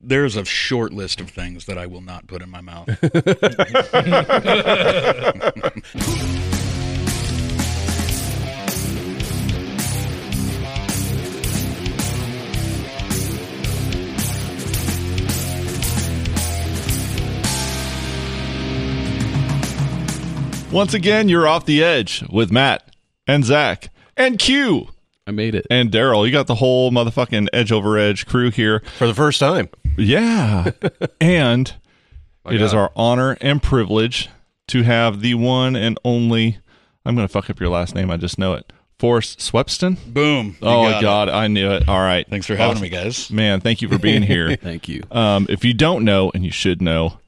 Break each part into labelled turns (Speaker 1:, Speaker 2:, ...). Speaker 1: There's a short list of things that I will not put in my mouth.
Speaker 2: Once again, you're off the edge with Matt and Zach and Q
Speaker 3: I made it.
Speaker 2: and Daryl. You got the whole motherfucking edge over edge crew here.
Speaker 4: for the first time.
Speaker 2: Yeah. and it is our honor and privilege to have the one and only, I'm going to fuck up your last name. I just know it. Forrest Swepston.
Speaker 1: Boom. You
Speaker 2: Oh, my
Speaker 1: got it.
Speaker 2: God. I knew it. All right.
Speaker 1: Thanks for having
Speaker 2: Awesome.
Speaker 1: me, guys.
Speaker 2: Man, thank you for being here.
Speaker 3: Thank you.
Speaker 2: Um, if you don't know, and you should know,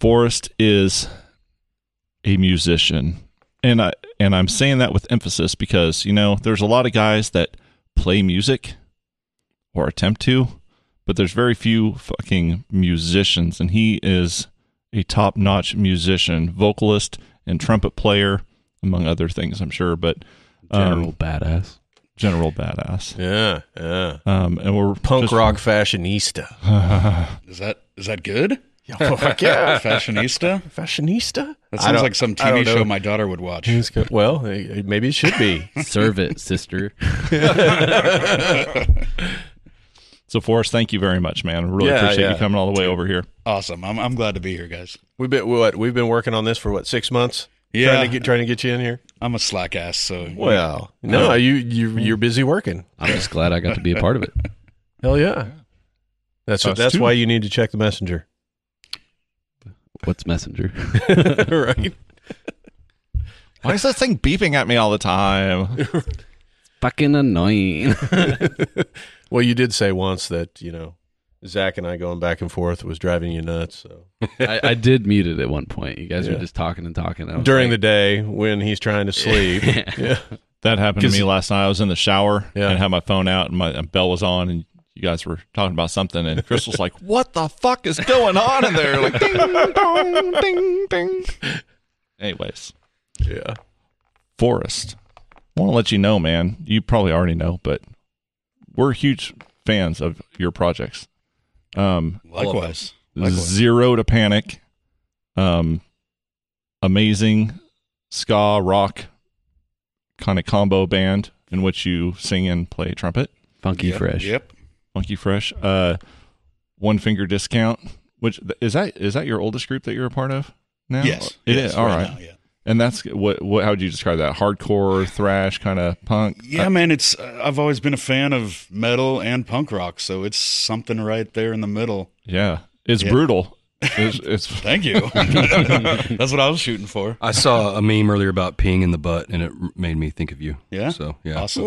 Speaker 2: Forrest is a musician, and I and I'm saying that with emphasis because you know there's a lot of guys that play music or attempt to, but there's very few fucking musicians, and he is a top-notch musician, vocalist, and trumpet player, among other things, I'm sure. But um,
Speaker 3: General badass.
Speaker 2: general badass,
Speaker 4: Yeah, yeah.
Speaker 2: um, and we're
Speaker 4: Punk
Speaker 2: just-
Speaker 4: rock fashionista.
Speaker 1: Is that is that good?
Speaker 4: Fuck yeah,
Speaker 1: Fashionista?
Speaker 4: fashionista.
Speaker 1: That
Speaker 4: I
Speaker 1: sounds
Speaker 4: don't-
Speaker 1: like some
Speaker 4: I
Speaker 1: TV
Speaker 4: don't know.
Speaker 1: show my daughter would watch.
Speaker 4: It's good. Well, eh, eh, maybe it should be.
Speaker 3: Serve it, sister.
Speaker 2: So Forrest, thank you very much, man. I really
Speaker 4: Yeah,
Speaker 2: appreciate
Speaker 4: yeah.
Speaker 2: you coming all the way over here.
Speaker 1: Awesome. I'm I'm glad to be here, guys.
Speaker 4: We've been what? We've been working on this for what six months.
Speaker 1: Yeah.
Speaker 4: trying to get trying to get you in here.
Speaker 1: I'm a slack ass, so
Speaker 4: Well, no, you you you're busy working.
Speaker 3: I'm just glad I got to be a part of it.
Speaker 4: Hell yeah. That's
Speaker 2: Us
Speaker 4: that's
Speaker 2: too.
Speaker 4: why you need to check the messenger,
Speaker 3: What's Messenger?
Speaker 4: right?
Speaker 2: Why is that thing beeping at me all the time?
Speaker 3: Fucking annoying.
Speaker 4: Well, you did say once that you know Zach and I going back and forth was driving you nuts. So
Speaker 3: I, I did mute it at one point. You guys
Speaker 4: Yeah.
Speaker 3: were just talking and talking.
Speaker 4: during the day when he's trying to sleep, yeah,
Speaker 2: That happened to
Speaker 4: 'Cause-
Speaker 2: me last night. I was in the shower
Speaker 4: Yeah.
Speaker 2: and had my phone out, and my and bell was on, and you guys were talking about something, and Crystal's like, "What the fuck is going on in there?" Like, ding dong, ding ding. Anyways,
Speaker 4: yeah.
Speaker 2: Forrest, want to let you know, man. You probably already know, but we're huge fans of your projects. Um,
Speaker 1: likewise.
Speaker 2: Zero to Panic. Um, amazing ska rock kind of combo band in which you sing and play trumpet.
Speaker 3: Funky
Speaker 1: Yep,
Speaker 3: Fresh.
Speaker 1: Yep.
Speaker 2: Funky Fresh. Uh, One Finger Discount. Which is that? Is that your oldest group that you're a part of now?
Speaker 1: Yes.
Speaker 2: it is.
Speaker 1: yes,
Speaker 2: All right.
Speaker 1: now, yeah.
Speaker 2: And that's what? What? How would you describe that? Hardcore thrash kind of punk.
Speaker 1: Yeah, man, it's uh, I've always been a fan of metal and punk rock, so it's something right there in the middle.
Speaker 2: Yeah. It's
Speaker 1: Yeah.
Speaker 2: brutal. It's, it's
Speaker 1: Thank you. That's what I was shooting for.
Speaker 5: I saw a meme earlier about peeing in the butt, and it r- made me think of you.
Speaker 1: Yeah?
Speaker 5: So yeah,
Speaker 1: Awesome.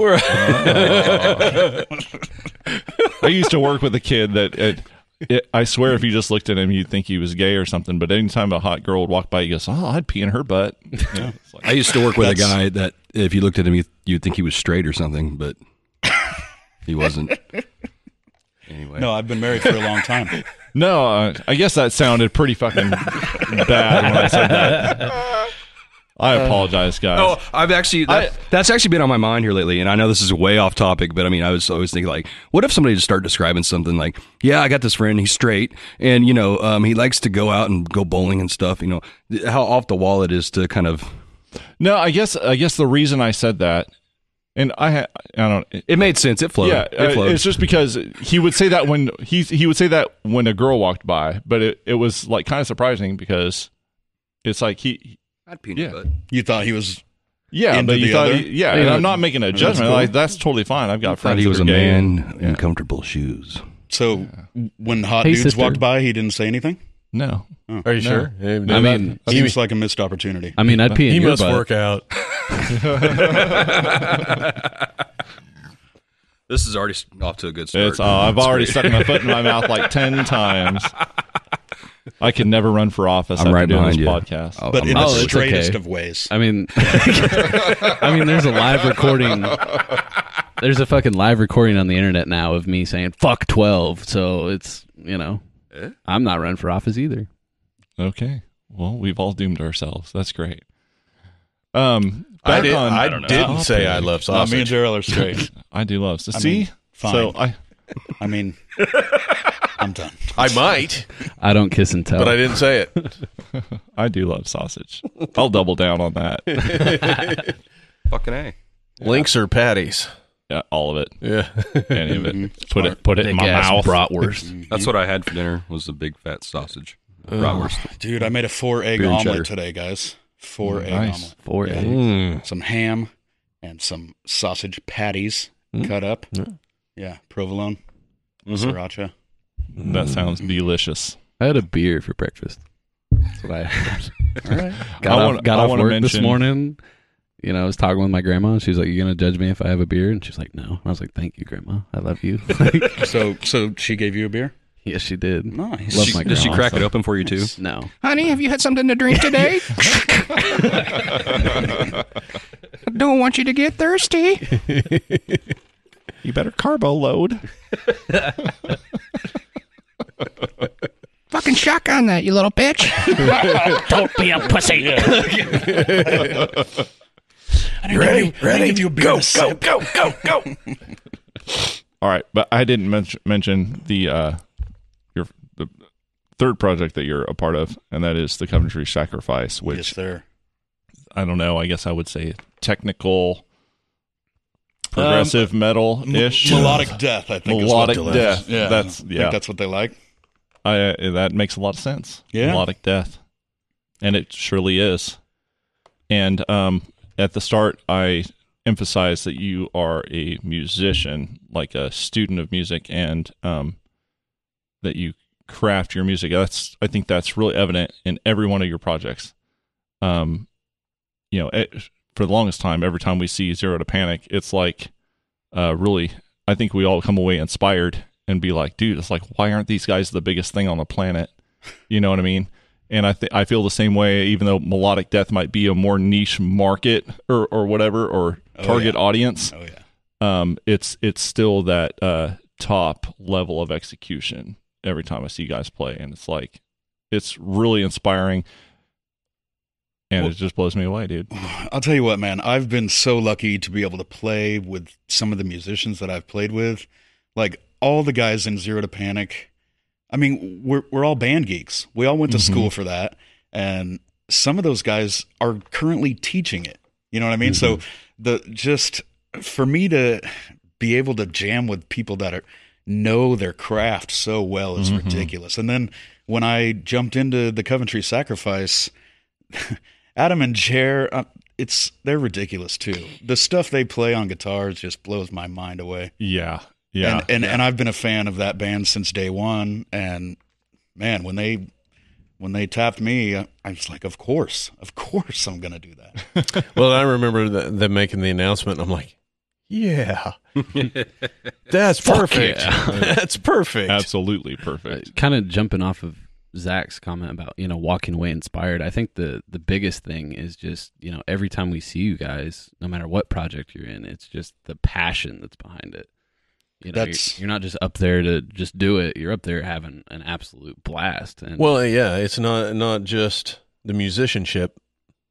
Speaker 2: I used to work with a kid that it, it, I swear, if you just looked at him, you'd think he was gay or something. But anytime a hot girl would walk by, he goes, "Oh, I'd pee in her butt." Yeah, it's like-
Speaker 5: I used to work with a guy that if you looked at him, you, you'd think he was straight or something, but he wasn't. Anyway,
Speaker 1: No, I've been married for a long time.
Speaker 2: no, I, I guess that sounded pretty fucking bad when I said that. I apologize, guys.
Speaker 5: Oh, I've actually that, that's actually been on my mind here lately, and I know this is way off topic, but I mean, I was always thinking like, what if somebody just started describing something like, yeah, I got this friend, he's straight, and you know, um, he likes to go out and go bowling and stuff. You know, th- how off the wall it is to kind of.
Speaker 2: No, I guess I guess the reason I said that, and I ha- I don't.
Speaker 5: It made sense. It flowed.
Speaker 2: Yeah,
Speaker 5: it
Speaker 2: uh,
Speaker 5: flowed.
Speaker 2: it's just because he would say that when he he would say that when a girl walked by, but it, it was like kind of surprising because it's like he
Speaker 5: I'd pee in your
Speaker 2: yeah.
Speaker 5: butt.
Speaker 1: You thought he was
Speaker 2: Yeah,
Speaker 1: into
Speaker 2: but you
Speaker 1: the
Speaker 2: thought,
Speaker 1: other?
Speaker 2: he- yeah, and I'm not making a judgment.
Speaker 1: cool.
Speaker 2: Like that's totally fine. I've got
Speaker 5: Thought
Speaker 2: friends.
Speaker 5: he
Speaker 2: that
Speaker 5: was
Speaker 2: are
Speaker 5: a
Speaker 2: gay.
Speaker 5: man in comfortable shoes.
Speaker 1: so when hot
Speaker 3: Hey,
Speaker 1: dudes
Speaker 3: sister.
Speaker 1: walked by, he didn't say anything.
Speaker 2: No,
Speaker 4: Are
Speaker 2: No.
Speaker 4: you sure?
Speaker 3: I mean,
Speaker 4: Oh,
Speaker 1: Seems like a missed opportunity.
Speaker 3: I mean, I'd pee in
Speaker 4: he
Speaker 3: your
Speaker 4: must
Speaker 3: butt.
Speaker 4: work out.
Speaker 5: This is already off to a good start.
Speaker 2: it's. Uh, I've already stuck my foot in my mouth like ten times. I could never run for office.
Speaker 5: I'm
Speaker 2: after
Speaker 5: right
Speaker 2: doing this
Speaker 5: behind you.
Speaker 2: podcast.
Speaker 5: Oh,
Speaker 1: But
Speaker 5: I'm
Speaker 1: in the
Speaker 5: not
Speaker 3: Oh, it's
Speaker 5: sure.
Speaker 1: straightest
Speaker 3: okay.
Speaker 1: of ways.
Speaker 3: I mean, I mean, there's a live recording. There's a fucking live recording on the internet now of me saying "fuck 12. So it's you know,
Speaker 4: Eh?
Speaker 3: I'm not running for office either.
Speaker 2: Okay. Well, we've all doomed ourselves. That's great. Um,
Speaker 4: I,
Speaker 2: back
Speaker 4: did,
Speaker 2: on-
Speaker 4: I,
Speaker 2: don't know.
Speaker 4: didn't say I
Speaker 2: Topic.
Speaker 4: love
Speaker 1: Uh, me and
Speaker 4: sausage.
Speaker 1: Daryl are straight.
Speaker 2: I do love. So
Speaker 1: I
Speaker 2: see,
Speaker 1: mean, fine.
Speaker 2: so I
Speaker 1: I mean, I'm done.
Speaker 4: I might,
Speaker 3: I don't kiss and tell.
Speaker 4: but I didn't say it.
Speaker 2: I do love sausage. I'll double down on that.
Speaker 5: Fucking a.
Speaker 4: Links or patties?
Speaker 2: Yeah, all of it.
Speaker 4: Yeah.
Speaker 2: Any of it. Put it put it in my
Speaker 3: Thick-ass
Speaker 2: mouth.
Speaker 3: bratwurst.
Speaker 5: That's what I had for dinner was the big fat sausage. Bratwurst.
Speaker 1: Dude, I made a four egg
Speaker 5: Beer and
Speaker 1: omelet
Speaker 5: cheddar.
Speaker 1: today, guys. Four egg
Speaker 2: nice.
Speaker 1: omelet.
Speaker 3: Four eggs.
Speaker 1: Some ham and some sausage patties cut up. Yeah, provolone, sriracha.
Speaker 2: That sounds delicious.
Speaker 3: I had a beer for breakfast. That's what I had.
Speaker 1: All right.
Speaker 3: got
Speaker 2: I
Speaker 3: off,
Speaker 2: wanna-
Speaker 3: got
Speaker 2: I
Speaker 3: off
Speaker 2: wanna
Speaker 3: work this
Speaker 2: mention-
Speaker 3: morning. You know, I was talking with my grandma, and she was like, "You gonna judge me if I have a beer?" And she's like, "No." I was like, "Thank you, grandma. I love you." Like,
Speaker 1: so, so she gave you a beer.
Speaker 3: yes, she did.
Speaker 1: Nice.
Speaker 3: Love
Speaker 5: She-
Speaker 3: my
Speaker 5: Does she
Speaker 3: grandma,
Speaker 5: crack
Speaker 3: so-
Speaker 5: it open for you too?
Speaker 3: No,
Speaker 5: Honey, have you had something to drink today? Don't want you to get thirsty.
Speaker 2: You better carbo load.
Speaker 5: Fucking shotgun that, you little bitch.
Speaker 6: Don't be a pussy.
Speaker 1: ready? Ready? Give you a beer go, go, go.
Speaker 2: All right, but I didn't men- mention the uh your the third project that you're a part of, and that is the Coventry Sacrifice, which
Speaker 1: Yes, sir.
Speaker 2: I don't know. I guess I would say technical, progressive metal ish,
Speaker 1: Um, Melodic death, I think.
Speaker 2: Melodic
Speaker 1: is what they like.
Speaker 2: death.
Speaker 1: Yeah,
Speaker 2: That's-
Speaker 1: I
Speaker 2: yeah.
Speaker 1: Think that's what they like.
Speaker 2: I, uh, that makes a lot of sense.
Speaker 1: Yeah.
Speaker 2: Melodic death. And it surely is. And um, at the start, I emphasized that you are a musician, like a student of music, and um, that you craft your music. That's I think that's really evident in every one of your projects. Um, you know, it, for the longest time, every time we see Zero to Panic, it's like uh, really, I think we all come away inspired and be like, dude, it's like, why aren't these guys the biggest thing on the planet? You know what I mean? And I th- I feel the same way, even though melodic death might be a more niche market or, or whatever or
Speaker 1: Oh,
Speaker 2: target
Speaker 1: yeah.
Speaker 2: audience.
Speaker 1: Oh yeah.
Speaker 2: Um, it's it's still that uh, top level of execution every time I see guys play, and it's like it's really inspiring, and it just blows me away, dude.
Speaker 1: I'll tell you what, man. I've been so lucky to be able to play with some of the musicians that I've played with, like all the guys in Zero to Panic. I mean, we're we're all band geeks. We all went to school for that, and some of those guys are currently teaching it. You know what I mean? So the just for me to be able to jam with people that are know their craft so well is ridiculous. And then when I jumped into the Coventry Sacrifice, Adam and Jer, uh, it's they're ridiculous too. The stuff they play on guitars just blows my mind away.
Speaker 2: Yeah, yeah.
Speaker 1: and and, and I've been a fan of that band since day one. And man, when they when they tapped me, I I was like, of course, of course, I'm gonna do that.
Speaker 4: Well, I remember th- them making the announcement. and I'm like, yeah, that's perfect. that's perfect.
Speaker 2: Absolutely perfect.
Speaker 3: kind of jumping off of Zach's comment about you know walking away inspired. I think the the biggest thing is just you know every time we see you guys, no matter what project you're in, it's just the passion that's behind it. You know, you're-
Speaker 1: That's-
Speaker 3: you're, not just up there to just do it. You're up there having an absolute blast. And
Speaker 4: Well, yeah, it's not not just the musicianship.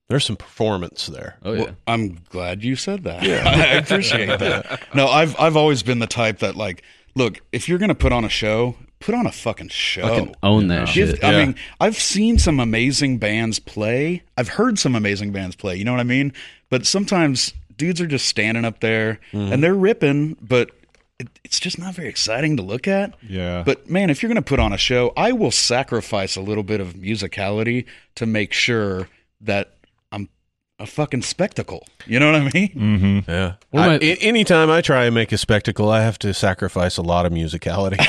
Speaker 4: There's some performance there.
Speaker 3: oh yeah,
Speaker 1: Well, I'm glad you said that. I appreciate that. No, I've I've always been the type that like, look, if you're gonna put on a show, put on a fucking show.
Speaker 3: fucking own that
Speaker 1: Give-
Speaker 3: shit.
Speaker 1: I mean, I've seen some amazing bands play. I've heard some amazing bands play. You know what I mean? But sometimes dudes are just standing up there and they're ripping, but it, it's just not very exciting to look at.
Speaker 2: Yeah.
Speaker 1: But man, if you're going to put on a show, I will sacrifice a little bit of musicality to make sure that I'm a fucking spectacle. You know what I mean?
Speaker 2: Mm-hmm.
Speaker 1: Mm-hmm.
Speaker 4: Yeah.
Speaker 3: What am
Speaker 4: I-
Speaker 3: I-
Speaker 4: a- anytime I try and make a spectacle, I have to sacrifice a lot of musicality.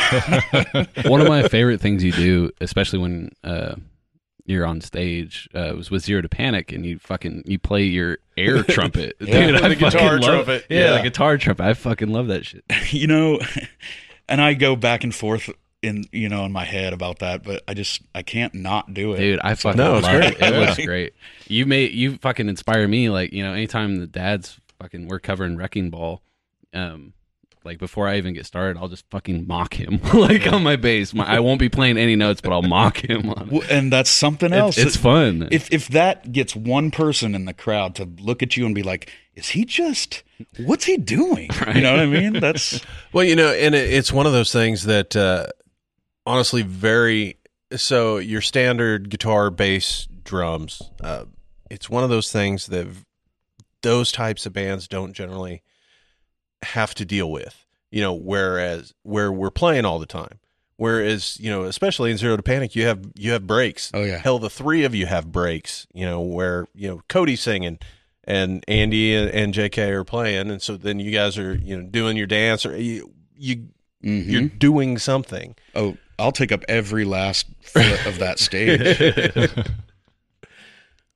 Speaker 3: one of my favorite things you do, especially when uh, you're on stage, uh, was with Zero to Panic, and you fucking you play your air trumpet, dude. I
Speaker 4: the
Speaker 3: fucking
Speaker 4: guitar
Speaker 3: love-
Speaker 4: trumpet.
Speaker 3: Yeah,
Speaker 4: Yeah.
Speaker 3: the guitar trumpet. I fucking love that shit.
Speaker 1: you know and i go back and forth in you know in my head about that but i just i can't not do it
Speaker 3: Dude, I fucking
Speaker 4: No, it's
Speaker 3: love
Speaker 4: great.
Speaker 3: it. It looks great. You made you fucking inspire me. Like you know, anytime the dads fucking we're covering wrecking ball, um, like before I even get started, I'll just fucking mock him like on my bass. My, I won't be playing any notes, but I'll mock him. On it.
Speaker 1: W- and that's something else
Speaker 3: It's, it's fun.
Speaker 1: if if that gets one person in the crowd to look at you and be like is he just what's he doing you know what i mean that's
Speaker 4: Well, you know, and it, it's one of those things that uh, honestly very so your standard guitar, bass, drums. Uh, it's one of those things that v- those types of bands don't generally have to deal with. You know, whereas where we're playing all the time. Whereas you know, especially in Zero to Panic, you have you have breaks.
Speaker 1: Oh yeah.
Speaker 4: Hell, the three of you have breaks, you know, where, you know, Cody's singing and Andy and, and JK are playing. And so then you guys are, you know, doing your dance or you, you,
Speaker 1: Mhm.
Speaker 4: you're doing something.
Speaker 1: Oh, I'll take up every last foot of that stage.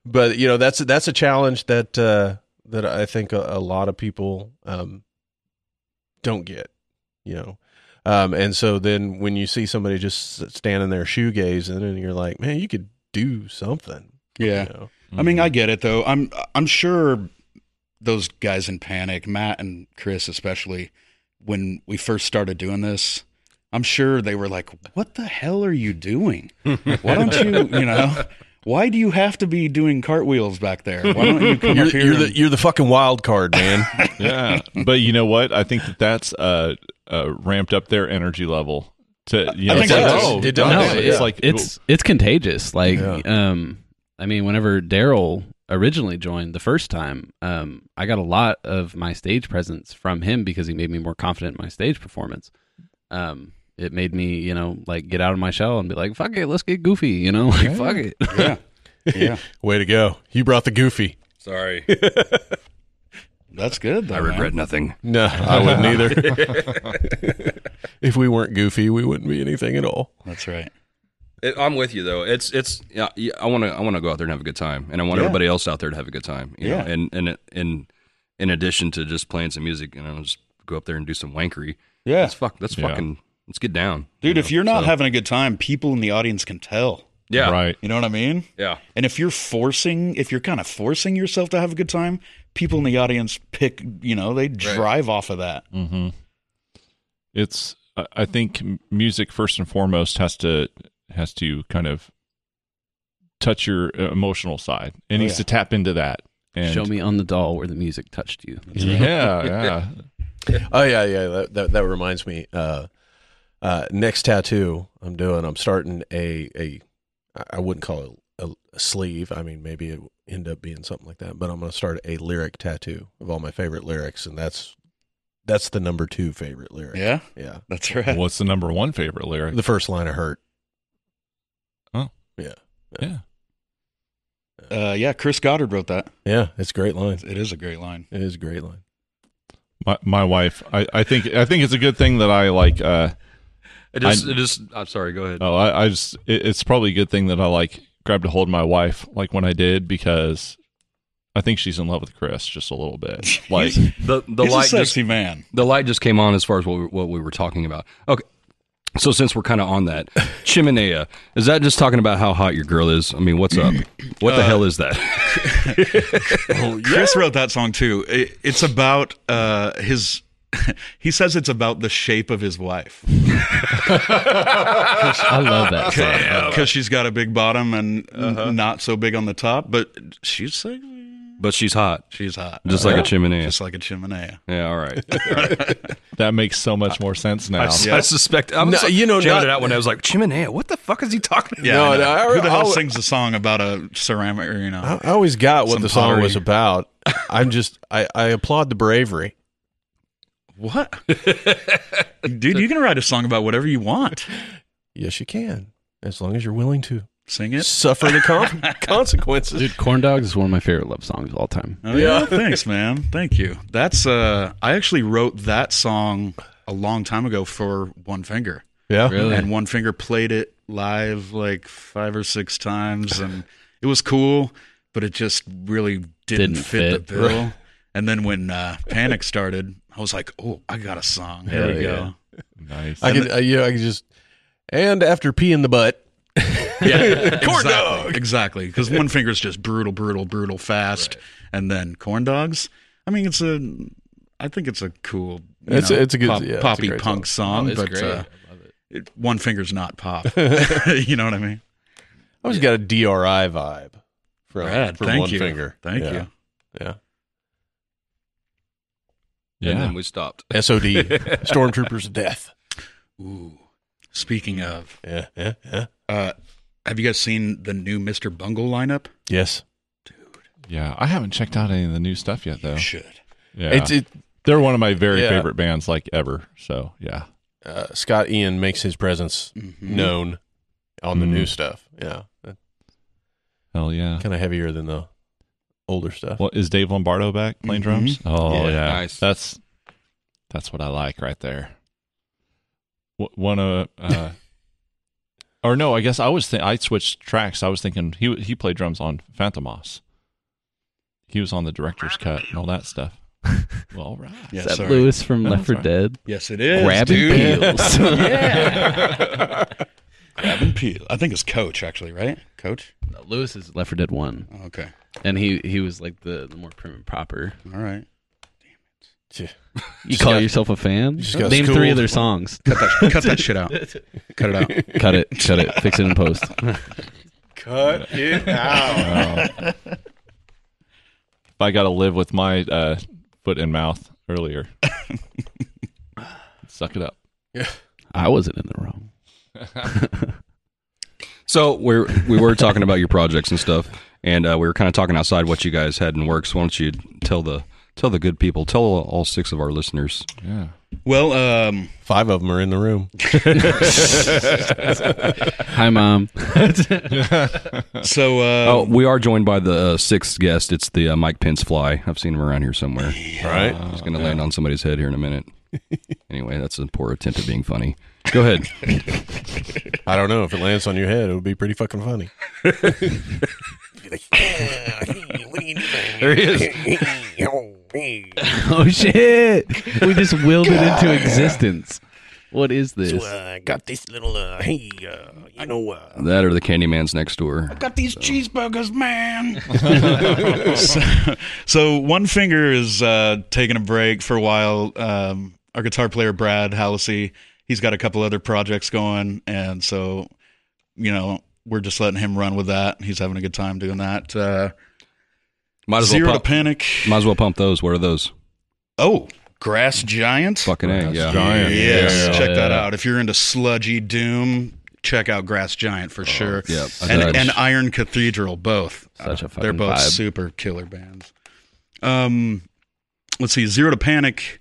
Speaker 4: But, you know, that's, that's a challenge that, uh, that I think a, a lot of people, um, don't get, you know. Um, and so then when you see somebody just standing there shoegazing and you're like, man, you could do something.
Speaker 1: Yeah.
Speaker 4: You know?
Speaker 1: I mean, I get it though. I'm I'm sure those guys in panic, Matt and Chris especially, when we first started doing this, I'm sure they were like, "What the hell are you doing? Why don't you, you know, why do you have to be doing cartwheels back there? Why don't you come up
Speaker 4: You're,
Speaker 1: here?"
Speaker 4: you're the
Speaker 1: and-
Speaker 4: you're the fucking wild card, man.
Speaker 2: yeah. But you know what? I think that that's uh, uh, ramped up their energy level. To you know,
Speaker 1: think
Speaker 2: it's like,
Speaker 1: it does.
Speaker 2: oh,
Speaker 4: It
Speaker 2: no,
Speaker 4: does.
Speaker 2: it's
Speaker 4: Yeah.
Speaker 2: like
Speaker 3: it's it's contagious. Like, um, I mean, whenever Daryl originally joined the first time, um, I got a lot of my stage presence from him because he made me more confident in my stage performance. Um, it made me, you know, like get out of my shell and be like, "Fuck it, let's get goofy," you know, like fuck it.
Speaker 1: yeah, yeah,
Speaker 4: Way to go. You brought the goofy.
Speaker 5: Sorry,
Speaker 1: that's good. Though,
Speaker 5: I regret nothing.
Speaker 4: No, I wouldn't either. if we weren't goofy, we wouldn't be anything at all.
Speaker 1: man. That's right.
Speaker 5: It, I'm with you though. It's it's yeah, yeah, I want to I want to go out there and have a good time, and I want
Speaker 1: Yeah.
Speaker 5: everybody else out there to have a good time. You
Speaker 1: Yeah.
Speaker 5: know? and and it- and in addition to just playing some music, you know, just go up there and do some wankery.
Speaker 1: Yeah,
Speaker 5: Let's fuck. Let's
Speaker 2: Yeah.
Speaker 5: fucking let's get down,
Speaker 1: dude.
Speaker 5: you
Speaker 1: if
Speaker 5: know,
Speaker 1: you're not
Speaker 5: so-
Speaker 1: having a good time, people in the audience can tell.
Speaker 5: yeah,
Speaker 2: right.
Speaker 1: You know what I mean?
Speaker 5: yeah,
Speaker 1: And if you're forcing, if you're kind of forcing yourself to have a good time, people in the audience pick, you know, they drive off of that.
Speaker 2: hmm It's I- I think m- music first and foremost has to has to kind of touch your uh, emotional side. It
Speaker 1: Oh,
Speaker 2: needs
Speaker 1: yeah.
Speaker 2: to tap into that. And
Speaker 3: Show me on the doll where the music touched you.
Speaker 2: Yeah, yeah.
Speaker 4: Oh yeah, yeah. That that, that reminds me. Uh, uh, next tattoo I'm doing, I'm starting a a. I- I wouldn't call it a, a sleeve. I mean, maybe it will end up being something like that. But I'm going to start a lyric tattoo of all my favorite lyrics, and that's that's the number two favorite lyric.
Speaker 1: Yeah,
Speaker 4: yeah.
Speaker 1: that's right.
Speaker 2: What's the number one favorite lyric?
Speaker 4: The first line of hurt.
Speaker 2: yeah.
Speaker 1: Uh, yeah, Chris Goddard wrote that.
Speaker 4: Yeah, it's a great line.
Speaker 1: It is a great line.
Speaker 4: It is a great line.
Speaker 2: My my wife. I, I think I think it's a good thing that I like uh
Speaker 5: It just
Speaker 2: I-
Speaker 5: it just I'm sorry. Go ahead.
Speaker 2: Oh, I, I just it, it's probably a good thing that I like grabbed a hold of my wife like when I did because I think she's in love with Chris just a little bit. Like
Speaker 1: He's-
Speaker 5: the the
Speaker 1: He's a
Speaker 5: light just
Speaker 1: sexy man.
Speaker 5: the light just came on as far as what we, what we were talking about. Okay. So since we're kind of on that, chimenea is that just talking about how hot your girl is? I mean, what's up? What the hell is that?
Speaker 1: Chris wrote that song too. It, it's about uh, his. He says it's about the shape of his wife
Speaker 3: I love that. song.
Speaker 1: because Uh, she's got a big bottom and n- not so big on the top, but she's sexy.
Speaker 5: But she's hot,
Speaker 1: She's hot,
Speaker 5: just like a chimenea.
Speaker 1: just like a chimenea.
Speaker 5: yeah, all right.
Speaker 2: that makes so much more sense now.
Speaker 5: I, suspect. I'm
Speaker 4: No,
Speaker 5: so-
Speaker 4: you know,
Speaker 5: jammed
Speaker 4: not-
Speaker 5: it out when I was like, chimenea. What the fuck is he talking?
Speaker 1: Yeah,
Speaker 5: about?
Speaker 4: No,
Speaker 1: I know.
Speaker 4: no, I-
Speaker 1: who the hell
Speaker 4: I-
Speaker 1: sings a song about a ceramic? Or, you know,
Speaker 4: I, I always got what
Speaker 1: Some
Speaker 4: the song
Speaker 1: pottery.
Speaker 4: was about. I'm just I, I applaud the bravery.
Speaker 1: What? Dude, you can write a song about whatever you want.
Speaker 4: Yes, you can, as long as you're willing to
Speaker 1: Sing it.
Speaker 4: suffer the con- consequences.
Speaker 3: Dude, Corn Dogs is one of my favorite love songs of all time.
Speaker 1: Oh, yeah. Thanks, man. Thank you. That's uh I actually wrote that song a long time ago for One Finger.
Speaker 4: Yeah,
Speaker 1: And One Finger played it live like five or six times and it was cool, but it just really didn't,
Speaker 3: Didn't
Speaker 1: fit,
Speaker 3: fit.
Speaker 1: the bill. and then when uh, Panic started, I was like, "Oh, I got a song. Here
Speaker 3: Hell
Speaker 1: we go."
Speaker 2: nice.
Speaker 4: I could. Uh, yeah, I could just. And after pee in the butt,
Speaker 1: Yeah, corn dog. Exactly, because one finger's just brutal, brutal, brutal, fast, and then corn dogs. I mean, it's a, I think it's a cool, you
Speaker 4: It's a- it's a good-
Speaker 1: pop-
Speaker 4: yeah, it's a
Speaker 1: poppy
Speaker 4: Oh, great
Speaker 1: punk song, but Uh, it, one finger's not pop. you know what I mean?
Speaker 4: I always got a DRI vibe from,
Speaker 1: Brad,
Speaker 4: from
Speaker 1: thank
Speaker 4: one
Speaker 1: you,
Speaker 4: finger.
Speaker 1: thank
Speaker 4: Yeah,
Speaker 1: you.
Speaker 4: Yeah.
Speaker 5: And
Speaker 2: yeah.
Speaker 5: then we stopped.
Speaker 4: SOD, Stormtroopers of Death.
Speaker 1: Ooh, Speaking of,
Speaker 4: Yeah, yeah, yeah.
Speaker 1: uh, have you guys seen the new Mr. Bungle lineup?
Speaker 4: Yes.
Speaker 2: Yeah, I haven't checked out any of the new stuff yet though.
Speaker 1: You should.
Speaker 2: Yeah,
Speaker 4: It's it,
Speaker 2: they're one of my very
Speaker 4: Yeah.
Speaker 2: favorite bands like ever. So yeah,
Speaker 4: uh, Scott Ian makes his presence
Speaker 1: Mhm.
Speaker 4: known on the
Speaker 2: Mhm.
Speaker 1: Mm-hmm.
Speaker 4: new stuff. Yeah.
Speaker 2: hell yeah.
Speaker 4: Kind of heavier than the older stuff.
Speaker 2: Well, is Dave Lombardo back playing
Speaker 1: Mhm.
Speaker 2: drums? Oh yeah,
Speaker 5: Yeah, nice.
Speaker 2: that's that's what I like right there. Wh- One of, uh, or no, I guess I was think I switched tracks. I was thinking he he played drums on Phantomos. He was on the director's cut and all that stuff. well, all right.
Speaker 1: Yeah,
Speaker 3: Is that
Speaker 1: sorry.
Speaker 3: Lewis from
Speaker 2: No,
Speaker 3: Left 4
Speaker 2: sorry.
Speaker 3: Dead?
Speaker 1: Yes, it is.
Speaker 3: Grabbing
Speaker 1: dude.
Speaker 3: peels.
Speaker 1: Grabbing Peel. I think it's Coach, actually, right? Coach? Oh,
Speaker 3: No, Lewis is Left 4 Dead 1.
Speaker 1: Okay.
Speaker 3: And he, he was like the, the more prim and proper.
Speaker 1: All right.
Speaker 3: You call
Speaker 4: got-
Speaker 3: yourself a fan?
Speaker 4: just got
Speaker 3: Name three
Speaker 4: schooled.
Speaker 3: of their songs.
Speaker 1: Cut that, cut that shit out. Cut it out.
Speaker 3: cut it. Cut it. Fix it in post.
Speaker 4: Cut it out.
Speaker 2: If I got to live with my uh, foot and mouth earlier, suck it up.
Speaker 3: I wasn't in the wrong.
Speaker 5: So we're we were talking about your projects and stuff, and uh, we were kind of talking outside what you guys had in works. Why don't you tell the tell the good people, tell all six of our listeners?
Speaker 2: Yeah.
Speaker 1: Well, um,
Speaker 4: Five of them are in the room.
Speaker 3: Hi, mom.
Speaker 1: so uh,
Speaker 5: oh, we are joined by the uh, sixth guest. It's the uh, Mike Pence fly. I've seen him around here somewhere.
Speaker 4: Right?
Speaker 5: He's going to land on somebody's head here in a minute. anyway, that's a poor attempt at being funny. Go ahead.
Speaker 4: I don't know. If it lands on your head, it would be pretty fucking funny.
Speaker 7: Uh,
Speaker 5: there he is.
Speaker 3: Oh shit! We just willed it into existence. What is this?
Speaker 7: I got this little, uh, hey, uh, you know, uh,
Speaker 5: That or the Candyman's next door.
Speaker 1: got these cheeseburgers, man. so, so one finger is uh, taking a break for a while. Um, our guitar player Brad Hallisey, he's got a couple other projects going, and so you know we're just letting him run with that. He's having a good time doing that. Uh,
Speaker 5: Might as
Speaker 1: zero
Speaker 5: well
Speaker 1: to
Speaker 5: pump,
Speaker 1: panic.
Speaker 5: might as well pump those. What are those?
Speaker 1: Oh, grass giant.
Speaker 5: Fucking A, yeah.
Speaker 2: Giant.
Speaker 1: Yes,
Speaker 2: Yeah.
Speaker 1: check that
Speaker 2: Yeah.
Speaker 1: out. If you're into sludgy doom, check out Grass Giant
Speaker 3: Oh,
Speaker 1: for sure.
Speaker 5: yeah, I
Speaker 1: and,
Speaker 5: dodged.
Speaker 1: and Iron Cathedral, both.
Speaker 3: Such a
Speaker 1: Uh, They're
Speaker 3: fucking
Speaker 1: both
Speaker 3: vibe.
Speaker 1: super killer bands. Um, let's see, Zero to Panic,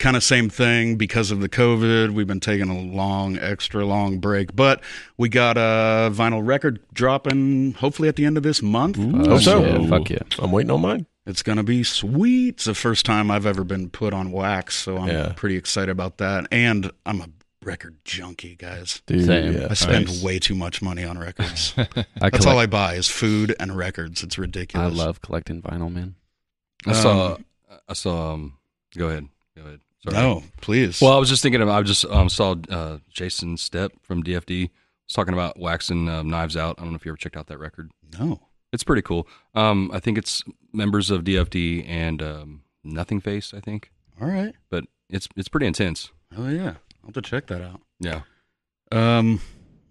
Speaker 1: kind of same thing because of the COVID. We've been taking a long, extra long break, but we got a vinyl record dropping hopefully at the end of this month.
Speaker 3: Oh,
Speaker 4: so.
Speaker 3: Yeah, fuck yeah!
Speaker 4: I'm waiting on mine.
Speaker 1: It's gonna be sweet. It's the first time I've ever been put on wax, so I'm
Speaker 4: Yeah.
Speaker 1: pretty excited about that. And I'm a record junkie, guys.
Speaker 4: Dude,
Speaker 3: Same.
Speaker 4: yeah.
Speaker 1: I spend
Speaker 2: Nice.
Speaker 1: way too much money on records.
Speaker 3: I,
Speaker 1: That's all
Speaker 3: collect,
Speaker 1: I buy is food and records. It's
Speaker 3: I,
Speaker 1: ridiculous.
Speaker 3: love collecting vinyl, man.
Speaker 5: I saw. I saw. Um, go ahead. Go ahead. Sorry.
Speaker 1: No, please.
Speaker 5: Well, I was just thinking of. I just um, saw uh, Jason Step from DFD was talking about waxing um, knives out. I don't know if you ever checked out that record.
Speaker 1: no.
Speaker 5: It's pretty cool. Um, I think it's members of DFD and um, Nothing Face. I think,
Speaker 1: All right.
Speaker 5: but it's it's pretty intense.
Speaker 1: Oh yeah, I'll have to check that out.
Speaker 5: Yeah.
Speaker 1: Um,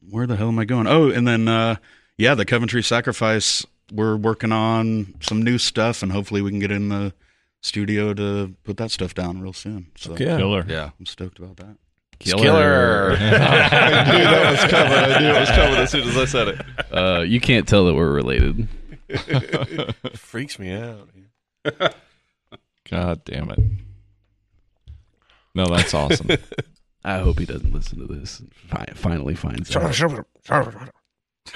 Speaker 1: where the hell am I going? Oh, and then uh, yeah, the Coventry Sacrifice. We're working on some new stuff, and hopefully we can get in the studio to put that stuff down real soon. So
Speaker 4: Yeah.
Speaker 2: Killer.
Speaker 5: Yeah.
Speaker 1: I'm stoked about that.
Speaker 4: Killer.
Speaker 2: I knew that was coming. I knew it was coming as soon as I said it.
Speaker 3: Uh, you can't tell that we're related.
Speaker 4: Freaks me out.
Speaker 2: God damn it. No, that's awesome.
Speaker 3: I hope he doesn't listen to this. and Fi- finally finds out.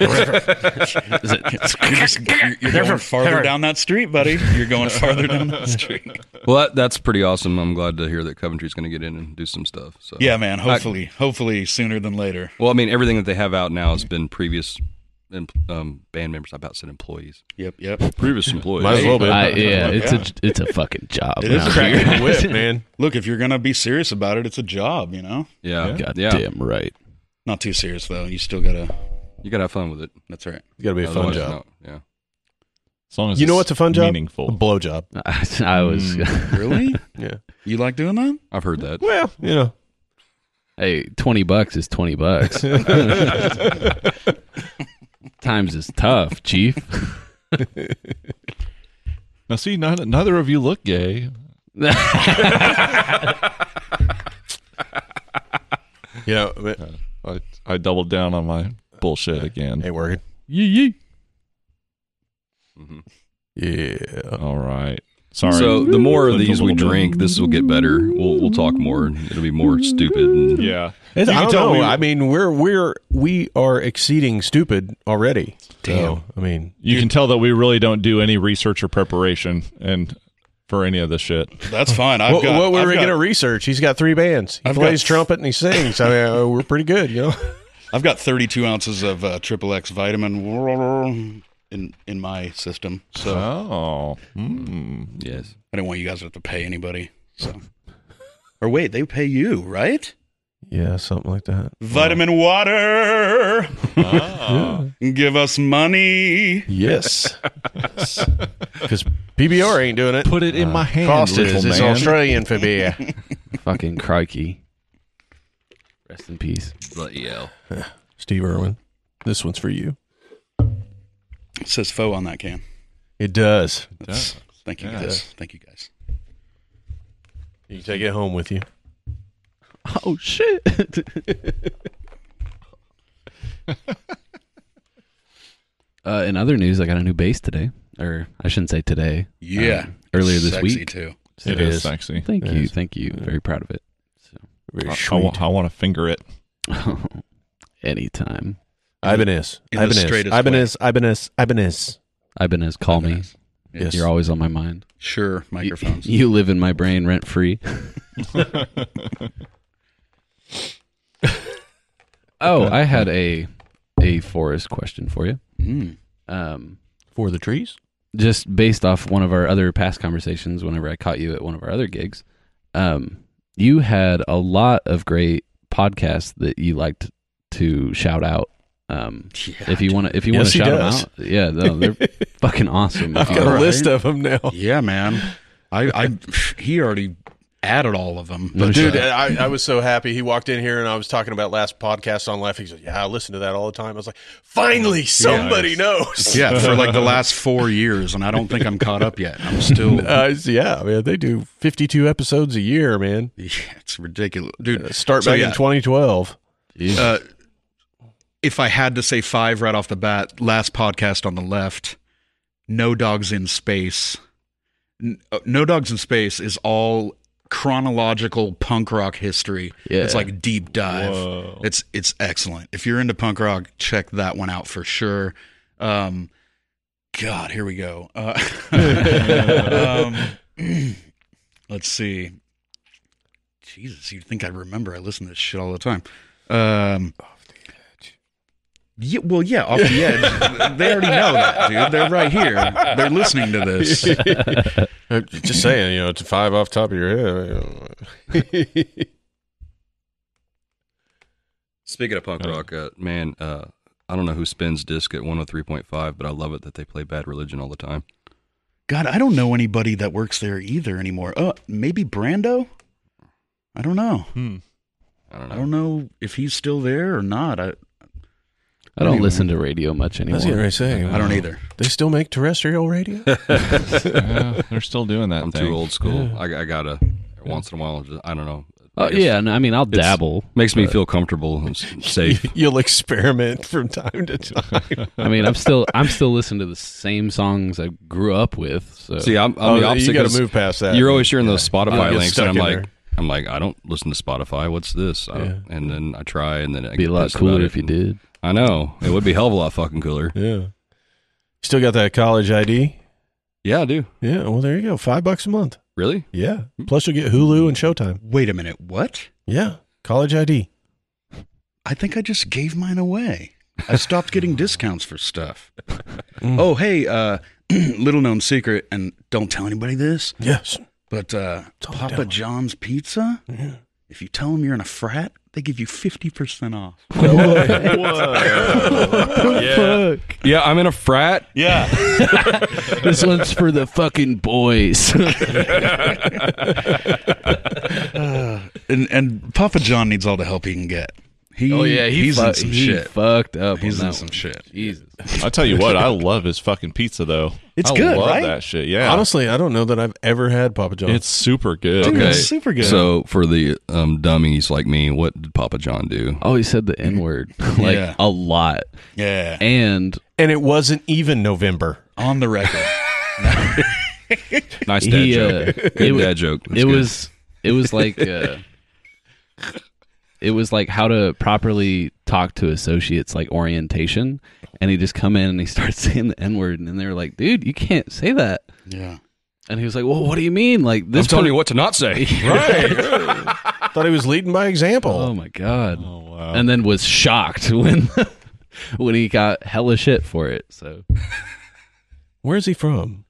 Speaker 3: Is it-
Speaker 1: You're, just, you're, you're going farther down that street, buddy. You're going farther down that street.
Speaker 5: Well, that, that's pretty awesome. I'm glad to hear that Coventry's going to get in and do some stuff. So
Speaker 1: Yeah, man. Hopefully, hopefully sooner than later.
Speaker 5: Well, I mean, everything that they have out now has been previous em- um, band members. I about said employees.
Speaker 1: Yep, yep.
Speaker 5: Previous employees.
Speaker 2: Might as well be.
Speaker 3: I, yeah, it's a it's a fucking job.
Speaker 1: It is
Speaker 3: around
Speaker 1: crack-
Speaker 3: here.
Speaker 4: Cracking whip, man.
Speaker 1: Look, if you're gonna be serious about it, it's a job. You know,
Speaker 5: Yeah. Yeah.
Speaker 3: God damn right.
Speaker 1: not too serious though. You still gotta.
Speaker 5: You got to have fun with it.
Speaker 1: That's right.
Speaker 4: It's got to be a fun
Speaker 5: Otherwise,
Speaker 4: job.
Speaker 5: no. Yeah.
Speaker 2: As long as
Speaker 4: You know
Speaker 2: it's
Speaker 4: what's a fun job? A
Speaker 2: Meaningful.
Speaker 4: blow job.
Speaker 3: I, I was.
Speaker 1: Really?
Speaker 4: Yeah.
Speaker 1: You like doing that?
Speaker 5: I've heard that.
Speaker 4: Well, you know.
Speaker 3: Hey, twenty bucks is twenty bucks. Times is tough, chief.
Speaker 2: Now, see, none, neither of you look gay.
Speaker 4: You know, but
Speaker 2: I, I doubled down on my bullshit again.
Speaker 4: Ain't working.
Speaker 3: Yee yee.
Speaker 4: Yeah.
Speaker 2: All right. Sorry.
Speaker 5: So the more of
Speaker 2: Clipped a
Speaker 5: these we
Speaker 2: little bit.
Speaker 5: drink, this will get better. We'll we'll talk more. It'll be more stupid. And,
Speaker 2: Yeah.
Speaker 4: I
Speaker 2: can
Speaker 4: don't
Speaker 2: tell
Speaker 4: know.
Speaker 2: we-
Speaker 4: I mean, we're we're we are exceeding stupid already. Damn. I mean,
Speaker 2: You can tell that we really don't do any research or preparation and for any of this shit.
Speaker 1: That's fine. I've
Speaker 4: what,
Speaker 1: got,
Speaker 4: what were
Speaker 1: I've
Speaker 4: we
Speaker 1: got-
Speaker 4: going to research? He's got three bands. He
Speaker 1: I've
Speaker 4: plays
Speaker 1: got-
Speaker 4: trumpet and he sings. I mean, uh, we're pretty good, you know.
Speaker 1: I've got 32 ounces of uh, triple X vitamin in in my system, so
Speaker 2: Oh. Mm.
Speaker 5: Yes.
Speaker 1: I don't want you guys to have to pay anybody. So, or wait, they pay you, right?
Speaker 4: Yeah, something like that.
Speaker 1: Vitamin water, Ah. give us money.
Speaker 4: Yes, because PBR ain't doing it.
Speaker 2: Put it in my hand,
Speaker 4: Cost
Speaker 2: little
Speaker 4: is it's
Speaker 2: man.
Speaker 4: Australian for beer.
Speaker 3: Fucking crikey. Rest in peace.
Speaker 5: But yeah.
Speaker 4: Steve Irwin, this one's for you.
Speaker 1: It says faux on that can.
Speaker 4: It does.
Speaker 1: That's, Thank you guys. Thank you guys.
Speaker 4: You can take it home with you.
Speaker 3: Oh shit. uh, in other news, I got a new bass today, or I shouldn't say today.
Speaker 1: Yeah,
Speaker 3: Um, earlier this
Speaker 1: Sexy
Speaker 3: week.
Speaker 1: too.
Speaker 2: It is sexy.
Speaker 3: Thank
Speaker 4: It
Speaker 3: you,
Speaker 4: is.
Speaker 3: thank you. Very proud of it.
Speaker 4: Very
Speaker 2: I,
Speaker 4: sweet.
Speaker 2: want to finger it.
Speaker 3: Anytime.
Speaker 4: Ibanez.
Speaker 1: In the
Speaker 4: Ibanez.
Speaker 1: straightest
Speaker 4: Ibanez. Ibanez. Ibanez.
Speaker 3: Ibanez, call me.
Speaker 1: Nice.
Speaker 4: Yes.
Speaker 3: You're always on my mind.
Speaker 1: Sure,
Speaker 3: You,
Speaker 1: microphones.
Speaker 3: you live in my brain rent free. oh, I had a a forest question for you.
Speaker 1: Mm.
Speaker 3: Um,
Speaker 4: Hmm. for the trees.
Speaker 3: just based off one of our other past conversations whenever I caught you at one of our other gigs, um, you had a lot of great podcasts that you liked to shout out. Um, if you want to, if you want
Speaker 4: Yes,
Speaker 3: to
Speaker 4: he
Speaker 3: shout
Speaker 4: does.
Speaker 3: them out, yeah,
Speaker 1: uh,
Speaker 3: no, they're fucking awesome.
Speaker 4: I've
Speaker 3: If you
Speaker 4: got a
Speaker 1: Alright.
Speaker 4: list of them now.
Speaker 1: Yeah, man. I, I, he already added all of them.
Speaker 3: No
Speaker 1: But
Speaker 3: shit.
Speaker 1: dude,
Speaker 4: Dude, I, I was so happy. He walked in here and I was talking about last podcast on life. He said, Yeah, I listen to that all the time. I was like, Finally, somebody knows.
Speaker 1: yeah, for like the last four years, and I don't think I'm caught up yet. I'm still.
Speaker 4: Uh, yeah, man, they do 52 episodes a year, man.
Speaker 1: Yeah, it's ridiculous, dude.
Speaker 4: Uh, Start
Speaker 1: So,
Speaker 4: back in
Speaker 1: yeah.
Speaker 4: 2012.
Speaker 1: Uh, if I had to say five right off the bat, last podcast on the left, No Dogs in Space. N- uh, No Dogs in Space is all chronological punk rock history.
Speaker 3: Yeah.
Speaker 1: It's like deep dive. It's it's excellent. If you're into punk rock, check that one out for sure. Um, God, here we go. Uh, um, let's see. Jesus, you'd think I remember. I listen to this shit all the time. Um, off the edge. Yeah, well, yeah, off the edge. they already know that, dude. They're right here. They're listening to this.
Speaker 4: Uh, Just saying, you know, it's five off top of your head.
Speaker 5: Speaking of punk rock, uh, man, uh, I don't know who spins disc at 103.5, but I love it that they play Bad Religion all the time.
Speaker 1: God, I don't know anybody that works there either anymore. Oh, maybe Brando. I don't know.
Speaker 2: Hmm.
Speaker 5: I don't
Speaker 1: I
Speaker 5: know.
Speaker 1: don't know if he's still there or not. I,
Speaker 3: I don't listen to radio much anymore.
Speaker 4: That's what I was saying.
Speaker 1: I
Speaker 5: Uh.
Speaker 1: don't either.
Speaker 4: They still make terrestrial radio?
Speaker 2: Yeah, they're still doing that
Speaker 5: I'm
Speaker 2: thing.
Speaker 5: too old school. I, I gotta once in a while. Just, I don't know.
Speaker 3: Oh
Speaker 5: It's-
Speaker 3: yeah, no, I mean I'll dabble.
Speaker 5: makes me feel comfortable and s- safe.
Speaker 4: You'll experiment from time to time.
Speaker 3: I mean I'm still I'm still listening to the same songs I grew up with. So
Speaker 5: See, I'm, I'm the
Speaker 4: Oh,
Speaker 5: opposite.
Speaker 4: you got
Speaker 5: 'cause
Speaker 4: to move past that.
Speaker 5: You're always sharing those Spotify
Speaker 4: get
Speaker 5: links,
Speaker 4: stuck
Speaker 5: and I'm
Speaker 4: in
Speaker 5: like,
Speaker 4: there.
Speaker 5: I'm like, I don't listen to Spotify. What's this? I don't- And then I try, and then I
Speaker 3: be a lot cooler if you did.
Speaker 5: I know it would be a hell of a lot fucking cooler.
Speaker 4: Yeah. Still got that college ID?
Speaker 5: Yeah, I do.
Speaker 4: Yeah. Well, there you go. Five bucks a month.
Speaker 5: Really?
Speaker 4: Yeah. Plus, you'll get Hulu and Showtime.
Speaker 1: Wait a minute. What?
Speaker 4: Yeah. College ID.
Speaker 1: I think I just gave mine away. I stopped getting discounts for stuff. oh, hey, uh, little known secret, and don't tell anybody this,
Speaker 4: Yes.
Speaker 1: but uh,
Speaker 4: Totally
Speaker 1: Papa
Speaker 4: don't.
Speaker 1: John's Pizza, if you tell them you're in a frat, they give you 50% off.
Speaker 5: Yeah, I'm in a frat.
Speaker 1: Yeah.
Speaker 3: this one's for the fucking boys.
Speaker 1: and, and Papa John needs all the help he can get. He,
Speaker 3: Oh yeah, he
Speaker 1: he's
Speaker 3: fu-
Speaker 1: in some
Speaker 3: he
Speaker 1: shit.
Speaker 3: fucked up.
Speaker 1: He's
Speaker 3: on
Speaker 1: in
Speaker 3: that
Speaker 1: some
Speaker 3: one.
Speaker 1: shit.
Speaker 3: Jesus.
Speaker 2: I tell you what, I love his fucking pizza though.
Speaker 1: It's
Speaker 2: I
Speaker 1: good,
Speaker 2: love
Speaker 1: right?
Speaker 2: That shit. Yeah,
Speaker 4: Ah. Honestly, I don't know that I've ever had Papa John's.
Speaker 2: it's super good.
Speaker 1: Dude,
Speaker 5: Okay.
Speaker 1: it's super good.
Speaker 5: So for the um, dummies like me, what did Papa John do?
Speaker 3: Oh, he said the N word like
Speaker 1: Yeah.
Speaker 3: a lot,
Speaker 1: yeah,
Speaker 3: and
Speaker 4: and it wasn't even November.
Speaker 1: on the record.
Speaker 5: Nice dad
Speaker 3: he uh,
Speaker 5: joke.
Speaker 3: it,
Speaker 5: Good
Speaker 3: wa-
Speaker 5: dad joke. That's
Speaker 3: it
Speaker 5: good.
Speaker 3: was it was like uh, it was like how to properly talk to associates like orientation and he just come in and he starts saying the n-word and then they were like dude you can't say that
Speaker 1: yeah,
Speaker 3: and he was like well what do you mean like
Speaker 5: I'm
Speaker 3: this
Speaker 5: telling
Speaker 3: per-
Speaker 5: you what to not say.
Speaker 4: Thought he was leading by example.
Speaker 5: Um,
Speaker 3: oh my god
Speaker 2: Oh wow.
Speaker 3: and then was shocked when when he got hella shit for it so
Speaker 4: Where's he from?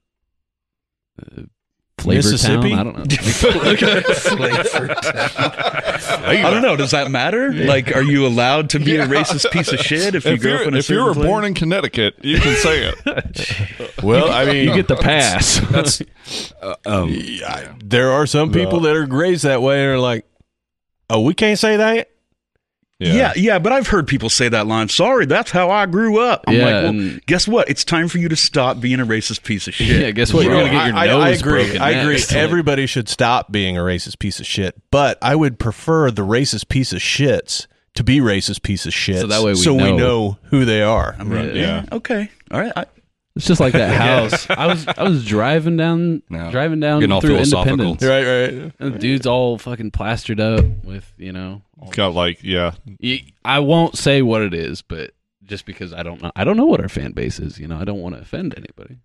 Speaker 3: flavor
Speaker 4: Mississippi?
Speaker 3: town i don't know
Speaker 1: I don't know. Does that matter? Like, are you allowed to be a racist piece of shit if, you
Speaker 2: If
Speaker 1: grow up
Speaker 2: you're,
Speaker 1: in a
Speaker 2: if you
Speaker 1: certain
Speaker 2: were
Speaker 1: place?
Speaker 2: born in Connecticut, you can say it.
Speaker 4: Well, I mean,
Speaker 3: you get the pass
Speaker 5: That's uh, um,
Speaker 4: I- there are some people that are raised that way and are like, oh, we can't say that.
Speaker 1: yeah. yeah, but I've heard people say that line. Sorry, that's how I grew up. I'm
Speaker 3: Yeah,
Speaker 1: like, well,
Speaker 3: and-
Speaker 1: guess what? It's time for you to stop being a racist piece of shit.
Speaker 3: yeah guess what you're
Speaker 4: You
Speaker 3: gonna
Speaker 4: know,
Speaker 3: get your
Speaker 4: I,
Speaker 3: nose
Speaker 4: I, I agree.
Speaker 3: broken
Speaker 4: I agree.
Speaker 3: next.
Speaker 4: Everybody should stop being a racist piece of shit. But I would prefer the racist piece of shits to be racist piece of shit.
Speaker 3: So that way we
Speaker 4: so we
Speaker 3: know.
Speaker 4: know who they are.
Speaker 1: I mean,
Speaker 2: Yeah.
Speaker 1: Okay. All right. I,
Speaker 3: It's just like that house. I was I was driving down
Speaker 5: No.
Speaker 3: driving down
Speaker 5: Getting all
Speaker 3: through
Speaker 5: philosophical.
Speaker 3: Independence.
Speaker 4: Right, right.
Speaker 3: And the dude's all fucking plastered up with you know.
Speaker 2: Got like yeah.
Speaker 3: y- I won't say what it is, but just because I don't know, I don't know what our fan base is. You know, I don't want to offend anybody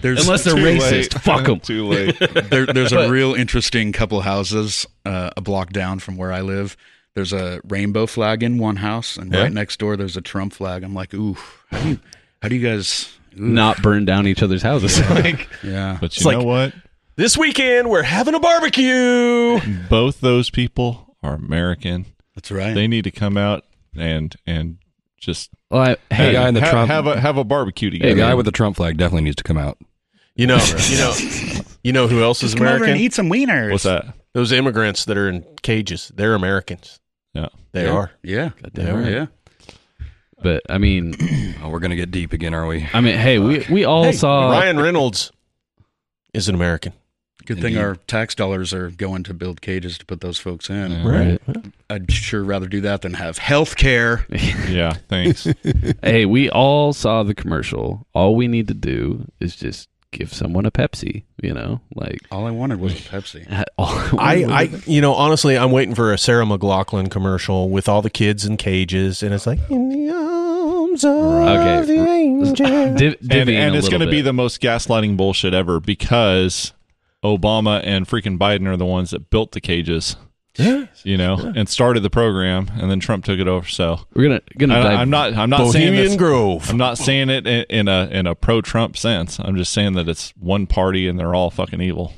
Speaker 1: there's
Speaker 3: unless they're
Speaker 2: Too
Speaker 3: racist.
Speaker 2: late.
Speaker 3: Fuck them.
Speaker 2: Too late.
Speaker 1: there, there's
Speaker 3: But-
Speaker 1: a real interesting couple houses uh, a block down from where I live. There's a rainbow flag in one house, and right next door there's a Trump flag. I'm like, ooh, how do you, how do you guys? ooh,
Speaker 3: Not burn down each other's houses. like
Speaker 1: yeah,
Speaker 2: But
Speaker 4: It's
Speaker 2: you
Speaker 4: like-
Speaker 2: know what?
Speaker 4: This weekend we're having a barbecue.
Speaker 2: Both those people are American.
Speaker 1: that's right.
Speaker 2: They need to come out and and just
Speaker 3: well, I, hey,
Speaker 5: Hey, guy in the
Speaker 2: ha-
Speaker 5: Trump-
Speaker 2: have a have a barbecue together.
Speaker 5: the guy with the Trump flag definitely needs to come out.
Speaker 4: You know, you know, you know who else is
Speaker 1: Just come over and
Speaker 4: American?
Speaker 1: eat some wieners.
Speaker 2: What's that?
Speaker 4: Those immigrants that are in cages. They're Americans.
Speaker 2: Yeah.
Speaker 4: They
Speaker 3: Yeah.
Speaker 4: are.
Speaker 1: Yeah,
Speaker 3: goddamn right.
Speaker 1: yeah.
Speaker 3: But I mean,
Speaker 5: Oh, we're gonna get deep again, are we?
Speaker 3: I mean, hey, uh, we we all saw.
Speaker 4: Ryan Reynolds is an American.
Speaker 1: Good thing our tax dollars are going to build cages to put those folks in.
Speaker 3: Right.
Speaker 1: I'd sure rather do that than have health care.
Speaker 2: Yeah. Thanks.
Speaker 3: Hey, we all saw the commercial. All we need to do is just give someone a Pepsi. You know, like
Speaker 1: All I wanted was a Pepsi.
Speaker 3: at all.
Speaker 4: I, I, you know, honestly, I'm waiting for a Sarah McLaughlin commercial with all the kids in cages, and it's like in the arms of
Speaker 3: Okay.
Speaker 4: the angel.
Speaker 3: Div-
Speaker 2: and
Speaker 3: divvying
Speaker 2: and
Speaker 3: a
Speaker 2: it's
Speaker 3: little
Speaker 2: going to be
Speaker 3: bit.
Speaker 2: the most gaslighting bullshit ever because Obama and freaking Biden are the ones that built the cages. You know, and started the program, and then Trump took it over. So
Speaker 3: we're gonna gonna
Speaker 2: I,
Speaker 3: dive.
Speaker 2: I'm not. I'm not saying
Speaker 4: Bohemian
Speaker 2: this,
Speaker 4: Grove.
Speaker 2: I'm not saying it in, in a in a pro Trump sense. I'm just saying that it's one party and they're all fucking evil.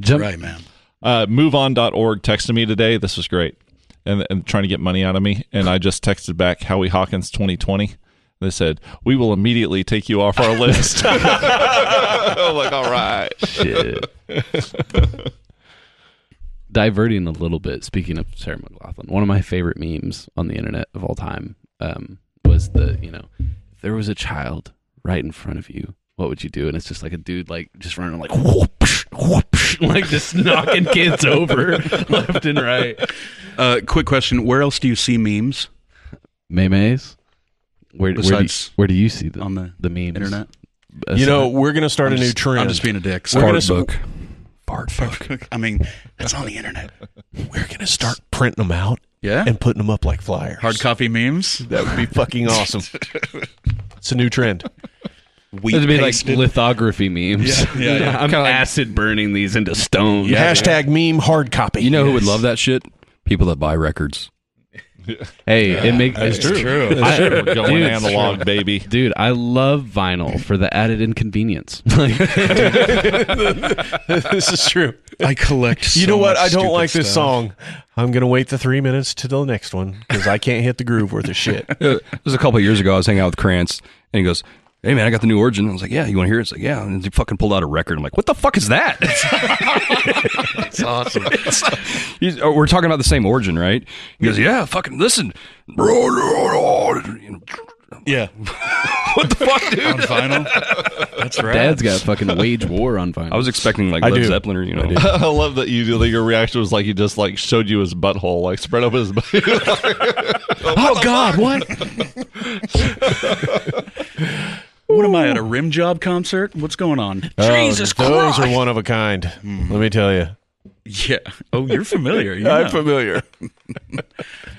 Speaker 3: jump.
Speaker 1: Right, man.
Speaker 2: Uh, MoveOn.org texted me today. This was great, and, and trying to get money out of me. And I just texted back Howie Hawkins 2020. They said we will immediately take you off our list. I'm like, all right.
Speaker 3: Shit. Diverting a little bit. Speaking of Sarah McLaughlin, one of my favorite memes on the internet of all time um, was the you know, if there was a child right in front of you, what would you do? And it's just like a dude like just running like whoopsh, whoopsh, like just knocking kids over left and right.
Speaker 1: Uh, quick question: Where else do you see memes
Speaker 3: Maymays. Where, where, do you,
Speaker 1: Besides
Speaker 3: where do you see the,
Speaker 1: on the
Speaker 3: the memes?
Speaker 1: internet?
Speaker 4: You know, we're gonna start
Speaker 1: I'm
Speaker 4: a new
Speaker 1: just-
Speaker 4: trend.
Speaker 1: I'm just being a dick.
Speaker 4: We're
Speaker 1: Sorry.
Speaker 4: gonna,
Speaker 5: Fart
Speaker 4: s-
Speaker 5: book. Fart book.
Speaker 1: I mean, that's on the internet.
Speaker 4: we're gonna start printing them out
Speaker 1: Yeah.
Speaker 4: and putting them up like flyers.
Speaker 1: Hard copy memes.
Speaker 4: That would be fucking awesome. it's a new trend.
Speaker 1: We
Speaker 3: It'd be like
Speaker 1: pasted-
Speaker 3: lithography memes.
Speaker 1: Yeah, yeah, yeah.
Speaker 3: I'm acid burning these into stone.
Speaker 4: Hashtag meme hard copy.
Speaker 5: You know who would love that shit? People that buy records.
Speaker 3: Hey, it makes it's
Speaker 1: It's true.
Speaker 3: I-
Speaker 2: We're going
Speaker 3: dude,
Speaker 2: analog, baby.
Speaker 3: Dude, I love vinyl for the added inconvenience. Like,
Speaker 4: this is true.
Speaker 1: I collect.
Speaker 4: You
Speaker 1: so
Speaker 4: know what?
Speaker 1: much
Speaker 4: I don't
Speaker 1: stupid
Speaker 4: like this
Speaker 1: stuff.
Speaker 4: song. I'm gonna wait the three minutes to the next one because I can't hit the groove worth of shit.
Speaker 5: Uh, This was a couple of years ago. I was hanging out with Krantz, and he goes, "Hey man, I got the new Origin." I was like, "Yeah, you want to hear it?" It's like, "Yeah." And he fucking pulled out a record. I'm like, "What the fuck is that?" It's awesome. oh, we're talking about the same Origin, right? He goes, "Yeah, fucking listen."
Speaker 1: Yeah.
Speaker 5: what the fuck,
Speaker 1: on
Speaker 5: dude?
Speaker 1: vinyl. That's right.
Speaker 3: Dad's got a fucking wage war on vinyl.
Speaker 5: I was expecting like
Speaker 2: I
Speaker 5: Led
Speaker 2: do.
Speaker 5: Zeppelin or you know.
Speaker 2: I love that you like your reaction was like he just like showed you his butthole, like spread up his butt.
Speaker 3: oh God, what?
Speaker 1: What am I at a rim job concert? What's going on?
Speaker 4: Jesus Christ. Those are one of a kind.
Speaker 1: Mm-hmm.
Speaker 4: Let me tell you.
Speaker 1: Yeah. Oh, you're familiar. You know.
Speaker 4: familiar.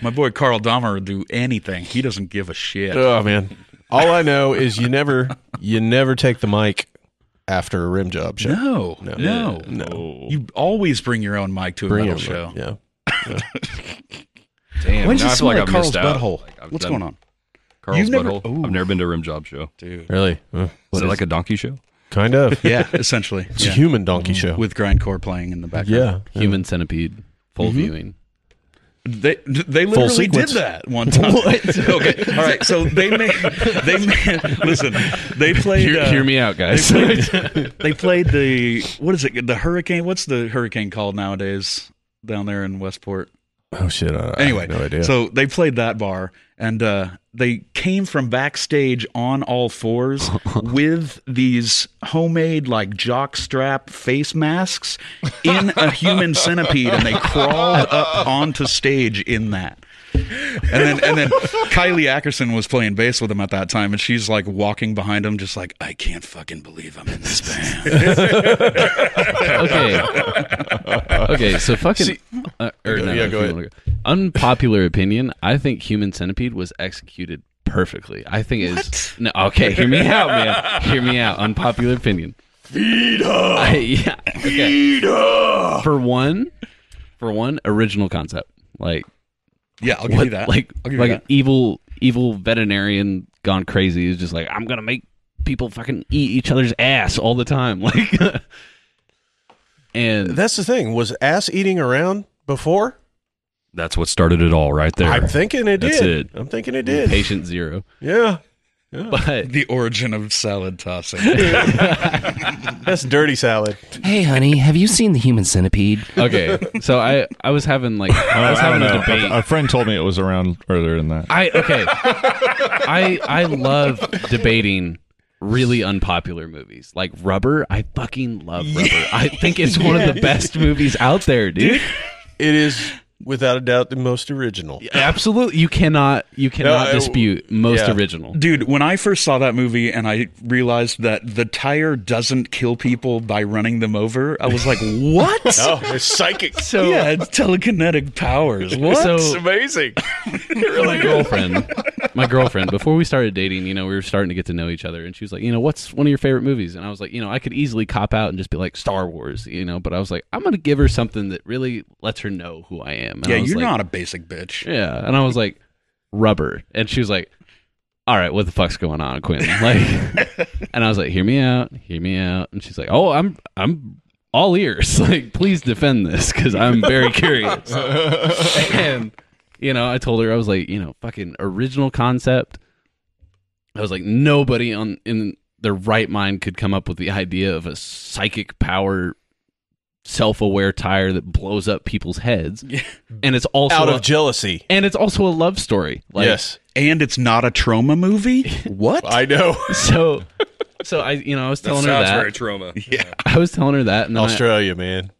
Speaker 1: My boy Carl Dahmer would do anything. He doesn't give a shit.
Speaker 4: Oh man. All I know is you never you never take the mic after a rim job show.
Speaker 1: no, no, no, You always bring your own mic to a
Speaker 4: Bring
Speaker 1: metal
Speaker 4: it,
Speaker 1: show.
Speaker 4: Yeah.
Speaker 5: Damn,
Speaker 1: When's
Speaker 5: now
Speaker 1: it
Speaker 5: I feel like
Speaker 1: smell
Speaker 5: I've
Speaker 1: Carl's
Speaker 5: missed out.
Speaker 1: butthole?
Speaker 5: Like, I've
Speaker 1: What's
Speaker 5: done
Speaker 1: going on?
Speaker 5: Carl's
Speaker 1: You've never-
Speaker 5: butthole.
Speaker 1: Ooh.
Speaker 5: I've never been to a rim job show.
Speaker 4: Really? Huh.
Speaker 5: Is it like a donkey show?
Speaker 4: Kind of.
Speaker 1: Yeah, essentially.
Speaker 4: It's
Speaker 1: Yeah.
Speaker 4: a human donkey show.
Speaker 1: With grindcore playing in the background.
Speaker 4: yeah.
Speaker 3: Human centipede, full viewing.
Speaker 1: They they literally did
Speaker 4: sequence.
Speaker 1: that one time. okay. All right. So they made they made, listen. They played.
Speaker 3: Hear,
Speaker 1: uh,
Speaker 3: hear me out,
Speaker 1: They
Speaker 3: guys.
Speaker 1: played, they played the what is it? The hurricane. What's the hurricane called nowadays down there in Westport?
Speaker 4: Oh shit. I, I
Speaker 1: Anyway,
Speaker 4: have no idea.
Speaker 1: so they played that bar, and uh, they came from backstage on all fours with these homemade like jock strap face masks in a human centipede, and they crawled up onto stage in that. And then, and then Kylie Ackerson was playing bass with him at that time, and she's like walking behind him, just like I can't fucking believe I'm in this band.
Speaker 3: okay. Okay, so fucking. uh, or no,
Speaker 4: yeah,
Speaker 3: if
Speaker 4: go
Speaker 3: you wanna go. Unpopular opinion. I think Human Centipede was executed perfectly. I think it's. No, okay, hear me out, man. Hear me out. Unpopular opinion. Feed her. yeah. Feed her. For one, for one, original concept. Like,
Speaker 1: Yeah, I'll give you that.
Speaker 3: like,
Speaker 1: I'll give
Speaker 3: like
Speaker 1: you
Speaker 3: an evil, evil veterinarian gone crazy is just like, I'm gonna make people fucking eat each other's ass all the time, like. and
Speaker 4: That's the thing. Was ass eating around before?
Speaker 5: That's what started it all, right there.
Speaker 4: I'm thinking it
Speaker 5: That's
Speaker 4: did.
Speaker 5: it.
Speaker 4: I'm thinking it did.
Speaker 3: patient zero,
Speaker 4: Yeah.
Speaker 3: but
Speaker 1: that. The origin of salad tossing.
Speaker 4: That's dirty salad.
Speaker 8: Hey, honey, have you seen the human centipede?
Speaker 3: okay. So I I was having
Speaker 1: Oh,
Speaker 3: like I was having a debate.
Speaker 2: A friend told me it was around earlier than that.
Speaker 3: I okay. I I love debating really unpopular movies like Rubber. I fucking love Rubber. I think it's one of the best movies out there, dude.
Speaker 4: It is without a doubt the most original.
Speaker 3: Absolutely, you cannot you cannot
Speaker 4: I-
Speaker 3: dispute most
Speaker 4: yeah.
Speaker 3: original.
Speaker 1: Dude, when I first saw that movie and I realized that the tire doesn't kill people by running them over, I was like, what?
Speaker 4: Oh, it's psychic.
Speaker 3: So
Speaker 1: Yeah, it's telekinetic powers. What?
Speaker 3: so
Speaker 4: Amazing.
Speaker 3: my girlfriend, my girlfriend, before we started dating, you know, we were starting to get to know each other, and she was like, you know, what's one of your favorite movies? And I was like, you know, I could easily cop out and just be like Star Wars, you know, but I was like, I'm gonna give her something that really lets her know who I am. And
Speaker 1: yeah,
Speaker 3: I was
Speaker 1: you're
Speaker 3: like,
Speaker 1: not a basic bitch.
Speaker 3: Yeah, and I was like, rubber, and she was like, all right, what the fuck's going on, Quentin? Like, and I was like, hear me out, hear me out, and she's like, oh, I'm, I'm. All ears, like please defend this because I'm very curious. and you know, I told her I was like, you know, fucking original concept. I was like, nobody on in their right mind could come up with the idea of a psychic power, self-aware tire that blows up people's heads, and it's also
Speaker 4: Out
Speaker 3: a,
Speaker 4: of jealousy.
Speaker 3: and it's also a love story. Like,
Speaker 4: yes.
Speaker 1: And it's not a trauma movie? What?
Speaker 4: I know.
Speaker 3: So, so I, you know, I was telling her
Speaker 5: sounds
Speaker 3: that.
Speaker 5: very trauma.
Speaker 3: I was telling her that, and then I,
Speaker 4: Australia, man.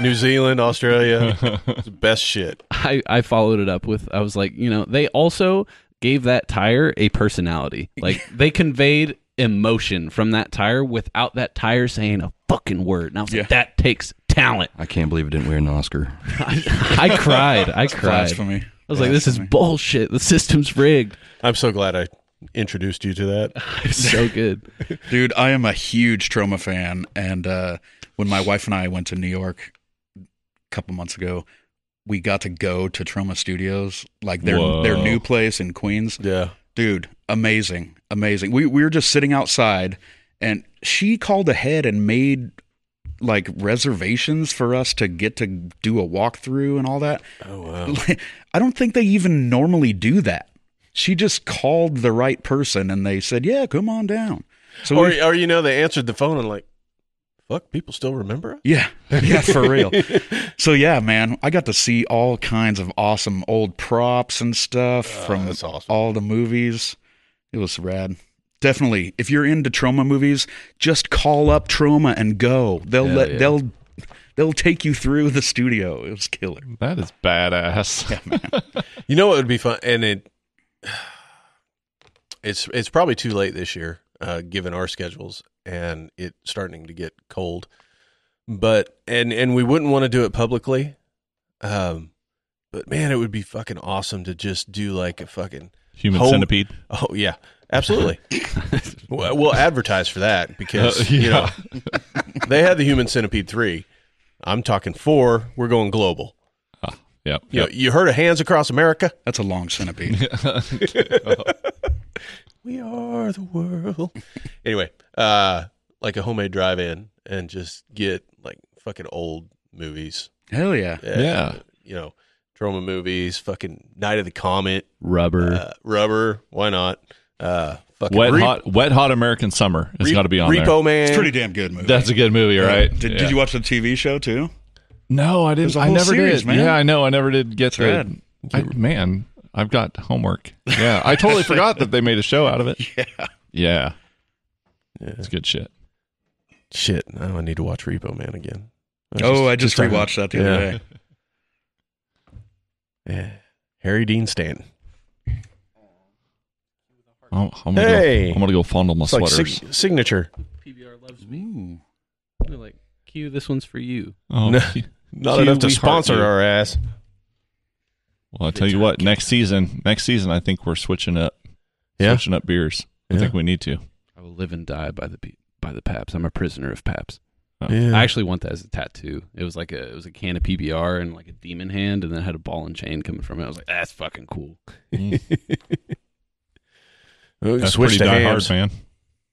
Speaker 4: New Zealand, Australia. It's the best shit.
Speaker 3: I, I followed it up with I was like, you know, they also gave that tire a personality. Like they conveyed emotion from that tire without that tire saying a fucking word. And I was like, that takes talent.
Speaker 5: I can't believe it didn't win an Oscar.
Speaker 3: I cried. I cried. I
Speaker 1: Blasphemy.
Speaker 3: was like, this is bullshit. The system's rigged.
Speaker 4: I'm so glad I introduced you to that.
Speaker 3: It's so good.
Speaker 1: Dude, I am a huge trauma fan. And uh, when my wife and I went to New York a couple months ago, we got to go to Trauma Studios, like their
Speaker 2: Whoa.
Speaker 1: their new place in Queens.
Speaker 4: Yeah.
Speaker 1: dude amazing amazing we, we were just sitting outside and she called ahead and made like reservations for us to get to do a walkthrough and all that
Speaker 4: Oh, wow.
Speaker 1: Like, i don't think they even normally do that she just called the right person and they said yeah come on down so
Speaker 4: Or,
Speaker 1: we,
Speaker 4: or, you know, they answered the phone and, like, fuck, people still remember us?
Speaker 1: yeah yeah for real so yeah man i got to see all kinds of awesome old props and stuff from
Speaker 4: that's awesome.
Speaker 1: all the movies it was rad Definitely. If you're into trauma movies, just call up Trauma and go. They'll
Speaker 3: Hell
Speaker 1: let
Speaker 3: yeah.
Speaker 1: they'll they'll take you through the studio. It was killer.
Speaker 2: That is badass.
Speaker 4: You know what would be fun, and it it's it's probably too late this year, uh, given our schedules, and it starting to get cold. But and and we wouldn't want to do it publicly, um, but man, it would be fucking awesome to just do like a fucking
Speaker 2: Human
Speaker 4: Home-
Speaker 2: centipede.
Speaker 4: oh yeah, absolutely. we'll, we'll advertise for that because
Speaker 2: Uh,
Speaker 4: you know
Speaker 2: yeah.
Speaker 4: they had the Human Centipede three. I'm talking four. We're going global.
Speaker 2: Yep.
Speaker 4: You know, you heard of Hands Across America.
Speaker 1: That's a long centipede.
Speaker 4: we are the world. anyway, uh, like a homemade drive-in and just get like fucking old movies.
Speaker 1: Hell yeah.
Speaker 4: Uh,
Speaker 2: Yeah.
Speaker 4: you know, drama movies, fucking Night of the Comet,
Speaker 3: Rubber.
Speaker 4: uh, Rubber. Why not? Uh, fucking
Speaker 2: Wet
Speaker 4: Re-
Speaker 2: hot, wet hot American summer. It's
Speaker 4: Re-
Speaker 2: got to be on
Speaker 4: Repo
Speaker 2: there.
Speaker 4: Man.
Speaker 1: It's a pretty damn good movie.
Speaker 2: That's a good movie, right?
Speaker 1: Did,
Speaker 2: Yeah.
Speaker 1: did you watch the TV show too?
Speaker 2: No, I didn't.
Speaker 1: There's a
Speaker 2: I
Speaker 1: whole
Speaker 2: never
Speaker 1: series,
Speaker 2: did.
Speaker 1: man.
Speaker 2: Yeah, I know. I never did get to.
Speaker 1: rad.
Speaker 2: I, man, I've got homework. Yeah, I totally forgot that they made a show out of it. Yeah, yeah, it's good shit.
Speaker 4: Shit, now I need to watch Repo Man again.
Speaker 1: oh, I just, rewatched that the other
Speaker 4: Yeah.
Speaker 1: day.
Speaker 4: Yeah. Harry Dean Stanton.
Speaker 2: I'm, I'm gonna
Speaker 4: Hey!
Speaker 2: go, I'm gonna go fondle my
Speaker 4: It's like
Speaker 2: sweaters.
Speaker 4: sig- signature.
Speaker 3: PBR loves me. They're like, Q, this one's for you.
Speaker 2: oh,
Speaker 4: No.
Speaker 2: gee.
Speaker 4: Not
Speaker 2: Cue
Speaker 4: enough to
Speaker 2: we heart
Speaker 4: sponsor
Speaker 2: you.
Speaker 4: our ass.
Speaker 2: well, I tell you what. Next season, next season, I think we're switching up.
Speaker 4: Yeah?
Speaker 2: switching up beers. I
Speaker 4: Yeah.
Speaker 2: think we need to.
Speaker 3: I will live and die by the P- by the Paps. I'm a prisoner of Paps.
Speaker 4: Yeah.
Speaker 3: I actually want that as a tattoo. It was like a it was a can of PBR and like a demon hand, and then it had a ball and chain coming from it. I was like, that's fucking cool,
Speaker 4: Oh,
Speaker 2: Mm. That's
Speaker 4: switch
Speaker 2: pretty
Speaker 4: to
Speaker 2: die
Speaker 4: hams.
Speaker 2: hard, man.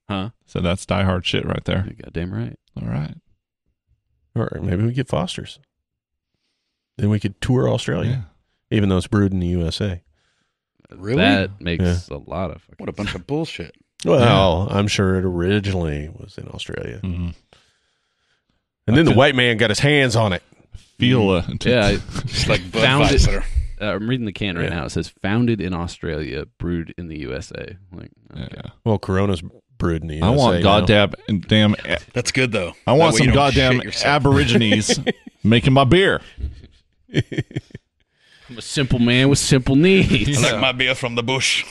Speaker 3: huh?
Speaker 2: So that's die hard shit right there.
Speaker 3: You're goddamn right.
Speaker 2: All right.
Speaker 4: Or maybe we get Foster's. Then we could tour Australia,
Speaker 2: Yeah.
Speaker 4: even though it's brewed in the USA.
Speaker 1: Really?
Speaker 3: That makes a lot of fucking
Speaker 1: What a bunch of bullshit.
Speaker 4: Well, I'm sure it originally was in Australia.
Speaker 2: Mhm.
Speaker 4: And then the white man got his hands on it.
Speaker 2: Feel uh,
Speaker 4: Mm-hmm.
Speaker 3: Yeah,
Speaker 1: It's like
Speaker 3: Found it.
Speaker 1: Budweiser.
Speaker 3: I, uh, I'm reading the can right
Speaker 4: Yeah.
Speaker 3: now. It says founded in Australia, brewed in the USA. I'm like, okay.
Speaker 2: yeah.
Speaker 4: Well, Corona's brewed in the USA.
Speaker 2: I want
Speaker 4: now.
Speaker 2: goddamn damn.
Speaker 1: That's good though.
Speaker 2: I want
Speaker 1: That way
Speaker 2: some
Speaker 1: you don't
Speaker 2: goddamn
Speaker 1: shit yourself.
Speaker 2: aborigines making my beer.
Speaker 3: I'm a simple man with simple
Speaker 1: I
Speaker 3: needs.
Speaker 1: like my beer from the bush.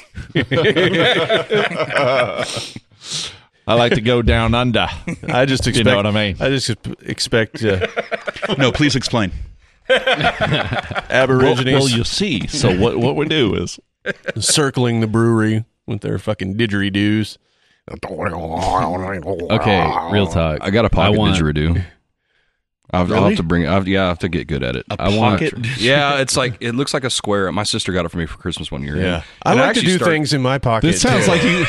Speaker 2: I like to go down under.
Speaker 4: I just
Speaker 2: You
Speaker 4: expect.
Speaker 2: know what I mean?
Speaker 4: I just expect uh,
Speaker 1: No, please explain.
Speaker 2: Well,
Speaker 4: Aborigines
Speaker 2: well, you see. So what what we do is
Speaker 4: circling the brewery with their fucking didgeridoos.
Speaker 3: okay, real talk.
Speaker 5: I got a pocket
Speaker 3: want-
Speaker 5: didgeridoo. I'll, I'll have to bring it. I've, yeah, I have to get good at it.
Speaker 1: A
Speaker 3: I want-
Speaker 1: pocket.
Speaker 5: yeah, it's like it looks like a square. My sister got it for me for Christmas one year.
Speaker 4: Yeah, I
Speaker 5: And
Speaker 4: like to
Speaker 5: actually
Speaker 4: do
Speaker 5: started-
Speaker 4: things in my pocket.
Speaker 2: this sounds
Speaker 4: too.
Speaker 2: like you.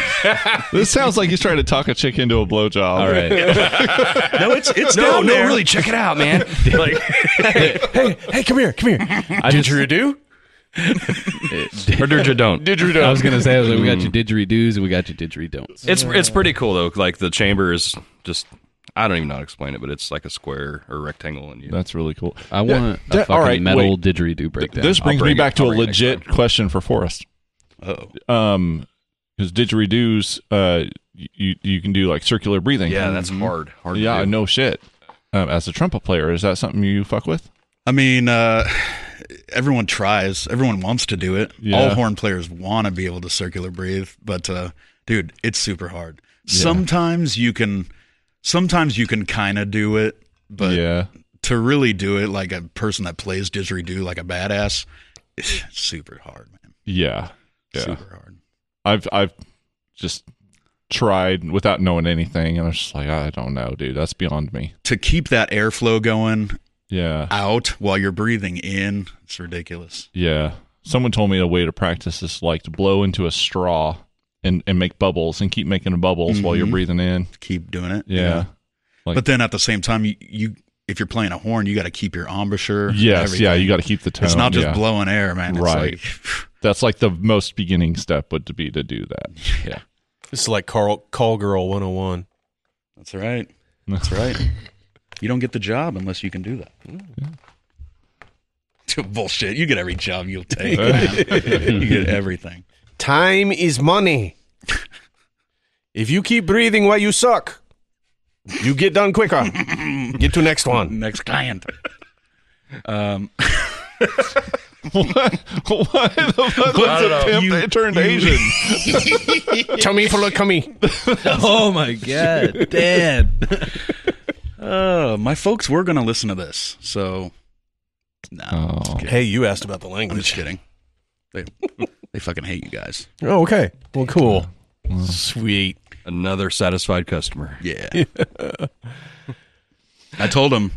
Speaker 2: this sounds like he's trying to talk a chick into a blowjob.
Speaker 3: All right,
Speaker 1: no, it's it's
Speaker 5: No,
Speaker 1: down
Speaker 5: no,
Speaker 1: there.
Speaker 5: really, check it out, man.
Speaker 4: hey, hey, come here, come here.
Speaker 3: I just,
Speaker 4: Didgeridoo?
Speaker 5: or did you don't?
Speaker 4: Didgeridoo.
Speaker 3: I was gonna say, I was like, we got your didgeridoos and we got your didgeridon'ts.
Speaker 5: It's it's pretty cool though. Like the chamber is just I don't even know how to explain it, but it's like a square or rectangle, and you
Speaker 2: That's really cool.
Speaker 3: I want a
Speaker 2: that-
Speaker 3: fucking
Speaker 2: all right,
Speaker 3: metal
Speaker 2: wait.
Speaker 3: didgeridoo breakdown.
Speaker 2: This brings me
Speaker 5: bring it.
Speaker 2: back to
Speaker 5: I'll
Speaker 2: a
Speaker 5: bring it next
Speaker 2: legit question for Forrest.
Speaker 1: Oh,
Speaker 2: Um, because didgeridoos, uh, you you can do like circular breathing.
Speaker 5: yeah, that's
Speaker 1: Mm-hmm.
Speaker 5: hard. Hard.
Speaker 2: yeah,
Speaker 5: to do.
Speaker 2: no shit. Um, as a trumpet player, is that something you fuck with?
Speaker 1: I mean, uh, everyone tries. Everyone wants to do it.
Speaker 2: Yeah.
Speaker 1: All horn players want to be able to circular breathe, but uh, dude, it's super hard. Sometimes you can, sometimes you can kind of do it, but
Speaker 2: yeah,
Speaker 1: to really do it like a person that plays didgeridoo like a badass, super hard, man.
Speaker 2: yeah, yeah.
Speaker 1: Super hard.
Speaker 2: I've I've just tried without knowing anything, and I was just like, I don't know, dude. That's beyond me.
Speaker 1: To keep that airflow going
Speaker 2: Yeah,
Speaker 1: out while you're breathing in, it's ridiculous.
Speaker 2: yeah. Someone told me a way to practice is like to blow into a straw and and make bubbles and keep making bubbles while you're
Speaker 1: Mhm.
Speaker 2: breathing in.
Speaker 1: Keep doing it.
Speaker 2: Yeah, Like-
Speaker 1: but then at the same time, you, you if you're playing a horn, you got to keep your embouchure. and
Speaker 2: yes,
Speaker 1: everything.
Speaker 2: yeah. You got to keep the tone.
Speaker 1: It's not just
Speaker 2: yeah.
Speaker 1: blowing air, man. It's
Speaker 2: Right.
Speaker 1: Like,
Speaker 2: That's like the most beginning step would be to do that. Yeah,
Speaker 4: This is like Carl Call Girl 101.
Speaker 1: that's right. That's right. you don't get the job unless you can do that. Bullshit. You get every job you'll take. you get everything.
Speaker 4: Time is money. If you keep breathing while you suck, you get done quicker. get to next one.
Speaker 1: Next client.
Speaker 2: What? Why the fuck was a pimp that turned Asian?
Speaker 4: Tummy full of cummy.
Speaker 3: oh my god, Dad!
Speaker 1: Uh, my folks were gonna listen to this, so no, I'm just
Speaker 2: Oh.
Speaker 1: kidding.
Speaker 4: Hey, you asked about the
Speaker 1: I'm just
Speaker 4: language.
Speaker 1: kidding. They they fucking hate you guys.
Speaker 4: Oh, okay. Well, cool. Sweet.
Speaker 5: Another satisfied customer.
Speaker 1: Yeah. I told them,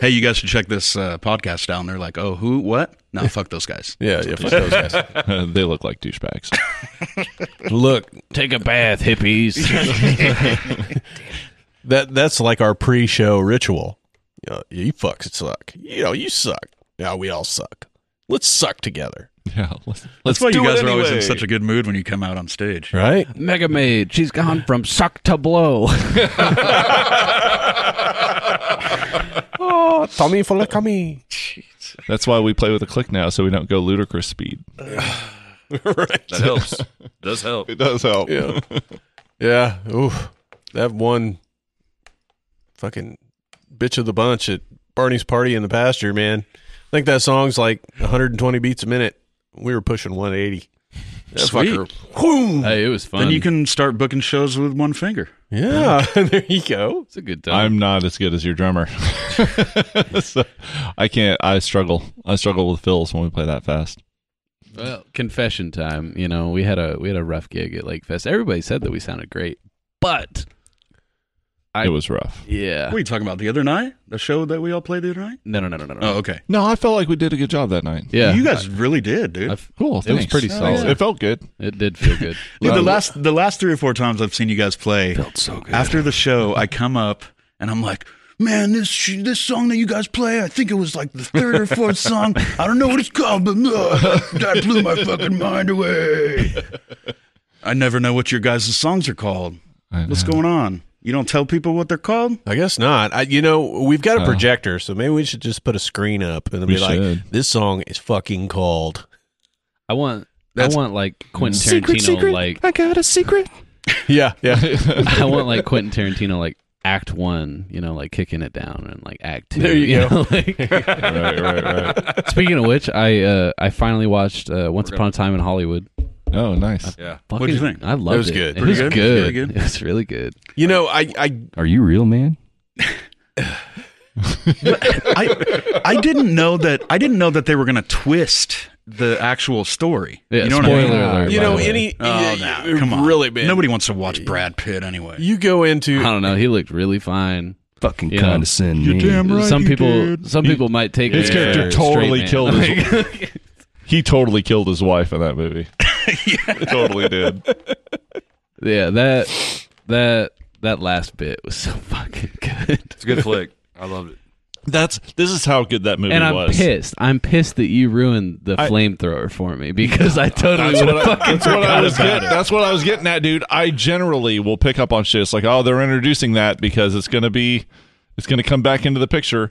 Speaker 1: hey, you guys should check this uh, podcast out. And they're like, oh, who? What? No, fuck those guys.
Speaker 4: Yeah, yeah. Fuck those guys.
Speaker 2: Uh, they look like douchebags.
Speaker 4: Look,
Speaker 3: Take a bath, hippies.
Speaker 4: that that's like our pre-show ritual. You, know, you fucks suck. You know, you suck. Now we all suck. Let's suck together,
Speaker 2: yeah, let's,
Speaker 1: That's why you
Speaker 4: do it
Speaker 1: guys are always in
Speaker 4: anyway.
Speaker 1: such a good mood when you come out on stage.
Speaker 4: right?
Speaker 3: Mega Maid, she's gone from suck to blow.
Speaker 4: Oh, tummy full of cummy.
Speaker 2: that's why we play with a click now, so we don't go ludicrous speed.
Speaker 4: right.
Speaker 5: That helps. Does help.
Speaker 2: It does help.
Speaker 4: Yeah. yeah. Oof. That one fucking bitch of the bunch at Barney's party in the pasture, man. I think that song's like 120 beats a minute. We were pushing 180. That
Speaker 1: Sweet.
Speaker 4: fucker. Whoom.
Speaker 3: hey, it was fun.
Speaker 1: Then you can start booking shows with one finger.
Speaker 4: Yeah. there you go.
Speaker 3: It's a good time.
Speaker 2: I'm not as good as your drummer. So, I can't. I struggle. I struggle with fills when we play that fast.
Speaker 3: Well, confession time. You know, we had a we had a rough gig at Lake Fest. Everybody said that we sounded great, but I-
Speaker 2: it was rough.
Speaker 3: yeah,
Speaker 1: What are you talking about? The other night? The show that we all played the other night?
Speaker 3: no, no, no, no, no, no.
Speaker 1: Oh, okay.
Speaker 2: No, I felt like we did a good job that night.
Speaker 3: yeah,
Speaker 1: you guys really did, dude.
Speaker 3: I- I've-
Speaker 2: Cool.
Speaker 3: it was
Speaker 2: thanks.
Speaker 3: pretty solid.
Speaker 2: It felt good.
Speaker 3: It did feel good.
Speaker 1: Dude, the last the last three or four times I've seen you guys play,
Speaker 5: So good.
Speaker 1: after the show, I come up and I'm like, man, this sh- this song that you guys play, I think it was like the third or fourth song. I don't know what it's called, but uh, that blew my fucking mind away. I never know what your guys' songs are called. What's going on? You don't tell people what they're called?
Speaker 4: I guess not. I, you know, we've got a
Speaker 2: Oh.
Speaker 4: projector, so maybe we should just put a screen up and
Speaker 2: We
Speaker 4: be like,
Speaker 2: should.
Speaker 4: this song is fucking called.
Speaker 3: I want.
Speaker 1: That's-
Speaker 3: I want like Quentin Tarantino, like
Speaker 8: I got a secret.
Speaker 4: Yeah. Yeah.
Speaker 3: I want like Quentin Tarantino, like Act One, you know, like kicking it down, and like Act Two.
Speaker 4: There you go.
Speaker 3: know, like-
Speaker 2: right, right, right.
Speaker 3: speaking of which, I uh, I finally watched uh, Once Upon a Time in Hollywood.
Speaker 2: Oh, nice.
Speaker 5: yeah.
Speaker 3: What
Speaker 1: What'd you think?
Speaker 3: I loved it.
Speaker 4: was good.
Speaker 3: It
Speaker 1: Pretty
Speaker 3: was
Speaker 1: good?
Speaker 3: good.
Speaker 1: Pretty good?
Speaker 3: It was really good.
Speaker 4: you know, I, I
Speaker 5: Are you real, man?
Speaker 1: I I didn't know that I didn't know that they were gonna twist the actual story.
Speaker 3: Yeah,
Speaker 1: you know what I mean?
Speaker 3: spoiler alert,
Speaker 4: you
Speaker 3: by
Speaker 4: know,
Speaker 3: the way.
Speaker 4: any
Speaker 1: Oh,
Speaker 4: yeah,
Speaker 1: no, come on.
Speaker 4: really bad.
Speaker 1: Nobody wants to watch Brad Pitt anyway.
Speaker 4: You go into
Speaker 3: I don't know. He looked really fine.
Speaker 5: Fucking
Speaker 3: You know,
Speaker 5: condescend
Speaker 1: you're
Speaker 5: me.
Speaker 1: damn right
Speaker 3: some
Speaker 1: you
Speaker 3: people,
Speaker 1: did.
Speaker 3: some people might take
Speaker 2: His
Speaker 3: it
Speaker 2: character
Speaker 3: as a
Speaker 2: totally
Speaker 3: straight
Speaker 2: killed
Speaker 3: man.
Speaker 2: his. he totally killed his wife in that movie. totally did.
Speaker 3: yeah, that that that last bit was so fucking good.
Speaker 5: It's a good flick. I loved it.
Speaker 2: That's this is how good that movie
Speaker 3: And I'm
Speaker 2: was.
Speaker 3: pissed. I'm pissed that you ruined the
Speaker 2: I-
Speaker 3: flamethrower for me because I totally
Speaker 2: That's
Speaker 3: would
Speaker 2: what, I,
Speaker 3: have fucking
Speaker 2: that's what I
Speaker 3: forgot
Speaker 2: was
Speaker 3: about
Speaker 2: getting. That's what I was getting at, dude. I generally will pick up on shit. It's like, oh, they're introducing that because it's gonna be, it's gonna come back into the picture.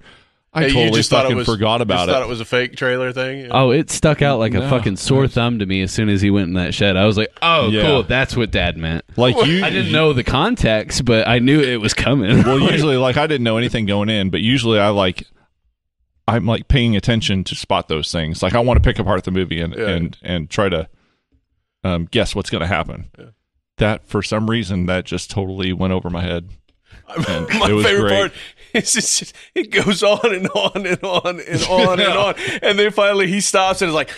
Speaker 2: I
Speaker 4: Hey,
Speaker 2: totally fucking forgot
Speaker 4: you just
Speaker 2: about
Speaker 4: Thought
Speaker 2: it.
Speaker 4: it was a fake trailer thing. Yeah.
Speaker 3: Oh, it stuck out like
Speaker 2: No.
Speaker 3: a fucking sore thumb to me as soon as he went in that shed. I was like, "Oh,
Speaker 2: Yeah.
Speaker 3: cool, that's what Dad meant."
Speaker 2: Like you,
Speaker 3: I didn't know the context, but I knew it was coming.
Speaker 2: Well, usually, like I didn't know anything going in, but usually I like, I'm like paying attention to spot those things. Like I want to pick apart the movie and
Speaker 4: Yeah.
Speaker 2: and and try to um, guess what's going to happen. That for some reason that just totally went over my head. And
Speaker 4: My
Speaker 2: it was
Speaker 4: favorite
Speaker 2: great.
Speaker 4: part is it's just, it goes on and on and on and on and on, and then finally he stops and is like,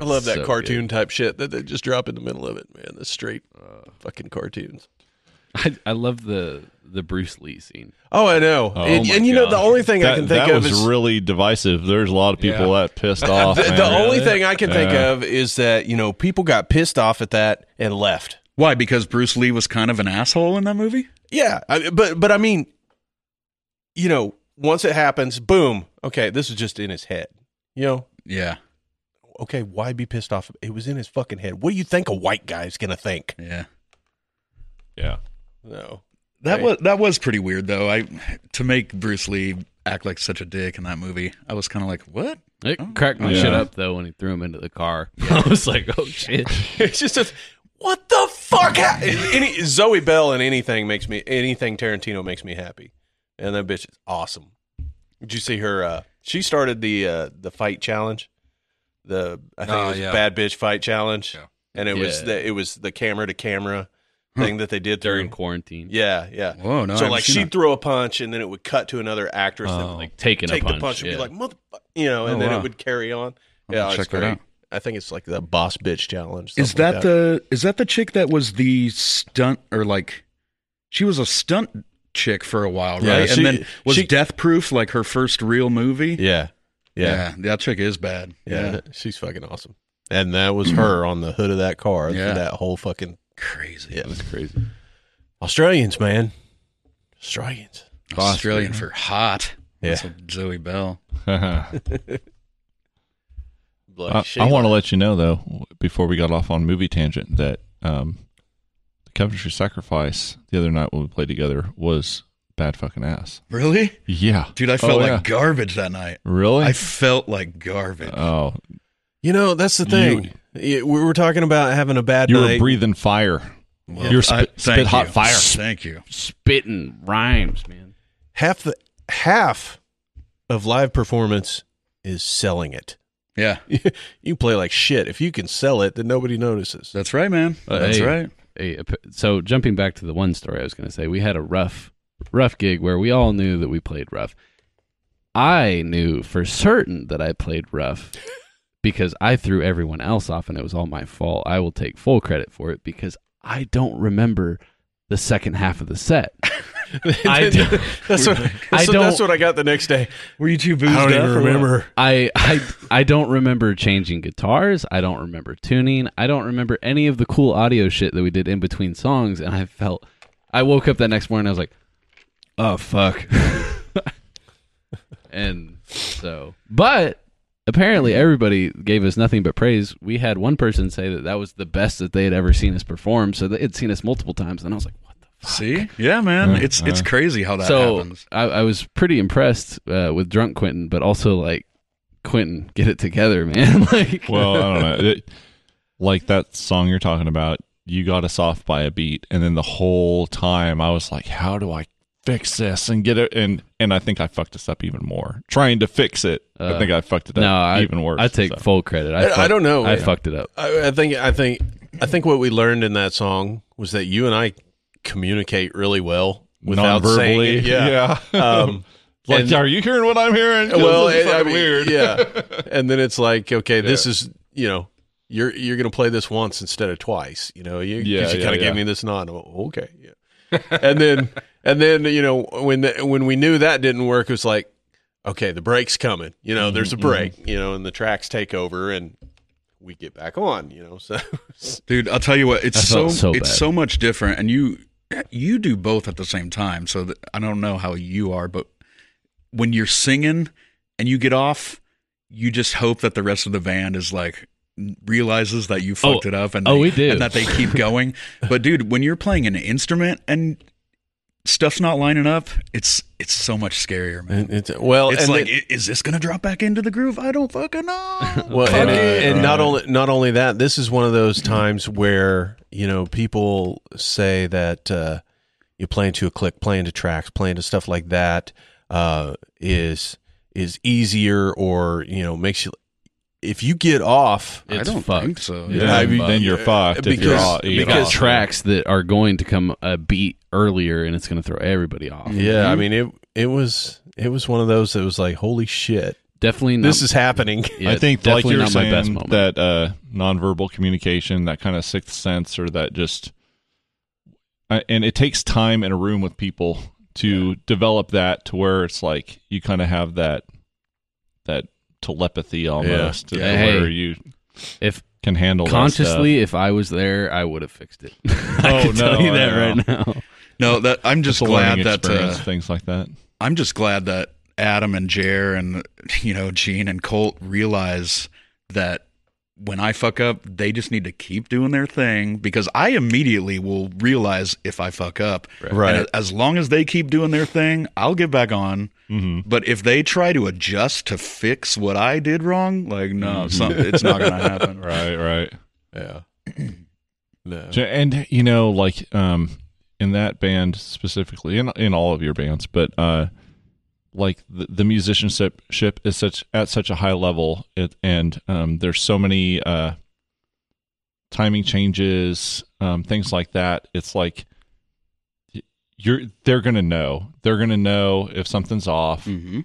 Speaker 4: "I love that
Speaker 3: so
Speaker 4: cartoon type shit that they just drop in the middle of it, man. The straight
Speaker 2: Uh.
Speaker 4: fucking cartoons."
Speaker 3: I, I love the the Bruce Lee scene.
Speaker 4: Oh, I know, and,
Speaker 3: my
Speaker 4: and you know the
Speaker 3: God.
Speaker 4: only thing I
Speaker 2: That,
Speaker 4: can think
Speaker 2: that
Speaker 4: of
Speaker 2: was
Speaker 4: is
Speaker 2: really divisive. There's a lot of people that pissed off.
Speaker 4: the,
Speaker 2: man.
Speaker 4: the only thing I can think
Speaker 2: Yeah.
Speaker 4: of is that you know people got pissed off at that and left.
Speaker 1: Why? Because Bruce Lee was kind of an asshole in that movie?
Speaker 4: Yeah, I, but but I mean, you know, once it happens, boom. Okay, this is just in his head. You know,
Speaker 1: Yeah.
Speaker 4: okay, why be pissed off? It was in his fucking head. What do you think a white guy's gonna think?
Speaker 1: Yeah.
Speaker 2: Yeah.
Speaker 4: No,
Speaker 1: That
Speaker 4: Right.
Speaker 1: was that was pretty weird though. I to make Bruce Lee act like such a dick in that movie. I was kind of like, "What?
Speaker 3: It cracked my
Speaker 2: Yeah.
Speaker 3: shit up though when he threw him into the car. I was like, oh shit.
Speaker 4: It's just a, what the fuck? ha- Any Zoe Bell and anything makes me anything Tarantino makes me happy, and that bitch is awesome. Did you see her? Uh, she started the uh, the fight challenge, the I think
Speaker 5: Oh,
Speaker 4: it was
Speaker 5: yeah.
Speaker 4: bad bitch fight challenge,
Speaker 5: Yeah.
Speaker 4: and it was
Speaker 3: Yeah.
Speaker 4: the it was the camera to camera thing that they did
Speaker 3: During
Speaker 4: during.
Speaker 3: quarantine.
Speaker 4: Yeah, yeah.
Speaker 1: Whoa, Oh, no. I
Speaker 4: so
Speaker 1: haven't
Speaker 4: like
Speaker 1: seen
Speaker 4: she'd
Speaker 1: that.
Speaker 4: throw a punch, and then it would cut to another actress that would, like
Speaker 3: Like taking
Speaker 4: take
Speaker 3: a punch.
Speaker 4: the punch and
Speaker 3: yeah.
Speaker 4: be like motherfucker, you know, and
Speaker 1: Oh,
Speaker 4: then
Speaker 1: wow.
Speaker 4: it would carry on.
Speaker 1: I'll
Speaker 4: yeah,
Speaker 1: check
Speaker 4: it's
Speaker 1: that
Speaker 4: great.
Speaker 1: out.
Speaker 4: I think it's like the boss bitch challenge.
Speaker 1: Is
Speaker 4: something
Speaker 1: that,
Speaker 4: like
Speaker 1: the is that the chick that was the stunt or like she was a stunt chick for a while, right?
Speaker 4: Yeah, she-
Speaker 1: and then was
Speaker 4: she-
Speaker 1: Death Proof like her first real movie?
Speaker 4: Yeah. Yeah.
Speaker 1: yeah, that chick is bad.
Speaker 4: Yeah. She's fucking awesome. And that was her on the hood of that car.
Speaker 1: Yeah.
Speaker 4: That whole fucking
Speaker 1: crazy.
Speaker 4: yeah.
Speaker 3: That's crazy.
Speaker 4: Australians, man. Australians.
Speaker 1: Australian for hot.
Speaker 4: Yeah.
Speaker 1: That's what Zoe Bell.
Speaker 2: I,
Speaker 4: Bloody
Speaker 2: I
Speaker 4: shit.
Speaker 2: want to let you know though, before we got off on movie tangent, that um, the Coventry Sacrifice the other night when we played together was bad fucking ass.
Speaker 1: Really,
Speaker 2: Yeah,
Speaker 1: dude? I felt
Speaker 2: Oh,
Speaker 1: like
Speaker 2: yeah.
Speaker 1: garbage that night.
Speaker 2: really.
Speaker 1: I felt like garbage.
Speaker 2: oh,
Speaker 4: You know, that's the thing. Yeah, we were talking about having a bad
Speaker 2: you were
Speaker 4: night.
Speaker 2: breathing fire.
Speaker 1: Well,
Speaker 2: you're spit-
Speaker 1: thank
Speaker 2: spit hot
Speaker 1: you.
Speaker 2: fire.
Speaker 1: Thank you.
Speaker 3: Spitting rhymes, man.
Speaker 4: half the half of live performance is selling it.
Speaker 1: Yeah,
Speaker 4: You play like shit. If you can sell it, then nobody notices.
Speaker 1: that's right, man.
Speaker 3: Uh,
Speaker 1: that's
Speaker 3: hey.
Speaker 1: right.
Speaker 3: Hey, ap- so jumping back to the one story I was going to say, we had a rough, rough gig where we all knew that we played rough. I knew for certain that I played rough because I threw everyone else off and it was all my fault. I will take full credit for it because I don't remember the second half of the set. I do-
Speaker 4: that's what
Speaker 3: I
Speaker 4: so
Speaker 3: don't-
Speaker 4: that's what I got the next day.
Speaker 1: Were you too boozed
Speaker 4: I don't
Speaker 1: up
Speaker 4: even
Speaker 1: or what?
Speaker 4: remember.
Speaker 3: I, I I don't remember changing guitars. I don't remember tuning. I don't remember any of the cool audio shit that we did in between songs. And I felt I woke up that next morning. I was like, oh fuck. and so, but apparently everybody gave us nothing but praise. We had one person say that that was the best that they had ever seen us perform. So they had seen us multiple times. And I was like, what the fuck?
Speaker 1: See, yeah, man.
Speaker 2: Uh,
Speaker 1: it's it's
Speaker 2: uh.
Speaker 1: crazy how that
Speaker 3: so
Speaker 1: happens.
Speaker 3: I, I was pretty impressed uh, with drunk Quentin, but also like Quentin, get it together, man. like,
Speaker 2: Well, I don't know. It- like that song you're talking about, you got us off by a beat, and then the whole time I was like, "How do I fix this and get it?" And and I think I fucked us up even more trying to fix it. I
Speaker 3: Uh,
Speaker 2: think I fucked it up
Speaker 3: no, I,
Speaker 2: even worse.
Speaker 3: I take
Speaker 2: so.
Speaker 3: full credit. I,
Speaker 4: I- I
Speaker 3: fuck-
Speaker 4: don't know.
Speaker 3: I
Speaker 4: Yeah.
Speaker 3: fucked it up.
Speaker 4: I, I think I think I think what we learned in that song was that you and I communicate really well without
Speaker 2: non-verbally.
Speaker 4: saying it. Yeah. Um,
Speaker 2: like,
Speaker 4: and-
Speaker 2: are you hearing what I'm hearing? 'Cause
Speaker 4: well,
Speaker 2: this is
Speaker 4: and, I
Speaker 2: fucking
Speaker 4: mean,
Speaker 2: weird.
Speaker 4: Yeah. And then it's like, okay, this is you know, you're you're gonna play this once instead of twice. You know, you 'cause
Speaker 2: Yeah,
Speaker 4: you
Speaker 2: yeah,
Speaker 4: kind of
Speaker 2: yeah.
Speaker 4: gave me this nod. Oh, okay, yeah. and then and then you know when the, when we knew that didn't work, it was like, okay, the break's coming. You know, there's a
Speaker 2: Mm-hmm,
Speaker 4: break. You know, and the tracks take over and. We get back on, you know. So
Speaker 1: Dude, I'll tell you what, it's
Speaker 3: I
Speaker 1: so,
Speaker 3: felt so
Speaker 1: it's
Speaker 3: bad.
Speaker 1: so much different, and you you do both at the same time. So that, I don't know how you are, but when you're singing and you get off, you just hope that the rest of the band is like realizes that you fucked it up, and
Speaker 3: oh,
Speaker 1: they-
Speaker 3: we do.
Speaker 1: and that they keep going. but dude, when you're playing an instrument and stuff's not lining up, it's it's so much scarier, man.
Speaker 4: it's well,
Speaker 1: It's like, i is this gonna drop back into the groove? I don't fucking know.
Speaker 4: Well,
Speaker 1: Fuck
Speaker 4: and,
Speaker 1: it.
Speaker 4: and not only not only that, this is one of those times where you know people say that uh, you playing to a click, playing to tracks, playing to stuff like that uh, is is easier, or you know makes you. If you get off,
Speaker 1: I
Speaker 3: It's
Speaker 1: don't
Speaker 3: fucked.
Speaker 1: think so.
Speaker 2: Yeah,
Speaker 4: I mean, uh,
Speaker 2: then you're fucked if you're
Speaker 4: because-
Speaker 2: all, you're
Speaker 4: because
Speaker 2: all-
Speaker 3: tracks that are going to come a beat earlier, and it's going to throw everybody off.
Speaker 4: yeah, I mean it. It was it was one of those that was like, holy shit,
Speaker 3: Definitely. Not,
Speaker 4: this is happening.
Speaker 3: yeah,
Speaker 2: I think, like
Speaker 3: definitely
Speaker 2: you're
Speaker 3: not my
Speaker 2: saying,
Speaker 3: best moment.
Speaker 2: that uh, nonverbal communication, that kind of sixth sense, or that just, I and it takes time in a room with people to develop that to where it's like you kind of have that that telepathy almost,
Speaker 1: Yeah.
Speaker 2: to
Speaker 3: Yeah.
Speaker 2: where
Speaker 3: Hey.
Speaker 2: you
Speaker 3: if
Speaker 2: can handle that
Speaker 3: consciously, if I I was there, I would have fixed it.
Speaker 2: Oh,
Speaker 3: I can tell
Speaker 2: no,
Speaker 3: you that
Speaker 2: I
Speaker 3: right now.
Speaker 1: No, that I'm just
Speaker 2: stuff. It's a learning
Speaker 1: glad that uh,
Speaker 2: experience, things like that.
Speaker 1: I'm just glad that Adam and Jer and you know Gene and Colt realize that when I fuck up, they just need to keep doing their thing because I immediately will realize if I fuck up.
Speaker 4: Right.
Speaker 1: And as long as they keep doing their thing, I'll get back on.
Speaker 2: Mm-hmm.
Speaker 1: But if they try to adjust to fix what I did wrong, like no, some, it's not going to happen.
Speaker 2: Mm-hmm. Right, right.
Speaker 4: Yeah. No.
Speaker 2: So- And you know, like um, in that band specifically, in in all of your bands, but uh, like the, the musicianship ship is such at such a high level, it, and um, there's so many uh, timing changes, um, things like that. It's like y- you're they're gonna know, they're gonna know if something's off,
Speaker 1: Mm-hmm.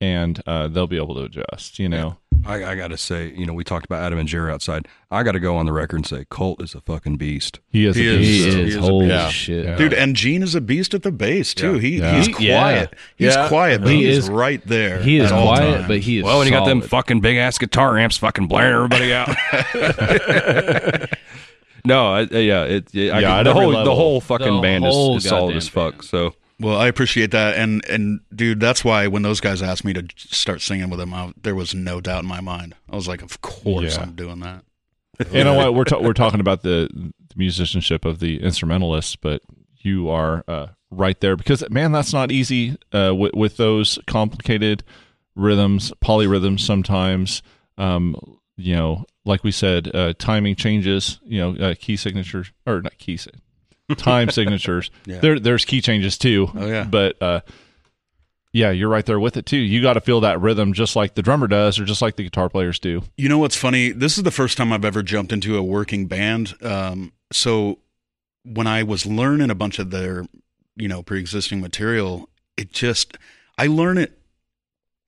Speaker 2: and uh, they'll be able to adjust. You know,
Speaker 5: I, I got to say, you know, we talked about Adam and Jerry outside. I got to go on the record and say Colt is a fucking beast.
Speaker 2: he is.
Speaker 1: He
Speaker 2: a
Speaker 1: is.
Speaker 2: beast.
Speaker 3: He
Speaker 1: He
Speaker 3: is.
Speaker 1: is a
Speaker 3: Holy
Speaker 1: beast.
Speaker 3: shit.
Speaker 2: Yeah.
Speaker 1: Dude, and Gene is a beast at the bass too. He
Speaker 2: Yeah.
Speaker 1: he's
Speaker 2: He-
Speaker 3: yeah.
Speaker 1: quiet. He's
Speaker 4: Yeah.
Speaker 1: quiet, but
Speaker 3: He
Speaker 1: he's
Speaker 3: is-
Speaker 1: right there.
Speaker 3: He
Speaker 1: at
Speaker 3: is
Speaker 1: all
Speaker 3: quiet,
Speaker 1: times.
Speaker 3: but he is.
Speaker 5: well, when you got them
Speaker 3: solid.
Speaker 5: fucking big ass guitar amps fucking blaring everybody out. no, I, yeah, it, yeah,
Speaker 2: Yeah,
Speaker 5: I can-
Speaker 2: at
Speaker 5: the
Speaker 2: every
Speaker 5: whole
Speaker 2: level.
Speaker 5: the whole fucking
Speaker 3: The
Speaker 5: band
Speaker 3: whole
Speaker 5: is, is solid
Speaker 3: goddamn
Speaker 5: as fuck. So
Speaker 1: Well, I appreciate that, and and dude, that's why when those guys asked me to start singing with them, I, there was no doubt in my mind. I was like, of course
Speaker 2: Yeah.
Speaker 1: I'm doing that.
Speaker 2: you know what we're ta- we're talking about the, the musicianship of the instrumentalists, but you are uh, right there because man, that's not easy uh, with, with those complicated rhythms, polyrhythms. Sometimes, um, you know, like we said, uh, timing changes. You know, uh, key signatures or not key si- time signatures. There, there's key changes too.
Speaker 1: Oh, yeah.
Speaker 2: but. Uh, yeah, you're right there with it too. You got to feel that rhythm just like the drummer does, or just like the guitar players do.
Speaker 1: You know what's funny? This is the first time I've ever jumped into a working band. Um, so when I was learning a bunch of their, you know, pre-existing material, it just I learn it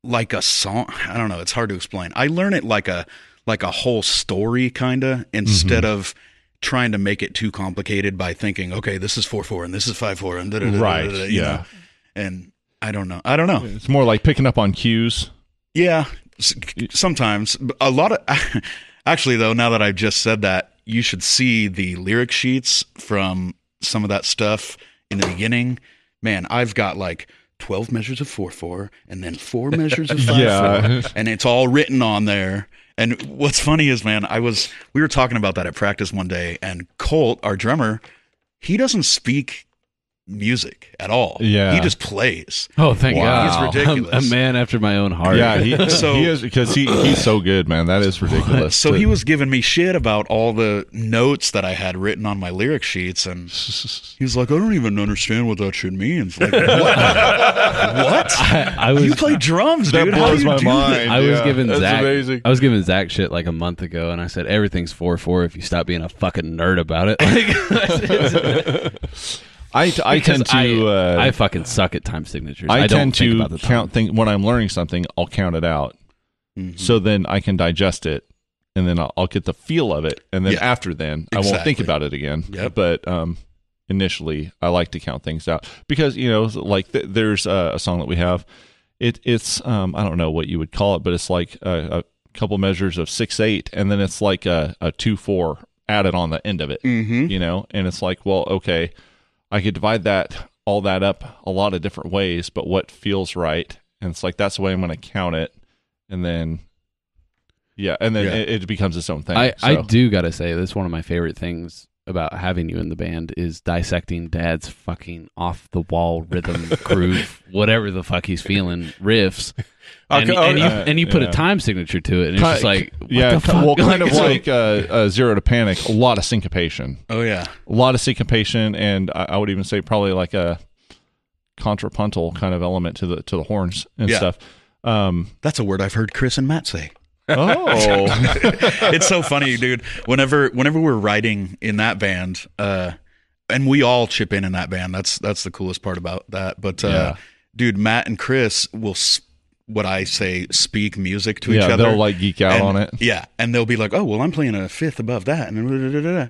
Speaker 1: like a song. I don't know. It's hard to explain. I learn it like a like a whole story kind of instead
Speaker 2: Mm-hmm.
Speaker 1: of trying to make it too complicated by thinking, okay, this is four four and this is five four and da da da
Speaker 2: Right,
Speaker 1: da
Speaker 2: yeah.
Speaker 1: And I don't know. I don't know.
Speaker 2: It's more like picking up on cues.
Speaker 1: Yeah, s- sometimes But a lot of actually though. Now that I've just said that, you should see the lyric sheets from some of that stuff in the beginning. Man, I've got like twelve measures of four four, and then four measures of five
Speaker 2: Yeah.
Speaker 1: four, and it's all written on there. And what's funny is, man, I was we were talking about that at practice one day, and Colt, our drummer, he doesn't speak music at all.
Speaker 2: Yeah.
Speaker 1: he just plays.
Speaker 3: Oh, thank
Speaker 1: Wow.
Speaker 3: God.
Speaker 1: He's ridiculous.
Speaker 3: I'm a man after my own heart.
Speaker 2: Yeah, he,
Speaker 1: So-
Speaker 2: he is because he, he's so good, man. That is ridiculous.
Speaker 1: So he was giving me shit about all the notes that I had written on my lyric sheets, and he was like, "I don't even understand what that shit means." Like, what? what?
Speaker 3: I, I was.
Speaker 1: You play drums,
Speaker 2: That
Speaker 1: dude? How do
Speaker 2: blows
Speaker 1: you
Speaker 2: my
Speaker 1: do
Speaker 2: mind.
Speaker 1: that?
Speaker 3: I was
Speaker 2: Yeah,
Speaker 3: giving
Speaker 2: that's
Speaker 3: Zach.
Speaker 2: amazing.
Speaker 3: I was giving Zach shit like a month ago, and I said everything's four four if you stop being a fucking nerd about it. Like,
Speaker 2: I, I tend
Speaker 3: because I,
Speaker 2: to uh,
Speaker 3: I fucking suck at time signatures.
Speaker 2: I,
Speaker 3: I, don't
Speaker 2: tend
Speaker 3: think
Speaker 2: to
Speaker 3: about the time.
Speaker 2: count things when I'm learning something. I'll count it out,
Speaker 1: Mm-hmm.
Speaker 2: Mm-hmm. so then I can digest it, and then I'll, I'll get the feel of it, and then
Speaker 1: Yeah.
Speaker 2: after then I won't think
Speaker 1: Exactly.
Speaker 2: about it again.
Speaker 1: Yep.
Speaker 2: But um, initially, I like to count things out because you know, like th- there's uh, a song that we have. It it's um, I don't know what you would call it, but it's like a, a couple measures of six eight, and then it's like a, a two four added on the end of it.
Speaker 1: Mhm.
Speaker 2: You know, and it's like, well, okay. I could divide that all that up a lot of different ways, but what feels right, and it's like that's the way I'm going to count it, and then yeah, and then
Speaker 1: Yeah.
Speaker 2: It, it becomes its own thing.
Speaker 3: I, I
Speaker 2: so.
Speaker 3: do gotta say that's one of my favorite things about having you in the band is dissecting dad's fucking off the wall rhythm groove whatever the fuck he's feeling riffs and,
Speaker 4: Okay,
Speaker 3: and you,
Speaker 2: okay.
Speaker 3: and you put
Speaker 2: Yeah.
Speaker 3: a time signature to it and it's
Speaker 2: Ki-
Speaker 3: just like what
Speaker 2: yeah,
Speaker 3: the
Speaker 2: ki-
Speaker 3: fuck?
Speaker 2: well, kind of
Speaker 3: It's
Speaker 2: like uh, uh, zero to panic. A lot of syncopation,
Speaker 1: Oh yeah,
Speaker 2: a lot of syncopation, and I, I would even say probably like a contrapuntal kind of element to the to the horns and
Speaker 1: Yeah.
Speaker 2: stuff. Um,
Speaker 1: that's a word I've heard Chris and Matt say.
Speaker 2: oh,
Speaker 1: it's so funny, dude. Whenever whenever we're writing in that band, uh, and we all chip in in that band. That's that's the coolest part about that. But uh,
Speaker 2: Yeah.
Speaker 1: dude, Matt and Chris will. Sp- what I say, speak music to
Speaker 2: yeah,
Speaker 1: each other.
Speaker 2: they'll like geek out
Speaker 1: and,
Speaker 2: on it.
Speaker 1: Yeah, and they'll be like, "Oh, well, I'm playing a fifth above that," and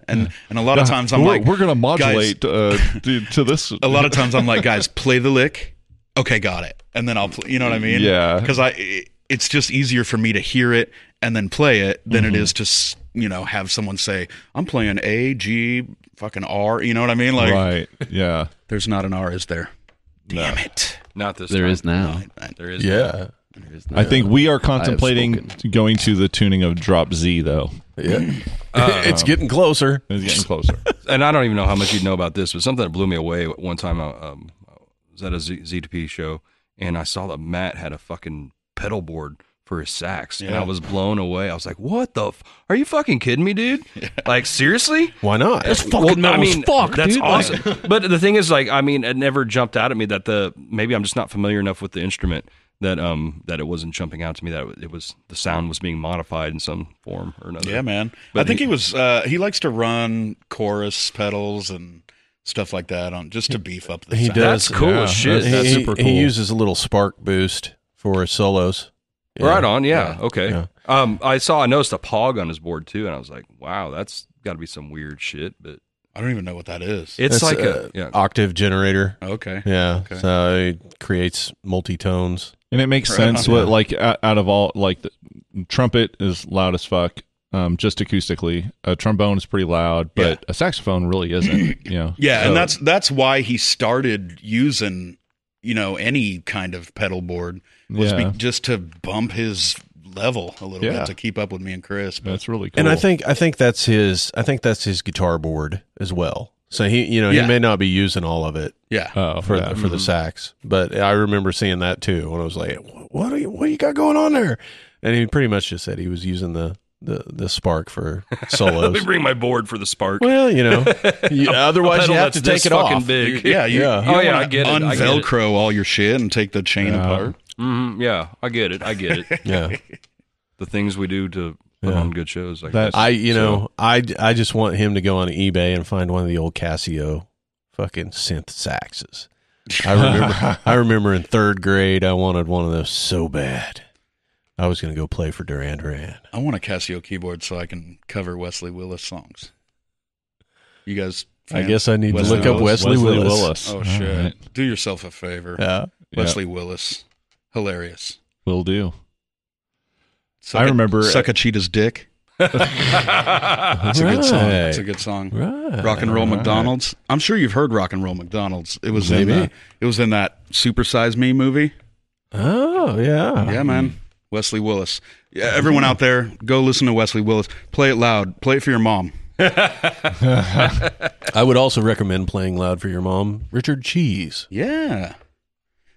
Speaker 1: and and, a lot of times I'm
Speaker 2: Uh, we're,
Speaker 1: like,
Speaker 2: we're gonna
Speaker 1: "Guys,"
Speaker 2: modulate uh, to, to this.
Speaker 1: a lot of times I'm like, "Guys, play the lick." Okay, got it. And then I'll, play, you know what I mean?
Speaker 2: Yeah.
Speaker 1: Because I, it- it's just easier for me to hear it and then play it than
Speaker 2: Mm-hmm.
Speaker 1: it is to, s- you know, have someone say, "I'm playing A, G, fucking R." You know what I mean? Like,
Speaker 2: right? Yeah.
Speaker 1: there's not an R, is there? Damn it!
Speaker 5: not this.
Speaker 3: there
Speaker 5: time.
Speaker 3: is now
Speaker 5: There is.
Speaker 4: Yeah.
Speaker 3: There is now.
Speaker 2: I think we are contemplating going to the tuning of Drop Z though.
Speaker 4: Yeah. it's getting closer.
Speaker 2: It's getting closer.
Speaker 5: and I don't even know how much you'd know about this, but something that blew me away at one time I um, I was at a Z- Z2P show, and I saw that Matt had a fucking pedal board for his sax, and
Speaker 1: Yeah.
Speaker 5: I was blown away. I was like, "What the? F- are you fucking kidding me, dude? Like seriously?"
Speaker 4: Why not?
Speaker 5: fucking
Speaker 3: metal as fuck,
Speaker 5: That's
Speaker 3: dude. Like-
Speaker 5: awesome. but the thing is, like, I mean, it never jumped out at me that the maybe I'm just not familiar enough with the instrument that um that it wasn't jumping out to me that it was the sound was being modified in some form or another.
Speaker 1: Yeah, man.
Speaker 5: But
Speaker 1: I think
Speaker 5: he-
Speaker 1: he, was. Uh, he likes to run chorus pedals and stuff like that on just to beef up the.
Speaker 4: He
Speaker 1: sound.
Speaker 4: does.
Speaker 5: That's cool as shit.
Speaker 4: He,
Speaker 2: That's
Speaker 4: he-
Speaker 2: super cool.
Speaker 4: he uses a little spark boost for his solos. Yeah.
Speaker 5: Right on. Yeah. okay.
Speaker 4: yeah.
Speaker 5: Um, I saw. I noticed a pog on his board too, and I was like, "Wow, that's got to be some weird shit." But
Speaker 1: I don't even know what that is.
Speaker 5: it's
Speaker 4: That's
Speaker 5: like
Speaker 4: a,
Speaker 5: a, yeah.
Speaker 4: octave generator.
Speaker 1: okay.
Speaker 4: Yeah.
Speaker 1: Okay.
Speaker 4: So it creates multi-tones.
Speaker 2: And it makes
Speaker 1: Right.
Speaker 2: sense
Speaker 1: Yeah.
Speaker 2: what like o- out of all like the trumpet is loud as fuck um just acoustically. A trombone is pretty loud, but a saxophone really isn't, you know.
Speaker 1: Yeah,
Speaker 2: So-
Speaker 1: and that's that's why he started using, you know, any kind of pedal board was
Speaker 2: yeah,
Speaker 1: be, just to bump his level a little
Speaker 2: Yeah.
Speaker 1: bit to keep up with me and Chris. But
Speaker 2: that's really cool.
Speaker 4: And I think I think that's his I think that's his guitar board as well. So he you know
Speaker 1: Yeah.
Speaker 4: he may not be using all of it
Speaker 1: yeah,
Speaker 2: oh,
Speaker 4: for
Speaker 2: yeah.
Speaker 4: the, for the sax, but I remember seeing that too when I was like, "What are you what do you got going on there?" And he pretty much just said he was using the the the spark for
Speaker 5: Let me
Speaker 4: solos.
Speaker 5: bring my board for the spark.
Speaker 4: well, you know, you-
Speaker 5: A
Speaker 4: otherwise you
Speaker 5: pedal
Speaker 4: have to take
Speaker 5: that's this
Speaker 4: it
Speaker 5: fucking
Speaker 4: off.
Speaker 5: Big.
Speaker 1: yeah, you,
Speaker 4: Yeah.
Speaker 1: you
Speaker 5: Oh,
Speaker 1: don't
Speaker 5: yeah,
Speaker 1: wanna
Speaker 5: I get it, I get it.
Speaker 1: Unvelcro all your shit and take the chain
Speaker 2: Yeah.
Speaker 1: apart.
Speaker 5: Mhm, yeah, I get it. I get it.
Speaker 4: Yeah.
Speaker 5: the things we do to put
Speaker 4: Yeah.
Speaker 5: on good shows. Like
Speaker 2: That-
Speaker 5: that.
Speaker 4: I you know I I just want him to go on eBay and find one of the old Casio fucking synth saxes. I remember I remember in third grade I wanted one of those so bad. I was gonna go play for Duran Duran.
Speaker 1: I want a Casio keyboard so I can cover Wesley Willis songs. You guys,
Speaker 4: I
Speaker 1: fan-
Speaker 4: guess I need
Speaker 1: Wesley
Speaker 4: to look up
Speaker 1: Willis.
Speaker 4: Wesley, Willis.
Speaker 1: Oh
Speaker 2: All
Speaker 1: shit!
Speaker 2: right.
Speaker 1: Do yourself a favor,
Speaker 4: Yeah.
Speaker 2: Yeah,
Speaker 1: Wesley Willis. Hilarious.
Speaker 2: will do.
Speaker 1: Suck
Speaker 2: I
Speaker 1: a-
Speaker 2: remember-
Speaker 1: suck a cheetah's dick. That's a good song. That's a good song.
Speaker 4: Right.
Speaker 1: Rock and Roll
Speaker 2: Right.
Speaker 1: McDonald's. I'm sure you've heard Rock and Roll McDonald's. It was in
Speaker 4: Maybe.
Speaker 1: uh, it was in that Super Size Me movie.
Speaker 4: Oh
Speaker 2: Uh-huh.
Speaker 4: yeah.
Speaker 1: Yeah, man. Wesley Willis. Yeah, everyone out there, go listen to Wesley Willis. Play it loud. Play it for your mom.
Speaker 4: I would also recommend playing loud for your mom, Richard Cheese.
Speaker 1: Yeah.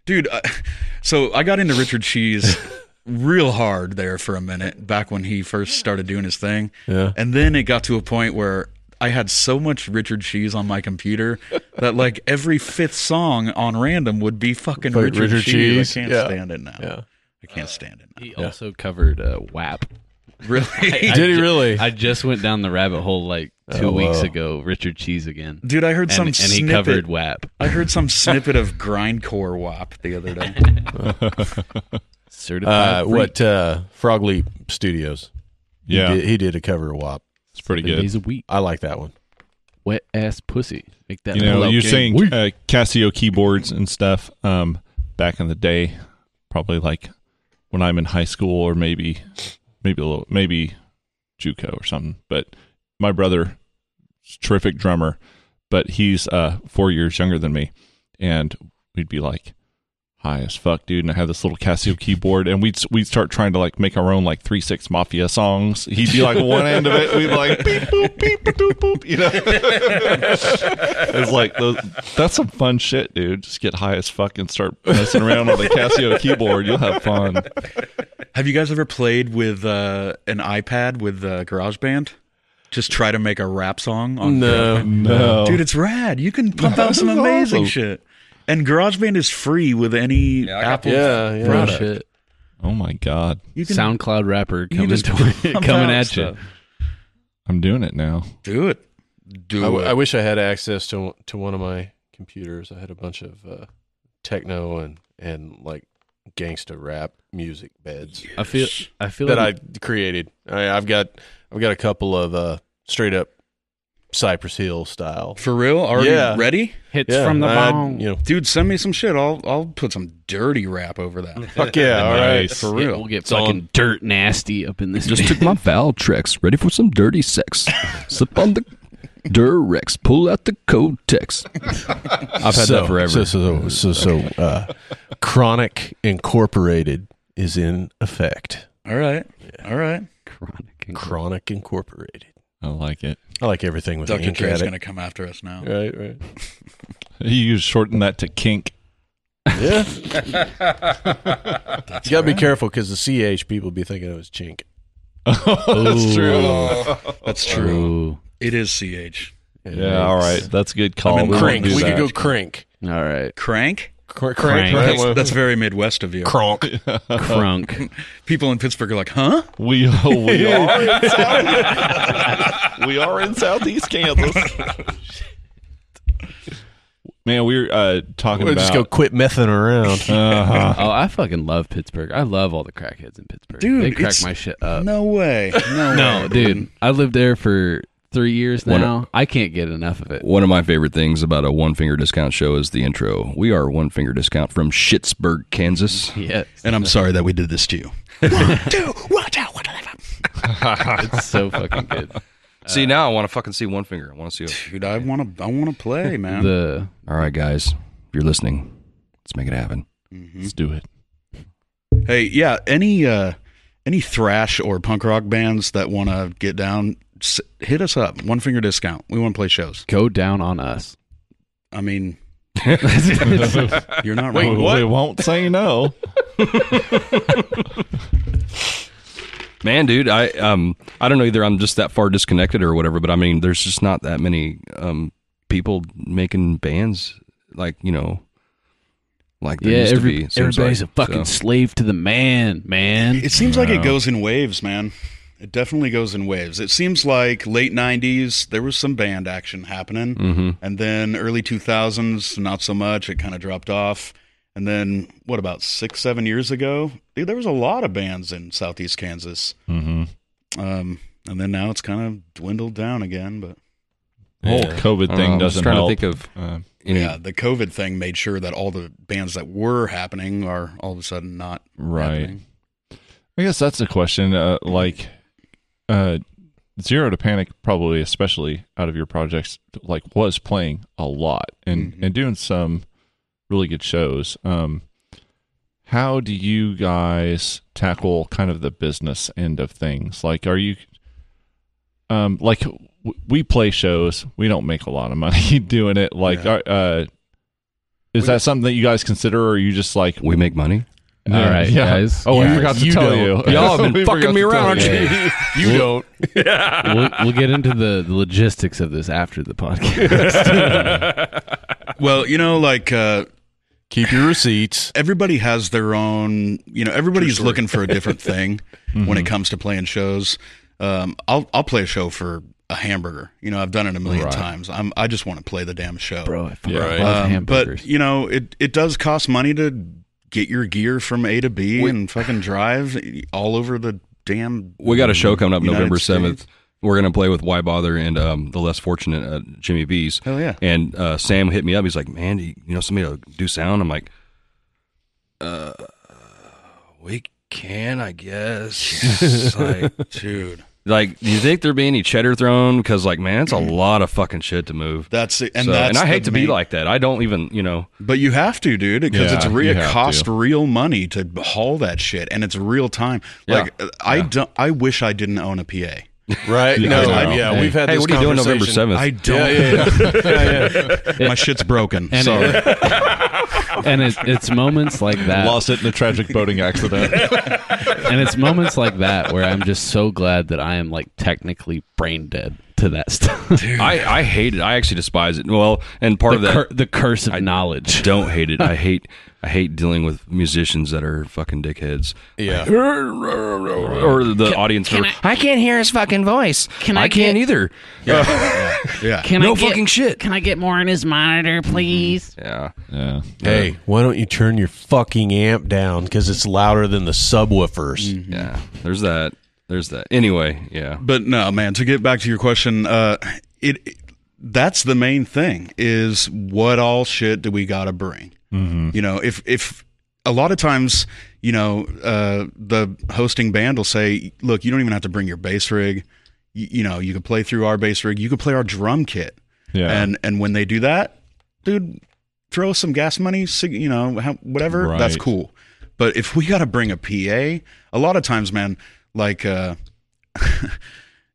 Speaker 1: Dude, uh, so I got into Richard Cheese real hard there for a minute back when he first started doing his thing.
Speaker 4: Yeah.
Speaker 1: And then it got to a point where I had so much Richard Cheese on my computer that like every fifth song on random would be fucking
Speaker 4: Fuck
Speaker 1: Richard,
Speaker 4: Richard
Speaker 1: Cheese.
Speaker 4: Cheese,
Speaker 1: I can't
Speaker 4: yeah.
Speaker 1: stand it now.
Speaker 4: Yeah.
Speaker 1: I can't stand it now.
Speaker 3: He also covered uh, WAP.
Speaker 1: Really?
Speaker 4: Did he
Speaker 3: ju-
Speaker 4: really?
Speaker 3: I just went down the rabbit hole like two
Speaker 4: Oh,
Speaker 3: weeks
Speaker 4: wow.
Speaker 3: ago. Richard Cheese again,
Speaker 1: Dude, I heard
Speaker 3: and,
Speaker 1: some
Speaker 3: and
Speaker 1: snippet.
Speaker 3: he covered WAP.
Speaker 1: I heard some snippet of grindcore wop the other day.
Speaker 4: Uh,
Speaker 3: Certified. freak.
Speaker 4: what uh, Frog Leap Studios? He
Speaker 2: Yeah,
Speaker 4: did, he did a cover of WAP.
Speaker 2: it's pretty
Speaker 3: Seven
Speaker 2: good.
Speaker 3: days a week.
Speaker 4: I like that one.
Speaker 3: Wet ass pussy. Make that.
Speaker 2: you know,
Speaker 3: pillow
Speaker 2: you're
Speaker 3: game.
Speaker 2: saying
Speaker 3: Woo.
Speaker 2: uh, Casio keyboards and stuff. Um, back in the day, probably like when I'm in high school, or maybe, maybe a little, maybe JUCO or something. But my brother, is a terrific drummer, but he's uh four years younger than me, and we'd be like high as fuck, dude. And I had this little Casio keyboard, and we'd we'd start trying to like make our own like three six mafia songs. He'd be like one end of it, we'd be like beep boop beep boop boop, you know. it's like those, that's some fun shit, dude. Just get high as fuck and start messing around on the Casio keyboard. You'll have fun.
Speaker 1: Have you guys ever played with uh, an iPad with uh, GarageBand? Just try to make a rap song on
Speaker 4: No.
Speaker 2: No,
Speaker 1: Dude, it's rad. You can pump out some
Speaker 2: This is
Speaker 1: amazing
Speaker 2: awesome.
Speaker 1: shit. And GarageBand is free with any
Speaker 5: I got-
Speaker 1: Apple.
Speaker 4: Yeah, yeah.
Speaker 3: Real
Speaker 1: product.
Speaker 3: shit.
Speaker 2: oh my god,
Speaker 1: You can
Speaker 3: SoundCloud rapper
Speaker 1: you can
Speaker 3: coming
Speaker 1: just
Speaker 3: to,
Speaker 1: pump
Speaker 3: coming
Speaker 1: out
Speaker 3: at you.
Speaker 1: stuff.
Speaker 2: I'm doing it now.
Speaker 1: Do it. Do
Speaker 4: I, w-
Speaker 1: it.
Speaker 4: I wish I had access to to one of my computers. I had a bunch of uh, techno and and like gangsta rap music beds
Speaker 3: I feel. I feel
Speaker 4: that
Speaker 3: like
Speaker 4: I created. I, I've got I've got a couple of uh, straight up Cypress Hill style
Speaker 1: For real? Already
Speaker 4: Yeah.
Speaker 1: ready?
Speaker 3: hits
Speaker 4: Yeah,
Speaker 3: from the
Speaker 4: I-
Speaker 3: bong.
Speaker 4: You know,
Speaker 1: Dude, send me some shit. I'll I'll put some dirty rap over that.
Speaker 4: fuck yeah! All right,
Speaker 2: Nice.
Speaker 1: For
Speaker 3: Yeah,
Speaker 1: real.
Speaker 3: we'll get fucking dirt nasty up in this.
Speaker 5: Just took my valve tracks, ready for some dirty sex. Slip on the Durex, pull out the Codex. I've had that forever.
Speaker 4: So so so, so uh, Chronic Incorporated is in effect.
Speaker 1: All right. All right.
Speaker 3: chronic Inc.
Speaker 4: Chronic Incorporated.
Speaker 2: I like it.
Speaker 4: I like everything with
Speaker 1: Dr.
Speaker 4: Ink
Speaker 1: Dre's
Speaker 4: at it.
Speaker 1: going to come after us now.
Speaker 4: Right, right.
Speaker 2: You shorten that to kink.
Speaker 4: Yeah. you got to be careful because the CH people be thinking it was chink.
Speaker 2: That's true.
Speaker 1: That's true.
Speaker 3: Ooh.
Speaker 1: It is CH.
Speaker 2: Yeah, all right. That's a good call.
Speaker 1: I'm in
Speaker 2: We won't
Speaker 1: Crink.
Speaker 2: do
Speaker 4: uh, We could
Speaker 2: that.
Speaker 4: go crink.
Speaker 3: All right.
Speaker 1: Crank?
Speaker 4: Cr-
Speaker 3: Crank.
Speaker 4: right?
Speaker 1: That's, that's very Midwest of you.
Speaker 4: Cronk.
Speaker 3: Crunk.
Speaker 1: People in Pittsburgh are like, huh?
Speaker 2: We, oh, we are in South- we are in Southeast Kansas. Man, we were uh, talking
Speaker 4: We'll
Speaker 2: about.
Speaker 4: just go quit messing around.
Speaker 2: Uh-huh.
Speaker 3: Oh, I fucking love Pittsburgh. I love all the crackheads in Pittsburgh.
Speaker 1: Dude,
Speaker 3: they crack
Speaker 1: it's-
Speaker 3: my shit up.
Speaker 1: No way. No,
Speaker 3: No,
Speaker 1: way.
Speaker 3: dude, I lived there for three years
Speaker 5: What a-
Speaker 3: now. I can't get enough of it.
Speaker 5: One of my favorite things about a one finger discount show is the intro. We are one finger discount from Schittsburg, Kansas.
Speaker 3: Yes,
Speaker 1: And I'm sorry that we did this to you.
Speaker 3: it's so fucking good.
Speaker 5: see, now I want to fucking see one finger. I want to see.
Speaker 1: Dude, I want to I want to play, man.
Speaker 3: The
Speaker 5: All right, guys, if you're listening, let's make it happen.
Speaker 2: Let's do it.
Speaker 1: Hey, yeah, any uh any thrash or punk rock bands that want to get down s- hit us up. One finger discount. We want to play shows.
Speaker 3: go down on us.
Speaker 1: I mean, you're not
Speaker 2: We-
Speaker 1: wrong.
Speaker 2: uh-huh. We won't say no.
Speaker 5: Man, dude, I um I don't know either. I'm just that far disconnected or whatever. But I mean, there's just not that many um people making bands like you know like there
Speaker 3: yeah,
Speaker 5: used
Speaker 3: every,
Speaker 5: to be. seems
Speaker 3: everybody's
Speaker 5: like.
Speaker 3: a fucking
Speaker 5: So,
Speaker 3: slave to the man, man.
Speaker 1: It seems like it goes in waves, man. It definitely goes in waves. It seems like late 90s, there was some band action happening. And then early 2000s, not so much. It kind of dropped off. And then, what about six, seven years ago? Dude, there was a lot of bands in Southeast Kansas.
Speaker 2: Mm-hmm.
Speaker 1: Um, and then now it's kind of dwindled down again. But
Speaker 2: Whole COVID
Speaker 5: Um, I don't know,
Speaker 2: thing
Speaker 5: I'm just
Speaker 2: doesn't
Speaker 5: trying
Speaker 2: help.
Speaker 5: to think of
Speaker 2: Uh,
Speaker 5: any
Speaker 1: yeah, the COVID thing made sure that all the bands that were happening are all of a sudden not
Speaker 2: Right.
Speaker 1: happening.
Speaker 2: I guess that's a question. Uh, like, uh, Zero to Panic, probably especially out of your projects, like was playing a lot and
Speaker 1: Mm-hmm.
Speaker 2: and doing some really good shows. Um, how do you guys tackle kind of the business end of things? Like, are you um like w- we play shows we don't make a lot of money doing it like
Speaker 1: Yeah.
Speaker 2: are- uh is that something that you guys consider or are you just like
Speaker 5: we make money.
Speaker 3: All right, guys.
Speaker 2: Oh,
Speaker 3: Yeah.
Speaker 2: I forgot to
Speaker 4: You
Speaker 2: tell
Speaker 4: don't.
Speaker 2: you.
Speaker 5: Y'all have
Speaker 2: We
Speaker 5: been
Speaker 2: forgot
Speaker 5: fucking me
Speaker 2: to
Speaker 5: around,
Speaker 2: tell
Speaker 5: aren't
Speaker 2: you.
Speaker 5: you?
Speaker 4: you don't.
Speaker 3: we'll, we'll get into the, the logistics of this after the podcast.
Speaker 1: Well, you know, like uh,
Speaker 4: Keep your receipts.
Speaker 1: everybody has their own you know everybody's looking for a different thing when
Speaker 5: Mhm.
Speaker 1: it comes to playing shows um, I'll, I'll play a show for a hamburger you know i've done it a million times I'm, i just want to play the damn show
Speaker 3: Bro, I fucking
Speaker 2: Yeah, right.
Speaker 3: love
Speaker 1: Um,
Speaker 3: hamburgers.
Speaker 1: but you know it, it does cost money to get your gear from a to b and fucking drive all over the damn
Speaker 5: We got a show coming up
Speaker 1: United
Speaker 5: November
Speaker 1: States.
Speaker 5: seventh. We're gonna play with Why Bother and um, the less fortunate uh, Jimmy V's.
Speaker 1: Hell yeah.
Speaker 5: And uh, Sam hit me up. He's like, "Man, do you, you know somebody to do sound?" I'm like, "Uh, we can, I guess." like,
Speaker 1: dude
Speaker 5: like, do you think there'd be any cheddar thrown? Because, like, man, it's a lot of fucking shit to move.
Speaker 1: that's it and
Speaker 5: So-
Speaker 1: that's
Speaker 5: and I
Speaker 1: the
Speaker 5: hate to be
Speaker 1: main-
Speaker 5: like that. I don't even, you know.
Speaker 1: But you have to, dude, because
Speaker 2: Yeah,
Speaker 1: it's real
Speaker 2: you have
Speaker 1: cost
Speaker 2: to.
Speaker 1: real money to haul that shit, and it's real time. Like uh, I don't, I wish I didn't own a PA.
Speaker 4: Right? No,
Speaker 2: I
Speaker 4: I-
Speaker 2: know.
Speaker 4: yeah,
Speaker 2: Hey.
Speaker 4: we've had
Speaker 5: Hey,
Speaker 4: this
Speaker 5: what are you doing November
Speaker 4: conversation.
Speaker 5: seventh?
Speaker 1: I don't. My shit's broken.
Speaker 3: And
Speaker 1: Sorry.
Speaker 3: and it, it's moments like that.
Speaker 2: Lost it in a tragic boating accident.
Speaker 3: and it's moments like that where I'm just so glad that I am like technically brain dead to that stuff.
Speaker 5: I, I hate it. I actually despise it. Well, and part
Speaker 3: the,
Speaker 5: of that
Speaker 3: cur- the curse of knowledge.
Speaker 5: don't hate it. I hate I hate dealing with musicians that are fucking dickheads.
Speaker 4: Yeah.
Speaker 5: or the audience. member,
Speaker 8: I can't hear his fucking voice.
Speaker 6: Can
Speaker 5: I,
Speaker 6: I
Speaker 5: can't
Speaker 6: get-
Speaker 5: either.
Speaker 1: yeah.
Speaker 6: Can
Speaker 5: no
Speaker 6: I get,
Speaker 5: fucking shit.
Speaker 6: Can I get more in his monitor, please?
Speaker 5: Yeah.
Speaker 2: yeah.
Speaker 4: Hey, why don't you turn your fucking amp down because it's louder than the subwoofers?
Speaker 5: Yeah. There's that. There's that. Anyway, yeah.
Speaker 1: But no, man. To get back to your question, uh, it, it- that's the main thing is what all shit do we gotta bring?
Speaker 2: Mm-hmm.
Speaker 1: You know, if if a lot of times, you know, uh, the hosting band will say, "Look, you don't even have to bring your bass rig. You, you know, you can play through our bass rig. You can play our drum kit."
Speaker 2: Yeah.
Speaker 1: And and when they do that, dude, throw some gas money, sig- you know, how, whatever. That's
Speaker 2: Right.
Speaker 1: cool. But if we got to bring a PA, a lot of times, man, like uh,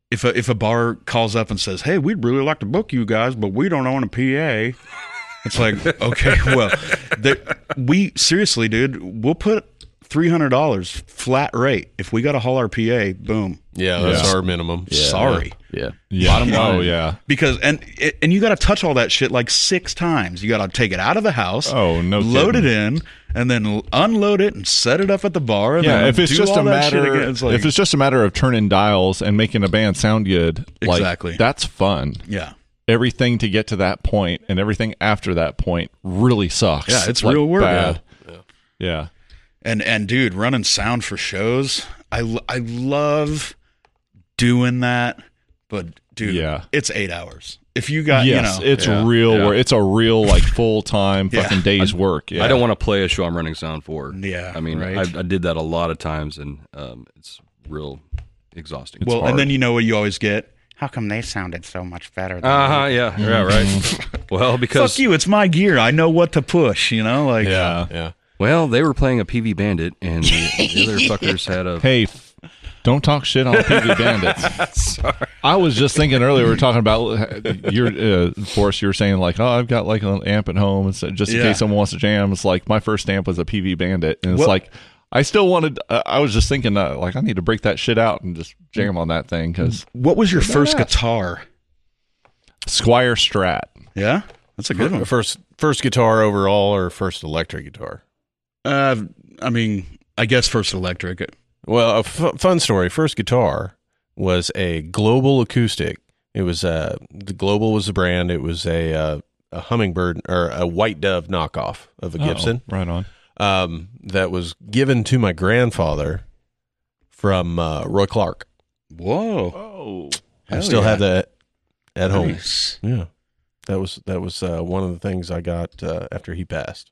Speaker 1: if a, if a bar calls up and says, "Hey, we'd really like to book you guys, but we don't own a PA," it's like, okay, well, they, we seriously, dude, we'll put three hundred dollars flat rate if we got to haul our PA. Boom.
Speaker 4: Yeah, that's our minimum.
Speaker 1: Sorry,
Speaker 3: Yeah.
Speaker 2: Yeah.
Speaker 3: Bottom
Speaker 2: Oh
Speaker 3: line.
Speaker 2: yeah.
Speaker 1: because and and you got to touch all that shit like six times. You got to take it out of the house.
Speaker 2: Oh, no
Speaker 1: Load
Speaker 2: kidding.
Speaker 1: it in and then unload it and set it up at the bar. And
Speaker 2: Yeah,
Speaker 1: then
Speaker 2: if it's
Speaker 1: do
Speaker 2: just
Speaker 1: all
Speaker 2: a
Speaker 1: that shit
Speaker 2: matter,
Speaker 1: again. It's like-
Speaker 2: if it's just a matter of turning dials and making a band sound good, like,
Speaker 1: Exactly.
Speaker 2: that's fun.
Speaker 1: yeah,
Speaker 2: Everything to get to that point and everything after that point really sucks.
Speaker 1: Yeah, it's real work.
Speaker 2: bad. Yeah.
Speaker 1: and and dude, running sound for shows, I l- I love doing that, but dude,
Speaker 2: Yeah.
Speaker 1: it's eight hours. If you got,
Speaker 2: yes,
Speaker 1: Uh, you know,
Speaker 2: it's real. wor- It's a real like full time
Speaker 1: Yeah.
Speaker 2: fucking day's work. Yeah.
Speaker 5: I don't want to play a show I'm running sound for.
Speaker 1: Yeah,
Speaker 5: I mean,
Speaker 1: right.
Speaker 5: I, I did that a lot of times, and um, it's real exhausting.
Speaker 1: well, and then you know what you always get.
Speaker 6: How come they sounded so much better than
Speaker 5: uh huh, yeah, yeah, right. well,
Speaker 1: Fuck
Speaker 5: because
Speaker 1: you! It's my gear. I know what to push. You know, like
Speaker 2: Yeah.
Speaker 4: Yeah.
Speaker 5: well, they were playing a PV Bandit, and the, the other fuckers had a.
Speaker 2: Hey, f- don't talk shit on PV Bandits. I was just thinking earlier we were talking about your uh, Forrest. You were saying like, oh, I've got like an amp at home, and so just in
Speaker 1: Yeah.
Speaker 2: case someone wants to jam. It's like my first amp was a PV Bandit, and it's
Speaker 1: Well-
Speaker 2: like I still wanted. Uh, I was just thinking uh, like I need to break that shit out and just jam on that thing because
Speaker 1: what was your first guitar?
Speaker 2: Squire Strat.
Speaker 1: Yeah, that's a good one.
Speaker 4: First first guitar overall or first electric guitar?
Speaker 1: Uh, I mean, I guess first electric.
Speaker 4: Well, a f- fun story. First guitar was a Global Acoustic. It was uh, the Global was the brand. It was a uh, a hummingbird or a white dove knockoff of a Gibson
Speaker 2: Oh, right on.
Speaker 4: um, that was given to my grandfather from uh, Roy Clark.
Speaker 1: Whoa,
Speaker 2: Oh,
Speaker 4: I still have that at home.
Speaker 1: Nice.
Speaker 4: Yeah, that was that was uh, one of the things I got uh, after he passed.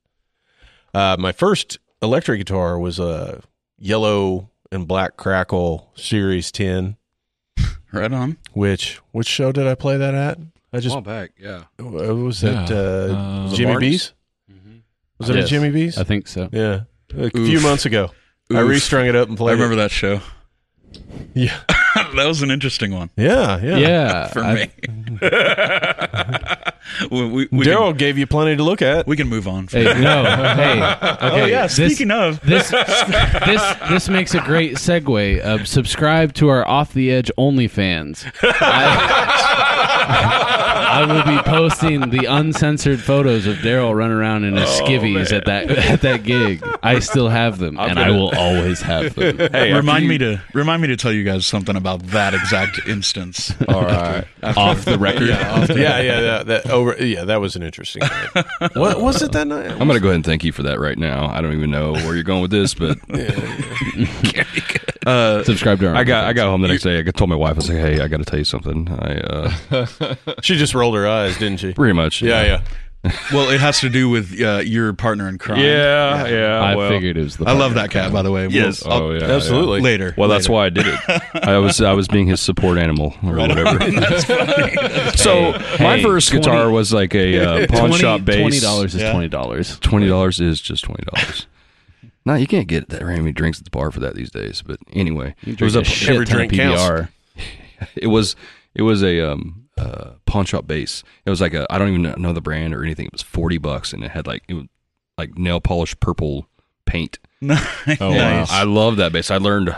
Speaker 4: Uh, my first electric guitar was a yellow and black Crackle Series Ten.
Speaker 1: Right on.
Speaker 4: Which which show did I play that at? I just
Speaker 5: Just back, yeah.
Speaker 4: uh, was that
Speaker 2: Yeah.
Speaker 4: uh,
Speaker 2: Uh,
Speaker 4: Jimmy
Speaker 5: Barnes?
Speaker 4: B's. Was it
Speaker 3: Yes.
Speaker 4: a Jimmy B's?
Speaker 3: I think so.
Speaker 4: yeah, a few
Speaker 1: Oof.
Speaker 4: months ago. I
Speaker 1: Oof.
Speaker 4: restrung it up
Speaker 1: I
Speaker 4: and played.
Speaker 1: remember
Speaker 4: it.
Speaker 1: that show.
Speaker 4: Yeah,
Speaker 1: that was an interesting one
Speaker 4: yeah, yeah.
Speaker 3: Yeah.
Speaker 1: for
Speaker 3: I-
Speaker 1: me. we, we, we, can,
Speaker 4: Daryl gave you plenty to look at.
Speaker 1: we can move on. From
Speaker 3: Hey, no. Hey. Okay.
Speaker 1: oh yeah,
Speaker 3: this-
Speaker 1: speaking of,
Speaker 3: this this this makes a great segue. Uh, subscribe to our Off the Edge OnlyFans. I, I will be posting the uncensored photos of Daryl running around in
Speaker 1: Oh,
Speaker 3: his skivvies at that at that gig. I still have them, and I will always have them.
Speaker 1: remind me to remind me to tell you guys something about that exact instance. Uh,
Speaker 2: all right.
Speaker 3: Off the record.
Speaker 4: yeah, yeah, that, that over. Yeah, that was an interesting. night. what was it that night?
Speaker 5: I'm gonna go ahead and thank you for that right now. I don't even know where you're going with this, but
Speaker 3: Subscribe to our.
Speaker 5: I got I got home the next day. I told my wife, I was like, "Hey, I got to tell you something." I uh,
Speaker 4: She just rolled her eyes, didn't she?
Speaker 5: pretty much,
Speaker 4: Yeah, yeah.
Speaker 1: well, it has to do with uh, your partner in crime.
Speaker 5: yeah, yeah.
Speaker 3: I
Speaker 5: well.
Speaker 3: figured it was the.
Speaker 1: I love that cat. By the way,
Speaker 5: Yes.
Speaker 1: We'll- I'll-
Speaker 2: Oh yeah.
Speaker 4: Absolutely.
Speaker 1: later.
Speaker 5: Well, that's why I did it. I was I was being his support animal or whatever. so my
Speaker 3: Hey,
Speaker 5: first guitar
Speaker 3: 20
Speaker 5: was like a uh, pawn
Speaker 3: 20
Speaker 5: shop bass.
Speaker 3: Twenty dollars is
Speaker 1: Yeah.
Speaker 3: twenty dollars.
Speaker 5: Twenty dollars is just twenty dollars. no, you can't get that very many drinks at the bar for that these days. But anyway, it was a,
Speaker 3: shit
Speaker 4: every
Speaker 3: ton of
Speaker 4: drink counts.
Speaker 3: PBR.
Speaker 5: it was it was a um uh pawn shop bass. It was like a I don't even know the brand or anything. It was forty bucks and it had like it was like nail polish purple paint.
Speaker 1: Nice.
Speaker 2: Oh, wow.
Speaker 5: I love that bass. I learned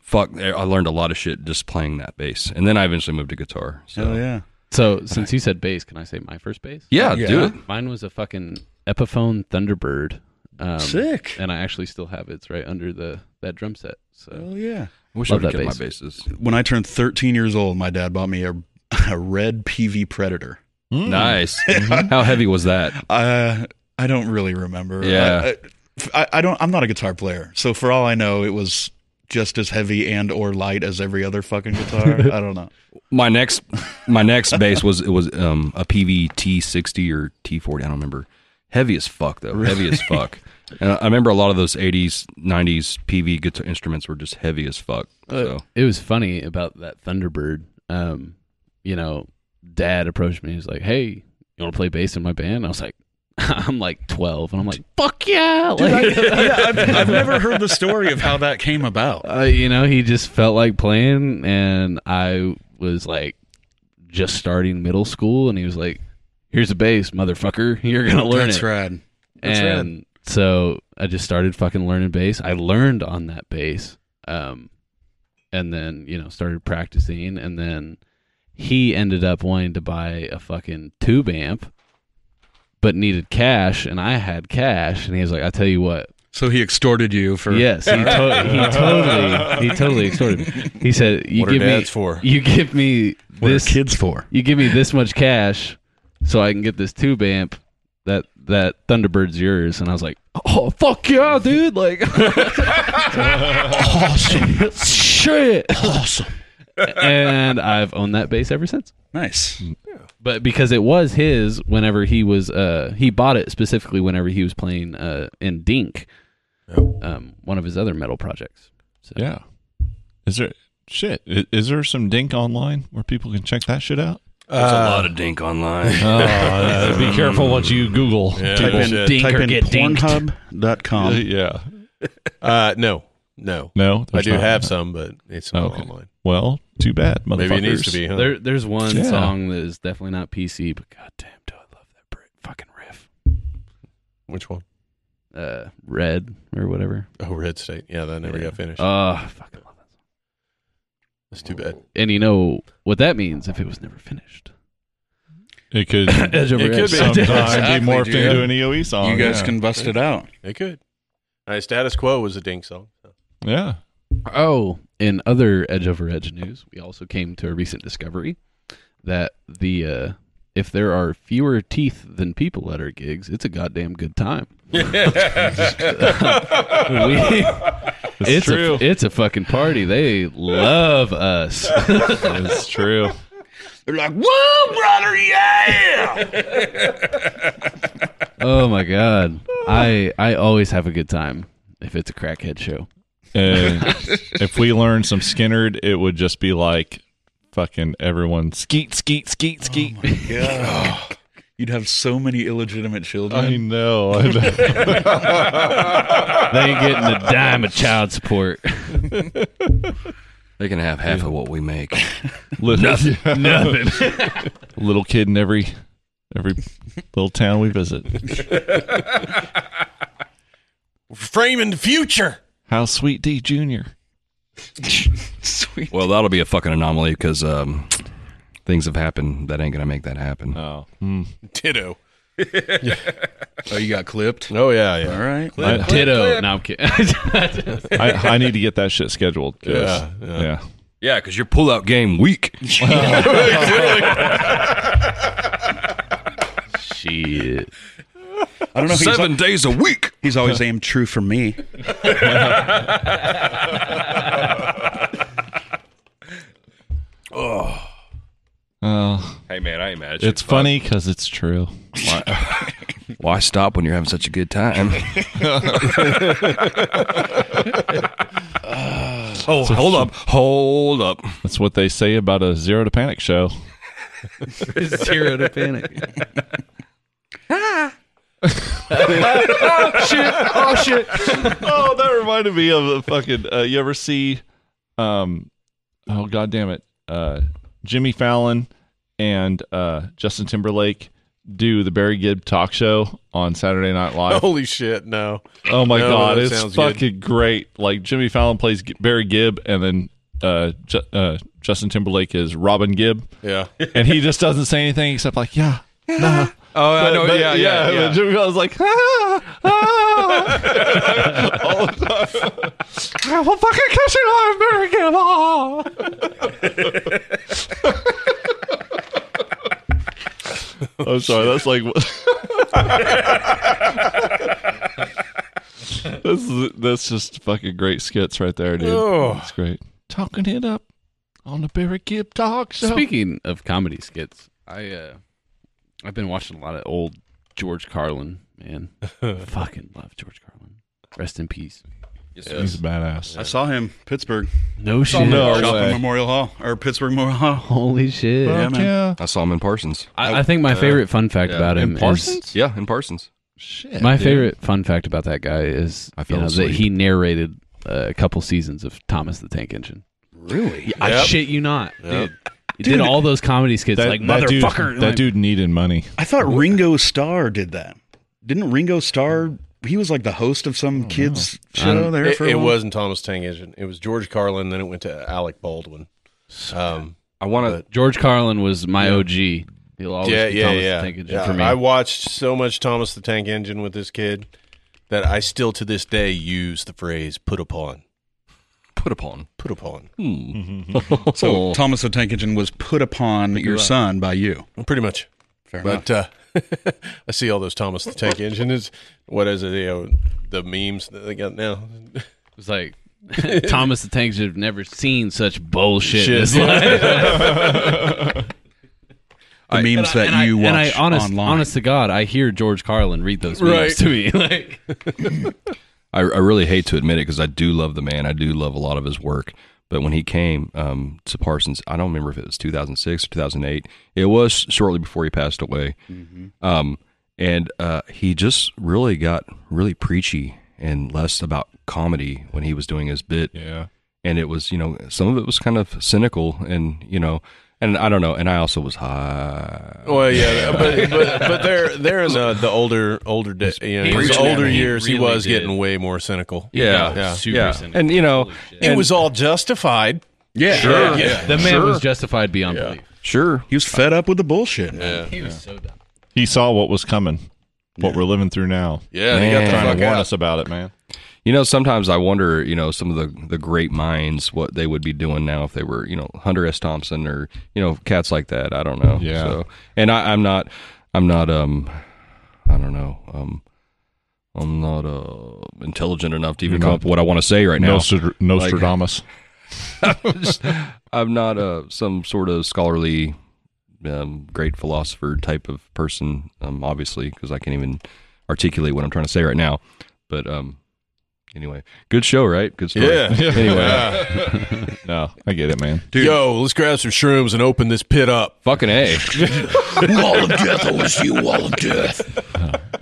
Speaker 5: fuck I learned a lot of shit just playing that bass. And then I eventually moved to guitar. So
Speaker 1: Hell Oh, yeah.
Speaker 3: So since you said bass, can I say my first bass?
Speaker 5: Yeah,
Speaker 1: Yeah.
Speaker 5: do it.
Speaker 3: Mine was a fucking Epiphone Thunderbird. Um,
Speaker 1: Sick.
Speaker 3: And I actually still have it. It's right under the that drum set. So
Speaker 1: Hell yeah.
Speaker 5: Wish
Speaker 3: Love
Speaker 5: I would
Speaker 3: that
Speaker 5: kept
Speaker 3: bass.
Speaker 5: my basses.
Speaker 1: When I turned 13 years old, my dad bought me a, a red PV Predator.
Speaker 5: Mm. Nice. How heavy was that?
Speaker 1: Uh, I don't really remember.
Speaker 5: Yeah.
Speaker 1: I, I, I don't. I'm not a guitar player, so for all I know, it was just as heavy and or light as every other fucking guitar. I don't know.
Speaker 5: My next my next bass was it was um a PV T sixty or T forty, I don't remember. Heavy as fuck though. Heavy as fuck. And I- I remember a lot of those eighties, nineties PV guitar instruments were just heavy as fuck.
Speaker 3: uh,
Speaker 5: So
Speaker 3: it was funny about that Thunderbird. Um, you know, Dad approached me. He's like, "Hey, you want to play bass in my band?" I was like, I'm like 12, and I'm like, fuck yeah!
Speaker 1: Dude, I,
Speaker 3: Like,
Speaker 1: yeah, I've, I've never heard the story of how that came about.
Speaker 3: uh, you know, he just felt like playing, and I was like just starting middle school, and he was like, "Here's a bass, motherfucker. You're gonna learn
Speaker 1: That's
Speaker 3: it."
Speaker 1: rad. That's rad.
Speaker 3: and so I just started fucking learning bass. I learned on that bass, um, and then you know started practicing, and then he ended up wanting to buy a fucking tube amp, but needed cash, and I had cash, and he was like, "I tell you what,
Speaker 1: So he extorted you for
Speaker 3: Yes, he, to- he totally, he totally extorted me. He said, "You
Speaker 4: What are
Speaker 3: give me,
Speaker 4: dads for?
Speaker 3: you give me
Speaker 1: what are
Speaker 3: this,
Speaker 1: kids for.
Speaker 3: you give me this much cash, so I can get this tube amp that that Thunderbird's yours." And I was like, "Oh fuck yeah, dude! Like, awesome, shit, awesome." and I've owned that bass ever since
Speaker 1: Nice.
Speaker 3: but because it was his whenever he was uh he bought it specifically whenever he was playing uh in Dink, um one of his other metal projects. So
Speaker 2: Yeah. Is there shit? i- Is there some dink online where people can check that shit out?
Speaker 5: There's a lot of dink online.
Speaker 2: Oh, be careful what you Google. Yeah.
Speaker 1: Type in,
Speaker 3: Dink
Speaker 1: type
Speaker 3: or
Speaker 1: in
Speaker 3: get dinked.
Speaker 1: pornhub.com.
Speaker 2: yeah.
Speaker 4: Uh, no, no,
Speaker 2: No,
Speaker 4: I
Speaker 2: there's
Speaker 4: do
Speaker 2: not.
Speaker 4: have some, but it's not
Speaker 2: Okay.
Speaker 4: online.
Speaker 2: Well, too bad, motherfuckers.
Speaker 4: Maybe it needs to be. Huh?
Speaker 3: There there's one
Speaker 2: Yeah.
Speaker 3: song that is definitely not PC, but goddamn do I love that Brit fucking riff.
Speaker 4: Which one?
Speaker 3: Uh Red or whatever.
Speaker 4: Oh, Red State. Yeah, that never got finished.
Speaker 3: Oh fucking love that song.
Speaker 4: That's too bad.
Speaker 3: And you know what that means if it was never finished.
Speaker 2: It could
Speaker 3: Edge over
Speaker 4: It could
Speaker 3: edge.
Speaker 4: be.
Speaker 2: sometime
Speaker 1: Exactly,
Speaker 2: be morphed
Speaker 1: dude.
Speaker 2: into an EOE E song.
Speaker 1: you guys
Speaker 2: yeah.
Speaker 1: can bust it out.
Speaker 4: It could. All right, status quo was a ding song.
Speaker 2: Yeah.
Speaker 3: Oh, in other Edge Over Edge news, we also came to a recent discovery that the uh, if there are fewer teeth than people at our gigs, it's a goddamn good time. We- it's
Speaker 2: true.
Speaker 3: A, it's a fucking party. They love us.
Speaker 2: It's true.
Speaker 6: They're like, whoa, brother, yeah!
Speaker 3: oh my god, I I always have a good time if it's a crackhead show.
Speaker 2: And if we learned some Skinnered, it would just be like fucking everyone skeet, skeet, skeet, skeet.
Speaker 1: Yeah. You'd have so many illegitimate
Speaker 2: I
Speaker 1: children.
Speaker 2: know. I know.
Speaker 3: They ain't getting a dime of child support.
Speaker 5: They can have half of what we make.
Speaker 2: little, nothing. little kid in every every little town we visit.
Speaker 4: Framing the future.
Speaker 2: How sweet D Junior.
Speaker 1: Sweet.
Speaker 5: Well, that'll be a fucking anomaly because um, things have happened that ain't gonna make that happen.
Speaker 2: Oh,
Speaker 4: Ditto.
Speaker 1: Oh, you got clipped?
Speaker 4: Oh yeah, yeah.
Speaker 1: All right.
Speaker 2: I,
Speaker 3: Uh, Ditto. No, I'm kidding.
Speaker 2: I, I need to get that shit scheduled. 'cause-
Speaker 4: Yeah, yeah.
Speaker 2: yeah.
Speaker 5: Yeah, because your pullout game weak.
Speaker 3: Shit.
Speaker 1: I don't know. if He's,
Speaker 5: Seven days a week.
Speaker 1: he's always aimed true for me.
Speaker 2: Uh,
Speaker 5: Hey man, I ain't mad. at you.
Speaker 2: it's funny because it's true.
Speaker 5: Why stop when you're having such a good time? oh, hold up, hold up.
Speaker 2: That's what they say about a zero to panic show.
Speaker 3: Zero to panic.
Speaker 2: oh, that reminded me of the fucking. Uh, you ever see? Um, oh god damn it! Uh, Jimmy Fallon and uh, Justin Timberlake do the Barry Gibb talk show on Saturday Night Live.
Speaker 4: Holy shit! No.
Speaker 2: Oh my
Speaker 4: No,
Speaker 2: god,
Speaker 4: that
Speaker 2: it's
Speaker 4: sounds good.
Speaker 2: fucking great. Like Jimmy Fallon plays G- Barry Gibb, and then uh, Ju- uh, Justin Timberlake is Robin Gibb,
Speaker 4: Yeah.
Speaker 2: and he just doesn't say anything except like, yeah.
Speaker 5: Oh, I know.
Speaker 2: But-
Speaker 5: yeah, yeah,
Speaker 2: but
Speaker 5: yeah.
Speaker 2: Jimmy Fallon's like, ah, ah. all the time. I will fucking kiss you, I'm Barry Gibb. ah. I'm sorry, that's like. that's that's just fucking great skits right there, dude.
Speaker 4: Oh.
Speaker 2: It's great. Talking it up on the Barry Gibb talk show.
Speaker 3: Speaking of comedy skits, I uh, I've been watching a lot of old George Carlin. Man, fucking love George Carlin. Rest in peace.
Speaker 2: He's a badass.
Speaker 1: I saw him Pittsburgh.
Speaker 3: No shit.
Speaker 2: No.
Speaker 1: Shop
Speaker 2: way.
Speaker 1: at Memorial Hall or Pittsburgh Memorial Hall.
Speaker 3: Holy shit.
Speaker 1: Yeah, man.
Speaker 2: yeah.
Speaker 5: I saw him in Parsons.
Speaker 3: I, I think my favorite fun fact about him
Speaker 2: And
Speaker 3: is
Speaker 2: Uh, Parsons?
Speaker 5: Yeah, in Parsons.
Speaker 2: Shit.
Speaker 3: my
Speaker 2: dude.
Speaker 3: favorite fun fact about that guy is
Speaker 5: I
Speaker 3: you
Speaker 5: fell
Speaker 3: know, that
Speaker 5: asleep.
Speaker 3: he narrated uh, a couple seasons of Thomas the Tank Engine.
Speaker 5: Really? Yeah.
Speaker 3: I shit you not, dude. He did all those comedy skits
Speaker 2: That,
Speaker 3: like
Speaker 2: that dude,
Speaker 3: motherfucker.
Speaker 2: that
Speaker 3: like-
Speaker 2: dude needed money.
Speaker 1: I thought Ringo Starr did that. Didn't Ringo Starr? He was like the host of some kids show there
Speaker 4: It,
Speaker 1: for a
Speaker 4: it
Speaker 1: while.
Speaker 4: wasn't Thomas Tang Engine. It was George Carlin. Then it went to Alec Baldwin. Um,
Speaker 5: I want
Speaker 3: uh, George Carlin was my OG. He'll always
Speaker 4: yeah,
Speaker 3: be
Speaker 4: yeah,
Speaker 3: Thomas
Speaker 4: yeah.
Speaker 3: the Tank Engine
Speaker 4: Yeah,
Speaker 3: for me.
Speaker 4: I watched so much Thomas the Tank Engine with this kid that I still to this day use the phrase "put upon."
Speaker 5: to put upon.
Speaker 4: Put upon.
Speaker 1: So Thomas the Tank Engine was put upon your son by you.
Speaker 4: Pretty much.
Speaker 1: Fair enough.
Speaker 4: But uh, I see all those Thomas the Tank Engine. It's what is it? You know, the memes that they got now.
Speaker 3: It was like Thomas the Tank Engine have never seen such bullshit. in his
Speaker 4: Shit.
Speaker 3: life.
Speaker 1: The memes that you watch
Speaker 3: and I honest,
Speaker 1: online.
Speaker 3: honest to God, I hear George Carlin read those memes
Speaker 4: Right.
Speaker 3: to me. Like
Speaker 5: I, I really hate to admit it because I do love the man. I do love a lot of his work. But when he came um, to Parsons, I don't remember if it was 2006 or 2008. It was shortly before he passed away. Um, and uh, he just really got really preachy and less about comedy when he was doing his bit.
Speaker 2: Yeah.
Speaker 5: And it was, you know, some of it was kind of cynical and, you know, and I don't know. And I also was high.
Speaker 4: Well, yeah, but but, but there there in the, the older older day, you know, his
Speaker 5: preaching
Speaker 4: older
Speaker 5: it. He
Speaker 4: years, he
Speaker 3: really
Speaker 4: was
Speaker 3: did.
Speaker 4: getting way more cynical.
Speaker 5: yeah.
Speaker 4: Yeah.
Speaker 3: super
Speaker 5: yeah.
Speaker 3: cynical.
Speaker 5: And, you know,
Speaker 4: It was all justified.
Speaker 1: yeah,
Speaker 5: sure.
Speaker 3: the man was justified beyond belief.
Speaker 5: Sure.
Speaker 1: he was fed up with the bullshit. man.
Speaker 3: He was so dumb.
Speaker 2: He saw what was coming, what we're living through now.
Speaker 4: Yeah,
Speaker 5: they got the
Speaker 2: Trying
Speaker 5: fuck
Speaker 2: to warn us about it, man.
Speaker 5: You know, sometimes I wonder, you know, some of the, the great minds, what they would be doing now if they were, you know, Hunter S. Thompson or, you know, cats like that. I don't know.
Speaker 2: Yeah.
Speaker 5: So, and I, I'm not, I'm not, um, I don't know, um, I'm not uh, intelligent enough to even
Speaker 2: You're
Speaker 5: come
Speaker 2: not-
Speaker 5: up with what I want to say right now.
Speaker 2: Nostra- Nostradamus.
Speaker 5: I'm not uh, some sort of scholarly, um, great philosopher type of person, um, obviously, because I can't even articulate what I'm trying to say right now. But um, anyway, good show, right? Good story.
Speaker 4: Yeah.
Speaker 5: anyway,
Speaker 2: no, I get it, man.
Speaker 1: Dude.
Speaker 4: Yo, let's grab some shrooms and open this pit up.
Speaker 5: fucking a.
Speaker 6: Wall of death, I wish you wall of death.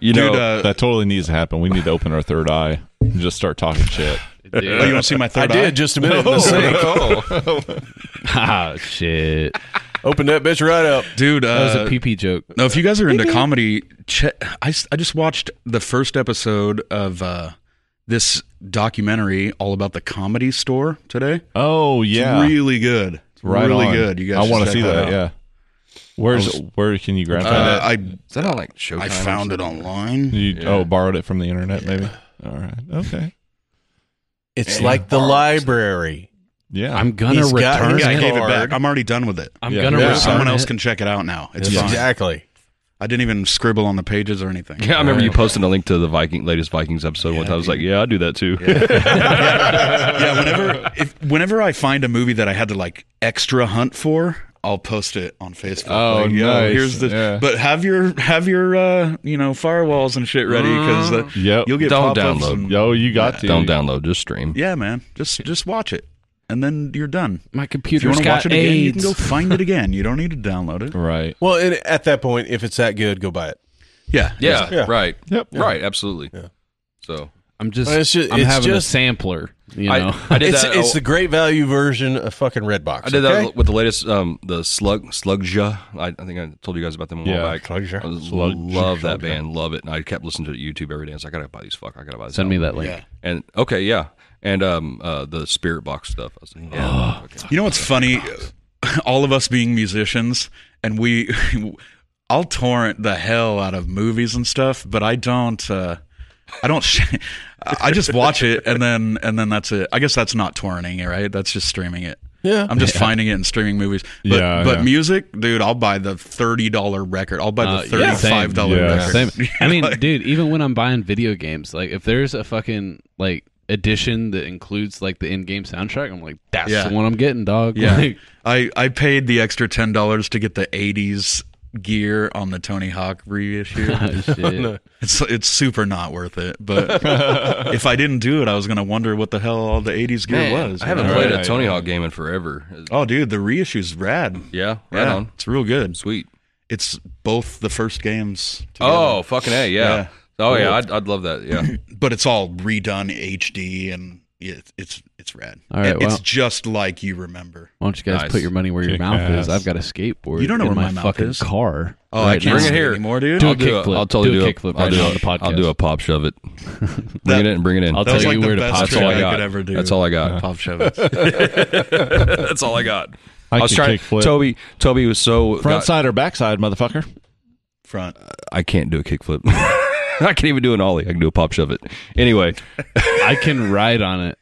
Speaker 5: You know,
Speaker 1: Dude, uh,
Speaker 2: that totally needs to happen. We need to open our third eye and just start talking shit.
Speaker 1: oh, you want to see my
Speaker 4: I
Speaker 1: third eye?
Speaker 4: did just a minute in the sink. Oh.
Speaker 3: Ah, shit.
Speaker 4: Open that bitch right up.
Speaker 1: dude. Uh,
Speaker 3: That was a PP joke.
Speaker 1: No, if you guys are into comedy, che- I, s- I just watched the first episode of uh, this documentary all about the comedy store today.
Speaker 2: Oh yeah,
Speaker 1: It's really good. It's
Speaker 2: right
Speaker 1: really
Speaker 2: on.
Speaker 1: good. You guys,
Speaker 2: I
Speaker 1: want to
Speaker 2: see that. Yeah. Where's where can you grab
Speaker 1: Uh,
Speaker 2: that?
Speaker 1: I
Speaker 5: is that on like Showtime?
Speaker 1: I
Speaker 5: or
Speaker 1: found it
Speaker 5: something?
Speaker 1: online.
Speaker 2: You, Oh, borrowed it from the internet, maybe. All right. Okay.
Speaker 4: It's like the library.
Speaker 2: Yeah.
Speaker 3: I'm gonna
Speaker 4: He's got-
Speaker 3: return
Speaker 4: he's
Speaker 1: Yeah, I
Speaker 3: it.
Speaker 4: got-
Speaker 1: gave it
Speaker 4: Card.
Speaker 1: back. I'm already done with it.
Speaker 3: I'm
Speaker 2: Yeah.
Speaker 3: gonna
Speaker 2: Yeah.
Speaker 3: return
Speaker 1: Someone else
Speaker 3: it.
Speaker 1: can check it out now. It's fine.
Speaker 4: Exactly.
Speaker 1: I didn't even scribble on the pages or anything.
Speaker 5: Yeah, I remember you posted a link to the Viking latest Vikings episode one time. I was like, yeah, I do that too.
Speaker 1: yeah, whenever if, whenever I find a movie that I had to like extra hunt for, I'll post it on Facebook.
Speaker 2: Oh,
Speaker 1: like, yo,
Speaker 2: nice.
Speaker 1: here's the.
Speaker 2: Yeah.
Speaker 1: But have your have your uh, you know firewalls and shit ready because uh,
Speaker 2: Yep.
Speaker 1: you'll get
Speaker 5: Don't
Speaker 1: pop-ups
Speaker 5: download.
Speaker 1: and-
Speaker 2: Yo, you got to.
Speaker 5: Don't download, just stream.
Speaker 1: yeah, man, just just watch it and then you're done.
Speaker 3: My
Speaker 1: If you
Speaker 3: computer's
Speaker 1: want to
Speaker 3: got
Speaker 1: watch it again, you can
Speaker 3: AIDS.
Speaker 1: go find it again. You don't need to download it.
Speaker 2: Right.
Speaker 4: Well, and at that point, if it's that good, go buy it.
Speaker 1: Yeah,
Speaker 5: Yeah, right.
Speaker 2: Yep.
Speaker 5: Right, absolutely. So
Speaker 3: I'm just.
Speaker 4: Well, it's ju-
Speaker 3: I'm
Speaker 4: it's
Speaker 3: having
Speaker 4: just-
Speaker 3: a sampler. You
Speaker 5: I-
Speaker 3: know.
Speaker 5: I, did
Speaker 4: It's,
Speaker 5: that.
Speaker 4: it's the great value version of fucking Redbox.
Speaker 5: I did
Speaker 4: okay?
Speaker 5: that with the latest, um, the Slug Slugja. I, I think I told you guys about them a while
Speaker 2: Yeah.
Speaker 5: back.
Speaker 4: Slugja.
Speaker 5: I was-
Speaker 2: Slug-
Speaker 5: love that band, love it. And I kept listening to YouTube every day. I was like, I gotta buy these. Fuck, I gotta buy this.
Speaker 3: Send me
Speaker 5: album.
Speaker 3: that link.
Speaker 5: And okay, yeah, and um, uh, the Spirit Box stuff. I was like, yeah, okay.
Speaker 1: You know what's funny? All of us being musicians, and we, I'll torrent the hell out of movies and stuff, but I don't. Uh, I don't. Sh- I just watch it, and then and then that's it. I guess that's not torrenting it, right? That's just streaming it.
Speaker 4: Yeah.
Speaker 1: I'm just finding it and streaming movies. But,
Speaker 2: Yeah,
Speaker 1: but
Speaker 2: yeah.
Speaker 1: music, dude, I'll buy the thirty dollar record. I'll buy the
Speaker 3: Uh, yeah,
Speaker 1: thirty-five dollar
Speaker 2: same. Yeah.
Speaker 1: record.
Speaker 3: Same. I mean, dude, even when I'm buying video games, like if there's a fucking like edition that includes like the in-game soundtrack, I'm like, that's
Speaker 1: Yeah.
Speaker 3: the one I'm getting, dog.
Speaker 1: Yeah,
Speaker 3: Like,
Speaker 1: I I paid the extra ten dollars to get the '80s gear on the Tony Hawk reissue.
Speaker 3: Oh, shit.
Speaker 1: It's it's super not worth it. But if I didn't do it, I was gonna wonder what the hell all the '80s gear was.
Speaker 5: I
Speaker 1: you
Speaker 5: haven't
Speaker 1: know?
Speaker 5: played a
Speaker 2: Right.
Speaker 5: Tony Hawk game in forever.
Speaker 1: Oh, dude, the reissue's rad.
Speaker 5: Yeah, right
Speaker 1: Yeah,
Speaker 5: on.
Speaker 1: it's real good.
Speaker 5: Sweet.
Speaker 1: It's both the first games. together.
Speaker 5: Oh, fucking a, yeah.
Speaker 1: Yeah.
Speaker 5: Oh
Speaker 1: Cool.
Speaker 5: yeah, I'd, I'd love that. Yeah,
Speaker 1: but it's all redone HD and it, it's it's rad.
Speaker 3: All right,
Speaker 1: It- it's
Speaker 3: well.
Speaker 1: just like you remember.
Speaker 3: Why don't you guys
Speaker 5: Nice.
Speaker 3: put your money where your
Speaker 2: Kick
Speaker 3: mouth
Speaker 2: ass.
Speaker 3: is? I've got a skateboard.
Speaker 1: You don't know where
Speaker 3: in my,
Speaker 1: my mouth
Speaker 3: fucking
Speaker 1: is.
Speaker 3: car.
Speaker 1: Oh, I
Speaker 3: right
Speaker 1: can't
Speaker 3: now.
Speaker 5: Bring it
Speaker 1: see
Speaker 5: here.
Speaker 1: anymore, dude.
Speaker 3: Do a
Speaker 5: I'll do
Speaker 3: kickflip.
Speaker 5: I'll totally
Speaker 3: Do
Speaker 5: do,
Speaker 3: a
Speaker 5: a
Speaker 3: kickflip
Speaker 5: I'll
Speaker 3: right
Speaker 5: do
Speaker 3: now
Speaker 5: a,
Speaker 3: on the podcast.
Speaker 5: I'll do a pop shove it. Bring
Speaker 1: That-
Speaker 5: it in. Bring it in.
Speaker 3: I'll
Speaker 1: That was
Speaker 3: tell
Speaker 1: like
Speaker 3: you
Speaker 1: the
Speaker 3: where to
Speaker 1: best
Speaker 3: pop
Speaker 5: That's
Speaker 1: trick
Speaker 5: all I
Speaker 1: I,
Speaker 5: got.
Speaker 1: could ever do.
Speaker 5: That's all I got.
Speaker 1: Pop shove it.
Speaker 5: That's all I got. I, was
Speaker 2: could
Speaker 5: trying.
Speaker 2: kickflip.
Speaker 5: Toby. Toby was so.
Speaker 2: Front
Speaker 5: got-
Speaker 2: side or backside, motherfucker.
Speaker 1: Front.
Speaker 5: I can't do a kickflip. I can't even do an ollie. I can do a pop shove it. Anyway,
Speaker 3: I can ride on it.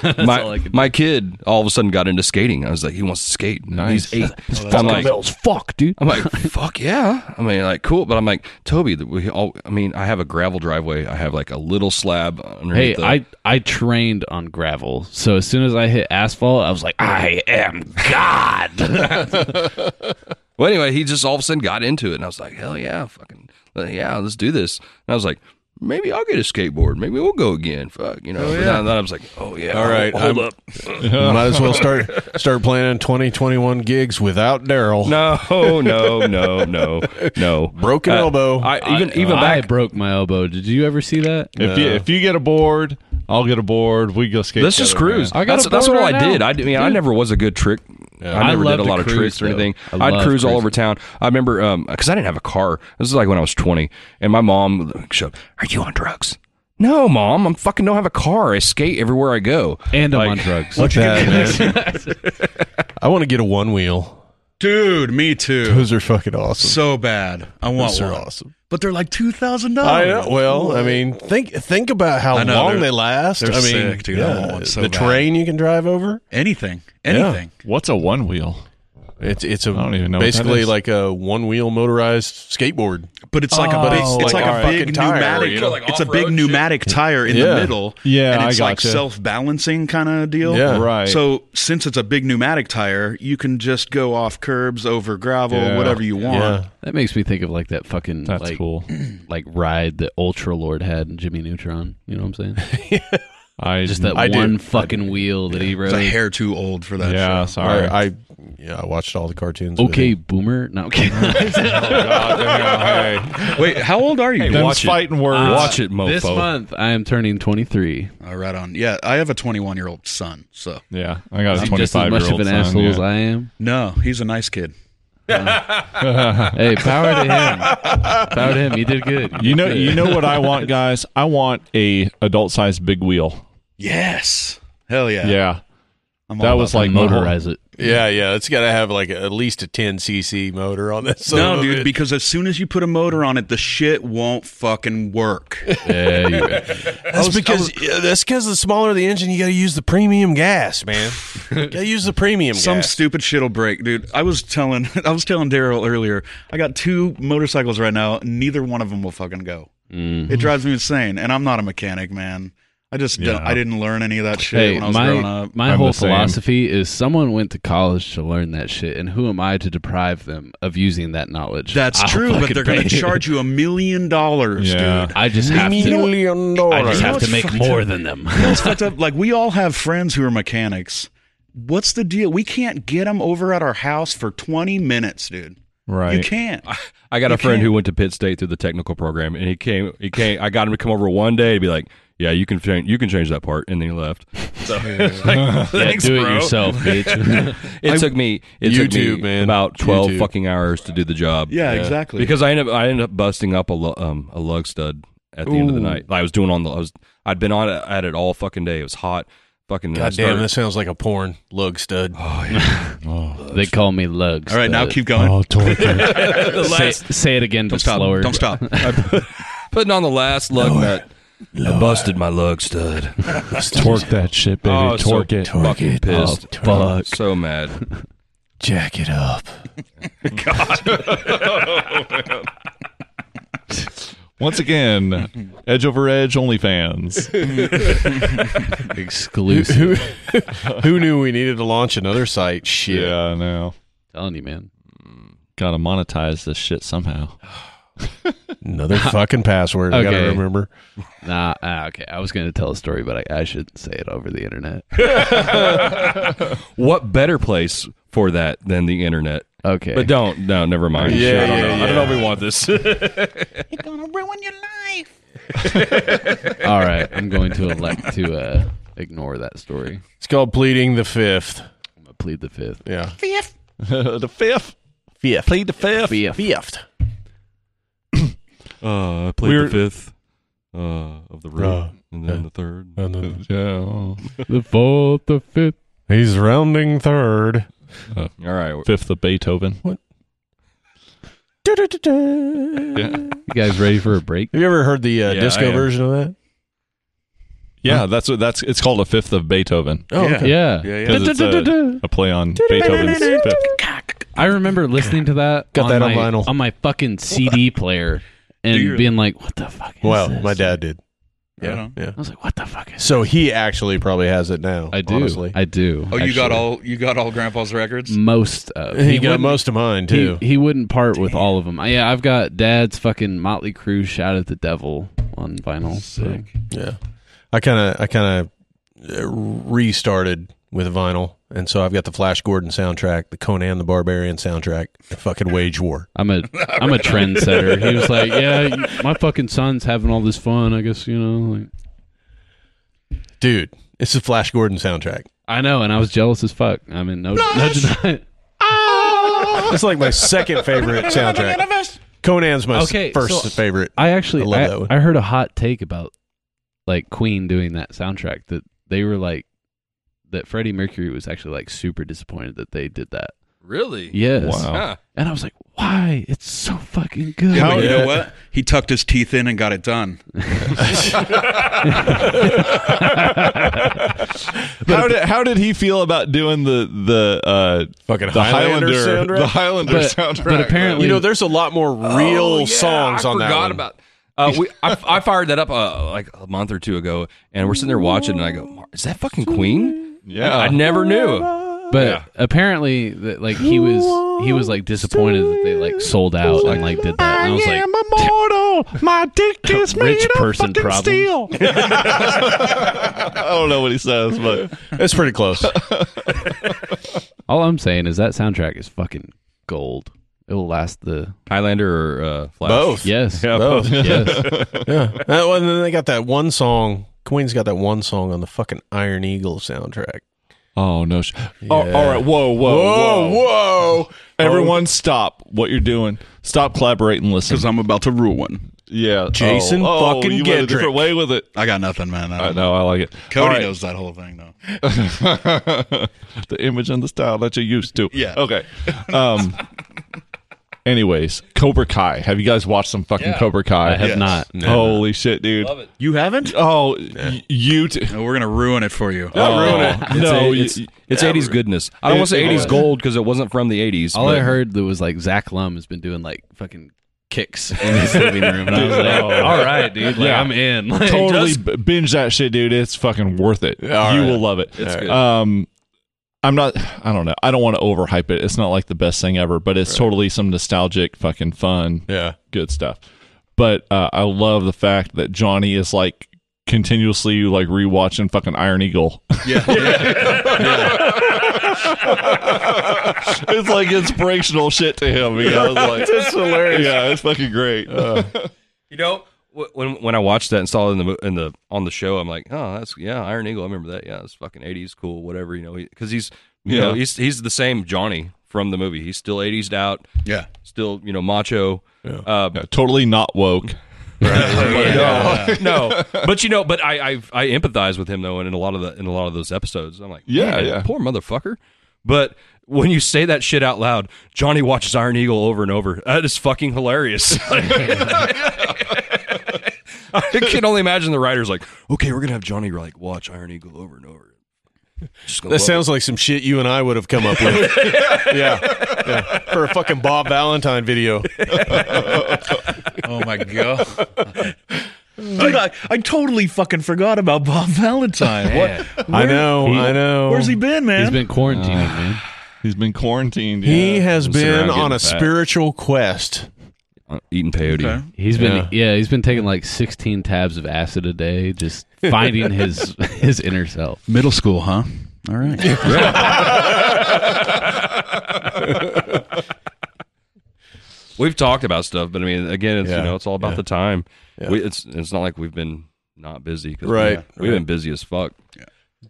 Speaker 3: That's all I
Speaker 5: my
Speaker 3: can
Speaker 5: my kid all of a sudden got into skating. I was like, he wants to skate. He's eight. I'm like,
Speaker 3: fuck, dude.
Speaker 5: I'm like, fuck yeah. I mean, like, cool. But I'm like, Toby, we all, I mean, I have a gravel driveway. I have like a little slab
Speaker 3: Hey,
Speaker 5: underneath. the,
Speaker 3: I, I trained on gravel. So as soon as I hit asphalt, I was like, I am God.
Speaker 5: Well, anyway, he just all of a sudden got into it, and I was like, hell yeah, fucking uh, yeah, let's do this. And I was like, maybe I'll get a skateboard. Maybe we'll go again. Fuck, you know. but then, then I was like, oh yeah,
Speaker 4: All right,
Speaker 5: hold, hold
Speaker 4: I'm-
Speaker 5: up.
Speaker 4: Might as well start start planning 2021 gigs without Daryl.
Speaker 5: No, no, no, no, no. Uh,
Speaker 4: Broken elbow.
Speaker 5: I even even
Speaker 3: I
Speaker 5: back.
Speaker 3: broke my elbow. Did you ever see that? Uh,
Speaker 2: If you if you get a board, I'll get a board. We go skate.
Speaker 5: Let's just
Speaker 2: together,
Speaker 5: cruise.
Speaker 2: man.
Speaker 3: I got
Speaker 5: that's
Speaker 3: a
Speaker 5: that's
Speaker 3: board
Speaker 5: what
Speaker 3: right
Speaker 5: I did.
Speaker 3: now.
Speaker 5: I, did- I mean, I never was a good trick. I
Speaker 3: I
Speaker 5: never
Speaker 3: love
Speaker 5: did a
Speaker 3: to
Speaker 5: lot of
Speaker 3: cruise,
Speaker 5: tricks or
Speaker 3: though.
Speaker 5: anything.
Speaker 3: I
Speaker 5: I'd
Speaker 3: love
Speaker 5: cruise all
Speaker 3: cruising.
Speaker 5: over town. I remember because I didn't have a car. This is like when I was twenty, and my mom would, like, showed, "Are you on drugs?" No, mom, I'm fucking don't have a car. I skate everywhere I go.
Speaker 3: And I'm
Speaker 5: Like-
Speaker 3: on drugs.
Speaker 4: I want to get a one wheel.
Speaker 1: Dude, me too.
Speaker 4: Those are fucking awesome.
Speaker 1: So bad. I want
Speaker 4: Those
Speaker 1: one.
Speaker 4: are awesome.
Speaker 1: But they're like two thousand
Speaker 4: I
Speaker 1: dollars.
Speaker 4: know. Well, I mean, think think about how
Speaker 1: I know,
Speaker 4: long
Speaker 1: they're-
Speaker 4: they last.
Speaker 1: they're
Speaker 4: I mean,
Speaker 1: sick, dude. I
Speaker 4: yeah,
Speaker 1: want one so
Speaker 4: the
Speaker 1: bad.
Speaker 4: terrain you can drive over.
Speaker 1: anything, anything.
Speaker 2: What's a one wheel?
Speaker 4: It's it's a
Speaker 2: don't even know what that
Speaker 4: basically
Speaker 2: is.
Speaker 4: like a one wheel motorized skateboard.
Speaker 1: But it's like a big, it's like,
Speaker 4: like
Speaker 1: a
Speaker 4: a
Speaker 1: big
Speaker 4: fucking tire,
Speaker 1: pneumatic.
Speaker 4: you know,
Speaker 5: like
Speaker 1: it's a
Speaker 5: off-road
Speaker 1: big pneumatic tire in
Speaker 4: Yeah.
Speaker 1: the middle.
Speaker 2: Yeah,
Speaker 1: and
Speaker 2: I
Speaker 1: it's like
Speaker 2: gotcha.
Speaker 1: self balancing kind of deal.
Speaker 4: Yeah.
Speaker 2: Right.
Speaker 1: So since it's a big pneumatic tire, you can just go off curbs, over gravel,
Speaker 2: Yeah.
Speaker 1: whatever you want.
Speaker 4: Yeah,
Speaker 3: That makes me think of like that fucking
Speaker 2: That's
Speaker 3: like
Speaker 2: cool.
Speaker 3: like ride that Ultra Lord had in Jimmy Neutron. You know what I'm saying?
Speaker 2: I
Speaker 3: Just that
Speaker 4: I do.
Speaker 3: one fucking wheel that he
Speaker 1: It's a
Speaker 3: rode.
Speaker 1: hair too old for that.
Speaker 2: Yeah,
Speaker 1: shit.
Speaker 2: sorry.
Speaker 4: I, I yeah I watched all the cartoons. with
Speaker 3: Okay,
Speaker 4: him.
Speaker 3: boomer. No, okay.
Speaker 1: Wait, how old are you?
Speaker 2: Them's
Speaker 5: watch it.
Speaker 2: fighting words.
Speaker 5: Watch it,
Speaker 3: Uh,
Speaker 5: mofo.
Speaker 3: this month I am turning 23.
Speaker 1: Uh, right on. Yeah, I have a 21 year old son. So
Speaker 2: Yeah, I got a
Speaker 3: I'm just as
Speaker 2: twenty-five
Speaker 3: much
Speaker 2: year
Speaker 3: of
Speaker 2: old
Speaker 3: an
Speaker 2: son.
Speaker 3: asshole as
Speaker 2: yeah.
Speaker 3: I am.
Speaker 1: no, he's a nice kid.
Speaker 3: Hey, power to him. power to him. You did good.
Speaker 2: You know, you know what I want, guys. I want a adult-sized big wheel.
Speaker 1: Yes. Hell yeah.
Speaker 2: Yeah,
Speaker 1: I'm
Speaker 2: that
Speaker 1: all
Speaker 2: was
Speaker 1: about
Speaker 2: like the whole-
Speaker 3: motorize it.
Speaker 4: Yeah, yeah, it's got to have like at least a 10 cc motor on this.
Speaker 1: that. No, dude, because as soon as you put a motor on it, the shit won't fucking work.
Speaker 3: Yeah, you're right.
Speaker 4: That's because yeah, that's because the smaller the engine, you got to use the premium gas, man. got to use the premium
Speaker 1: Some
Speaker 4: gas.
Speaker 1: stupid shit'll break, dude. I was telling I was telling Daryl earlier, I got two motorcycles right now, and neither one of them will fucking go.
Speaker 3: Mm-hmm.
Speaker 1: It drives me insane, and I'm not a mechanic, man. I just don't, I didn't learn any of that shit
Speaker 3: Hey,
Speaker 1: when I was growing
Speaker 3: my,
Speaker 1: up.
Speaker 3: my
Speaker 2: I'm
Speaker 3: whole
Speaker 2: the same.
Speaker 3: philosophy is someone went to college to learn that shit, and who am I to deprive them of using that knowledge?
Speaker 1: That's
Speaker 3: I'll
Speaker 1: true, but
Speaker 3: fucking
Speaker 1: they're going
Speaker 3: pay.
Speaker 1: to charge you a million dollars,
Speaker 2: Yeah.
Speaker 1: dude.
Speaker 3: I just have to.
Speaker 4: Million
Speaker 3: I
Speaker 4: dollars.
Speaker 3: just have
Speaker 1: what's
Speaker 3: to make
Speaker 1: fucked
Speaker 3: more
Speaker 1: up?
Speaker 3: than them.
Speaker 1: It's fucked up. Like we all have friends who are mechanics. What's the deal? We can't get them over at our house for 20 minutes, dude.
Speaker 2: Right.
Speaker 1: You can't.
Speaker 5: I got
Speaker 1: You
Speaker 5: a friend
Speaker 1: can't-
Speaker 5: who went to Pitt State through the technical program, and he came. He came. I got him to come over one day to be like, "Yeah, you can change. You can change that part," and then he left. So
Speaker 3: Yeah, do it yourself, bitch.
Speaker 5: it took me. It took
Speaker 4: YouTube,
Speaker 5: me
Speaker 4: man.
Speaker 5: about twelve
Speaker 4: YouTube.
Speaker 5: fucking hours to do the job.
Speaker 1: Yeah, exactly.
Speaker 5: Because I ended up, I ended up busting up a lu- um, a lug stud at the end of the night. I was doing on the. I was. I'd been on it, at it all fucking day. It was hot. Fucking.
Speaker 4: God damn, that sounds like a porn lug stud.
Speaker 3: they call me lugs.
Speaker 1: all right, now
Speaker 3: but-
Speaker 1: keep going.
Speaker 3: say, say it again,
Speaker 1: Don't
Speaker 3: but
Speaker 1: stop.
Speaker 3: Oh, slower.
Speaker 1: Don't stop.
Speaker 5: Putting on the last lug nut. I busted my lug stud.
Speaker 2: Torque that shit, baby.
Speaker 5: Oh, so
Speaker 2: Torque it.
Speaker 5: fucking pissed.
Speaker 3: Oh, fuck.
Speaker 5: So mad.
Speaker 4: Jack it up.
Speaker 2: Once again, Edge over Edge OnlyFans.
Speaker 3: Exclusive.
Speaker 4: who, who knew we needed to launch another site? Shit.
Speaker 2: yeah, I know.
Speaker 3: telling you, man.
Speaker 2: Gotta monetize this shit somehow.
Speaker 4: Another fucking password. I
Speaker 3: Okay.
Speaker 4: gotta remember.
Speaker 3: Nah, ah, okay. I was going to tell a story, but I, I shouldn't say it over the internet.
Speaker 5: What better place for that than the internet?
Speaker 3: Okay.
Speaker 5: But don't. No, never mind.
Speaker 4: Yeah,
Speaker 5: I don't
Speaker 4: yeah,
Speaker 5: know. I don't know if we want this.
Speaker 3: All right. I'm going to elect to uh, ignore that story.
Speaker 4: It's called pleading the fifth.
Speaker 3: I'm going to plead the fifth.
Speaker 4: Yeah.
Speaker 2: the fifth.
Speaker 4: Fifth.
Speaker 2: Plead the fifth.
Speaker 3: Fifth.
Speaker 4: Fifth.
Speaker 5: Uh, I played
Speaker 2: We're-
Speaker 5: the fifth uh, of the road,
Speaker 4: Uh,
Speaker 5: and then the third.
Speaker 2: Yeah.
Speaker 3: The fourth, the fifth.
Speaker 4: He's rounding third.
Speaker 5: All right.
Speaker 2: Fifth of Beethoven.
Speaker 3: You guys ready for a break?
Speaker 4: Have you ever heard the uh,
Speaker 2: Yeah, I
Speaker 4: disco
Speaker 2: am.
Speaker 4: version of that?
Speaker 2: Yeah, that's what that's it's called a fifth of Beethoven.
Speaker 4: Oh, okay.
Speaker 3: Yeah.
Speaker 1: Yeah, yeah.
Speaker 2: 'Cause it's a, a play on Beethoven's fifth.
Speaker 3: I remember listening to that,
Speaker 4: Got that on
Speaker 3: my,
Speaker 4: vinyl.
Speaker 3: on my fucking CD player
Speaker 1: Do
Speaker 3: and
Speaker 1: you-
Speaker 3: being like, what the fuck is
Speaker 4: Well,
Speaker 3: this?
Speaker 4: my dad did.
Speaker 1: Right
Speaker 4: Yeah.
Speaker 1: on.
Speaker 4: Yeah.
Speaker 3: I was like, what the fuck is
Speaker 4: So he actually probably has it now.
Speaker 3: I do.
Speaker 4: Honestly.
Speaker 3: I do.
Speaker 1: Oh, you got
Speaker 3: actually.
Speaker 1: all you got all grandpa's records.
Speaker 3: most of
Speaker 4: he, got
Speaker 3: wouldn't-
Speaker 4: most of mine too.
Speaker 3: He, he wouldn't part with all of them. I, yeah, I've got dad's fucking Motley Crue "Shout at the Devil" on vinyl. so-
Speaker 4: yeah. I kind of I kind of restarted with vinyl, and so I've got the Flash Gordon soundtrack, the Conan the Barbarian soundtrack, the fucking Wage War.
Speaker 3: I'm a I'm a trendsetter. He was like, "Yeah, y- my fucking son's having all this fun. I guess you know." Like,
Speaker 4: Dude, it's the Flash Gordon soundtrack.
Speaker 3: I know, and I was jealous as fuck. I mean, no, no deny.
Speaker 4: It's like my second favorite soundtrack. Conan's my s-
Speaker 3: Okay,
Speaker 4: first
Speaker 3: so-
Speaker 4: favorite.
Speaker 3: I actually
Speaker 4: I
Speaker 3: I,
Speaker 4: love that one.
Speaker 3: I heard a hot take about like Queen doing that soundtrack that they were like that Freddie Mercury was actually like super disappointed that they did that.
Speaker 5: Really?
Speaker 3: Yes.
Speaker 5: Huh.
Speaker 3: And I was like, "Why? It's so fucking good."
Speaker 1: How you
Speaker 4: Yeah.
Speaker 1: know what? He tucked his teeth in and got it done.
Speaker 2: How did how did he feel about doing the the uh
Speaker 4: Fucking
Speaker 2: the Highlander,
Speaker 4: soundtrack.
Speaker 2: the Highlander
Speaker 3: But-
Speaker 2: soundtrack?
Speaker 3: but apparently-
Speaker 4: you know, there's a lot more real
Speaker 5: Oh, yeah,
Speaker 4: songs
Speaker 5: I
Speaker 4: on that.
Speaker 5: forgot
Speaker 4: one.
Speaker 5: about. Uh, we, I, I fired that up uh, like a month or two ago, and we're sitting there watching, and I go, "Mar- "Is that fucking Queen?"
Speaker 2: yeah,
Speaker 5: I never knew.
Speaker 3: But apparently, that like he was he was like disappointed that they like sold out and like did that. And I was like, rich person problem.
Speaker 2: I don't know what he says, but
Speaker 4: It's pretty close.
Speaker 3: All I'm saying is that soundtrack is fucking gold. It will last the
Speaker 5: Highlander or uh, Flash?
Speaker 4: Both.
Speaker 3: yes,
Speaker 4: Both.
Speaker 3: yes.
Speaker 4: Yeah. That one, and then they got that one song. Queen's got that one song on the fucking Iron Eagle soundtrack.
Speaker 2: oh no! Sh- oh, all right, whoa, whoa, whoa,
Speaker 4: whoa.
Speaker 2: Everyone, stop what you're doing. Stop collaborating. Listen,
Speaker 1: Because I'm about to ruin one.
Speaker 2: yeah,
Speaker 4: Jason
Speaker 2: oh,
Speaker 4: fucking
Speaker 2: you went a different
Speaker 4: Gedrick.
Speaker 2: way with it.
Speaker 1: I got nothing, man. I
Speaker 2: I
Speaker 1: don't know.
Speaker 2: know. I like it.
Speaker 1: Cody
Speaker 2: All right.
Speaker 1: knows that whole thing though.
Speaker 2: the image and the style that you're used to.
Speaker 1: Yeah.
Speaker 2: Okay. Um. anyways, Cobra Kai. Have you guys watched some fucking Cobra Kai?
Speaker 3: I have
Speaker 1: Yes.
Speaker 3: not.
Speaker 2: Holy shit, dude!
Speaker 1: You haven't?
Speaker 2: Oh, y- you. T-
Speaker 1: No, we're gonna ruin it for you.
Speaker 2: oh,
Speaker 5: It's
Speaker 2: No,
Speaker 5: a-
Speaker 2: you-
Speaker 5: it's, it's 80s goodness. I don't want to say 80s gold because it wasn't from the 80s.
Speaker 3: All
Speaker 5: but
Speaker 3: I heard that was like Zach Lum has been doing like fucking kicks in his living room, and I was like, "All right, dude, like,
Speaker 2: Yeah.
Speaker 3: I'm in." Like,
Speaker 2: totally b- binge that shit, dude. It's fucking worth it. you will love it.
Speaker 5: It's good.
Speaker 2: Um, I'm not. I don't know. I don't want to overhype it. It's not like the best thing ever, but it's totally some nostalgic, fucking fun,
Speaker 4: Yeah.
Speaker 2: good stuff. But uh, I love the fact that Johnny is like continuously like rewatching fucking Iron Eagle.
Speaker 1: Yeah. yeah.
Speaker 2: it's like inspirational shit to him. You know? It's like, hilarious. Yeah, it's fucking great.
Speaker 5: You know, wh- when when I watched that and saw it in the mo- in the on the show, I'm like, oh, that's yeah, Iron Eagle. I remember that. Yeah, it's fucking 80s, cool, whatever. You know, because he's you know
Speaker 2: Yeah.
Speaker 5: he's he's the same Johnny from the movie. He's still 80s out,
Speaker 1: Yeah.
Speaker 5: still you know macho. Uh,
Speaker 2: Yeah, totally not woke.
Speaker 5: no, but you know, but I, I I empathize with him though, and in a lot of the in a lot of those episodes, I'm like,
Speaker 2: Yeah,
Speaker 5: "Man,
Speaker 2: yeah.
Speaker 5: poor motherfucker. But when you say that shit out loud, Johnny watches Iron Eagle over and over. That is fucking hilarious. I can only imagine the writers like, okay, we're gonna have Johnny like watch Iron Eagle over and over. Just gonna
Speaker 4: That
Speaker 5: love
Speaker 4: sounds like some shit you and I would have come up with. yeah. Yeah. For a fucking Bob Valentine video.
Speaker 1: Oh my god. Dude, I, I totally fucking forgot about Bob Valentine. What?
Speaker 4: I know. I know.
Speaker 1: Where's he been, man?
Speaker 3: He's been quarantining, man.
Speaker 2: He's been quarantined.
Speaker 4: He
Speaker 2: yeah.
Speaker 4: has
Speaker 2: Sits around
Speaker 4: been
Speaker 2: getting
Speaker 4: on a
Speaker 2: fat.
Speaker 4: spiritual quest.
Speaker 5: Uh, eating peyote.
Speaker 1: Okay.
Speaker 3: He's been
Speaker 4: Yeah.
Speaker 3: yeah. he's been taking like 16 tabs of acid a day just finding his his inner self.
Speaker 1: Middle school, huh? All right.
Speaker 5: We've talked about stuff, but I mean, again, it's,
Speaker 4: Yeah.
Speaker 5: you know, it's all about the time.
Speaker 4: Yeah.
Speaker 5: We, it's it's not like we've been not busy. 'cause
Speaker 4: Right.
Speaker 5: We, have been busy as fuck.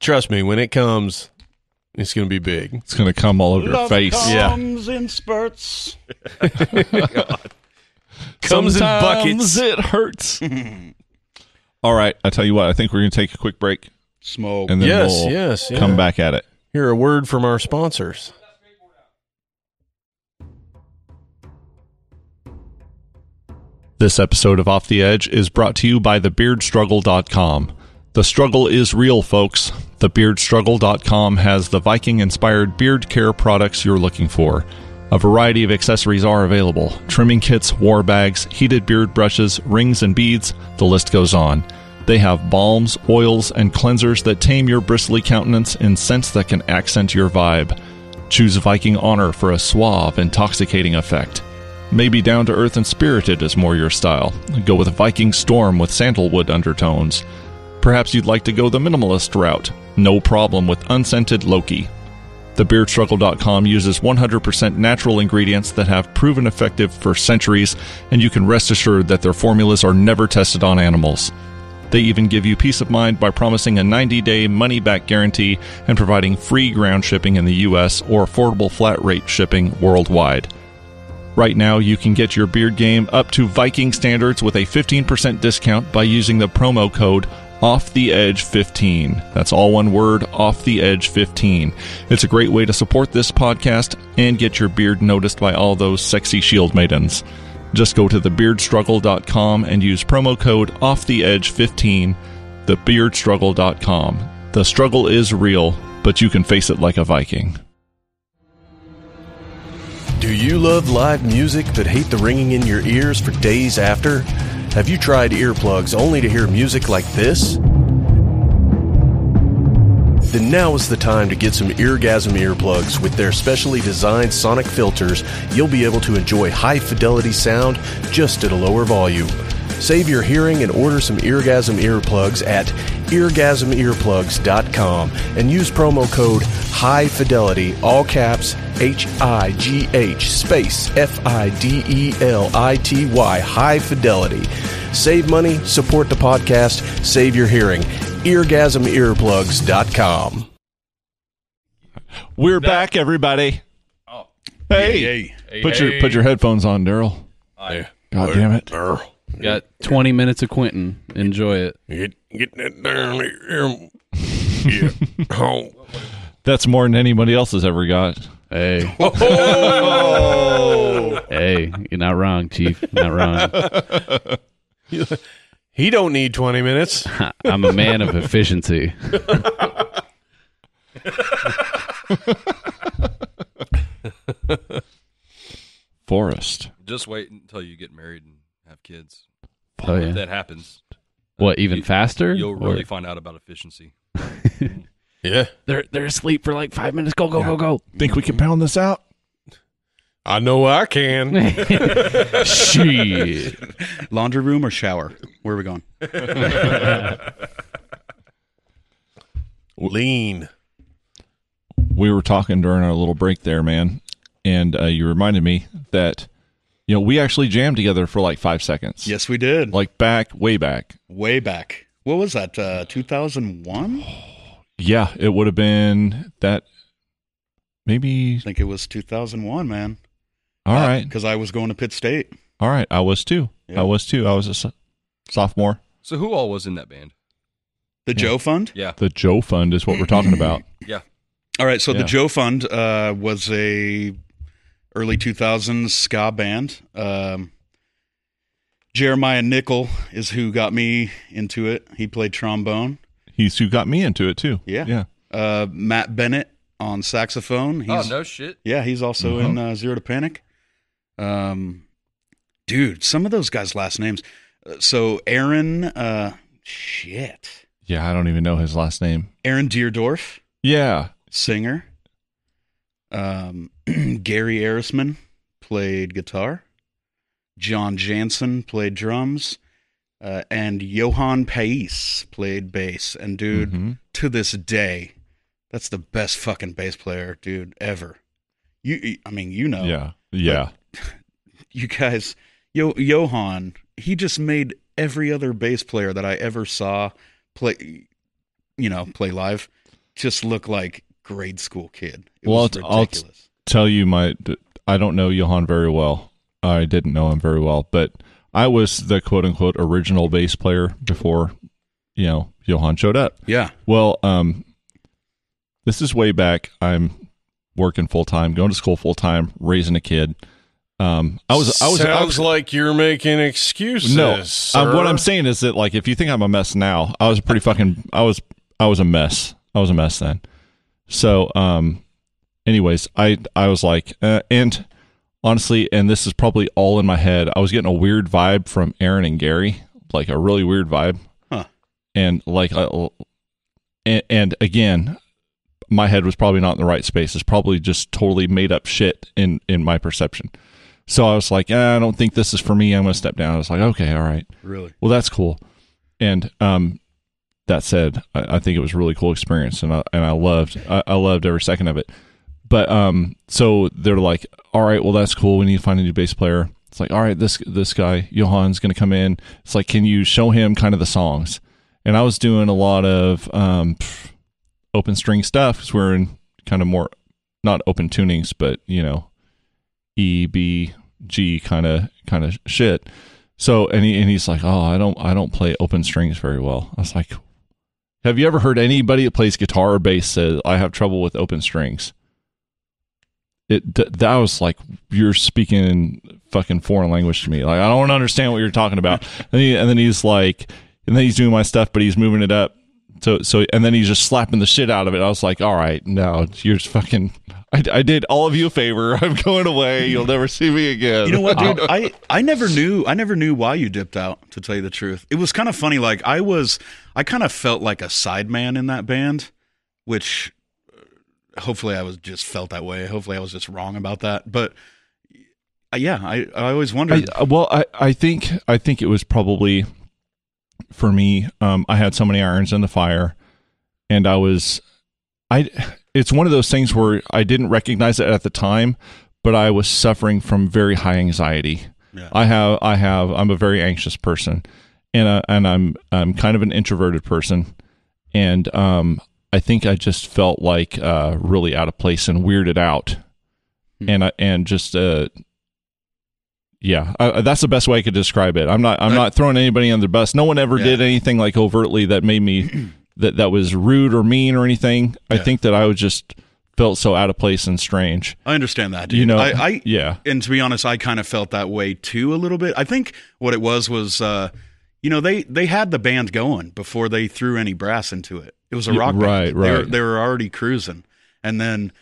Speaker 4: Trust me, when it comes, it's going to be big.
Speaker 2: It's gonna come all over your face.
Speaker 1: Comes in spurts.
Speaker 4: Comes
Speaker 2: Sometimes
Speaker 4: in buckets.
Speaker 2: It hurts. all right. I tell you what. I think we're gonna take a quick break
Speaker 1: Smoke.
Speaker 2: and then
Speaker 4: Yes,
Speaker 2: we'll
Speaker 4: yes, yeah.
Speaker 2: come back at it.
Speaker 4: Hear a word from our sponsors.
Speaker 2: This episode of Off the Edge is brought to you by thebeardstruggle.com. The struggle is real, folks. Thebeardstruggle.com has the Viking inspired beard care products you're looking for. A variety of accessories are available trimming kits, war bags, heated beard brushes, rings and beads, the list goes on. They have balms, oils, and cleansers that tame your bristly countenance in scents that can accent your vibe. Choose Viking Honor for a suave, intoxicating effect. Maybe down to earth and spirited is more your style. Go with Viking Storm with sandalwood undertones. Perhaps you'd like to go the minimalist route. No problem with unscented Loki. TheBeardStruggle.com uses 100% natural ingredients that have proven effective for centuries, and you can rest assured that their formulas are never tested on animals. They even give you peace of mind by promising a 90 day money back guarantee and providing free ground shipping in the US or affordable flat rate shipping worldwide. Right now, you can get your beard game up to Viking standards with a 15% discount by using the promo code off the edge 15 that's all one word off the edge 15 it's a great way to support this podcast and get your beard noticed by all those sexy shield maidens just go to thebeardstruggle.com and use promo code off the edge 15 thebeardstruggle.com the struggle is real but you can face it like a viking
Speaker 4: Do you love live music but hate the ringing in your ears for days after? Have you tried earplugs only to hear music like this? Then now is the time to get some Eargasm earplugs. With their specially designed sonic filters, you'll be able to enjoy high fidelity sound just at a lower volume. Save your hearing and order some Eargasm earplugs at eargasmearplugs.com and use promo code High Fidelity, all caps H I G H space F I D E L I T Y, High Fidelity. Save money, support the podcast, save your hearing. EargasmEarplugs.com.
Speaker 2: We're back, everybody.
Speaker 1: Yay.
Speaker 2: put your put your headphones on, Daryl. God damn it!
Speaker 3: Got 20 minutes of Quentin. Enjoy it.
Speaker 7: Get, get that down there. Yeah. oh.
Speaker 2: That's more than anybody else has ever got.
Speaker 3: Hey. hey, you're not wrong, Chief. Not wrong.
Speaker 4: He don't need 20 minutes.
Speaker 3: I'm a man of efficiency.
Speaker 2: Forest.
Speaker 5: Just wait until you get married and have kids.
Speaker 3: Oh
Speaker 5: If
Speaker 3: yeah.
Speaker 5: that happens,
Speaker 3: What even faster?
Speaker 5: you'll really
Speaker 3: Or-
Speaker 5: find out about efficiency.
Speaker 4: Yeah,
Speaker 3: they're they're asleep for like 5 minutes. Go go go go.
Speaker 2: Think we can pound this out?
Speaker 4: I know I can.
Speaker 3: Shit.
Speaker 1: Laundry room or shower? Where are we going?
Speaker 4: Lean.
Speaker 2: We were talking during our little break there, man, and uh, you reminded me that you know we actually jammed together for like five seconds.
Speaker 1: Yes, we did.
Speaker 2: like back way back.
Speaker 1: Way back. What was that? Uh, 2001? I
Speaker 2: Yeah, it would have been that. Maybe
Speaker 1: think it was 2001, man.
Speaker 2: all right,
Speaker 1: Because I was going to Pitt State.
Speaker 2: all right. I was too.
Speaker 1: Yeah.
Speaker 2: I was too. I was a so- sophomore.
Speaker 5: So who all was in that band?
Speaker 1: The Joe Fund?
Speaker 5: Yeah.
Speaker 2: The Joe Fund is what we're talking about.
Speaker 5: Yeah.
Speaker 1: All right. So
Speaker 2: Yeah.
Speaker 1: the Joe Fund uh, was a early 2000s ska band. Um, Jeremiah Nickel is who got me into it. He played trombone.
Speaker 2: He's who got me into it too.
Speaker 1: Yeah.
Speaker 2: yeah.
Speaker 1: Uh, Matt Bennett on saxophone. He's,
Speaker 5: oh no shit.
Speaker 1: Yeah, he's also in uh, Zero to Panic. Um, dude, some of those guys' last names. Uh, So Aaron, uh, shit,
Speaker 2: Yeah, I don't even know his last name.
Speaker 1: Aaron Deerdorf,
Speaker 2: Yeah.
Speaker 1: singer. Um, Gary Arisman played guitar. John Jansen played drums. Uh, and Johan Pais played bass. And dude,
Speaker 2: Mhm.
Speaker 1: to this day, that's the best fucking bass player, dude, ever. You, I mean, you know,
Speaker 2: Yeah. Yeah.
Speaker 1: you guys, Yo, Johan, he just made every other bass player that I ever saw play, you know, play live, just look like grade school kid. It
Speaker 2: Well,
Speaker 1: was
Speaker 2: I'll- I'll-
Speaker 1: ridiculous.
Speaker 2: tell you my I don't know Johan very well. I didn't know him very well, but I was the quote unquote original bass player before you know Johan showed up.
Speaker 1: yeah,
Speaker 2: Well, um this is way back. I'm working full time, going to school full time, raising a kid. Um I was I was I was
Speaker 4: Sounds like you're making excuses.
Speaker 2: no,
Speaker 4: sir.
Speaker 2: um, what I'm saying is that like if you think I'm a mess now, I was a pretty fucking I was I was a mess. I was a mess then. So um, anyways, I I was like, uh, and honestly, and this is probably all in my head. I was getting a weird vibe from Aaron and Gary, like a really weird vibe.
Speaker 1: Huh.
Speaker 2: And like, I, and, and again, my head was probably not in the right space. It's probably just totally made up shit in in my perception. So I was like, "Ah, I don't think this is for me. I'm gonna step down. I was like, okay, all right.
Speaker 1: really.
Speaker 2: Well, that's cool. And um, that said, I, I think it was a really cool experience, and I and I loved I, I loved every second of it. But um, so they're like, all right, well that's cool. We need to find a new bass player. It's like, all right, this this guy Johan's gonna come in. It's like, can you show him kind of the songs? And I was doing a lot of um, pff, open string stuff because we're in kind of more not open tunings, but you know, E B G kind of kind of shit. So and he and he's like, "Oh, I don't I don't play open strings very well." I was like, "Have you ever heard anybody that plays guitar or bass says I have trouble with open strings?" It th- that was like you're speaking in fucking foreign language to me. Like I don't understand what you're talking about. and, he, and then he's like, and then he's doing my stuff, but he's moving it up. So so and then he's just slapping the shit out of it. I was like, "All right, no, you're just fucking. I, I did all of you a favor. I'm going away. You'll never see me again."
Speaker 1: You know what, dude? I, I never knew I never knew why you dipped out, to tell you the truth. It was kind of funny, like I was I kind of felt like a sideman in that band, which uh, hopefully I was just felt that way. Hopefully I was just wrong about that. But uh, yeah, I, I always
Speaker 2: I,
Speaker 1: wondered
Speaker 2: uh, well, I, I think I think it was probably for me. Um, I had so many irons in the fire, and I was, I. It's one of those things where I didn't recognize it at the time, but I was suffering from very high anxiety.
Speaker 1: Yeah.
Speaker 2: I have, I have, I'm a very anxious person, and I, and I'm I'm kind of an introverted person, and um, I think I just felt like uh, really out of place and weirded out,
Speaker 1: Hmm.
Speaker 2: and I and just uh, yeah, uh, that's the best way I could describe it. I'm not. I'm not throwing anybody under the bus. No one ever
Speaker 1: Yeah.
Speaker 2: did anything like overtly that made me that that was rude or mean or anything. I
Speaker 1: Yeah.
Speaker 2: think that I was just felt so out of place and strange.
Speaker 1: I understand that, dude.
Speaker 2: You know,
Speaker 1: I, I
Speaker 2: yeah.
Speaker 1: and to be honest, I kind of felt that way too a little bit. I think what it was was, uh, you know, they they had the band going before they threw any brass into it. It was a
Speaker 2: Y-
Speaker 1: rock band,
Speaker 2: right,
Speaker 1: They were,
Speaker 2: right.
Speaker 1: they were already cruising, and then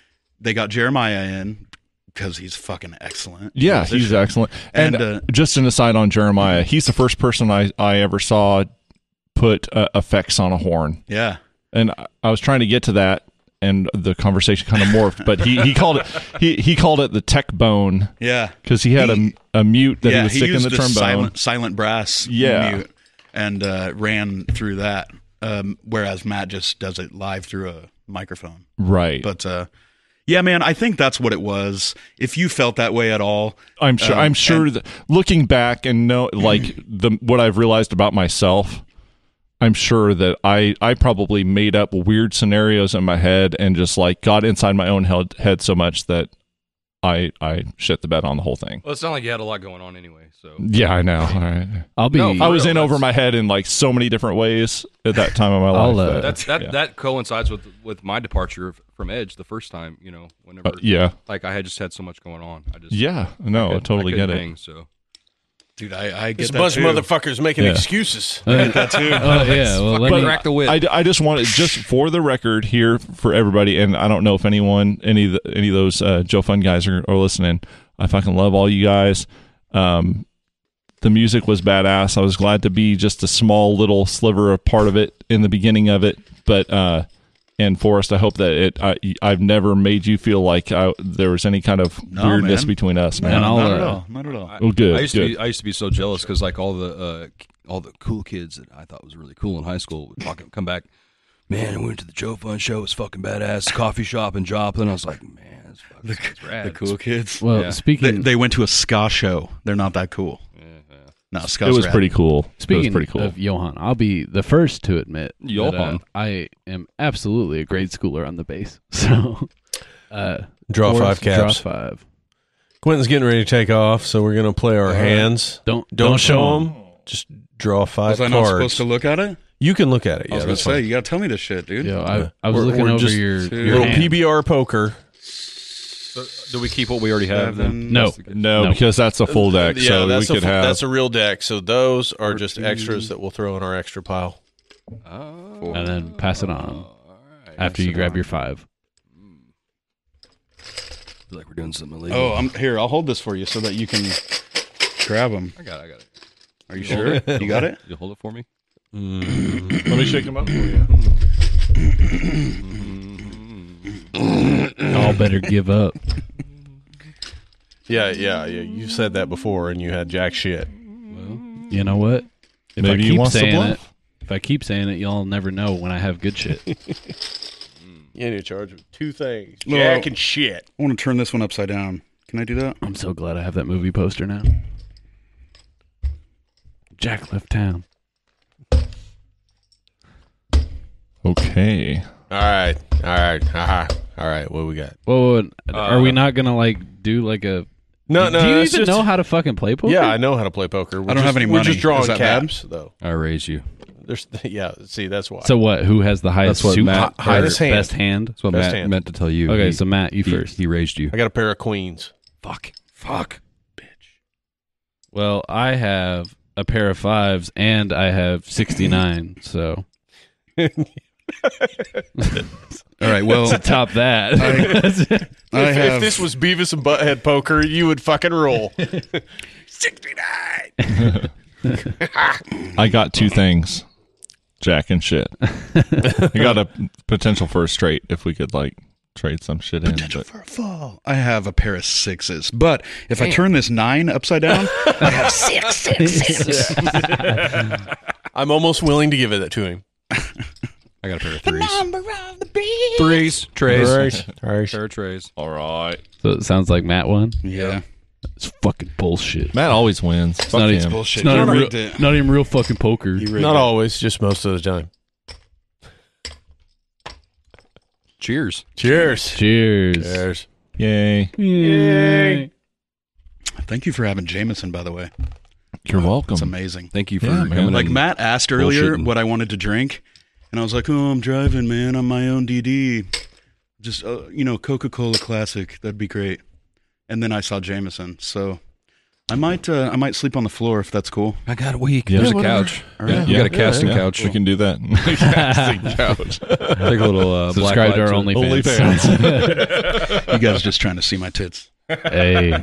Speaker 1: they got Jeremiah in because he's fucking excellent.
Speaker 2: Yeah,
Speaker 1: musician.
Speaker 2: he's excellent. And,
Speaker 1: And, uh,
Speaker 2: just an aside on Jeremiah, he's the first person I I ever saw put uh, effects on a horn.
Speaker 1: yeah,
Speaker 2: and I- I was trying to get to that, and the conversation kind of morphed. But he, he called it he he called it the tech bone
Speaker 1: yeah.
Speaker 2: because he had
Speaker 1: He-
Speaker 2: a, a mute that
Speaker 1: yeah,
Speaker 2: he was sticking the trombone.
Speaker 1: silent, silent brass
Speaker 2: Yeah.
Speaker 1: mute and uh, ran through that. Um, whereas Matt just does it live through a microphone.
Speaker 2: Right.
Speaker 1: But uh, yeah, man, I think that's what it was. If you felt that way at all,
Speaker 2: I'm sure. I'm sure. that looking back and know, like the what I've realized about myself, I'm sure that I I probably made up weird scenarios in my head and just like got inside my own head, head so much that I I shit the bed on the whole thing.
Speaker 5: Well, it's not like you had a lot going on anyway. So
Speaker 2: Yeah, I know. All right.
Speaker 3: I'll be.
Speaker 5: No,
Speaker 2: I was in
Speaker 5: Real,
Speaker 2: over
Speaker 5: that's-
Speaker 2: my head in like so many different ways at that time of my
Speaker 3: I'll,
Speaker 2: life.
Speaker 3: uh,
Speaker 2: that-
Speaker 5: that's that
Speaker 2: yeah.
Speaker 5: that coincides with with my departure f- from Edge the first time. You know, whenever
Speaker 2: Uh, yeah,
Speaker 5: like I had just had so much going on. I just
Speaker 2: yeah. No, I,
Speaker 5: couldn't-
Speaker 2: totally
Speaker 5: couldn't
Speaker 2: get it.
Speaker 5: hang, so
Speaker 1: dude, I, I get
Speaker 4: There's a
Speaker 1: that
Speaker 4: bunch
Speaker 1: too.
Speaker 4: of motherfuckers making
Speaker 2: Yeah.
Speaker 4: excuses.
Speaker 3: oh yeah. Well, let
Speaker 2: But
Speaker 3: me.
Speaker 5: Crack the whip.
Speaker 2: I, I just want it just for the record here for everybody, and I don't know if anyone, any of the, any of those uh, Joe Fun guys are, are listening. I fucking love all you guys. Um, the music was badass. I was glad to be just a small little sliver of part of it in the beginning of it, but uh, And Forrest, I hope that it. I, I've never made you feel like I, there was any kind of
Speaker 1: No,
Speaker 2: weirdness
Speaker 1: man.
Speaker 2: between us, man.
Speaker 3: And I'll,
Speaker 1: Not at
Speaker 3: uh,
Speaker 1: all. Not at all.
Speaker 2: Oh, good,
Speaker 5: I used to
Speaker 2: good.
Speaker 5: be, I used to be so jealous because like all the uh, k- all the cool kids that I thought was really cool in high school would fucking come back. Man, I went to the Joe Fun show. It was fucking badass. Coffee shop in Joplin. I was like, man, this fucking sounds rad.
Speaker 1: The cool kids.
Speaker 3: Well,
Speaker 5: Yeah.
Speaker 1: They,
Speaker 3: speaking
Speaker 1: they went to a ska show. They're not that cool. No, ska's
Speaker 2: it was
Speaker 1: rad.
Speaker 2: pretty cool.
Speaker 3: speaking
Speaker 2: it was pretty cool.
Speaker 3: of Johan, I'll be the first to admit that, uh,
Speaker 5: Johan.
Speaker 3: I am absolutely a grade schooler on the bass. So uh,
Speaker 4: Draw
Speaker 3: Forrest,
Speaker 4: five caps.
Speaker 3: Draw five.
Speaker 4: Quentin's getting ready to take off, so we're gonna play our hands.
Speaker 3: Don't don't,
Speaker 4: Don't, show
Speaker 3: show
Speaker 4: 'em. show them. Just draw five
Speaker 1: Was I not
Speaker 4: cards.
Speaker 1: supposed to look at it?
Speaker 4: You can look at it.
Speaker 1: I
Speaker 4: Yeah,
Speaker 1: was gonna
Speaker 4: that's
Speaker 1: say
Speaker 4: fine.
Speaker 1: you gotta tell me this shit, dude.
Speaker 3: Yo, I, I was
Speaker 4: We're-
Speaker 3: looking
Speaker 4: we're
Speaker 3: over
Speaker 4: just
Speaker 3: your,
Speaker 1: two-
Speaker 3: your
Speaker 4: little
Speaker 3: hand.
Speaker 4: PBR poker.
Speaker 5: Do we keep what we already have? Then?
Speaker 1: Seven.
Speaker 3: No,
Speaker 2: no,
Speaker 3: No.
Speaker 2: because that's a full deck,
Speaker 4: yeah,
Speaker 2: so we
Speaker 4: that's a,
Speaker 2: could
Speaker 4: fu-
Speaker 2: have.
Speaker 4: that's a real deck. So those are just extras that we'll throw in our extra pile.
Speaker 5: uh,
Speaker 3: and then pass it on after you grab your five.
Speaker 5: I feel like we're doing something illegal.
Speaker 1: Oh, I'm here. I'll hold this for you so that you can grab them.
Speaker 5: I got it. I got it.
Speaker 1: Are you sure? You got it?
Speaker 5: You hold it for me.
Speaker 2: Let me shake them up.
Speaker 3: All better give up.
Speaker 4: Yeah, yeah, yeah. You said that before, and you had jack shit.
Speaker 3: You know what? If
Speaker 2: Maybe
Speaker 3: I
Speaker 2: he
Speaker 3: keep
Speaker 2: wants to
Speaker 3: saying it,
Speaker 2: bluff.
Speaker 3: if I keep saying it, y'all never know when I have good shit.
Speaker 4: You need to charge with two things:
Speaker 1: No.
Speaker 4: jack and shit.
Speaker 1: I want to turn this one upside down. Can I do that?
Speaker 3: I'm so glad I have that movie poster now. Jack left town.
Speaker 2: Okay.
Speaker 4: All right, all right, haha. all right. What we got?
Speaker 3: Whoa, whoa, whoa. are we not gonna like do like a?
Speaker 4: Uh, No, no.
Speaker 3: do you
Speaker 4: it's
Speaker 3: even
Speaker 4: just-
Speaker 3: know how to fucking play poker?
Speaker 4: Yeah, I know how to play poker. We're
Speaker 1: I don't have
Speaker 4: just-
Speaker 1: any
Speaker 4: We're
Speaker 1: money.
Speaker 4: just drawing
Speaker 1: Is that bad?
Speaker 4: caps, though.
Speaker 5: I raise you.
Speaker 4: There's, yeah. See, that's why.
Speaker 3: So what? Who has the highest
Speaker 5: That's what
Speaker 3: suit?
Speaker 5: Matt-
Speaker 3: or
Speaker 4: highest hand.
Speaker 3: best hand.
Speaker 5: That's what
Speaker 4: Best
Speaker 5: Matt
Speaker 4: hand.
Speaker 5: meant to tell you.
Speaker 3: Okay,
Speaker 5: He-
Speaker 3: so Matt, you
Speaker 5: he-
Speaker 3: first.
Speaker 5: He raised you.
Speaker 4: I got a pair of queens.
Speaker 5: Fuck. Fuck.
Speaker 3: Well, I have a pair of fives and I have sixty nine. So
Speaker 1: All right. Well,
Speaker 3: to top that,
Speaker 1: I
Speaker 4: if,
Speaker 1: have.
Speaker 4: if this was Beavis and Butthead poker, you would fucking roll.
Speaker 2: I got two things, Jack and shit. I got a potential for a straight if we could like trade some shit in.
Speaker 1: potential
Speaker 2: but-
Speaker 1: for a fall. I have a pair of sixes, but if I turn this nine upside down, I have
Speaker 6: Six, six, six.
Speaker 4: I'm almost willing to give it to him.
Speaker 5: I got a pair of threes.
Speaker 6: Number of the beast.
Speaker 5: Threes. Trays.
Speaker 4: Trays.
Speaker 5: Pair of trays.
Speaker 2: All right.
Speaker 3: so it sounds like Matt won.
Speaker 1: yeah.
Speaker 3: It's fucking bullshit.
Speaker 2: Matt always wins. Fuck
Speaker 3: not
Speaker 2: him.
Speaker 1: Bullshit.
Speaker 3: It's not,
Speaker 1: You
Speaker 3: even
Speaker 1: rigged
Speaker 3: real,
Speaker 1: it.
Speaker 3: not even real fucking poker.
Speaker 1: You rigged
Speaker 4: Not
Speaker 1: it.
Speaker 4: always, just most of the time.
Speaker 5: Cheers.
Speaker 4: Cheers.
Speaker 3: Cheers.
Speaker 4: Cheers.
Speaker 2: Yay.
Speaker 3: Yay.
Speaker 1: Thank you for having Jameson, by the way.
Speaker 2: You're welcome.
Speaker 1: It's amazing.
Speaker 5: Thank you for
Speaker 2: Yeah, man.
Speaker 5: coming.
Speaker 1: Like
Speaker 5: in.
Speaker 1: Matt asked earlier
Speaker 5: bullshitting.
Speaker 1: what I wanted to drink, and I was like, "Oh, I'm driving, man. I'm my own DD. Just uh, you know, Coca-Cola Classic. That'd be great." And then I saw Jameson, so I might uh, I might sleep on the floor if that's cool.
Speaker 5: I got a week.
Speaker 2: Yeah.
Speaker 5: There's a
Speaker 2: Whatever.
Speaker 5: couch.
Speaker 1: All right.
Speaker 5: You got a casting
Speaker 2: yeah,
Speaker 5: couch.
Speaker 2: We can do that. casting couch.
Speaker 5: Take a little uh,
Speaker 3: Subscribe
Speaker 5: black
Speaker 3: to our
Speaker 5: light
Speaker 3: OnlyFans.
Speaker 1: You guys just trying to see my tits?
Speaker 3: hey,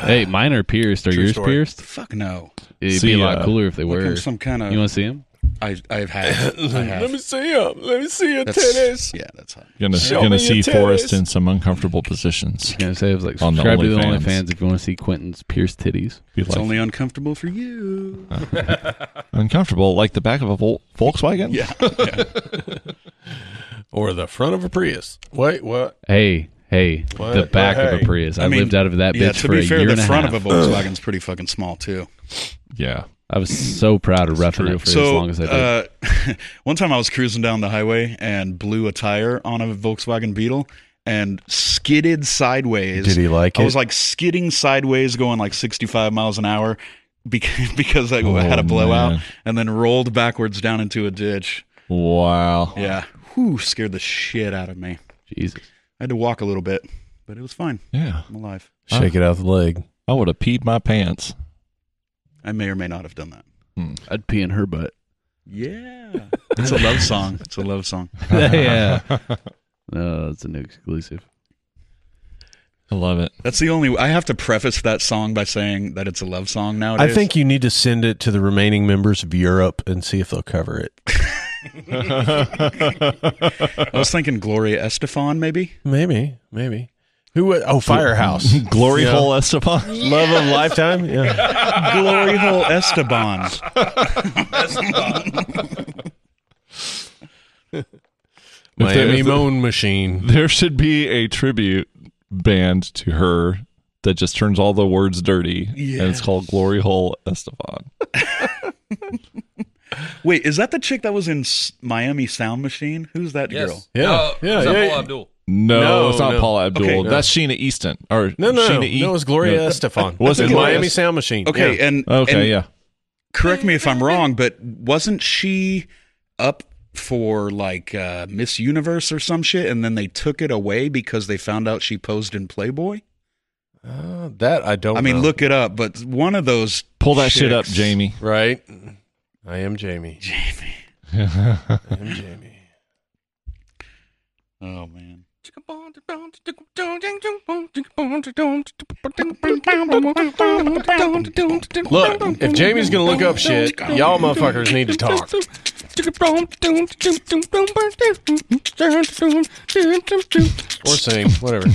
Speaker 3: hey, mine are pierced. Are yours
Speaker 4: story.
Speaker 3: pierced?
Speaker 1: Fuck no.
Speaker 3: It'd
Speaker 2: See,
Speaker 3: be a lot
Speaker 2: uh,
Speaker 3: cooler if they
Speaker 1: Like
Speaker 3: were.
Speaker 1: I'm some kind
Speaker 3: you
Speaker 1: of
Speaker 3: want to see him?
Speaker 1: I I've had. I
Speaker 4: Let
Speaker 1: have.
Speaker 4: me see him. Let me see your
Speaker 1: That's-
Speaker 4: tennis.
Speaker 1: Yeah, that's hot.
Speaker 2: You're gonna,
Speaker 4: Show
Speaker 2: you're gonna
Speaker 4: me your
Speaker 2: see Forrest
Speaker 4: titties.
Speaker 2: in some uncomfortable positions.
Speaker 3: Can I say it was like
Speaker 2: On the
Speaker 3: subscribe to the
Speaker 2: OnlyFans.
Speaker 3: OnlyFans if you want to see Quentin's pierced titties.
Speaker 2: Be
Speaker 1: It's
Speaker 2: like,
Speaker 1: only uncomfortable for you.
Speaker 2: uncomfortable, like the back of a Vol- Volkswagen.
Speaker 1: Yeah.
Speaker 4: Or the front of a Prius. Wait, what?
Speaker 3: Hey, hey,
Speaker 4: What?
Speaker 3: the back of
Speaker 4: Hey.
Speaker 3: a Prius. I,
Speaker 1: I mean,
Speaker 3: lived out of that bitch
Speaker 1: yeah. To
Speaker 3: for
Speaker 1: be
Speaker 3: a
Speaker 1: fair,
Speaker 3: year
Speaker 1: the
Speaker 3: and a
Speaker 1: front
Speaker 3: half.
Speaker 1: of a Volkswagen's pretty fucking small too.
Speaker 2: Yeah.
Speaker 3: I was so proud of roughing it for as long as I did.
Speaker 1: Uh, one time I was cruising down the highway and blew a tire on a Volkswagen Beetle and skidded sideways.
Speaker 4: Did he like
Speaker 1: I
Speaker 4: it?
Speaker 1: was like skidding sideways, going like 65 miles an hour because, because I had
Speaker 2: Oh,
Speaker 1: a blowout
Speaker 2: man.
Speaker 1: and then rolled backwards down into a ditch.
Speaker 2: Wow.
Speaker 1: Yeah. Whew, scared the shit out of me.
Speaker 3: Jesus.
Speaker 1: I had to walk a little bit, but it was fine.
Speaker 2: Yeah.
Speaker 1: I'm alive.
Speaker 4: Shake it out the leg.
Speaker 2: I would have peed my pants.
Speaker 1: I may or may not have done that.
Speaker 3: I'd pee in her butt.
Speaker 1: Yeah. it's a love song. It's a love song.
Speaker 3: yeah. No, it's an exclusive.
Speaker 2: I love it.
Speaker 1: That's the only I have to preface that song by saying that it's a love song nowadays.
Speaker 4: I think you need to send it to the remaining members of Europe and see if they'll cover it.
Speaker 1: I was thinking Gloria Estefan, maybe.
Speaker 4: Maybe, maybe. Who? wa- Oh, Firehouse.
Speaker 2: Glory
Speaker 4: Yeah.
Speaker 2: hole Esteban.
Speaker 4: Love of a Lifetime. Yeah.
Speaker 1: Glory hole Esteban.
Speaker 4: Miami Moan Machine.
Speaker 2: There should be a tribute band to her that just turns all the words dirty, and it's called Glory Hole Esteban.
Speaker 1: Wait, is that the chick that was in S- Miami Sound Machine? Who's that girl?
Speaker 5: Yes.
Speaker 4: Yeah,
Speaker 5: Uh,
Speaker 4: yeah,
Speaker 5: is that
Speaker 4: yeah.
Speaker 5: Paula Abdul?
Speaker 2: No,
Speaker 4: No,
Speaker 2: it's not
Speaker 4: no.
Speaker 2: Paula Abdul.
Speaker 1: Okay.
Speaker 2: That's Sheena Easton or
Speaker 4: No, no, no.
Speaker 2: Sheena E.
Speaker 4: no, it was Gloria Estefan.
Speaker 2: Was it
Speaker 4: In
Speaker 2: Gloria
Speaker 4: Miami
Speaker 2: Estefan?
Speaker 4: Sound Machine?
Speaker 1: Okay,
Speaker 4: Yeah.
Speaker 1: and
Speaker 2: Okay,
Speaker 1: and
Speaker 2: yeah.
Speaker 1: Correct me if I'm wrong, but wasn't she up for like uh, Miss Universe or some shit, and then they took it away because they found out she posed in Playboy?
Speaker 4: Uh, that I don't.
Speaker 1: I mean,
Speaker 4: know.
Speaker 1: look it up, but one of those
Speaker 2: Oh, Pull that shit up,
Speaker 1: chicks-
Speaker 2: Jamie.
Speaker 4: Right. I am Jamie. I am Jamie.
Speaker 1: Oh man,
Speaker 4: Look, if Jamie's gonna look up shit, y'all motherfuckers need to talk. Or sing, whatever.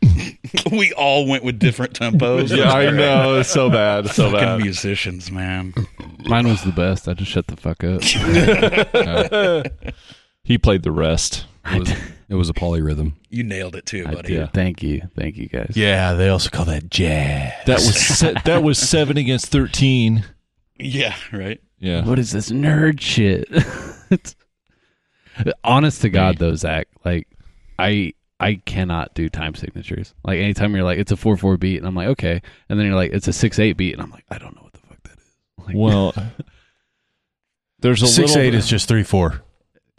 Speaker 1: we all went with different tempos.
Speaker 2: Yeah, I know. It's so bad. It's so
Speaker 1: Fucking
Speaker 2: bad.
Speaker 1: musicians, man.
Speaker 3: Mine was the best. I just shut the fuck up.
Speaker 2: He played the rest.
Speaker 5: It was, it was a polyrhythm.
Speaker 1: You nailed it too,
Speaker 3: I
Speaker 1: buddy.
Speaker 3: did. Thank you. Thank you guys.
Speaker 4: Yeah, they also call that jazz.
Speaker 2: That was se- that was seven against thirteen.
Speaker 1: Yeah, right.
Speaker 2: Yeah.
Speaker 3: What is this nerd shit? It's- Honest to God, though, Zach, like I I cannot do time signatures. Like anytime you're like it's a four four beat, and I'm like okay, and then you're like it's a six eight beat, and I'm like I don't know what the fuck that is. Like,
Speaker 2: Well, there's a
Speaker 4: Six
Speaker 2: little
Speaker 4: eight is just three four.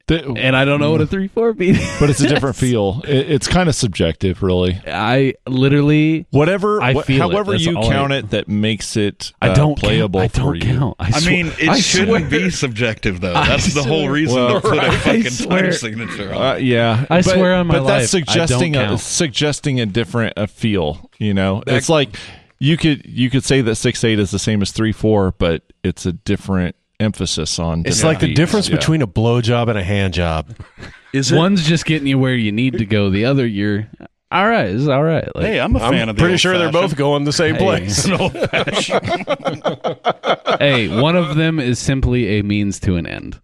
Speaker 2: th-
Speaker 3: and I don't know what a three four beat. Is.
Speaker 2: but it's a different feel. It, it's kind of subjective, really.
Speaker 3: I literally
Speaker 2: Whatever,
Speaker 3: I
Speaker 2: wha-
Speaker 3: feel it.
Speaker 2: however
Speaker 3: That's
Speaker 2: you
Speaker 3: all I-
Speaker 2: count it, that makes it
Speaker 3: I
Speaker 2: uh,
Speaker 3: don't count.
Speaker 2: playable
Speaker 3: I
Speaker 2: for
Speaker 3: don't
Speaker 2: you.
Speaker 3: count. I,
Speaker 1: I
Speaker 3: swear-
Speaker 1: mean, it
Speaker 3: I
Speaker 1: shouldn't be subjective though. That's the whole
Speaker 3: swear.
Speaker 1: reason
Speaker 2: Well,
Speaker 1: to put a
Speaker 2: right.
Speaker 1: fucking
Speaker 3: swear.
Speaker 1: time signature on.
Speaker 2: Uh, yeah,
Speaker 3: I swear on my
Speaker 2: but that's
Speaker 3: life, I don't
Speaker 2: suggesting a
Speaker 3: count.
Speaker 2: suggesting a different a feel. You know, it's like you could you could say that six eight is the same as three four, but it's a different emphasis on.
Speaker 4: It's
Speaker 2: different
Speaker 4: like the
Speaker 2: beats.
Speaker 4: difference
Speaker 2: Yeah.
Speaker 4: between a blowjob and a hand job.
Speaker 1: Is
Speaker 3: one's just getting you where you need to go. The other, you're all right. It's all right. Like,
Speaker 1: Hey, I'm a fan of the
Speaker 4: Pretty sure they're both going the same
Speaker 3: Hey.
Speaker 4: place.
Speaker 3: hey, one of them is simply a means to an end.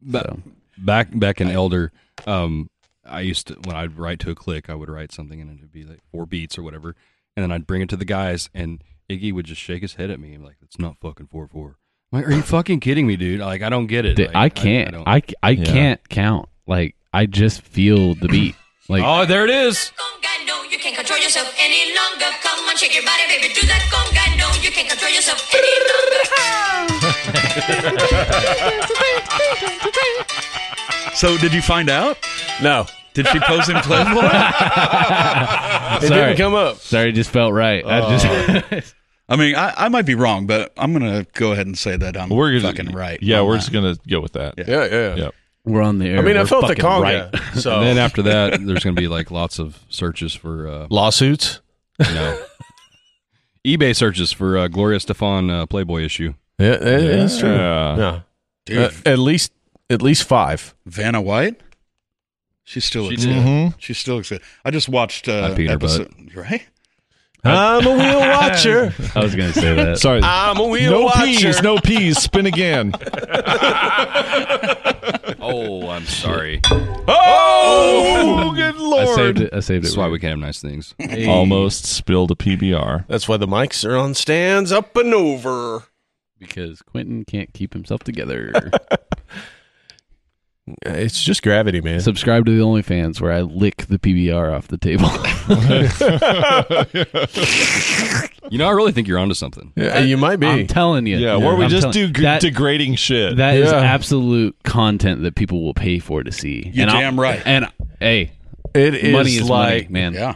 Speaker 5: Ba-
Speaker 3: So.
Speaker 5: Back back in Elder, um, I used to when I'd write to a click, I would write something and it'd be like four beats or whatever, and then I'd bring it to the guys, and Iggy would just shake his head at me and be like, "It's not fucking four four. I'm like, "Are you fucking kidding me, dude? Like, I don't get it.
Speaker 3: Dude,
Speaker 5: Like,
Speaker 3: I can't.
Speaker 5: don't-
Speaker 3: I I,
Speaker 2: Yeah.
Speaker 3: can't count. Like I just feel the beat. Like
Speaker 5: oh, there it is.
Speaker 9: conga, no, you can't control yourself any longer. Come on, shake your body, baby, do that conga, no, you can't control yourself any longer.
Speaker 1: So, did you find out?
Speaker 4: No,
Speaker 1: Did she pose in Playboy?
Speaker 4: it
Speaker 3: Sorry.
Speaker 4: didn't come up.
Speaker 3: sorry, just felt right. I just
Speaker 1: I mean, I, I might be wrong, but I'm gonna go ahead and say that I'm
Speaker 2: We're gonna,
Speaker 1: fucking right.
Speaker 2: Yeah,
Speaker 1: on
Speaker 2: we're
Speaker 1: that.
Speaker 2: just gonna go with that.
Speaker 1: Yeah.
Speaker 4: Yeah, yeah.
Speaker 2: Yeah.
Speaker 3: we're on the air.
Speaker 4: I mean, I
Speaker 3: We're
Speaker 4: felt the
Speaker 3: fucking
Speaker 4: conga.
Speaker 3: right.
Speaker 4: So
Speaker 5: And then after that, there's gonna be like lots of searches for uh,
Speaker 4: lawsuits.
Speaker 5: you know, eBay searches for uh, Gloria Stefan uh, Playboy issue.
Speaker 4: Yeah, it- it's true.
Speaker 2: Yeah.
Speaker 4: Yeah.
Speaker 1: Dude,
Speaker 4: Uh, at least at least five.
Speaker 1: Vanna White. She's still
Speaker 5: She
Speaker 1: exists.
Speaker 5: did.
Speaker 2: Mhm.
Speaker 1: She still exists. I just watched uh,
Speaker 5: I peed her
Speaker 1: episode. Right?
Speaker 4: I'm a wheel watcher.
Speaker 3: I was gonna say that.
Speaker 2: Sorry.
Speaker 4: I'm a wheel
Speaker 2: no
Speaker 4: watcher.
Speaker 2: peas, no peas. Spin again.
Speaker 5: Oh, I'm sorry.
Speaker 2: Oh, good
Speaker 3: I
Speaker 2: lord!
Speaker 3: saved it. I saved it.
Speaker 5: That's why we can't have nice things.
Speaker 2: Almost spilled a PBR.
Speaker 4: That's why the mics are on stands up and over.
Speaker 3: because Quentin can't keep himself together.
Speaker 4: It's just gravity, man.
Speaker 3: Subscribe to the OnlyFans where I lick the PBR off the table.
Speaker 5: You know, I really think you're onto something.
Speaker 4: Yeah, you might be.
Speaker 3: I'm telling you.
Speaker 2: Yeah, where we
Speaker 3: I'm
Speaker 2: just
Speaker 3: telling-
Speaker 2: do g-
Speaker 3: that,
Speaker 2: degrading shit.
Speaker 3: That is
Speaker 4: Yeah.
Speaker 3: absolute content that people will pay for to see.
Speaker 1: You damn right.
Speaker 3: And hey,
Speaker 4: it is,
Speaker 3: money is
Speaker 4: like
Speaker 3: money, man.
Speaker 1: Yeah.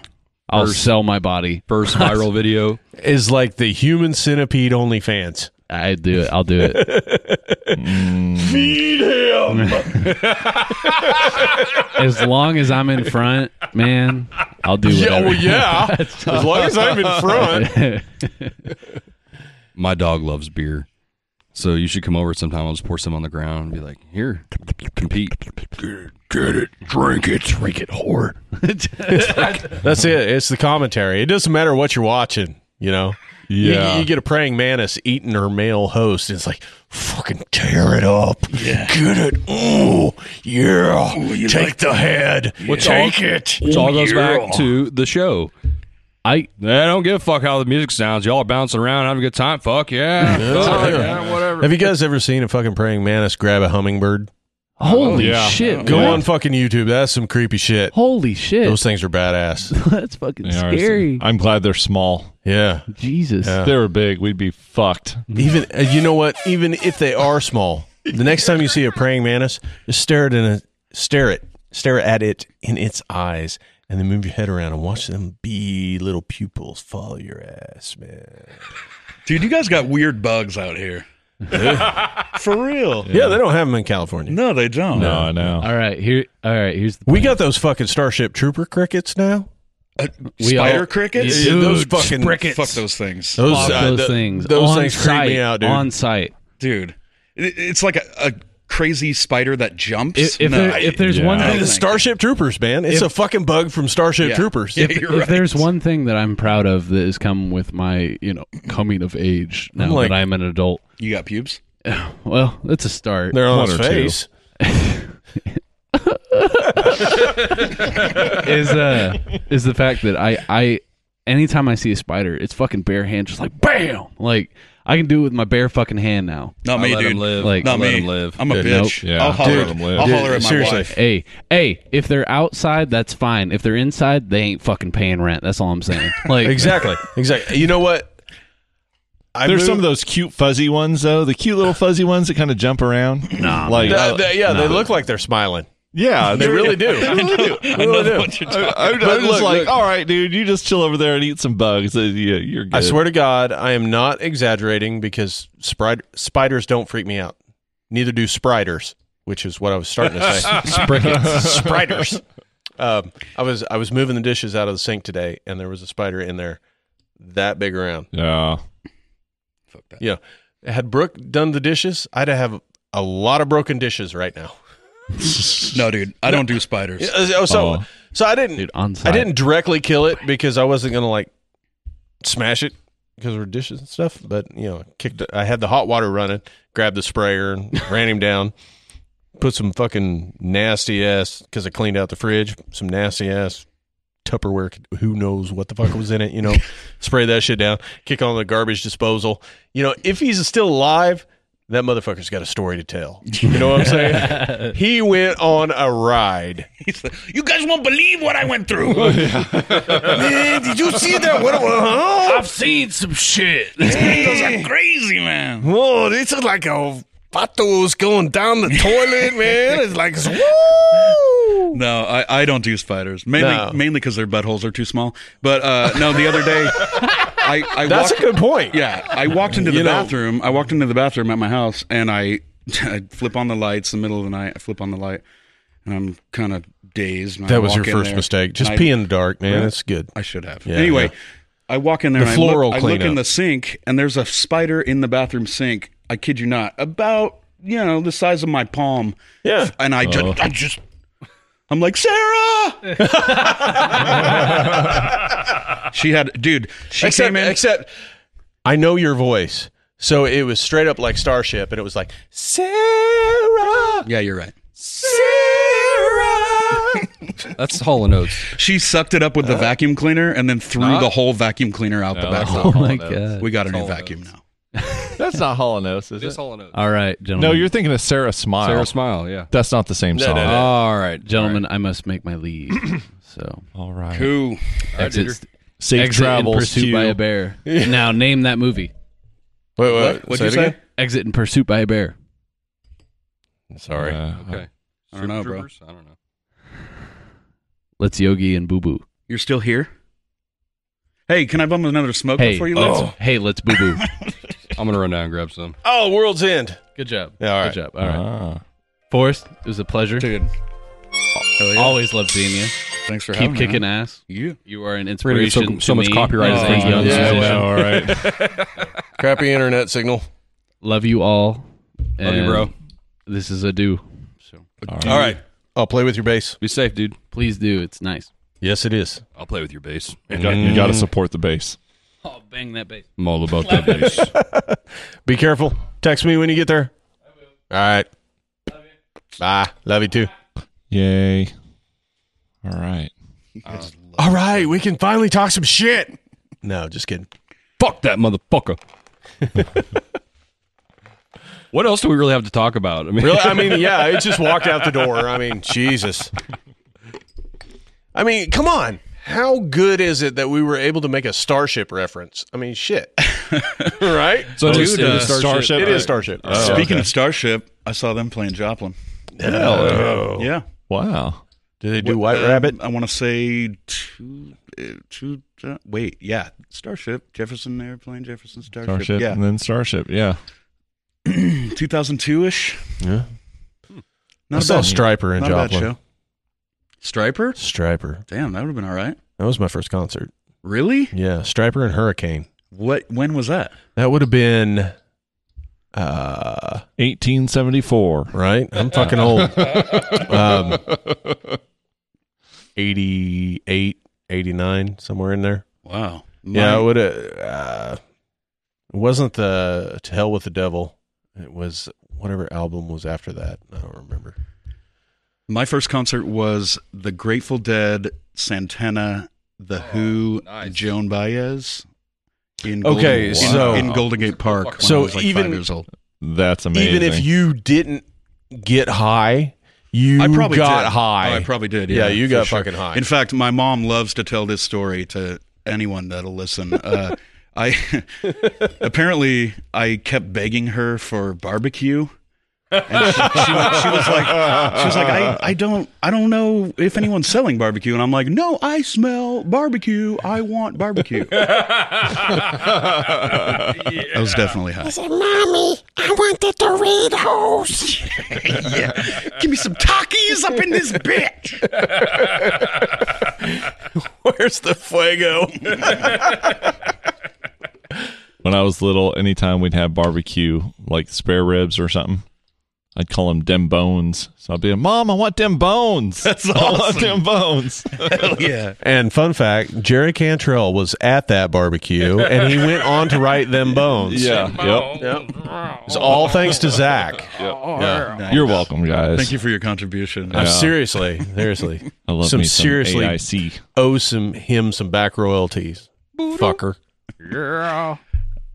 Speaker 3: I'll sell my body.
Speaker 5: First viral video.
Speaker 4: is like the human centipede only fans.
Speaker 3: I do it. I'll do it.
Speaker 7: Feed him.
Speaker 3: As long as I'm in front, man, I'll do whatever.
Speaker 4: yeah. oh, as long as I'm in front.
Speaker 5: My dog loves beer. So you should come over sometime. I'll just pour some on the ground and be like, here, compete.
Speaker 7: Get it, drink it, drink it, whore.
Speaker 4: That's it. It's the commentary. It doesn't matter what you're watching, you know? You-
Speaker 2: Yeah.
Speaker 4: You, get a praying mantis eating her male host. And it's like, fucking tear it up. Get it. Ooh, yeah. Take the head. Take it.
Speaker 5: Which all goes back to the show.
Speaker 3: I
Speaker 5: I don't give a fuck how the music sounds. Y'all are bouncing around, having a good time. Fuck yeah. Fuck yeah, whatever.
Speaker 4: Have you guys ever seen a fucking praying mantis grab a hummingbird?
Speaker 3: holy
Speaker 2: yeah.
Speaker 3: shit.
Speaker 4: Go
Speaker 3: what?
Speaker 4: on fucking YouTube. That's some creepy shit.
Speaker 3: Holy shit.
Speaker 4: Those things are badass.
Speaker 3: That's fucking
Speaker 2: They are.
Speaker 3: scary.
Speaker 2: I'm glad they're small.
Speaker 4: Yeah.
Speaker 3: Jesus.
Speaker 4: Yeah.
Speaker 2: If they were big, we'd be fucked.
Speaker 4: Even uh, you know what? Even if they are small, the next time you see a praying mantis, just stare it in a stare it stare at it in its eyes, and then move your head around and watch them be little pupils follow your ass, man.
Speaker 1: Dude, you guys got weird bugs out here. For real.
Speaker 4: Yeah, they don't have them in California.
Speaker 1: No, they don't.
Speaker 2: No, I know.
Speaker 3: All right, here all right, here's the
Speaker 4: We got those fucking Starship Trooper crickets now.
Speaker 3: We
Speaker 1: Spider
Speaker 3: all-
Speaker 1: crickets?
Speaker 3: Yeah,
Speaker 4: those fucking
Speaker 1: Fuck those things.
Speaker 4: Those,
Speaker 3: fuck
Speaker 4: uh,
Speaker 3: those
Speaker 4: th-
Speaker 3: things.
Speaker 4: Those
Speaker 3: on
Speaker 4: things
Speaker 3: site,
Speaker 4: creep me out, dude.
Speaker 3: On site.
Speaker 1: Dude, it, it's like a, a crazy spider that jumps.
Speaker 3: If, if
Speaker 1: No,
Speaker 3: there-
Speaker 1: I-
Speaker 3: if there's
Speaker 2: yeah.
Speaker 3: one
Speaker 4: Hey,
Speaker 3: thing
Speaker 4: the Starship Troopers, man. It's a fucking bug from Starship
Speaker 1: Yeah.
Speaker 4: Troopers.
Speaker 1: Yeah,
Speaker 4: If-
Speaker 1: you're
Speaker 3: if
Speaker 1: right.
Speaker 3: there's one thing that I'm proud of that has come with my, you know, coming of age now
Speaker 4: like-
Speaker 3: that I'm an adult.
Speaker 1: You got pubes?
Speaker 3: Well, that's a start.
Speaker 4: They're on
Speaker 2: One
Speaker 4: his
Speaker 2: or two.
Speaker 4: face.
Speaker 3: is uh is the fact that I I anytime I see a spider, it's fucking bare hand, just like bam, like I can do it with my bare fucking hand now.
Speaker 1: Not me,
Speaker 5: let
Speaker 1: dude.
Speaker 5: him live.
Speaker 3: Like,
Speaker 1: Not
Speaker 5: let
Speaker 1: me.
Speaker 5: him live.
Speaker 1: I'm a
Speaker 3: Nope.
Speaker 1: bitch.
Speaker 2: Yeah.
Speaker 1: I'll holler,
Speaker 2: Dude,
Speaker 1: at, I'll
Speaker 2: dude,
Speaker 1: holler at my
Speaker 4: seriously.
Speaker 1: wife.
Speaker 3: Hey, hey, if they're outside, that's fine. If they're inside, they ain't fucking paying rent. That's all I'm saying. Like
Speaker 4: Exactly. Exactly. You know what? I
Speaker 2: There's
Speaker 4: moved-
Speaker 2: some of those cute fuzzy ones though. The cute little fuzzy ones that kind of jump around. Nah, like
Speaker 4: Th-
Speaker 2: uh,
Speaker 4: th- yeah, they look like they're smiling.
Speaker 2: yeah,
Speaker 4: They really do.
Speaker 1: I know what you're talking-
Speaker 2: I, am
Speaker 4: But
Speaker 2: just
Speaker 4: look,
Speaker 2: like,
Speaker 4: look.
Speaker 2: all right, dude, you just chill over there and eat some bugs. Uh, yeah, you're good.
Speaker 4: I swear to God, I am not exaggerating because spri- spiders don't freak me out. Neither do spiders, which is what I was starting to say. spiders. Um, I was I was moving the dishes out of the sink today, and there was a spider in there, that big around.
Speaker 2: Yeah.
Speaker 4: Yeah. Had Brooke done the dishes, I'd have a lot of broken dishes right now.
Speaker 1: No, dude, I don't do spiders.
Speaker 4: Yeah, uh, so
Speaker 1: Uh-huh.
Speaker 2: Oh.
Speaker 4: so I didn't
Speaker 3: dude, on
Speaker 4: I
Speaker 3: site.
Speaker 4: didn't directly kill it because I wasn't gonna like smash it because we're dishes and stuff. But you know, kicked. I had the hot water running, grabbed the sprayer, and ran him down. Put some fucking nasty ass because I cleaned out the fridge. Some nasty ass Tupperware. Who knows what the fuck was in it? You know, spray that shit down. Kick on the garbage disposal. You know, if he's still alive. That motherfucker's got a story to tell. You know what I'm saying? he went on a ride.
Speaker 1: He's like, you guys won't believe what I went through.
Speaker 4: Man, did you see that? What?
Speaker 6: I've seen some shit.
Speaker 3: Oh
Speaker 1: Those are crazy, man.
Speaker 4: Whoa, this is like a Fato's going down the toilet, man. It's like, woo!
Speaker 1: No, I, I don't do spiders. Mainly
Speaker 4: No.
Speaker 1: mainly because their buttholes are too small. But uh, no, the other day, I, I
Speaker 4: That's
Speaker 1: walked,
Speaker 4: a good point.
Speaker 1: Yeah, I walked into the
Speaker 4: You know-
Speaker 1: bathroom. I walked into the bathroom at my house, and I, I flip on the lights in the middle of the night. I flip on the light, and I'm kind of dazed. and I
Speaker 4: That was
Speaker 1: walk
Speaker 4: your
Speaker 1: in
Speaker 4: first
Speaker 1: there,
Speaker 4: mistake. Just
Speaker 1: and I-
Speaker 4: pee in the dark, man. That's good.
Speaker 1: I should have.
Speaker 4: Yeah,
Speaker 1: anyway,
Speaker 4: yeah.
Speaker 1: I walk in there
Speaker 4: The
Speaker 1: and I
Speaker 4: floral
Speaker 1: look, I look
Speaker 4: cleanup.
Speaker 1: in the sink, and there's a spider in the bathroom sink. I kid you not, about you know the size of my palm.
Speaker 4: Yeah. Uh-huh.
Speaker 1: And I just, I just, I'm like Sarah. she had, dude. She
Speaker 4: Except,
Speaker 1: came in.
Speaker 4: except, I know your voice. So it was straight up like Starship, and it was like, Sarah,
Speaker 1: yeah, you're right.
Speaker 4: Sarah.
Speaker 5: That's Hall and Oates.
Speaker 1: She sucked it up with the
Speaker 4: Uh,
Speaker 1: vacuum cleaner and then threw the whole vacuum cleaner out the back.
Speaker 3: Oh my god.
Speaker 1: We got a new vacuum now.
Speaker 2: That's not Hall and Oates, is it?
Speaker 5: Hall and Oates.
Speaker 3: All right, gentlemen.
Speaker 2: No, you're thinking of Sarah Smile.
Speaker 5: Sarah Smile, yeah.
Speaker 2: That's not the same song.
Speaker 5: All right.
Speaker 3: gentlemen, I must make my leave. So
Speaker 2: All right.
Speaker 1: Who?
Speaker 3: exit,
Speaker 2: Safe
Speaker 3: exit and
Speaker 2: travels.
Speaker 3: pursuit
Speaker 2: to-
Speaker 3: by a bear. Now name that movie.
Speaker 4: Wait, wait.
Speaker 1: What? What'd you say?
Speaker 3: Exit and pursuit by a bear.
Speaker 4: Sorry.
Speaker 2: Uh,
Speaker 5: Okay.
Speaker 1: I don't know, bro.
Speaker 5: Troopers? I don't know.
Speaker 3: Let's Yogi and Boo Boo.
Speaker 1: You're still here? Hey, can I bum another smoke
Speaker 3: Hey,
Speaker 1: before you leave?
Speaker 3: let's, hey, let's Boo Boo.
Speaker 5: I'm going to run down and grab some.
Speaker 4: oh, World's End.
Speaker 3: Good job.
Speaker 4: Yeah, all right.
Speaker 3: Good job. All right.
Speaker 2: ah.
Speaker 3: Forrest, it was a pleasure.
Speaker 1: Dude. Hell yeah.
Speaker 3: Always love seeing you.
Speaker 1: Thanks for
Speaker 3: Keep
Speaker 1: having
Speaker 3: kicking
Speaker 1: me.
Speaker 3: ass.
Speaker 1: You.
Speaker 3: You are an
Speaker 5: We're gonna get so-
Speaker 3: inspiration.
Speaker 5: so
Speaker 3: to
Speaker 5: much
Speaker 3: me
Speaker 5: copyright
Speaker 3: as a
Speaker 5: infringement
Speaker 3: young
Speaker 5: on this.
Speaker 2: yeah,
Speaker 3: musician.
Speaker 2: well, all right.
Speaker 4: Crappy internet signal.
Speaker 3: Love you all.
Speaker 5: Love you, bro.
Speaker 3: and This is a do.
Speaker 4: All right. I'll play with your bass.
Speaker 5: Be safe, dude.
Speaker 3: Please do. It's nice.
Speaker 4: Yes, it is.
Speaker 5: I'll play with your bass.
Speaker 2: You got, you got to support the base.
Speaker 3: Oh, bang that bass.
Speaker 5: I'm all about that bass.
Speaker 4: Be careful. Text me when you get there. All right. Bye. Love you too.
Speaker 2: Yay! All right.
Speaker 4: All right. We can finally talk some shit. No, just kidding.
Speaker 5: Fuck that motherfucker. what else do we really have to talk about? I mean,
Speaker 4: Really? I mean, yeah, it just walked out the door. I mean, Jesus. I mean, come on. How good is it that we were able to make a Starship reference? I mean, shit. right?
Speaker 5: so
Speaker 1: Dude,
Speaker 5: dude,
Speaker 1: uh, Oh,
Speaker 2: Starship.
Speaker 4: It is Starship.
Speaker 1: Speaking of Starship, I saw them playing Joplin.
Speaker 4: Oh.
Speaker 1: Yeah.
Speaker 2: Wow.
Speaker 4: Did they do White
Speaker 1: Uh,
Speaker 4: Rabbit?
Speaker 1: I want to say two, uh, two. uh, wait, yeah, Starship, Jefferson Airplane, Jefferson Starship.
Speaker 2: Starship and then Starship. Yeah.
Speaker 1: Yeah, 2002 ish.
Speaker 4: Mm. Yeah.
Speaker 1: Not
Speaker 4: I saw
Speaker 1: a bad,
Speaker 4: Striper in
Speaker 1: not a bad
Speaker 4: Joplin.
Speaker 1: show. Striper?
Speaker 4: Striper.
Speaker 1: Damn, that would have been all right.
Speaker 4: That was my first concert.
Speaker 1: Really?
Speaker 4: Yeah, Striper and Hurricane.
Speaker 1: What? When was that?
Speaker 4: That would have been uh
Speaker 2: 1874.
Speaker 4: right? I'm fucking old. Um 88, 89, somewhere in there.
Speaker 1: Wow.
Speaker 4: yeah, it
Speaker 1: My-
Speaker 4: would have uh it wasn't the To Hell with the Devil. It was whatever album was after that. I don't remember.
Speaker 1: My first concert was the Grateful Dead, Santana, The
Speaker 4: Oh,
Speaker 1: Who, Joan Baez. In
Speaker 4: Okay,
Speaker 1: Golden,
Speaker 4: so-
Speaker 1: in Golden Gate Park. When I
Speaker 4: So
Speaker 1: was like
Speaker 4: even-
Speaker 1: five years old.
Speaker 2: That's amazing.
Speaker 4: Even if you didn't get high, you
Speaker 1: I probably
Speaker 4: got
Speaker 1: did.
Speaker 4: high.
Speaker 1: Oh, I probably did.
Speaker 4: Yeah,
Speaker 1: Yeah,
Speaker 4: you
Speaker 1: for
Speaker 4: got
Speaker 1: sure.
Speaker 4: fucking high.
Speaker 1: In fact, my mom loves to tell this story to anyone that'll listen. Uh, I apparently I kept begging her for barbecue. And she, she, she was like, she was like, I, I don't, I don't know if anyone's selling barbecue, and I'm like, no, I smell barbecue. I want barbecue. I was definitely high.
Speaker 6: said, Mommy, I want the Doritos.
Speaker 1: Give me some Takis up in this bitch.
Speaker 4: Where's the fuego?
Speaker 2: when I was little, anytime we'd have barbecue, like spare ribs or something, I'd call them dem bones. So I'd be like, Mom, I want dem bones. That's I want dem bones.
Speaker 1: yeah.
Speaker 4: And fun fact, Jerry Cantrell was at that barbecue and he went on to write them bones.
Speaker 2: yeah. Yep.
Speaker 4: It's all thanks to Zach.
Speaker 2: You're welcome, guys.
Speaker 1: Thank you for your contribution.
Speaker 4: Uh, seriously, seriously.
Speaker 2: I love
Speaker 4: Some
Speaker 2: me
Speaker 4: seriously-
Speaker 2: some AIC.
Speaker 4: Owe some him some back royalties. Fucker.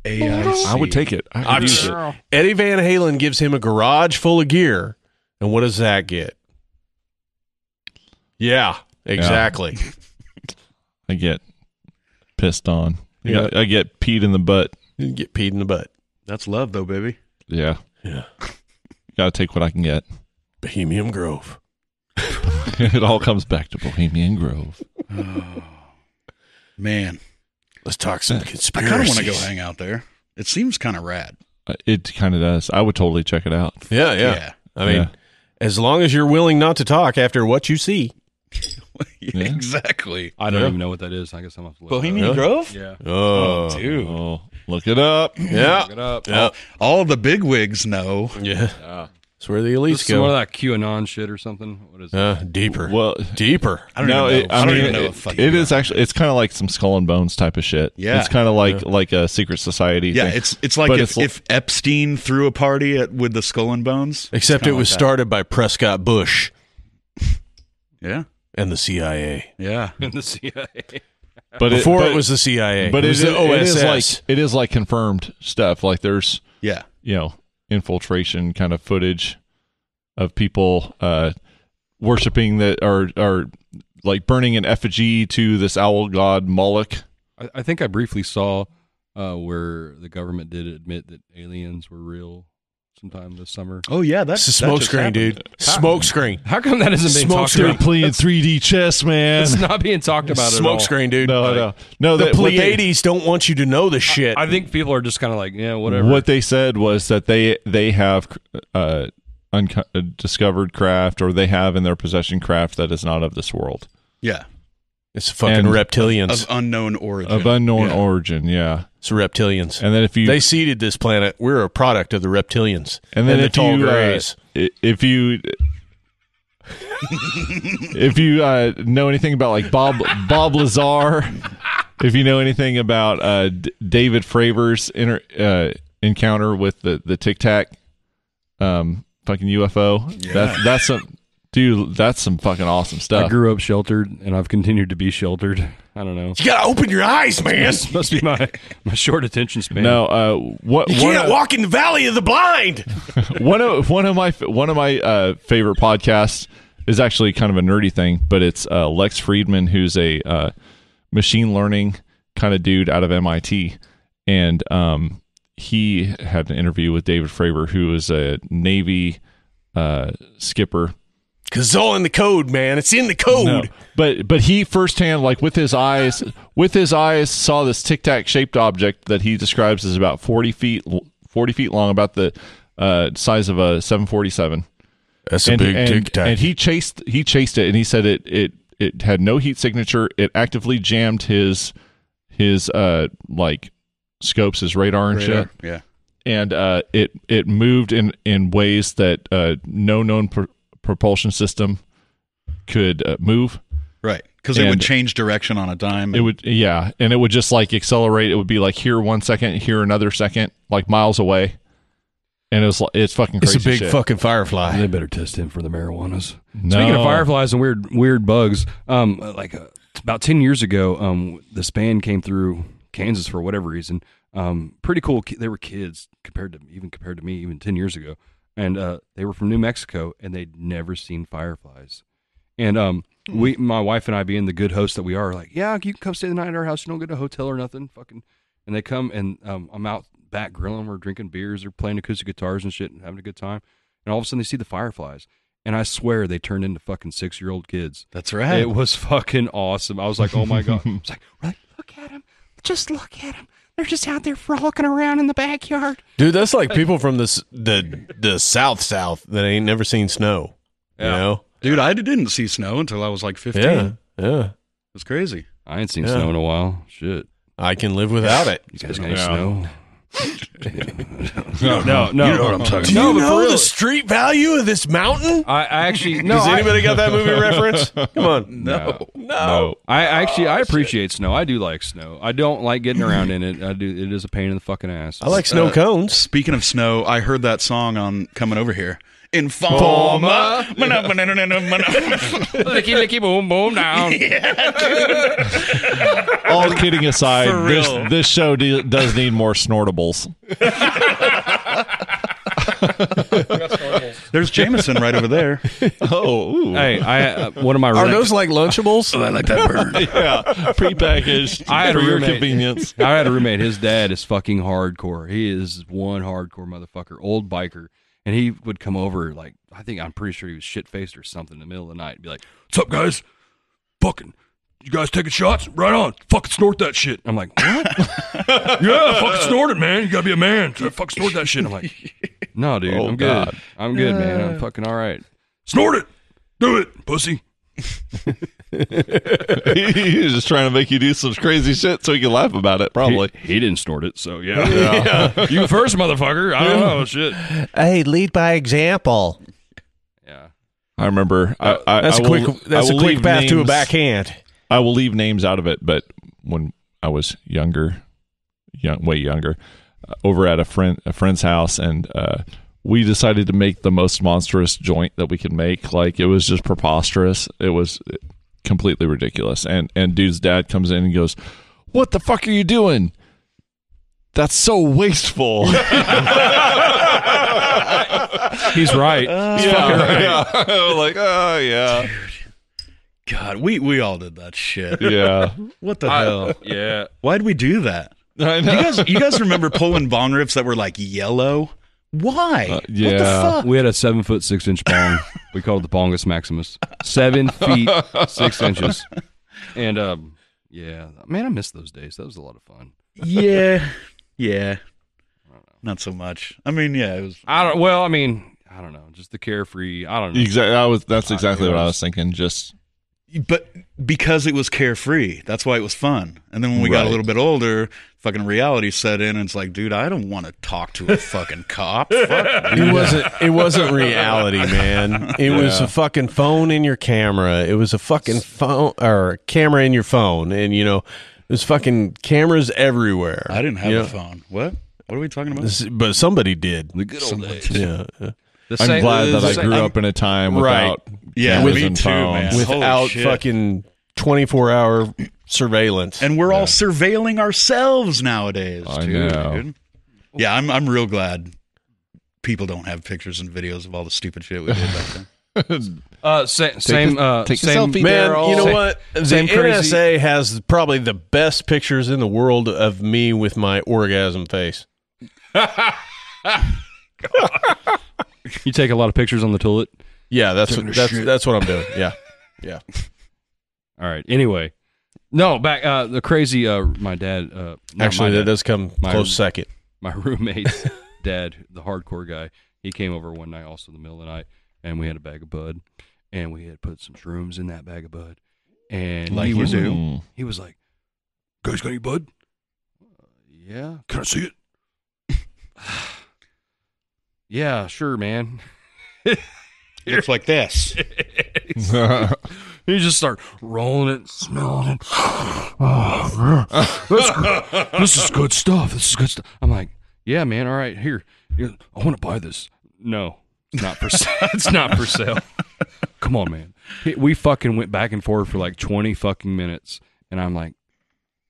Speaker 1: AIC.
Speaker 2: I would take it. I would use it.
Speaker 4: Eddie Van Halen gives him a garage full of gear. And what does Zach get? Yeah, exactly.
Speaker 2: I get pissed on. I got- I get peed in the butt.
Speaker 4: You get peed in the butt.
Speaker 1: That's love, though, baby.
Speaker 2: Yeah.
Speaker 4: Yeah.
Speaker 2: Gotta take what I can get.
Speaker 4: Bohemian Grove.
Speaker 2: it all comes back to Bohemian Grove.
Speaker 1: Man,
Speaker 4: Let's talk some
Speaker 1: I
Speaker 4: conspiracy.
Speaker 1: kind of want to go hang out there. It seems kind of rad.
Speaker 2: Uh, It kind of does. I would totally check it out.
Speaker 4: Yeah, yeah.
Speaker 1: Yeah.
Speaker 4: I mean,
Speaker 2: Yeah.
Speaker 4: as long as you're willing not to talk after what you see.
Speaker 2: Yeah.
Speaker 1: Exactly.
Speaker 5: I don't even know what that is. I guess I'm off to look
Speaker 1: Bohemian
Speaker 5: it up.
Speaker 1: Grove?
Speaker 5: Yeah.
Speaker 4: Oh,
Speaker 1: Dude.
Speaker 2: Oh, look it up.
Speaker 4: yeah,
Speaker 5: Look it up.
Speaker 4: yeah,
Speaker 1: All the bigwigs know.
Speaker 4: yeah.
Speaker 5: Yeah.
Speaker 4: That's where the
Speaker 5: This
Speaker 4: elites
Speaker 5: is more
Speaker 4: go.
Speaker 5: of that QAnon shit or something. What is it?
Speaker 4: Uh, deeper,
Speaker 2: Well,
Speaker 4: deeper.
Speaker 1: I don't
Speaker 2: no,
Speaker 1: even
Speaker 2: it,
Speaker 1: know.
Speaker 2: I
Speaker 1: don't
Speaker 2: mean,
Speaker 1: even know
Speaker 2: it-
Speaker 1: what fucking
Speaker 2: it is actually. It's kind of like some skull and bones type of shit.
Speaker 1: Yeah.
Speaker 2: it's kind of like like a secret society.
Speaker 1: Yeah,
Speaker 2: thing.
Speaker 1: it's it's like
Speaker 2: But
Speaker 1: if,
Speaker 2: l-
Speaker 1: if Epstein threw a party at, with the skull and bones.
Speaker 4: Except it was started by Prescott Bush
Speaker 1: Yeah.
Speaker 4: and the CIA.
Speaker 1: Yeah.
Speaker 5: In the CIA.
Speaker 2: but
Speaker 4: Before it,
Speaker 2: but-
Speaker 4: was the CIA,
Speaker 2: but
Speaker 4: it
Speaker 2: it
Speaker 4: was
Speaker 2: is,
Speaker 4: the
Speaker 2: it
Speaker 4: OSS.
Speaker 2: is like it is like confirmed stuff. Like there's
Speaker 1: Yeah.
Speaker 2: you know infiltration kind of footage of people uh worshiping that are are like burning an effigy to this owl god Moloch.
Speaker 5: I, I think I briefly saw uh, where the government did admit that aliens were real sometime this summer.
Speaker 1: Oh yeah, that's
Speaker 4: it's a smoke screen, dude. Smoke screen.
Speaker 5: How come that isn't being
Speaker 4: Smoke
Speaker 5: talked
Speaker 4: screen.
Speaker 2: They're
Speaker 5: about?
Speaker 2: playing 3D chess, man.
Speaker 5: It's not being talked about at all.
Speaker 4: Smoke screen, dude.
Speaker 2: No, no, no.
Speaker 4: The
Speaker 2: that- what they-
Speaker 4: Pleiades don't want you to know the shit.
Speaker 5: I think people are just kind of like, yeah, whatever.
Speaker 2: What they said was that they they have uh, unco- uh, discovered craft, or they have in their possession craft that is not of this world.
Speaker 1: Yeah.
Speaker 4: It's fucking
Speaker 2: And-
Speaker 4: reptilians.
Speaker 1: of unknown origin.
Speaker 2: of unknown
Speaker 1: Yeah.
Speaker 2: origin. Yeah,
Speaker 4: it's reptilians.
Speaker 2: and then if you
Speaker 4: they seeded this planet. We're a product of the reptilians
Speaker 2: and then
Speaker 4: the
Speaker 2: if you uh, i- if you if you uh, know anything about like Bob Bob Lazar, if you know anything about uh, D- David Fravers' inter- uh, encounter with the the Tic Tac, um, fucking UFO. That's that's some dude. That's some fucking awesome
Speaker 5: I
Speaker 2: stuff.
Speaker 5: grew up sheltered, and I've continued to be sheltered. I don't know.
Speaker 7: You gotta open your eyes, man.
Speaker 5: This must be my my short attention span.
Speaker 2: no, uh, what
Speaker 7: You
Speaker 2: one
Speaker 7: can't
Speaker 2: of-
Speaker 7: walk in the valley of the blind.
Speaker 2: one of one of my one of my uh, favorite podcasts is actually kind of a nerdy thing, but it's uh, Lex Friedman, who's a uh, machine learning kind of dude out of MIT, and um, he had an interview with David Fravor, who is a Navy uh, skipper.
Speaker 4: Cause it's all in the code, man. It's in the code.
Speaker 2: No, but but he firsthand, like with his eyes, with his eyes, saw this tic tac shaped object that he describes as about forty feet forty feet long, about the uh, size of a seven forty seven.
Speaker 4: That's
Speaker 2: and, and- and he chased he chased it, and he said it it it had no heat signature. It actively jammed his his uh like scopes, his radar and
Speaker 1: Radar.
Speaker 2: shit,
Speaker 1: Yeah.
Speaker 2: and uh it it moved in in ways that uh no known pr- propulsion system could uh, move.
Speaker 1: Right. Because it would
Speaker 2: And-
Speaker 1: change direction on a dime.
Speaker 2: It would yeah, and it would just like accelerate. It would be like here one second, here another second, like miles away. And it was like it's fucking
Speaker 4: it's
Speaker 2: crazy.
Speaker 4: a big
Speaker 2: shit.
Speaker 4: fucking firefly.
Speaker 5: They better test him for the marijuanas.
Speaker 2: No.
Speaker 5: Speaking of fireflies and weird weird bugs, um, like uh, about ten years ago, um, this band came through Kansas for whatever reason. Um, pretty cool. ki- They were kids compared to even compared to me even ten years ago, and uh, they were from New Mexico and they'd never seen fireflies. And um, we, my wife and I, being the good hosts that we are, like, yeah, you can come stay the night at our house. You don't get a hotel or nothing. Fucking, and they come and um, I'm out back grilling. We're drinking beers. They're playing acoustic guitars and shit and having a good time. And all of a sudden, they see the fireflies. And I swear they turned into fucking six year old kids.
Speaker 1: That's right.
Speaker 5: It was fucking awesome. I was like, oh my God. It's like,
Speaker 8: Right. Look at them. Just look at them. They're just out there frolicking around in the backyard.
Speaker 4: Dude, that's like people from the s- the the south south that ain't never seen snow. You know?
Speaker 1: Dude, I didn't see snow until I was like 15.
Speaker 4: Yeah. Yeah.
Speaker 1: It's crazy.
Speaker 5: I ain't seen
Speaker 4: Yeah.
Speaker 5: snow in a while. Shit.
Speaker 4: I can live without it.
Speaker 5: You guys got any
Speaker 2: Yeah.
Speaker 5: snow?
Speaker 2: no, no,
Speaker 5: No.
Speaker 1: You know what I'm talking
Speaker 4: Do
Speaker 5: No,
Speaker 4: you
Speaker 5: but for
Speaker 4: know
Speaker 5: real.
Speaker 4: the street value of this mountain?
Speaker 5: I, I actually, no.
Speaker 4: Does
Speaker 5: I-
Speaker 4: anybody got that movie reference? Come on.
Speaker 1: about. No.
Speaker 2: no.
Speaker 5: I actually, I appreciate snow. I do like snow. I don't like getting around in it. I do. It is a pain in the fucking ass.
Speaker 4: I like snow cones.
Speaker 1: Speaking of snow, I heard that song on coming over here. Informa.
Speaker 5: Informa. licky licky boom boom down.
Speaker 2: All kidding aside,
Speaker 1: For
Speaker 2: this
Speaker 1: real.
Speaker 2: this show do, does need more snortables.
Speaker 1: There's Jameson right over there.
Speaker 2: Oh, ooh.
Speaker 5: Hey, I uh, one of my
Speaker 4: Are
Speaker 5: rent-
Speaker 4: those like Lunchables?
Speaker 1: I like that bird.
Speaker 2: yeah, prepackaged
Speaker 5: I had
Speaker 2: for
Speaker 5: a
Speaker 2: your
Speaker 5: roommate.
Speaker 2: convenience.
Speaker 5: I had a roommate. His dad is fucking hardcore. He is one hardcore motherfucker, old biker. And he would come over, like, I think I'm pretty sure he was shit faced or something in the middle of the night and be like, What's up, guys? Fucking, you guys taking shots? Right on. Fucking snort that shit. I'm like, What? yeah, fucking snort it, man. You gotta be a man. So Fucking snort that shit. I'm like, No, dude.
Speaker 2: Oh,
Speaker 5: I'm good.
Speaker 2: God.
Speaker 5: I'm good, man. I'm fucking all right. Snort it. Do it, pussy.
Speaker 2: he was just trying to make you do some crazy shit so he could laugh about it. Probably.
Speaker 5: He didn't snort it, so yeah. yeah. you first, motherfucker. I don't know. Shit.
Speaker 4: Hey, lead by example.
Speaker 5: Yeah.
Speaker 2: I remember. I, I,
Speaker 4: Uh, That's
Speaker 2: I
Speaker 4: a
Speaker 2: will-
Speaker 4: quick that's
Speaker 2: I
Speaker 4: a
Speaker 2: will
Speaker 4: quick
Speaker 2: leave
Speaker 4: path to a
Speaker 2: names-
Speaker 4: backhand.
Speaker 2: I will leave names out of it, but when I was younger, young, way younger, uh, over at a friend a friend's house, and uh, we decided to make the most monstrous joint that we could make. Like it was just preposterous. It was uh, completely ridiculous. And and dude's dad comes in and goes, "What the fuck are you doing?" That's so wasteful.
Speaker 5: He's right.
Speaker 2: yeah, right. I'm like, oh yeah,
Speaker 1: God, we, we all did that shit.
Speaker 2: yeah.
Speaker 1: What the hell?
Speaker 5: yeah.
Speaker 1: Why'd we do that?
Speaker 2: I
Speaker 1: You
Speaker 2: know.
Speaker 1: guys, you guys remember pulling bong rips that were like yellow? Why?
Speaker 2: Uh,
Speaker 1: What the
Speaker 2: yeah.
Speaker 1: fuck?
Speaker 5: We had a seven foot six inch bong. we called it the bongus maximus. Seven feet six inches. And um, yeah, man, I miss those days. That was a lot of fun.
Speaker 1: Yeah. Yeah. Not so much. I mean, yeah, it was.
Speaker 5: I don't. Well, I mean, I don't know. Just the carefree. I don't know.
Speaker 2: Exactly. I was. That's exactly what I was thinking. Just
Speaker 1: but because it was carefree, that's why it was fun. And then when we got
Speaker 2: Right.
Speaker 1: a little bit older, fucking reality set in, and it's like, dude, I don't want to talk to a fucking cop. Fuck
Speaker 4: It wasn't. It wasn't reality, man. It was a fucking phone in your camera. It was a fucking phone or camera in your phone, and you know, there's fucking cameras everywhere.
Speaker 1: I didn't have
Speaker 4: you
Speaker 1: a
Speaker 4: know?
Speaker 1: phone. What? What are we talking about?
Speaker 4: This- but somebody did.
Speaker 5: The good old days.
Speaker 4: Yeah,
Speaker 5: The
Speaker 2: I'm
Speaker 5: same-
Speaker 2: glad
Speaker 5: the
Speaker 2: that I
Speaker 5: same-
Speaker 2: grew up in a time
Speaker 4: Right.
Speaker 2: without
Speaker 1: Yeah,
Speaker 2: cameras
Speaker 1: me
Speaker 2: and
Speaker 1: too, man.
Speaker 2: phones.
Speaker 1: Holy
Speaker 4: without
Speaker 1: shit.
Speaker 4: fucking 24 hour surveillance.
Speaker 1: And we're all surveilling ourselves nowadays,
Speaker 2: I
Speaker 1: too,
Speaker 2: know.
Speaker 1: dude. Yeah, I'm I'm real glad people don't have pictures and videos of all the stupid shit we did back then.
Speaker 5: Uh, sa- same. uh,
Speaker 2: take a
Speaker 5: same.
Speaker 2: selfie.
Speaker 4: Man,
Speaker 2: They're
Speaker 4: you know
Speaker 2: all-
Speaker 4: what? The
Speaker 5: same crazy-
Speaker 4: NSA has probably the best pictures in the world of me with my orgasm face.
Speaker 5: You take a lot of pictures on the toilet.
Speaker 4: Yeah, that's what, that's that's what I'm doing. Yeah,
Speaker 5: All right. Anyway, no. Back uh, the crazy. Uh, my dad. Uh, not
Speaker 4: actually, that
Speaker 5: my dad,
Speaker 4: does come
Speaker 5: My-
Speaker 4: close second.
Speaker 5: my roommate's dad, the hardcore guy, he came over one night, also in the middle of the night, and we had a bag of bud, and we had put some shrooms in that bag of bud, and
Speaker 1: Like
Speaker 5: he
Speaker 1: you
Speaker 5: was,
Speaker 1: do.
Speaker 2: Mm.
Speaker 5: He was like, "Guys, got any bud? Uh, yeah. Can I see it? yeah, sure, man."
Speaker 1: Looks like this.
Speaker 5: You just start rolling it, smelling it. Oh, yeah. this, this is good stuff. This is good stuff. I'm like, yeah, man. All right, here. Here, I want to buy this. No, not for sale. it's not for sale. Come on, man. He- We fucking went back and forth for like 20 fucking minutes, and I'm like,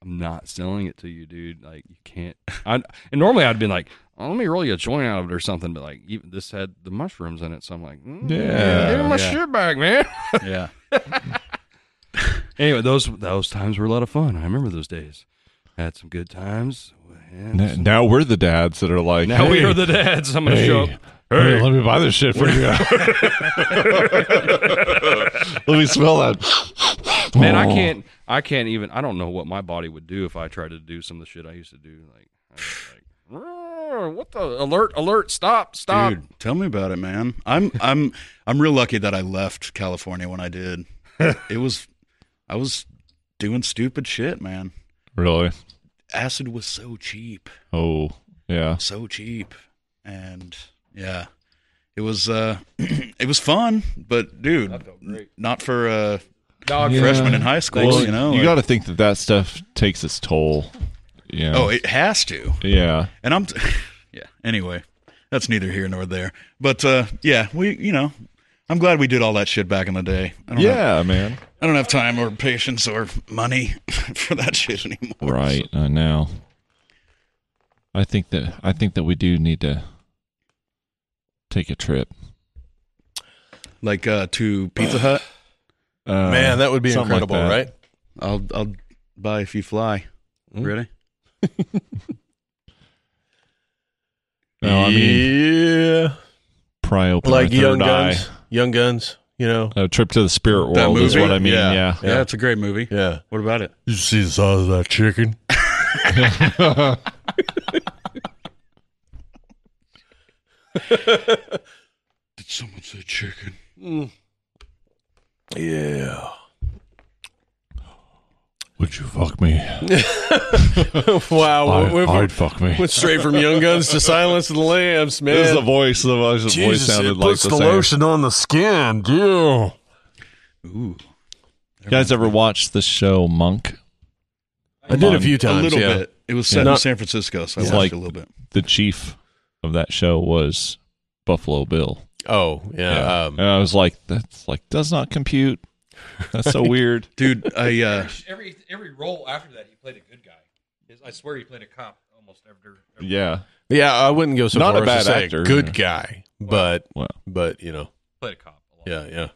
Speaker 5: I'm not selling it to you, dude. Like, you can't. I and normally I'd been like, oh, let me roll you a joint out of it or something, but like, even, this had the mushrooms in it, so I'm like, mm,
Speaker 2: Yeah.
Speaker 5: give me my shit back, man.
Speaker 1: Yeah.
Speaker 5: Anyway, those those times were a lot of fun. I remember those days. Had some good times. Had
Speaker 2: N-
Speaker 5: some-
Speaker 2: Now we're the dads that are like,
Speaker 5: now we
Speaker 2: "Hey,
Speaker 5: are the dads. I'm gonna
Speaker 2: hey,
Speaker 5: show up.
Speaker 2: hey, let me buy this shit for you. let me smell that.
Speaker 5: Man,
Speaker 1: Oh.
Speaker 5: I can't. I can't even. I don't know what my body would do if I tried to do some of the shit I used to do. Like, I was like "Roar, what the alert? Alert! Stop! Stop!
Speaker 1: Dude, tell me about it, man. I'm I'm I'm real lucky that I left California when I did. It was I was doing stupid shit, man.
Speaker 2: Oh, Really?
Speaker 1: Acid was so cheap,
Speaker 2: Oh, yeah.
Speaker 1: so cheap. And yeah. It was uh it was fun, but dude, not for uh freshman in high school,
Speaker 2: Well,
Speaker 1: you know.
Speaker 2: you
Speaker 1: like-
Speaker 2: got to think that that stuff takes its toll. Yeah.
Speaker 1: Oh, it has to.
Speaker 2: yeah.
Speaker 1: And I'm, yeah. Anyway, that's neither here nor there. But uh, yeah, we, you know, I'm glad we did all that shit back in the day. I don't Have,
Speaker 2: Yeah, man.
Speaker 1: I don't have time or patience or money for that shit anymore.
Speaker 2: Right. I know. I think that I think that we do need to take a trip.
Speaker 1: Like uh, to Pizza Hut,
Speaker 2: Uh,
Speaker 4: Man, that would be
Speaker 2: something like
Speaker 4: incredible,
Speaker 2: that.
Speaker 4: right?
Speaker 1: I'll I'll buy if you fly. Really?
Speaker 2: No, I mean
Speaker 4: yeah,
Speaker 2: pry open
Speaker 4: like
Speaker 2: my third
Speaker 4: Young
Speaker 2: eye.
Speaker 4: Guns. Young Guns, you know.
Speaker 2: A trip to the spirit
Speaker 1: That
Speaker 2: world is
Speaker 1: movie?
Speaker 2: what I mean.
Speaker 4: Yeah.
Speaker 2: Yeah.
Speaker 1: Yeah. it's a great movie.
Speaker 4: Yeah.
Speaker 1: What about it?
Speaker 4: You see the size of that chicken?
Speaker 1: Did someone say chicken?
Speaker 4: Mm. Yeah.
Speaker 2: Would you fuck me?
Speaker 4: wow.
Speaker 2: I,
Speaker 4: we- we-
Speaker 2: would fuck me.
Speaker 4: went straight from Young Guns to Silence of the Lambs, man.
Speaker 2: This is the voice. The voice, the voice sounded like the, same.
Speaker 4: on the skin, dude.
Speaker 1: Ooh,
Speaker 2: You guys ever watched the show Monk?
Speaker 4: I did a few
Speaker 1: a
Speaker 4: times.
Speaker 1: little
Speaker 4: yeah.
Speaker 1: bit. It was set in
Speaker 4: Not-
Speaker 1: San Francisco, so I
Speaker 2: It's
Speaker 1: watched
Speaker 2: like-
Speaker 1: a little bit.
Speaker 2: The chief of that show was Buffalo Bill.
Speaker 4: Oh, yeah.
Speaker 2: Yeah.
Speaker 4: Um,
Speaker 2: and I was like, that's like does not compute. That's so weird.
Speaker 1: Dude, I uh,
Speaker 10: Every every role after that, he played a good guy. His- I swear he played a cop almost every. every
Speaker 2: Yeah.
Speaker 4: yeah, I wouldn't go so
Speaker 2: Not
Speaker 4: far
Speaker 2: a
Speaker 4: as to
Speaker 2: bad
Speaker 4: say
Speaker 2: actor.
Speaker 4: good guy, but
Speaker 2: Well,
Speaker 4: but you know,
Speaker 10: played a cop. A lot.
Speaker 4: yeah, yeah.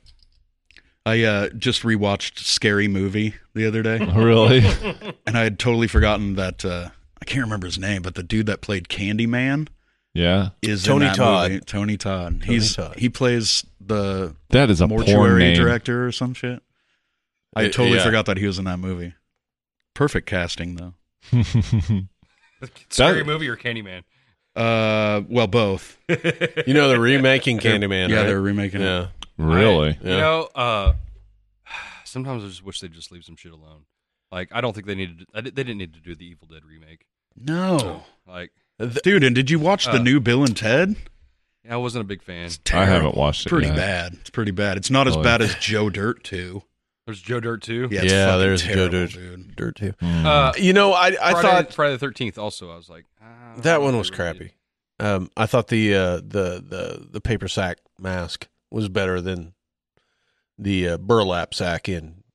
Speaker 1: I uh, just rewatched Scary Movie the other day.
Speaker 2: really?
Speaker 1: and I had totally forgotten that uh, I can't remember his name, but the dude that played Candyman
Speaker 2: Yeah.
Speaker 1: is
Speaker 4: Tony
Speaker 1: in that
Speaker 4: Todd.
Speaker 1: Movie. Tony Todd. He's
Speaker 4: Todd.
Speaker 1: he plays the
Speaker 2: That is a porn
Speaker 1: mortuary
Speaker 2: name.
Speaker 1: director or some shit. I
Speaker 4: Uh,
Speaker 1: totally
Speaker 4: yeah.
Speaker 1: forgot that he was in that movie. Perfect casting though.
Speaker 5: Scary movie or Candyman?
Speaker 1: Uh, well, both.
Speaker 4: You know, they're remaking Candyman.
Speaker 1: yeah,
Speaker 4: right?
Speaker 1: they're remaking it.
Speaker 4: yeah,
Speaker 2: really?
Speaker 4: yeah.
Speaker 10: You know, uh,
Speaker 5: sometimes I just wish they'd just leave some shit alone. Like I don't think they needed. I di- they didn't need to do the Evil Dead remake.
Speaker 1: No.
Speaker 5: Like
Speaker 1: Dude, and did you watch the
Speaker 5: Uh,
Speaker 1: new Bill and Ted?
Speaker 5: yeah, I wasn't a big fan.
Speaker 2: I haven't watched it.
Speaker 1: Pretty
Speaker 2: yet.
Speaker 1: bad. It's pretty bad. It's not as
Speaker 2: Oh, yeah.
Speaker 1: bad as Joe Dirt 2.
Speaker 5: There's Joe Dirt too.
Speaker 1: Yeah, it's
Speaker 10: Yeah,
Speaker 1: fucking
Speaker 10: there's Joe
Speaker 1: terrible,
Speaker 10: Dirt.
Speaker 1: dude.
Speaker 4: Dirt too.
Speaker 2: Mm.
Speaker 4: Uh, you know, I I
Speaker 5: Friday,
Speaker 4: thought
Speaker 5: Friday the Thirteenth. Also, I was like, ah, I don't
Speaker 4: that
Speaker 5: know
Speaker 4: one
Speaker 5: if
Speaker 4: was
Speaker 5: they really
Speaker 4: crappy. Um, I thought the uh, the the the paper sack mask was better than the uh, burlap sack in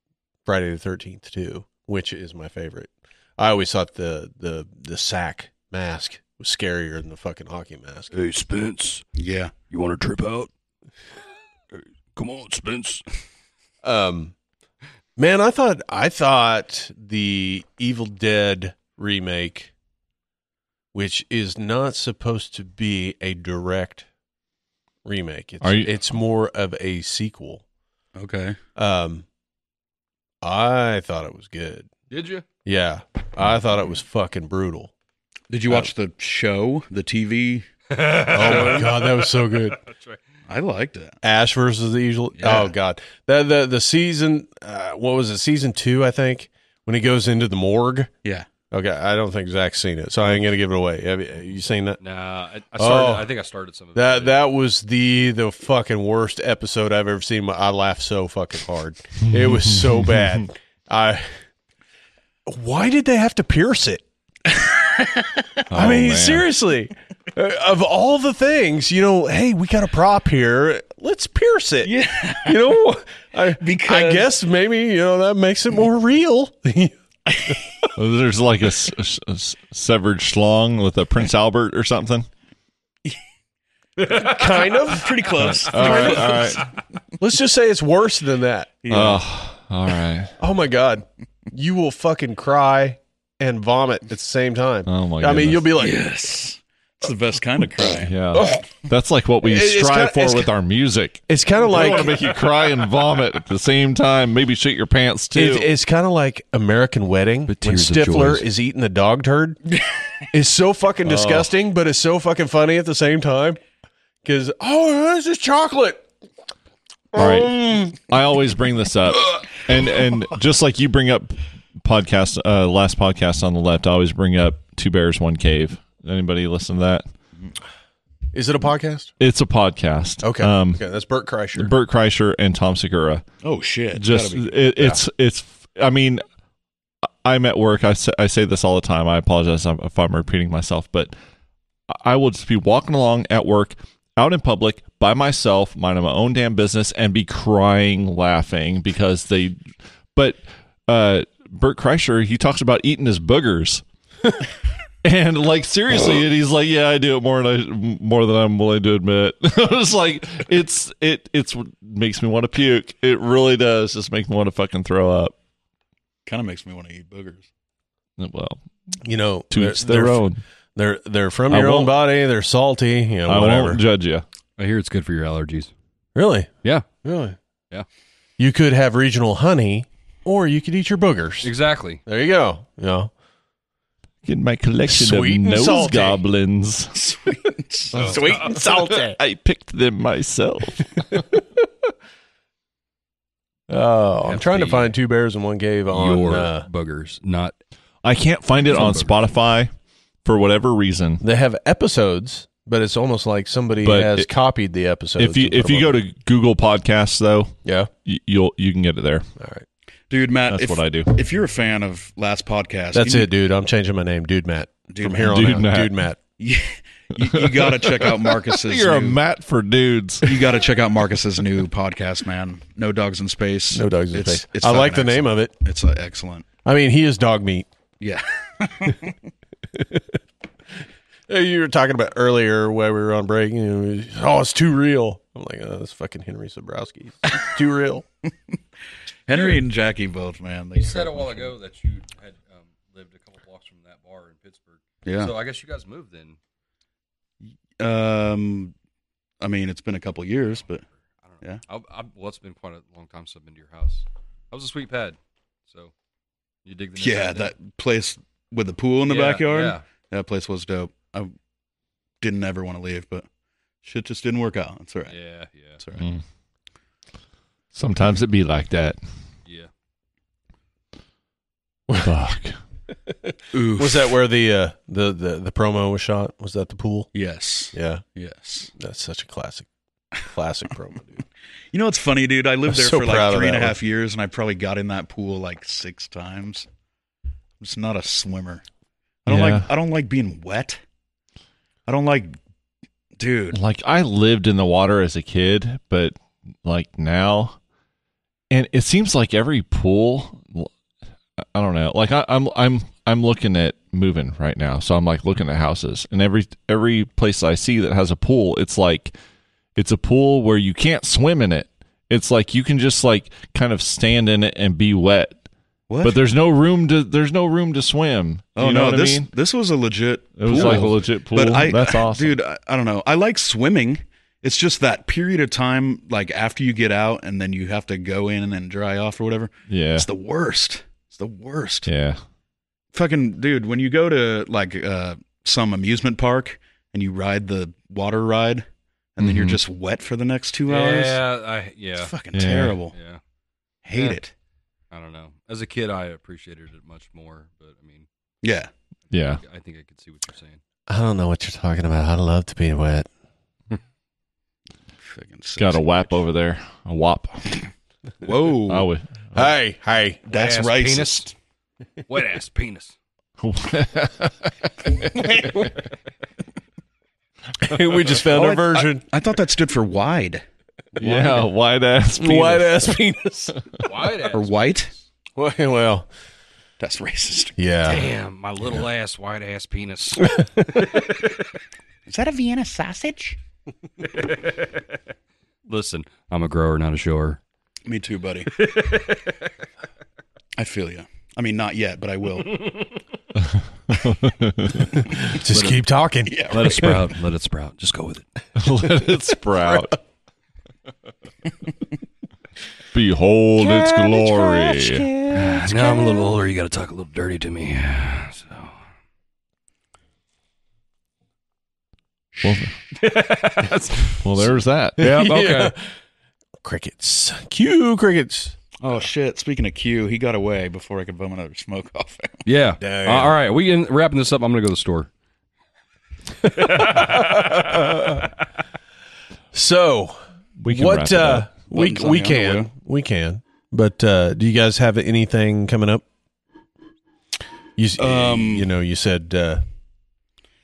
Speaker 4: Friday the Thirteenth too, which is my favorite. I always thought the the the sack mask was scarier than the fucking hockey mask.
Speaker 5: did. Hey Spence,
Speaker 1: Yeah.
Speaker 5: you want to trip out? Hey, Come on, Spence.
Speaker 4: Um, man, I thought I thought the Evil Dead remake, which is not supposed to be a direct remake, it's
Speaker 2: Are you-
Speaker 4: it's more of a sequel.
Speaker 1: Okay.
Speaker 4: Um, I thought it was good.
Speaker 5: Did you?
Speaker 4: Yeah, I thought it was fucking brutal.
Speaker 1: Did you watch the show, the TV?
Speaker 4: Oh my god, that was so good.
Speaker 1: I liked it.
Speaker 4: Ash versus the usual.
Speaker 1: Yeah.
Speaker 4: Oh god, the the the season. Uh, what was it? Season two, I think. When he goes into the morgue.
Speaker 1: Yeah.
Speaker 4: Okay, I don't think Zach's seen it, so I ain't gonna give it away. Have you, have you seen that?
Speaker 5: Nah, I, I
Speaker 4: Oh.
Speaker 5: started. I think I started some of
Speaker 4: That that was the the fucking worst episode I've ever seen. I laughed so fucking hard. It was so bad. I. Why did they have to pierce it? I
Speaker 2: Oh,
Speaker 4: mean,
Speaker 2: man.
Speaker 4: seriously, Uh, of all the things, you know, hey, we got a prop here. Let's pierce it.
Speaker 1: Yeah.
Speaker 4: You know, I, I
Speaker 1: Because-
Speaker 4: guess maybe you know that makes it more real.
Speaker 2: Hmm. There's like a, s- a s- a s- severed schlong with a Prince Albert or something.
Speaker 4: kind of.
Speaker 1: Pretty close.
Speaker 2: All right, all right.
Speaker 4: Let's just say it's worse than that.
Speaker 2: Oh, all right.
Speaker 4: Oh my god, you will fucking cry and vomit at the same time.
Speaker 2: Oh my.
Speaker 4: I mean, you'll
Speaker 2: goodness.
Speaker 4: be like,
Speaker 1: yes. It's the best kind of cry.
Speaker 2: Yeah, that's like what we
Speaker 4: It- it's
Speaker 2: strive
Speaker 4: kinda- it's
Speaker 2: for with our music.
Speaker 4: it's kind of
Speaker 2: I want
Speaker 4: like
Speaker 2: to make you cry and vomit at the same time. Maybe shit your pants too.
Speaker 4: It, it's kind of like American Wedding
Speaker 5: But
Speaker 4: when
Speaker 5: tears of
Speaker 4: Stifler
Speaker 5: joys.
Speaker 4: is eating the dog turd. it's so
Speaker 2: Oh.
Speaker 4: fucking disgusting, but it's so fucking funny at the same time. Because oh, this is chocolate.
Speaker 2: All
Speaker 4: mm.
Speaker 2: right. I always bring this up, and and just like you bring up podcast uh, last podcast on the left, I always bring up Two Bears One Cave. Anybody listen to that?
Speaker 4: Is it a podcast?
Speaker 2: It's a podcast.
Speaker 4: Okay,
Speaker 2: Um,
Speaker 4: okay, that's Bert Kreischer.
Speaker 2: Bert Kreischer and Tom Segura.
Speaker 1: Oh, shit.
Speaker 2: Just
Speaker 1: Gotta be-
Speaker 2: it, it's it's. I mean, I'm at work. I say, I say this all the time. I apologize if I'm repeating myself, but I will just be walking along at work, out in public, by myself, minding my own damn business, and be crying, laughing because they. But uh, Bert Kreischer, he talks about eating his boogers. And like seriously, and he's like, "Yeah, I do it more than I more than I'm willing to admit." I was like, "It's it it's makes me want to puke. It really does. Just make me want to fucking throw up."
Speaker 1: kind of makes me want to eat boogers.
Speaker 2: Well,
Speaker 4: You know,
Speaker 2: to each their own.
Speaker 4: They're they're from
Speaker 2: I
Speaker 4: your own
Speaker 2: won't-
Speaker 4: body. They're salty. You know,
Speaker 2: I
Speaker 4: whatever.
Speaker 2: won't judge you.
Speaker 5: I hear it's good for your allergies.
Speaker 4: Really?
Speaker 5: Yeah.
Speaker 4: Really?
Speaker 5: Yeah.
Speaker 4: You could have regional honey, or you could eat your boogers.
Speaker 5: Exactly.
Speaker 4: There you go. You know,
Speaker 2: Get my collection
Speaker 4: Sweet
Speaker 2: of
Speaker 4: and
Speaker 2: nose
Speaker 4: salty.
Speaker 2: goblins.
Speaker 4: sweet and salty.
Speaker 2: I picked them myself.
Speaker 4: Oh, I'm
Speaker 5: Have
Speaker 4: trying to
Speaker 5: the-
Speaker 4: find two bears in one cave on.
Speaker 5: your
Speaker 4: uh,
Speaker 5: boogers, not
Speaker 2: I can't find it
Speaker 5: Some
Speaker 2: on
Speaker 5: boogers.
Speaker 2: Spotify for whatever reason.
Speaker 4: they have episodes, but it's almost like somebody
Speaker 2: But
Speaker 4: has
Speaker 2: it-
Speaker 4: copied the episodes.
Speaker 2: if you
Speaker 4: and put
Speaker 2: if you
Speaker 4: them
Speaker 2: go
Speaker 4: up.
Speaker 2: to Google Podcasts though,
Speaker 4: yeah,
Speaker 2: y- you'll you can get it there.
Speaker 4: all right,
Speaker 1: Dude, Matt,
Speaker 2: That's
Speaker 1: if,
Speaker 2: what I do.
Speaker 1: if you're a fan of last podcast,
Speaker 4: that's
Speaker 1: you need-
Speaker 4: it, dude. I'm changing my name, dude. Matt
Speaker 1: Dude
Speaker 4: from
Speaker 1: Matt.
Speaker 4: here on
Speaker 2: Dude
Speaker 4: out,
Speaker 2: Matt.
Speaker 4: dude. Matt.
Speaker 1: you, you, you got to check out Marcus's.
Speaker 2: You're a
Speaker 1: new-
Speaker 2: mat for dudes.
Speaker 1: you got to check out Marcus's new podcast, man. No dogs in space.
Speaker 4: No dogs in
Speaker 1: It's-
Speaker 4: space.
Speaker 1: it's
Speaker 4: I like the
Speaker 1: fucking
Speaker 4: name of it.
Speaker 1: excellent. It's uh, excellent.
Speaker 4: I mean, he is dog meat.
Speaker 1: Yeah.
Speaker 4: Uh, You were talking about earlier where we were on break. You know, oh, it's too real. I'm like, oh, that's fucking Henry Sobrowski. It's too real.
Speaker 1: Henry and Jackie both, man. They
Speaker 10: You said a while ago that you had um, lived a couple blocks from that bar in Pittsburgh.
Speaker 1: Yeah.
Speaker 10: So I guess you guys moved then.
Speaker 1: Um, I mean, it's been a couple years, but
Speaker 10: I don't know.
Speaker 1: Yeah.
Speaker 10: I, I, well, it's been quite a long time since I've been to your house. I was a sweet pad, so you dig the new
Speaker 1: yeah,
Speaker 10: pad now?
Speaker 1: that place with the pool in the
Speaker 10: Yeah,
Speaker 1: backyard.
Speaker 10: Yeah.
Speaker 1: That place was dope. I didn't ever want to leave, but shit just didn't work out. That's all right.
Speaker 10: Yeah, yeah,
Speaker 1: That's all right.
Speaker 2: Mm. Sometimes it be like that.
Speaker 10: yeah.
Speaker 2: Fuck.
Speaker 4: Was that where the, uh, the the the promo was shot? Was that the pool?
Speaker 1: Yes.
Speaker 4: Yeah.
Speaker 1: Yes.
Speaker 4: That's such a classic, classic promo, dude.
Speaker 1: You know what's funny, dude? I lived
Speaker 4: I'm
Speaker 1: there
Speaker 4: so
Speaker 1: for
Speaker 4: proud
Speaker 1: like
Speaker 4: of
Speaker 1: three and
Speaker 4: that
Speaker 1: a
Speaker 4: one.
Speaker 1: half years, and I probably got in that pool like six times. I'm just not a swimmer. I don't
Speaker 2: Yeah.
Speaker 1: like. I don't like being wet. I don't like, dude.
Speaker 2: Like I lived in the water as a kid, but like now, and it seems like every pool. I don't know. Like I, I'm, I'm, I'm looking at moving right now, so I'm like looking at houses, and every every place I see that has a pool, it's like it's a pool where you can't swim in it. It's like you can just like kind of stand in it and be wet.
Speaker 1: What?
Speaker 2: But there's no room to there's no room to swim.
Speaker 1: Oh
Speaker 2: You know
Speaker 1: no!
Speaker 2: what I
Speaker 1: this
Speaker 2: mean?
Speaker 1: this was a legit.
Speaker 2: It was like a legit pool.
Speaker 1: But I,
Speaker 2: That's awesome.
Speaker 1: dude. I, I don't know. I like swimming. It's just that period of time, like after you get out and then you have to go in and then dry off or whatever.
Speaker 2: Yeah.
Speaker 1: It's the worst. It's the worst.
Speaker 2: yeah.
Speaker 1: Fucking dude, when you go to like uh, some amusement park and you ride the water ride, and then you're
Speaker 2: Mhm.
Speaker 1: just wet for the next two hours.
Speaker 10: Yeah, I yeah.
Speaker 1: It's fucking
Speaker 2: Yeah.
Speaker 1: terrible.
Speaker 10: Yeah.
Speaker 1: Hate
Speaker 10: Yeah.
Speaker 1: it.
Speaker 10: I don't know. As a kid, I appreciated it much more, but I mean,
Speaker 1: Yeah.
Speaker 2: Yeah.
Speaker 10: I think I could see what you're saying.
Speaker 4: I don't know what you're talking about. I'd love to be wet.
Speaker 1: Fucking
Speaker 2: Got a whap over there. A whop.
Speaker 1: Whoa.
Speaker 2: I would.
Speaker 4: Hey, hey,
Speaker 1: That's
Speaker 10: ass penis.
Speaker 1: racist.
Speaker 10: Wet ass penis.
Speaker 4: we just found
Speaker 1: Oh,
Speaker 4: our
Speaker 1: I-
Speaker 4: version.
Speaker 1: I, I thought that stood for wide
Speaker 2: yeah, wide ass penis.
Speaker 4: White ass penis.
Speaker 10: Wide ass.
Speaker 1: or white.
Speaker 4: well, well,
Speaker 1: That's racist.
Speaker 4: yeah.
Speaker 10: Damn, my little ass, white ass penis.
Speaker 8: Is that a Vienna sausage?
Speaker 5: Listen, I'm a grower, not a shower.
Speaker 1: Me too, buddy. I feel you. I mean, not yet, but I will.
Speaker 4: Just keep talking.
Speaker 1: Yeah.
Speaker 5: Let it sprout. Let it sprout. Just go with it.
Speaker 2: Let it sprout. Behold its glory.
Speaker 5: now I'm a little older. You got to talk a little dirty to me. So
Speaker 2: Well, there's that.
Speaker 4: Yeah. Crickets. Cue crickets.
Speaker 1: Oh shit! Speaking of Q, he got away before I could bum another smoke off him.
Speaker 5: yeah.
Speaker 4: Damn.
Speaker 5: Uh, all right, we in, wrapping this up. I'm gonna go to the store.
Speaker 4: So,
Speaker 2: We can wrap it
Speaker 4: what uh
Speaker 2: up.
Speaker 4: we
Speaker 1: Buttons on
Speaker 4: we
Speaker 1: the
Speaker 4: can.
Speaker 1: underwear.
Speaker 4: We can. But uh do you guys have anything coming up? You s-
Speaker 1: Um,
Speaker 4: you know, you said uh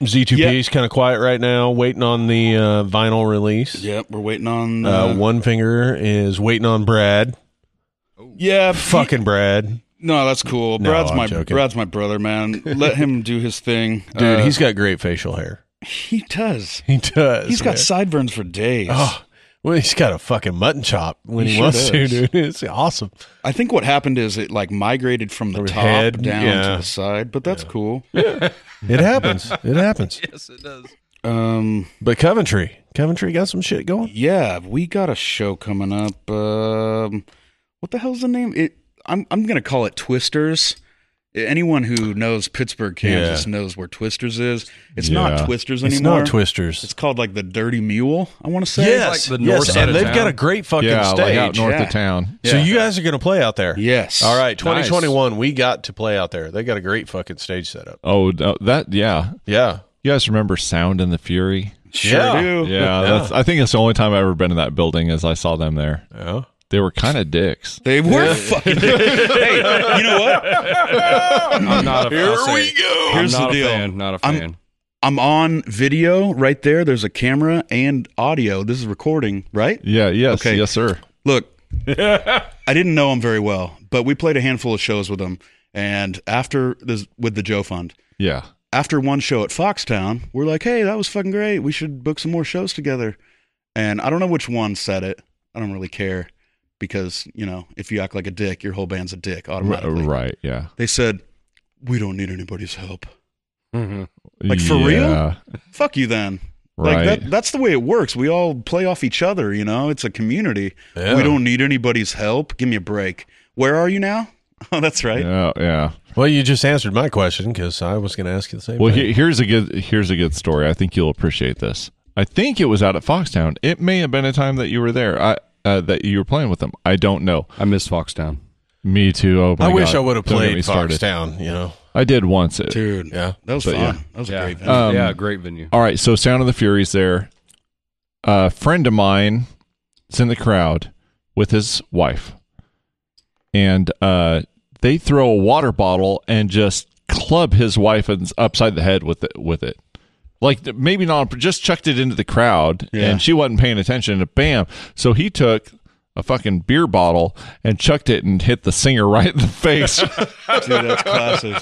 Speaker 4: Z2P is kind of quiet right now, waiting on the uh, vinyl release.
Speaker 1: Yep, we're waiting on.
Speaker 4: Uh, one finger is waiting on Brad.
Speaker 1: yeah,
Speaker 4: Fucking Brad,
Speaker 1: No, that's cool.
Speaker 4: No,
Speaker 1: Brad's
Speaker 4: I'm
Speaker 1: my
Speaker 4: joking.
Speaker 1: Brad's my brother, man. Let him do his thing,
Speaker 4: dude.
Speaker 1: Uh,
Speaker 4: he's got great facial hair.
Speaker 1: he does.
Speaker 4: He does.
Speaker 1: He's
Speaker 4: man.
Speaker 1: got sideburns for days.
Speaker 4: Oh, well, he's got a fucking mutton chop when
Speaker 1: He
Speaker 4: he,
Speaker 1: sure
Speaker 4: wants
Speaker 1: does.
Speaker 4: to, dude. It's awesome.
Speaker 1: I think what happened is it like migrated from the
Speaker 4: From
Speaker 1: top
Speaker 4: head,
Speaker 1: down
Speaker 4: yeah.
Speaker 1: to the side, but that's cool.
Speaker 4: It happens. It happens.
Speaker 10: yes, it does.
Speaker 1: Um,
Speaker 4: But Coventry, Coventry got some shit going.
Speaker 1: Yeah, we got a show coming up. Um, what the hell's the name? It, I'm I'm gonna call it Twisters. Anyone who knows Pittsburgh, Kansas, knows where Twisters is. It's
Speaker 2: Yeah.
Speaker 1: not Twisters
Speaker 4: It's
Speaker 1: anymore.
Speaker 4: not Twisters.
Speaker 1: It's called like the Dirty Mule. I want to say.
Speaker 4: yes,
Speaker 10: like the
Speaker 4: yes,
Speaker 10: north side
Speaker 4: and
Speaker 10: of
Speaker 4: they've
Speaker 10: town.
Speaker 4: got a great fucking
Speaker 2: yeah,
Speaker 4: stage.
Speaker 2: like out north
Speaker 1: yeah.
Speaker 2: of town.
Speaker 4: So you guys are going to play out there.
Speaker 1: Yes.
Speaker 4: All right,
Speaker 2: Nice.
Speaker 4: 2021, we got to play out there. They got a great fucking stage setup.
Speaker 2: Oh, no, that yeah.
Speaker 4: Yeah.
Speaker 2: You guys remember Sound and the Fury?
Speaker 1: Sure
Speaker 4: Yeah.
Speaker 1: do.
Speaker 2: Yeah, that's. I think it's the only time I've ever been in that building is I saw them there.
Speaker 4: Yeah.
Speaker 2: They were kind of dicks.
Speaker 1: They were fucking. hey, you know what?
Speaker 7: I'm not a, Here we go.
Speaker 1: Here's
Speaker 7: I'm not
Speaker 1: the
Speaker 7: a
Speaker 1: deal.
Speaker 7: fan. Not a
Speaker 1: I'm-
Speaker 7: fan.
Speaker 1: I'm on video right there. There's a camera and audio. This is recording, right?
Speaker 2: Yeah. Yes.
Speaker 1: Okay.
Speaker 2: Yes, sir.
Speaker 1: Look, I didn't know him very well, but we played a handful of shows with him. And after this, with the Joe Fund,
Speaker 2: Yeah.
Speaker 1: after one show at Foxtown, we're like, hey, that was fucking great. We should book some more shows together. And I don't know which one said it. I don't really care because, you know, if you act like a dick, your whole band's a dick
Speaker 2: R-
Speaker 1: automatically.
Speaker 2: right. Yeah.
Speaker 1: They said, we don't need anybody's help. Like, for real?
Speaker 2: Yeah,
Speaker 1: Fuck you then. Like
Speaker 2: Right.
Speaker 1: that, that's the way it works. We all play off each other, you know? It's a community.
Speaker 4: Yeah.
Speaker 1: We don't need anybody's help. Give me a break. Where are you now? Oh, that's right.
Speaker 2: Yeah, yeah.
Speaker 4: Well, you just answered my question because I was going to ask you the same
Speaker 2: Well,
Speaker 4: thing.
Speaker 2: he- here's a good here's a good story. I think you'll appreciate this. I think it was out at Foxtown. It may have been a time that you were there. I uh, that you were playing with them. I don't know.
Speaker 5: I miss Foxtown.
Speaker 2: Me too. Oh my
Speaker 4: I wish
Speaker 2: God.
Speaker 4: I would have
Speaker 2: Don't get me
Speaker 4: played
Speaker 2: started.
Speaker 4: Foxtown. You know,
Speaker 2: I did once it.
Speaker 1: dude.
Speaker 4: yeah,
Speaker 1: That was
Speaker 2: But,
Speaker 1: fun.
Speaker 2: yeah.
Speaker 1: That was
Speaker 5: Yeah.
Speaker 1: a great.
Speaker 2: Um,
Speaker 5: yeah, great venue.
Speaker 2: All right, so Sound of the Furies there. A friend of mine is in the crowd with his wife, and uh, they throw a water bottle and just club his wife in- upside the head with it. With it. Like th- maybe not, just chucked it into the crowd,
Speaker 1: Yeah.
Speaker 2: and she wasn't paying attention. And bam! So he took a fucking beer bottle and chucked it and hit the singer right in the face. I
Speaker 1: Dude, that's classic.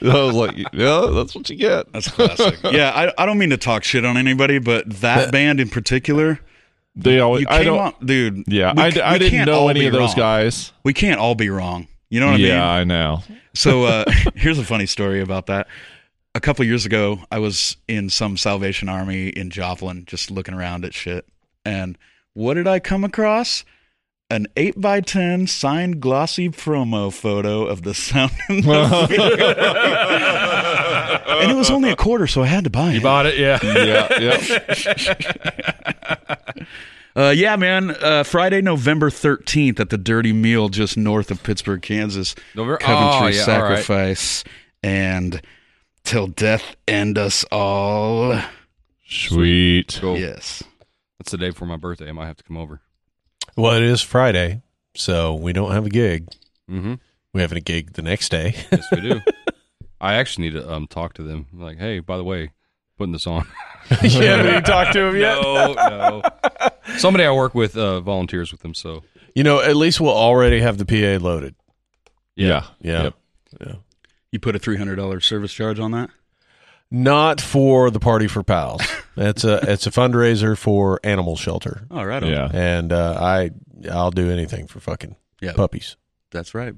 Speaker 2: was like, "Yeah, that's what you get."
Speaker 1: That's classic. Yeah, I, I don't mean to talk shit on anybody, but that band in particular,
Speaker 2: They always.
Speaker 1: you
Speaker 2: I
Speaker 1: came
Speaker 2: don't.
Speaker 1: on, dude.
Speaker 2: Yeah,
Speaker 1: we
Speaker 2: I,
Speaker 1: c-
Speaker 2: I
Speaker 1: we
Speaker 2: didn't
Speaker 1: can't
Speaker 2: know
Speaker 1: all
Speaker 2: any
Speaker 1: be
Speaker 2: of those
Speaker 1: wrong.
Speaker 2: guys.
Speaker 1: We can't all be wrong. You know what I mean?
Speaker 2: yeah, I know.
Speaker 1: So uh, here's a funny story about that. A couple years ago, I was in some Salvation Army in Joplin, just looking around at shit. And what did I come across? An eight by ten signed glossy promo photo of the sound, and the Fury. and it was only a quarter, so I had to buy it.
Speaker 5: Bought it, yeah.
Speaker 2: Yeah, yeah.
Speaker 1: Uh, yeah, man. Uh, Friday, November thirteenth, at the Dirty Meal, just north of Pittsburgh, Kansas.
Speaker 5: November-
Speaker 1: Coventry
Speaker 5: oh, yeah, all right.
Speaker 1: sacrifice and till death end us all.
Speaker 2: Sweet.
Speaker 5: Cool.
Speaker 1: Yes.
Speaker 5: That's the day before my birthday. I might have to come over.
Speaker 4: well, it is Friday, so we don't have a gig.
Speaker 5: Mm-hmm.
Speaker 4: We have a gig the next day.
Speaker 5: Yes, we do. I actually need to um, talk to them. Like, hey, by the way, putting this on.
Speaker 4: you haven't talked to him
Speaker 5: no, no. Somebody I work with uh, volunteers with them, so
Speaker 4: You know, at least we'll already have the PA loaded.
Speaker 2: Yeah.
Speaker 4: Yeah.
Speaker 2: Yep.
Speaker 1: You put a three hundred dollar service charge on that?
Speaker 4: Not for the party for pals. It's a it's a fundraiser for animal shelter,
Speaker 1: All right.
Speaker 2: Yeah.
Speaker 4: and uh, I I'll do anything for fucking
Speaker 1: Yeah.
Speaker 4: puppies.
Speaker 1: That's right.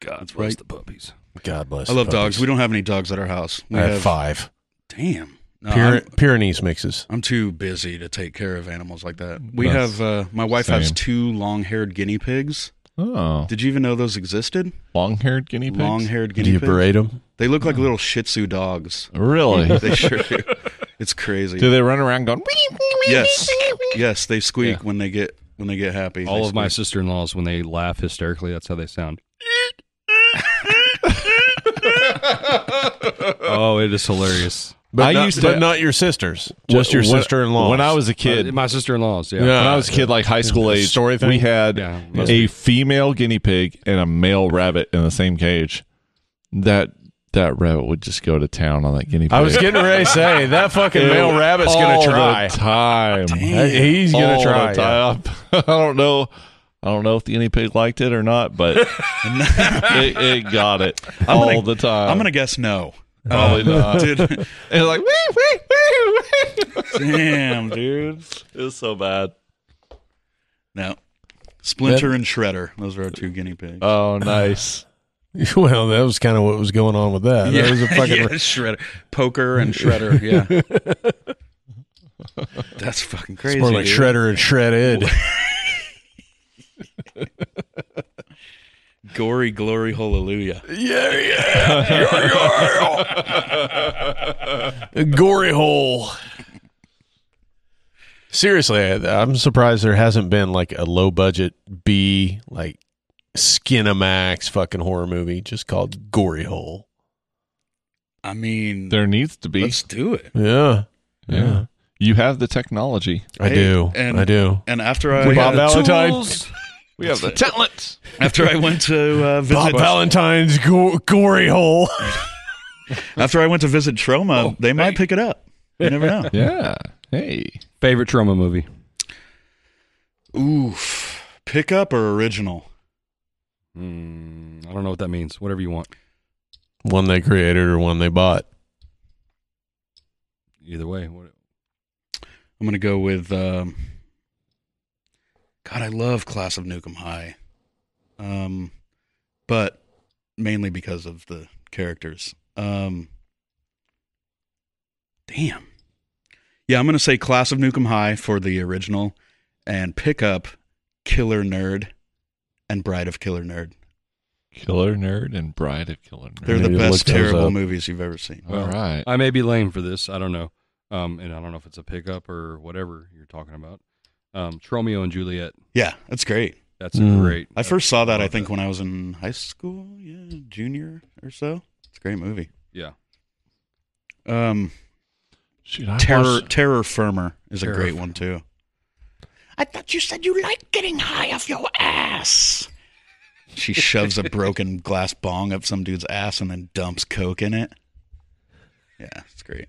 Speaker 5: God bless
Speaker 1: right.
Speaker 5: the puppies.
Speaker 4: God bless.
Speaker 1: I love dogs. We don't have any dogs at our house. We
Speaker 4: I have five
Speaker 1: Damn. No,
Speaker 4: Pyre-
Speaker 1: I'm,
Speaker 4: Pyrenees mixes.
Speaker 1: I'm too busy to take care of animals like that. We
Speaker 2: That's
Speaker 1: have uh, my wife has
Speaker 2: same.
Speaker 1: two long-haired guinea pigs.
Speaker 2: Oh,
Speaker 1: Did you even know those existed?
Speaker 2: long-haired guinea pigs.
Speaker 1: Long-haired
Speaker 4: Do
Speaker 1: guinea
Speaker 4: you
Speaker 1: pigs.
Speaker 4: berate them?
Speaker 1: They look like little Shih Tzu dogs.
Speaker 2: really?
Speaker 1: They sure do. It's crazy.
Speaker 2: Do they run around going?
Speaker 1: yes, yes, they squeak
Speaker 5: Yeah.
Speaker 1: when they get when they get happy.
Speaker 5: All
Speaker 1: They
Speaker 5: of my
Speaker 1: squeak.
Speaker 5: sister in laws, when they laugh hysterically, that's how they sound. oh, it is hilarious.
Speaker 4: But
Speaker 2: I
Speaker 4: not,
Speaker 2: used to-
Speaker 4: but not your sisters. Just your
Speaker 2: When- when-
Speaker 4: sister-in-law.
Speaker 2: When I was a kid,
Speaker 5: Uh, my sister in laws, yeah.
Speaker 4: Yeah.
Speaker 2: when I was a kid, like high school age,
Speaker 4: Story thing?
Speaker 2: we had
Speaker 5: Yeah.
Speaker 2: a female guinea pig and a male rabbit in the same cage. That that rabbit would just go to town on that guinea pig.
Speaker 4: I was getting ready to say that fucking male rabbit's gonna
Speaker 2: All the
Speaker 4: try.
Speaker 2: time.
Speaker 4: He's gonna
Speaker 2: All the
Speaker 4: try. yeah.
Speaker 2: time. I don't know. I don't know if the guinea pig liked it or not, but it, it got it
Speaker 1: I'm
Speaker 2: all
Speaker 1: gonna-
Speaker 2: the time.
Speaker 1: I'm gonna guess no. Uh,
Speaker 2: probably not.
Speaker 1: Dude,
Speaker 2: It's like wee wee wee. wee."
Speaker 1: damn, dude.
Speaker 2: It was so bad.
Speaker 1: No, Splinter and Shredder. Those are our two guinea pigs.
Speaker 4: Uh,
Speaker 2: Oh, nice.
Speaker 4: Well, that was kind of what was going on with that. That was a fucking.
Speaker 1: yeah, Shredder, Poker and Shredder. Yeah, that's fucking crazy.
Speaker 4: It's more like
Speaker 1: dude.
Speaker 4: Shredder and Shredded.
Speaker 1: Gory, glory, hallelujah.
Speaker 4: yeah, yeah. Gory hole. Seriously, I, I'm surprised there hasn't been like a low budget B like Skinamax fucking horror movie just called Gory Hole.
Speaker 1: I mean,
Speaker 2: There needs to be.
Speaker 1: let's do it.
Speaker 4: Yeah,
Speaker 2: Yeah. You have the technology.
Speaker 4: I
Speaker 1: Hey,
Speaker 4: do.
Speaker 1: and-
Speaker 4: I do.
Speaker 1: And after I uh,
Speaker 4: Bob Valentine.
Speaker 2: We have the talent.
Speaker 1: after I went to uh,
Speaker 4: Bob
Speaker 1: visit
Speaker 4: Valentine's go- Gory Hole.
Speaker 1: after I went to visit Troma,
Speaker 4: Oh,
Speaker 1: they might pick it up. You never know.
Speaker 2: Yeah. Hey.
Speaker 5: Favorite trauma movie?
Speaker 1: Oof. Pickup or original?
Speaker 5: Mm, I don't know what that means. Whatever you want.
Speaker 4: one they created or one they bought.
Speaker 5: Either way. What,
Speaker 1: I'm gonna go with. Um, God, I love Class of Nukem High, um, but mainly because of the characters. Um, damn. Yeah, I'm gonna say Class of Nukem High for the original, and Pickup, Killer Nerd, and Bride of Killer Nerd.
Speaker 2: Killer nerd and bride of killer nerd.
Speaker 1: They're
Speaker 4: Maybe
Speaker 1: the
Speaker 4: look
Speaker 1: best
Speaker 4: those
Speaker 1: terrible
Speaker 4: up.
Speaker 1: movies you've ever seen.
Speaker 2: All right.
Speaker 5: I may be lame for this. I don't know. Um, and I don't know if it's a pickup or whatever you're talking about. Um, Tromeo and Juliet.
Speaker 1: Yeah, that's great.
Speaker 5: That's
Speaker 2: Hmm.
Speaker 5: Mm. great.
Speaker 1: I first saw that I think when I was in high school, yeah, junior or so. It's a great movie.
Speaker 5: Yeah.
Speaker 1: Um,
Speaker 2: Shoot,
Speaker 6: I
Speaker 1: Terror
Speaker 6: watched-
Speaker 1: Terror Firmer is a
Speaker 6: Terror
Speaker 1: great one too.
Speaker 6: I thought you said you liked getting high off your ass.
Speaker 1: She shoves a broken glass bong up some dude's ass and then dumps coke in it. Yeah, it's great.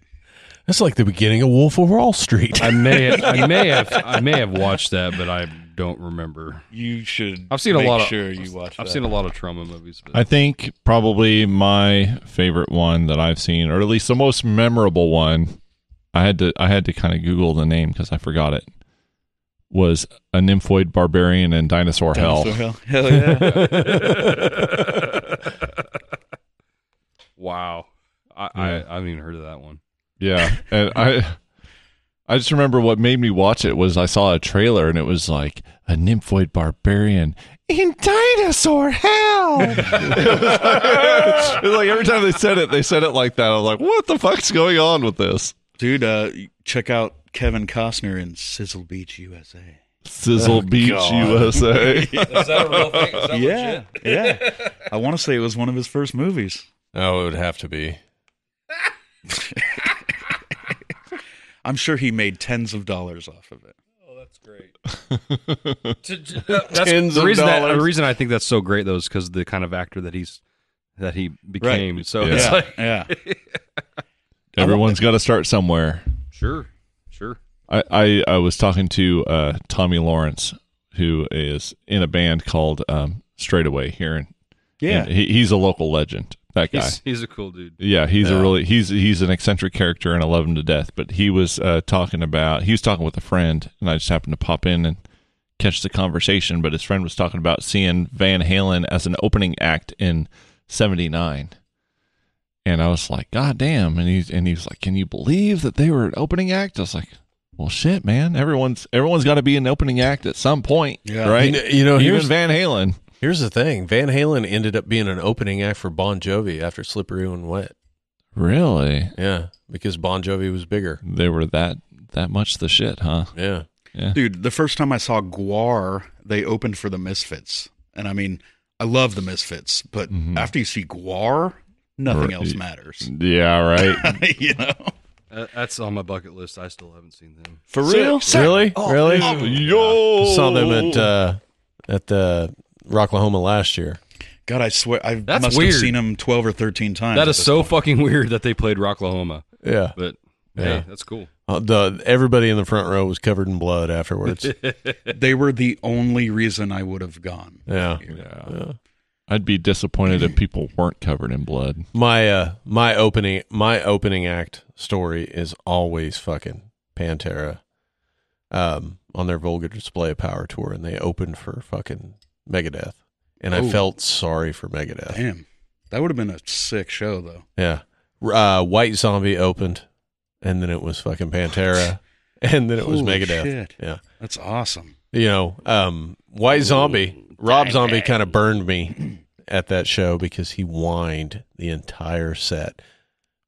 Speaker 11: That's like the beginning of Wolf of Wall Street.
Speaker 5: I may have, I may have I may have watched that, but I don't remember.
Speaker 1: You should.
Speaker 5: I've seen a
Speaker 1: make
Speaker 5: lot of
Speaker 1: sure you watch
Speaker 5: I've
Speaker 1: that.
Speaker 5: seen a lot of trauma movies. But
Speaker 2: I think probably my favorite one that I've seen, or at least the most memorable one, I had to I had to kind of Google the name because I forgot it. Was a nymphoid barbarian in dinosaur,
Speaker 1: Dinosaur
Speaker 2: hell.
Speaker 1: Hell. Hell
Speaker 5: yeah. wow. I,
Speaker 2: Yeah.
Speaker 5: I, I haven't even heard of that one.
Speaker 2: Yeah, and I I just remember what made me watch it was I saw a trailer and it was like a nymphoid barbarian. In dinosaur hell. It's like every time they said it, they said it like that. I was like, what the fuck's going on with this?
Speaker 1: Dude, uh, check out Kevin Costner in Sizzle Beach, USA.
Speaker 4: Oh,
Speaker 2: Sizzle Beach, USA. Is
Speaker 10: that a real thing? Is that
Speaker 1: yeah,
Speaker 10: legit?
Speaker 1: yeah. I want to say it was one of his first movies.
Speaker 4: Oh, it would have to be.
Speaker 1: I'm sure he made tens of dollars off of it.
Speaker 10: Oh, that's great.
Speaker 5: T-
Speaker 10: t- that's-
Speaker 5: the
Speaker 10: of
Speaker 5: reason that-
Speaker 10: dollars.
Speaker 5: the reason I think that's so great though is because the kind of actor that he's that he became. So
Speaker 2: Yeah.
Speaker 5: it's
Speaker 2: Yeah.
Speaker 5: like
Speaker 1: Yeah.
Speaker 2: Everyone's got to start somewhere.
Speaker 5: sure, sure.
Speaker 2: I, I, I was talking to uh, Tommy Lawrence, who is in a band called um, Straightaway here, and
Speaker 5: Yeah.
Speaker 2: he, he's a local legend. That guy,
Speaker 5: He's- he's a cool dude.
Speaker 2: Yeah, he's a really he's he's an eccentric character, and I love him to death. But he was uh, talking about he was talking with a friend, and I just happened to pop in and catch the conversation. But his friend was talking about seeing Van Halen as an opening act in '79 and I was like, God damn! And he and he was like, Can you believe that they were an opening act? I was like, Well, shit, man. Everyone's everyone's got to be an opening act at some point, right?
Speaker 4: You know, you know,
Speaker 2: even
Speaker 4: here's-
Speaker 2: Van Halen.
Speaker 4: Here's the thing Van Halen ended up being an opening act for Bon Jovi after Slippery When Wet.
Speaker 2: Really?
Speaker 4: Yeah, because Bon Jovi was bigger.
Speaker 2: They were that that much the shit, huh?
Speaker 4: Yeah.
Speaker 2: Yeah.
Speaker 1: Dude, the first time I saw Guar, they opened for the Misfits. And I mean, I love the Misfits, but after you see Guar, nothing
Speaker 2: Right.
Speaker 1: else matters.
Speaker 2: Yeah, right.
Speaker 1: you know?
Speaker 5: Uh, that's on my bucket list. I still haven't seen them.
Speaker 1: For
Speaker 4: Oh,
Speaker 1: real?
Speaker 4: Really? really?
Speaker 2: Yo!
Speaker 4: Saw them at uh, at the Rocklahoma last year.
Speaker 1: God, I swear, I
Speaker 5: That's
Speaker 1: must
Speaker 5: weird.
Speaker 1: have seen him 12 or 13 times.
Speaker 5: That
Speaker 1: at
Speaker 5: is
Speaker 1: this
Speaker 5: so
Speaker 1: point.
Speaker 5: fucking weird that they played Rocklahoma.
Speaker 4: Yeah.
Speaker 5: But
Speaker 4: Yeah.
Speaker 5: hey, that's cool.
Speaker 4: Uh, the everybody in the front row was covered in blood afterwards.
Speaker 1: They were the only reason I would have gone.
Speaker 4: yeah.
Speaker 2: I'd be disappointed if people weren't covered in blood.
Speaker 4: My uh my opening my opening act story is always fucking Pantera. Um on their Vulgar Display of Power tour and they opened for fucking Megadeth. And I
Speaker 1: Oh.
Speaker 4: felt sorry for Megadeth.
Speaker 1: Damn. That would have been a sick show, though.
Speaker 4: Yeah. Uh White Zombie opened and then it was fucking Pantera and then it was
Speaker 1: Holy
Speaker 4: Megadeth.
Speaker 1: shit.
Speaker 4: Yeah.
Speaker 1: That's awesome.
Speaker 4: You know, um White Zombie, Rob Zombie kind of burned me at that show because he whined the entire set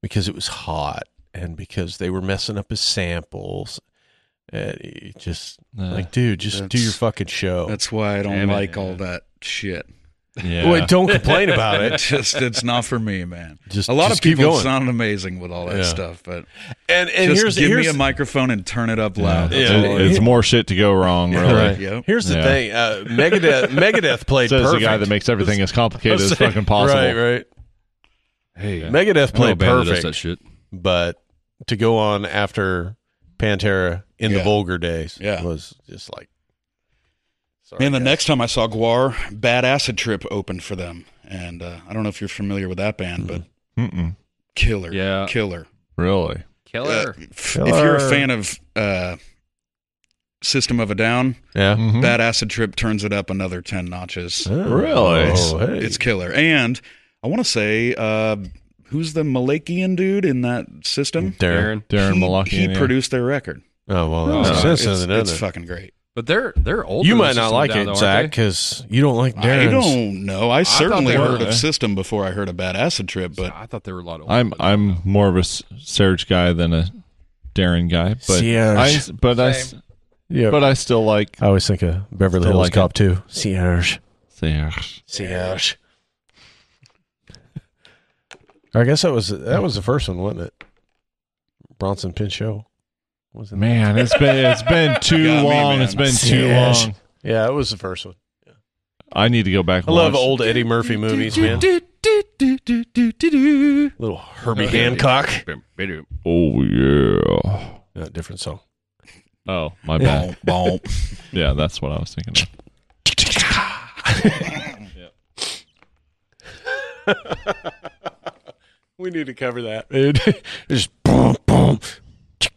Speaker 4: because it was hot and because they were messing up his samples. And it just
Speaker 2: Uh,
Speaker 4: like, dude, just do
Speaker 1: that's-
Speaker 4: your fucking show.
Speaker 1: That's why I don't
Speaker 5: Damn it,
Speaker 1: like all that shit.
Speaker 2: Yeah.
Speaker 4: Wait, don't complain about
Speaker 1: It
Speaker 4: it.
Speaker 1: just it's not for me, man.
Speaker 4: Just-
Speaker 1: a lot
Speaker 4: just
Speaker 1: of
Speaker 4: keep
Speaker 1: people
Speaker 4: going.
Speaker 1: sound amazing with all that
Speaker 4: Yeah.
Speaker 1: stuff, but
Speaker 4: And and
Speaker 1: just
Speaker 4: here's
Speaker 1: give
Speaker 4: here's
Speaker 1: me a microphone and turn it up loud.
Speaker 4: Yeah.
Speaker 1: That's
Speaker 2: It-
Speaker 1: all I-
Speaker 2: it's more shit to go wrong, really.
Speaker 1: Right. Yep.
Speaker 4: here's the
Speaker 2: Yeah.
Speaker 4: thing. Uh, Megadeth Megadeth played
Speaker 2: Says
Speaker 4: perfect.
Speaker 2: the guy that makes everything as complicated as
Speaker 4: Let's say-
Speaker 2: fucking possible.
Speaker 4: Right, right.
Speaker 5: Hey,
Speaker 4: Megadeth
Speaker 5: I know a
Speaker 4: played
Speaker 5: band that does
Speaker 4: perfect.
Speaker 5: that shit.
Speaker 4: but to go on after Pantera in the
Speaker 1: Yeah.
Speaker 4: vulgar days
Speaker 1: Yeah.
Speaker 4: was just like sorry,
Speaker 1: Man, the
Speaker 4: guys.
Speaker 1: next time I saw Guar, Bad Acid Trip opened for them, and uh, I don't know if you're familiar with that band,
Speaker 4: Mm-hmm.
Speaker 1: but
Speaker 2: Mm-mm.
Speaker 1: killer,
Speaker 5: Yeah.
Speaker 1: killer.
Speaker 2: Really?
Speaker 1: Uh, f- if you're a fan of uh, System of a Down,
Speaker 4: yeah
Speaker 2: Mhm.
Speaker 1: Bad Acid Trip turns it up another ten notches.
Speaker 2: Really?
Speaker 1: It's,
Speaker 4: Oh, hey.
Speaker 1: it's killer. And I want to say, uh, who's the Malakian dude in that system?
Speaker 4: Darren.
Speaker 5: Aaron.
Speaker 2: Darren
Speaker 1: he,
Speaker 2: Malakian.
Speaker 1: He
Speaker 2: yeah.
Speaker 1: produced their record.
Speaker 4: Oh well, that
Speaker 5: Oh,
Speaker 4: was
Speaker 5: it's-
Speaker 4: sense
Speaker 1: it's,
Speaker 4: then, doesn't
Speaker 1: it's
Speaker 4: it?
Speaker 1: fucking great.
Speaker 5: But they're they're old.
Speaker 4: You might not like it, Zach, because you don't like Darren.
Speaker 1: I don't know. I,
Speaker 5: thought
Speaker 1: certainly
Speaker 5: they were-
Speaker 1: heard of System before I heard of Bad Acid Trip, but
Speaker 5: I thought there were a lot of. Old
Speaker 2: I'm
Speaker 5: ones.
Speaker 2: I'm more of a S- Serge guy than a Darren guy, but
Speaker 4: Serge.
Speaker 2: I but I s-
Speaker 4: Yeah.
Speaker 2: But I still like.
Speaker 4: I always think of Beverly
Speaker 2: Still
Speaker 4: Hills
Speaker 2: like
Speaker 4: Cop too. Cierge.
Speaker 2: Cierge.
Speaker 12: Cierge.
Speaker 4: I guess that was that was the first one, wasn't it? Bronson Pinchot. Was it
Speaker 2: Man, it's been it's been too
Speaker 4: Got me,
Speaker 2: long.
Speaker 4: man.
Speaker 2: it's been too
Speaker 4: Cierge.
Speaker 2: long.
Speaker 4: Yeah, it was the first one.
Speaker 2: I need to go back.
Speaker 12: I
Speaker 2: and
Speaker 12: love
Speaker 2: watch.
Speaker 12: old Eddie Murphy movies, man. Little Herbie Hancock.
Speaker 2: Oh yeah.
Speaker 12: Uh, different song.
Speaker 2: Oh my
Speaker 1: Yeah.
Speaker 2: bad. yeah, that's what I was thinking. Of.
Speaker 12: We need to cover that.
Speaker 4: It, just boom, boom, tick,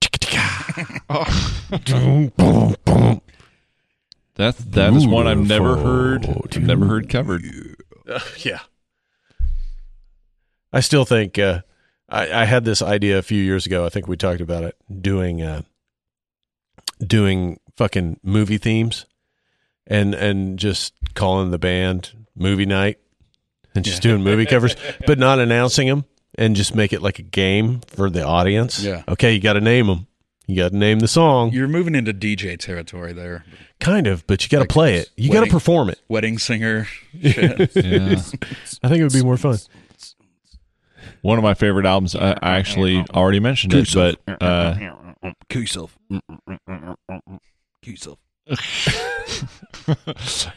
Speaker 4: tick, tick, ah. Boom, boom, boom.
Speaker 2: That that is one I've never heard. I've never heard covered.
Speaker 12: yeah.
Speaker 4: I still think uh, I, I had this idea a few years ago. I think we talked about it doing uh, doing fucking movie themes and and just calling the band movie night and just doing movie covers, but not announcing them and just make it like a game for the audience.
Speaker 1: Yeah.
Speaker 4: Okay, you got to name them. You got to name the song,
Speaker 1: You're moving into DJ territory there.
Speaker 4: kind of, but you got to play it. You got to
Speaker 1: wedding-
Speaker 4: perform it.
Speaker 1: Wedding singer. Shit.
Speaker 2: Yeah.
Speaker 4: I think it would be more fun.
Speaker 2: One of my favorite albums. I, I actually already mentioned it, but uh,
Speaker 5: Kill yourself. Kill yourself.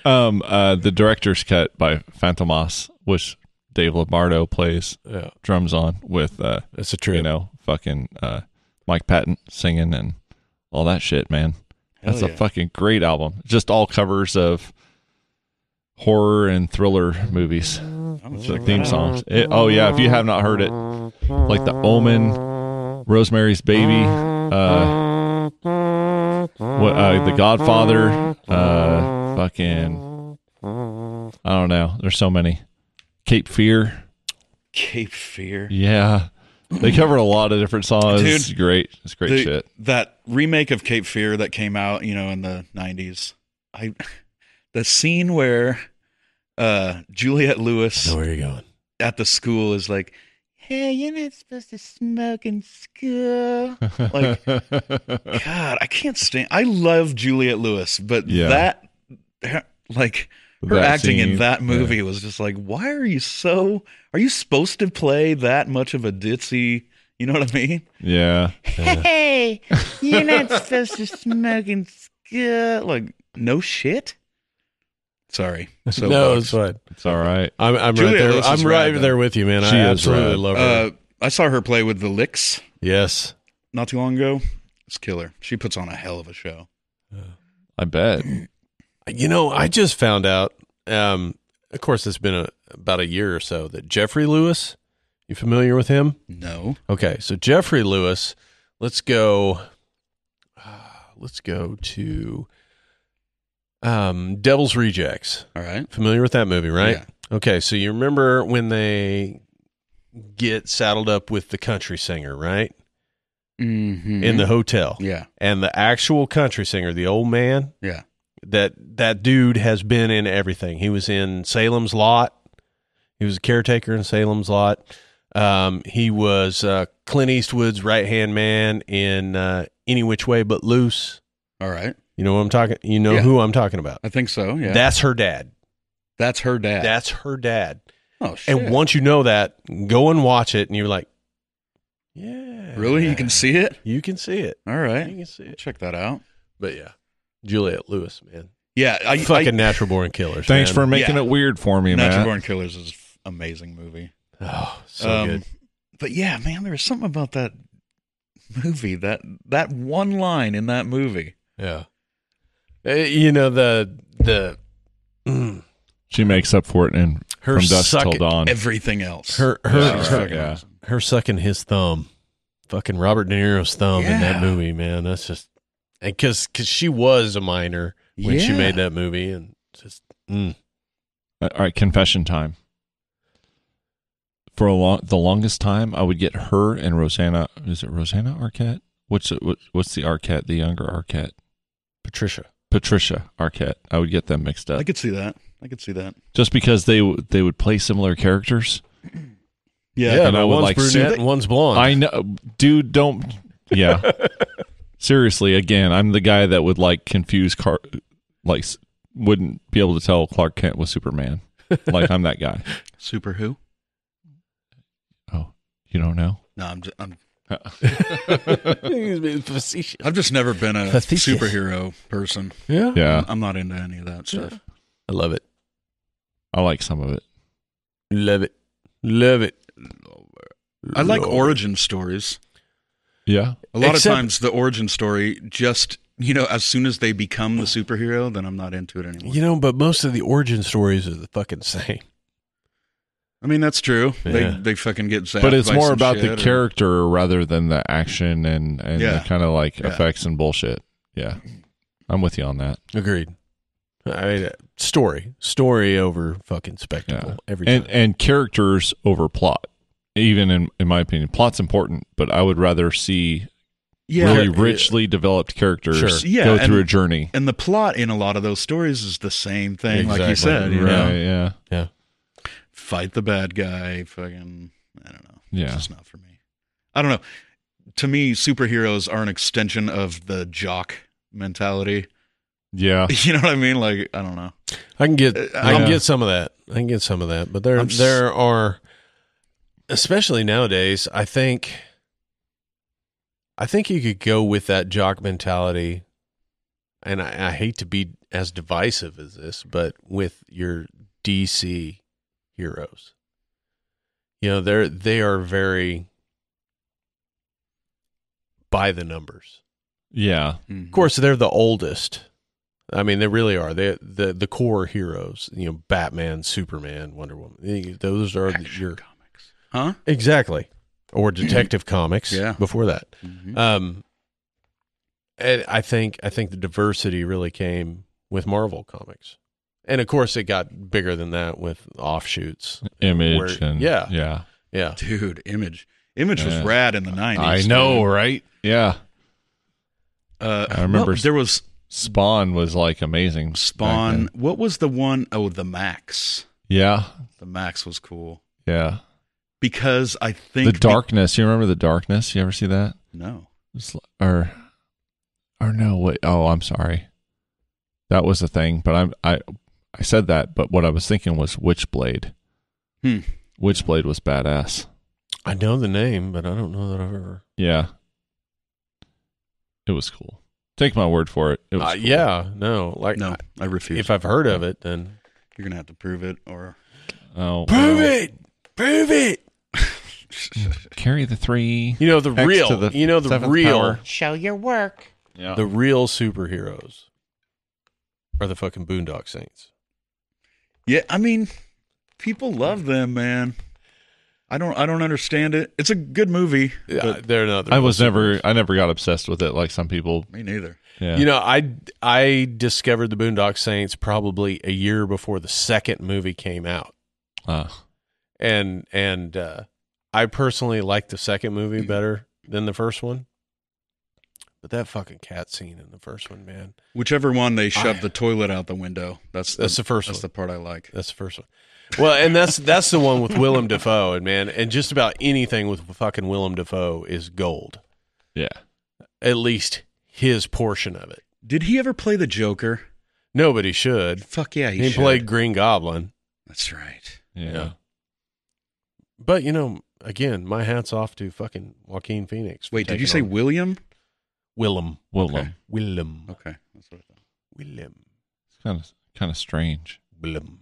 Speaker 2: um, uh, the director's cut by Fantomas, which Dave Lombardo plays
Speaker 4: Yeah.
Speaker 2: drums on with. Uh,
Speaker 4: That's a trip.
Speaker 2: You know, fucking uh, Mike Patton singing and all that shit, man.
Speaker 1: Hell
Speaker 2: That's a
Speaker 1: yeah.
Speaker 2: fucking great album. Just all covers of horror and thriller movies, the theme songs. It, oh yeah, if you have not heard it, like The Omen, Rosemary's Baby, uh, what, uh, The Godfather, uh, fucking, I don't know. There's so many. Cape Fear.
Speaker 1: Cape Fear.
Speaker 2: Yeah. They covered a lot of different songs.
Speaker 1: Dude,
Speaker 2: it's great. It's great
Speaker 1: The-
Speaker 2: shit.
Speaker 1: That remake of Cape Fear that came out, you know, in the '90s. I, the scene where, uh, Juliet Lewis
Speaker 4: where are you going?
Speaker 1: at the school is like, "Hey, you're not supposed to smoke in school." Like, God, I can't stand. I love Juliet Lewis, but
Speaker 2: Yeah.
Speaker 1: that, her- like, her
Speaker 2: That
Speaker 1: acting
Speaker 2: scene,
Speaker 1: in that
Speaker 2: yeah.
Speaker 1: movie was just like, why are you so? Are you supposed to play that much of a ditzy? You know what I mean?
Speaker 2: Yeah.
Speaker 13: Hey, you're not supposed to smoke in school.
Speaker 1: Like, no shit. Sorry. So
Speaker 4: no, it's fine.
Speaker 2: It's all right.
Speaker 4: I'm, I'm right
Speaker 1: Julia
Speaker 4: there.
Speaker 1: Lewis is
Speaker 4: I'm
Speaker 1: rad,
Speaker 4: right
Speaker 1: though.
Speaker 4: there with you, man.
Speaker 2: She
Speaker 4: I
Speaker 2: is
Speaker 4: absolutely
Speaker 2: rad.
Speaker 4: love her.
Speaker 1: Uh, I saw her play with the Licks
Speaker 4: yes,
Speaker 1: not too long ago. It's killer. She puts on a hell of a show.
Speaker 2: I bet.
Speaker 4: you know, I just found out. Um, of course, it's been a, about a year or so that Jeffrey Lewis. You familiar with him?
Speaker 1: No.
Speaker 4: Okay, so Jeffrey Lewis. Let's go. uh, Let's go to um, Devil's Rejects.
Speaker 1: All right.
Speaker 4: Familiar with that movie, right?
Speaker 1: Yeah.
Speaker 4: Okay, so you remember when they get saddled up with the country singer, right?
Speaker 1: Mm-hmm.
Speaker 4: In the hotel.
Speaker 1: yeah,
Speaker 4: and the actual country singer, the old man,
Speaker 1: yeah.
Speaker 4: that that dude has been in everything. He was in Salem's Lot. He was a caretaker in Salem's Lot. Um, he was uh, Clint Eastwood's right hand man in uh, Any Which Way But Loose.
Speaker 1: All right.
Speaker 4: You know what I'm talking. You know
Speaker 1: Yeah.
Speaker 4: who I'm talking about.
Speaker 1: I think so. Yeah.
Speaker 4: That's her dad.
Speaker 1: That's her dad.
Speaker 4: That's her dad.
Speaker 1: oh shit.
Speaker 4: And once you know that, go and watch it, and you're like, yeah,
Speaker 1: really, you can see it.
Speaker 4: you can see it.
Speaker 1: All
Speaker 4: You
Speaker 1: right.
Speaker 4: can see it.
Speaker 1: Check that out.
Speaker 4: But yeah, Juliet Lewis, man.
Speaker 1: Yeah. I,
Speaker 4: fucking
Speaker 1: I,
Speaker 4: natural born killers.
Speaker 2: Thanks for
Speaker 4: man.
Speaker 2: making
Speaker 1: Yeah.
Speaker 2: it weird for me,
Speaker 1: Natural
Speaker 2: man.
Speaker 1: Born Killers is an amazing movie.
Speaker 4: oh, so
Speaker 1: Um,
Speaker 4: good.
Speaker 1: But yeah, man, there was something about that movie that that one line in that movie.
Speaker 4: Yeah, Uh, you know the the mm,
Speaker 2: She makes up for it in
Speaker 4: Her
Speaker 2: From Dusk
Speaker 4: suck
Speaker 2: Till
Speaker 4: it-
Speaker 2: Dawn.
Speaker 1: Everything else.
Speaker 4: her her
Speaker 1: Yeah, it's
Speaker 4: her,
Speaker 1: fucking
Speaker 2: yeah.
Speaker 1: awesome.
Speaker 4: her sucking his thumb, fucking Robert De Niro's thumb in that
Speaker 1: Yeah.
Speaker 4: movie, man. That's just and because she was a minor when she
Speaker 1: Yeah.
Speaker 4: made that movie, and just mm,
Speaker 2: all right, confession time. For a long, the longest time, I would get her and Rosanna. Is it Rosanna Arquette? What's it, what, what's the Arquette? The younger Arquette,
Speaker 4: Patricia.
Speaker 2: Patricia Arquette. I would get them mixed up.
Speaker 1: I could see that. I could see that.
Speaker 2: just because they w- they would play similar characters.
Speaker 1: Yeah.
Speaker 2: and I
Speaker 4: no,
Speaker 2: would
Speaker 4: one's
Speaker 2: like
Speaker 4: brunette
Speaker 2: super-
Speaker 4: and one's blonde.
Speaker 2: I know, dude. Don't. Yeah. seriously, again, I'm the guy that would like confuse car, like s- wouldn't be able to tell Clark Kent was Superman. like I'm that guy.
Speaker 1: Super who?
Speaker 2: Oh, You don't know?
Speaker 1: No, I'm. Just, I'm
Speaker 4: He's being facetious.
Speaker 1: I've just never been a
Speaker 4: Facetious.
Speaker 1: superhero person.
Speaker 4: Yeah?
Speaker 2: Yeah.
Speaker 1: I'm, I'm not into any of that stuff.
Speaker 4: I love it.
Speaker 2: I like some of it.
Speaker 4: Love it. Love it.
Speaker 1: I like
Speaker 4: Love it.
Speaker 1: origin stories.
Speaker 2: Yeah.
Speaker 1: A lot
Speaker 4: Except-
Speaker 1: of times, the origin story just you know, as soon as they become the superhero, then I'm not into it anymore.
Speaker 4: You know, but most of the origin stories are the fucking same.
Speaker 1: I mean, that's true.
Speaker 4: Yeah.
Speaker 1: They they fucking get zapped.
Speaker 2: but it's
Speaker 1: by
Speaker 2: more
Speaker 1: some
Speaker 2: about the
Speaker 1: shit or-
Speaker 2: character rather than the action and and
Speaker 1: Yeah.
Speaker 2: the kind of like
Speaker 1: Yeah.
Speaker 2: effects and bullshit. Yeah, I'm with you on that.
Speaker 4: Agreed. I mean, uh, story, story over fucking spectacle every time.
Speaker 2: And and characters over plot, even in in my opinion, plot's important. But I would rather see
Speaker 1: Yeah.
Speaker 2: really
Speaker 1: Yeah.
Speaker 2: richly developed characters
Speaker 1: Sure. Yeah,
Speaker 2: go through
Speaker 1: and-
Speaker 2: a journey.
Speaker 1: And the plot in a lot of those stories is the same thing, like you
Speaker 2: Exactly.
Speaker 1: said. You
Speaker 2: right?
Speaker 1: know?
Speaker 2: Yeah,
Speaker 4: yeah,
Speaker 1: Fight the bad guy. Fucking. I don't know.
Speaker 2: yeah.
Speaker 1: It's just not for me. I don't know. To me, superheroes are an extension of the jock mentality.
Speaker 2: Yeah.
Speaker 1: You know what I mean? Like I don't know.
Speaker 4: I can get
Speaker 1: Uh,
Speaker 4: I can
Speaker 1: yeah.
Speaker 4: get some of that. I can get some of that. But there
Speaker 1: I'm s-
Speaker 4: there are especially nowadays, I think I think you could go with that jock mentality and I, I hate to be as divisive as this, but with your DC heroes. You know, they're they are very by the numbers.
Speaker 2: Yeah.
Speaker 1: Hmm.
Speaker 4: Of course, they're the oldest. I mean, they really are. They the the core heroes. You know, Batman, Superman, Wonder Woman. They- Those are the, your
Speaker 1: Huh?
Speaker 4: exactly or Detective Comics.
Speaker 1: Yeah.
Speaker 4: before that. Um, and I think I think the diversity really came with Marvel comics, and of course, it got bigger than that with offshoots.
Speaker 2: Image
Speaker 4: where-
Speaker 2: and
Speaker 4: yeah.
Speaker 2: yeah.
Speaker 4: Yeah,
Speaker 1: Dude, Image. Image was
Speaker 2: Yeah.
Speaker 1: rad in the nineties.
Speaker 2: I know, right? Yeah.
Speaker 1: Uh,
Speaker 2: I remember
Speaker 1: what- there was
Speaker 2: Spawn was like amazing. back
Speaker 1: Spawn.
Speaker 2: then.
Speaker 1: What was the one oh the Max.
Speaker 2: Yeah.
Speaker 1: The Max was cool
Speaker 2: Yeah.
Speaker 1: because I think
Speaker 2: The
Speaker 1: be-
Speaker 2: darkness. You remember the darkness? You ever see that?
Speaker 1: no.
Speaker 2: It's l- Or, or no? Wait. Oh, I'm sorry. That was the thing. But I'm I, I said that. But what I was thinking was Witchblade.
Speaker 1: Hmm.
Speaker 2: Witchblade was badass.
Speaker 4: I know the name, but I don't know that I've ever.
Speaker 2: Yeah. It was cool. Take my word for it. It was
Speaker 4: Uh,
Speaker 2: cool.
Speaker 4: Yeah, no, like
Speaker 1: No, I refuse.
Speaker 4: if I've heard of it, then
Speaker 1: You're gonna have to prove it or
Speaker 2: Oh,
Speaker 4: prove
Speaker 2: well.
Speaker 4: it, prove it.
Speaker 2: Carry the three.
Speaker 4: You know the
Speaker 2: X
Speaker 4: real.
Speaker 2: to the
Speaker 4: you know the
Speaker 2: seventh
Speaker 4: real.
Speaker 2: power.
Speaker 6: Show your work.
Speaker 2: Yeah.
Speaker 4: The real superheroes are the fucking Boondock Saints.
Speaker 1: Yeah, I mean, people love them, man. I don't I don't understand it. It's a good movie.
Speaker 4: Yeah,
Speaker 1: but
Speaker 4: they're not.
Speaker 2: I was never. I never got obsessed with it like some people.
Speaker 1: me neither.
Speaker 2: Yeah.
Speaker 4: You know, I I discovered the Boondock Saints probably a year before the second movie came out,
Speaker 2: Uh,
Speaker 4: and and uh, I personally liked the second movie
Speaker 2: Mm-hmm.
Speaker 4: better than the first one. But that fucking cat scene in the first one, man,
Speaker 1: Whichever one they shove
Speaker 4: I-
Speaker 1: the toilet out the window. That's
Speaker 4: That's the first
Speaker 1: That's
Speaker 4: one.
Speaker 1: the part I like.
Speaker 4: that's the first one. Well, and that's that's the one with Willem Dafoe, and man, and just about anything with fucking Willem Dafoe is gold.
Speaker 2: yeah.
Speaker 4: At least his portion of it.
Speaker 1: Did he ever play the Joker?
Speaker 4: Nobody should.
Speaker 1: Fuck yeah, he,
Speaker 4: He
Speaker 1: should.
Speaker 4: played Green Goblin.
Speaker 1: That's right.
Speaker 2: Yeah.
Speaker 4: Yeah. But you know, again, my hat's off to fucking Joaquin Phoenix. for
Speaker 1: Wait, did
Speaker 4: taking
Speaker 1: you say
Speaker 4: on
Speaker 1: William?
Speaker 4: Willem?
Speaker 2: Willem.
Speaker 1: Okay.
Speaker 4: Willem.
Speaker 1: Okay, that's what I thought.
Speaker 4: Willem.
Speaker 2: It's kind of kind of strange.
Speaker 4: Willem.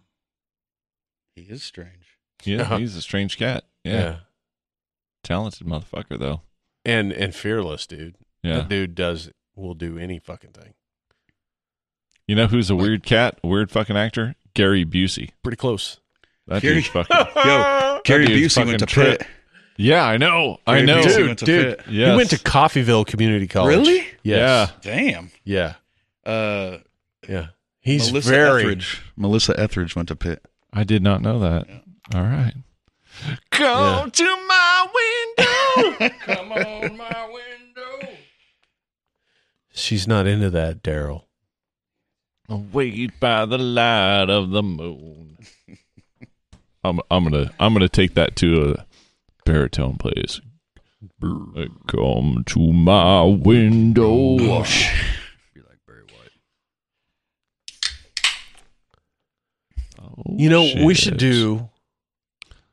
Speaker 1: He is strange.
Speaker 2: Yeah,
Speaker 4: Yeah.
Speaker 2: he's a strange cat. Yeah. Talented motherfucker though.
Speaker 4: And and fearless, dude.
Speaker 2: Yeah.
Speaker 4: That dude does will do any fucking thing.
Speaker 2: You know who's a weird cat, a weird fucking actor? Gary Busey.
Speaker 4: Pretty close.
Speaker 2: That
Speaker 1: Gary-
Speaker 2: dude's fucking
Speaker 1: Yo, Gary
Speaker 2: dude's
Speaker 1: Busey went to
Speaker 2: fucking trip.
Speaker 1: Pitt.
Speaker 2: Yeah, I know. I
Speaker 1: Gary
Speaker 2: know.
Speaker 1: Busey
Speaker 4: Dude,
Speaker 1: went to
Speaker 4: dude.
Speaker 1: Pitt.
Speaker 2: Yes.
Speaker 4: He went to Coffeeville Community College.
Speaker 1: Really?
Speaker 4: Yes.
Speaker 1: Damn.
Speaker 4: Yeah. Yeah.
Speaker 1: Uh,
Speaker 4: Yeah. He's
Speaker 1: Melissa
Speaker 4: very
Speaker 1: Etheridge. Melissa Etheridge went to Pitt.
Speaker 2: I did not know that. All right.
Speaker 4: Yeah.
Speaker 2: to my window.
Speaker 10: Come on my window.
Speaker 4: she's not into that, Daryl.
Speaker 2: Wait by the light of the moon. I'm I'm gonna I'm gonna take that to a baritone, please. Come to my window.
Speaker 4: you know, we
Speaker 2: shit.
Speaker 4: should do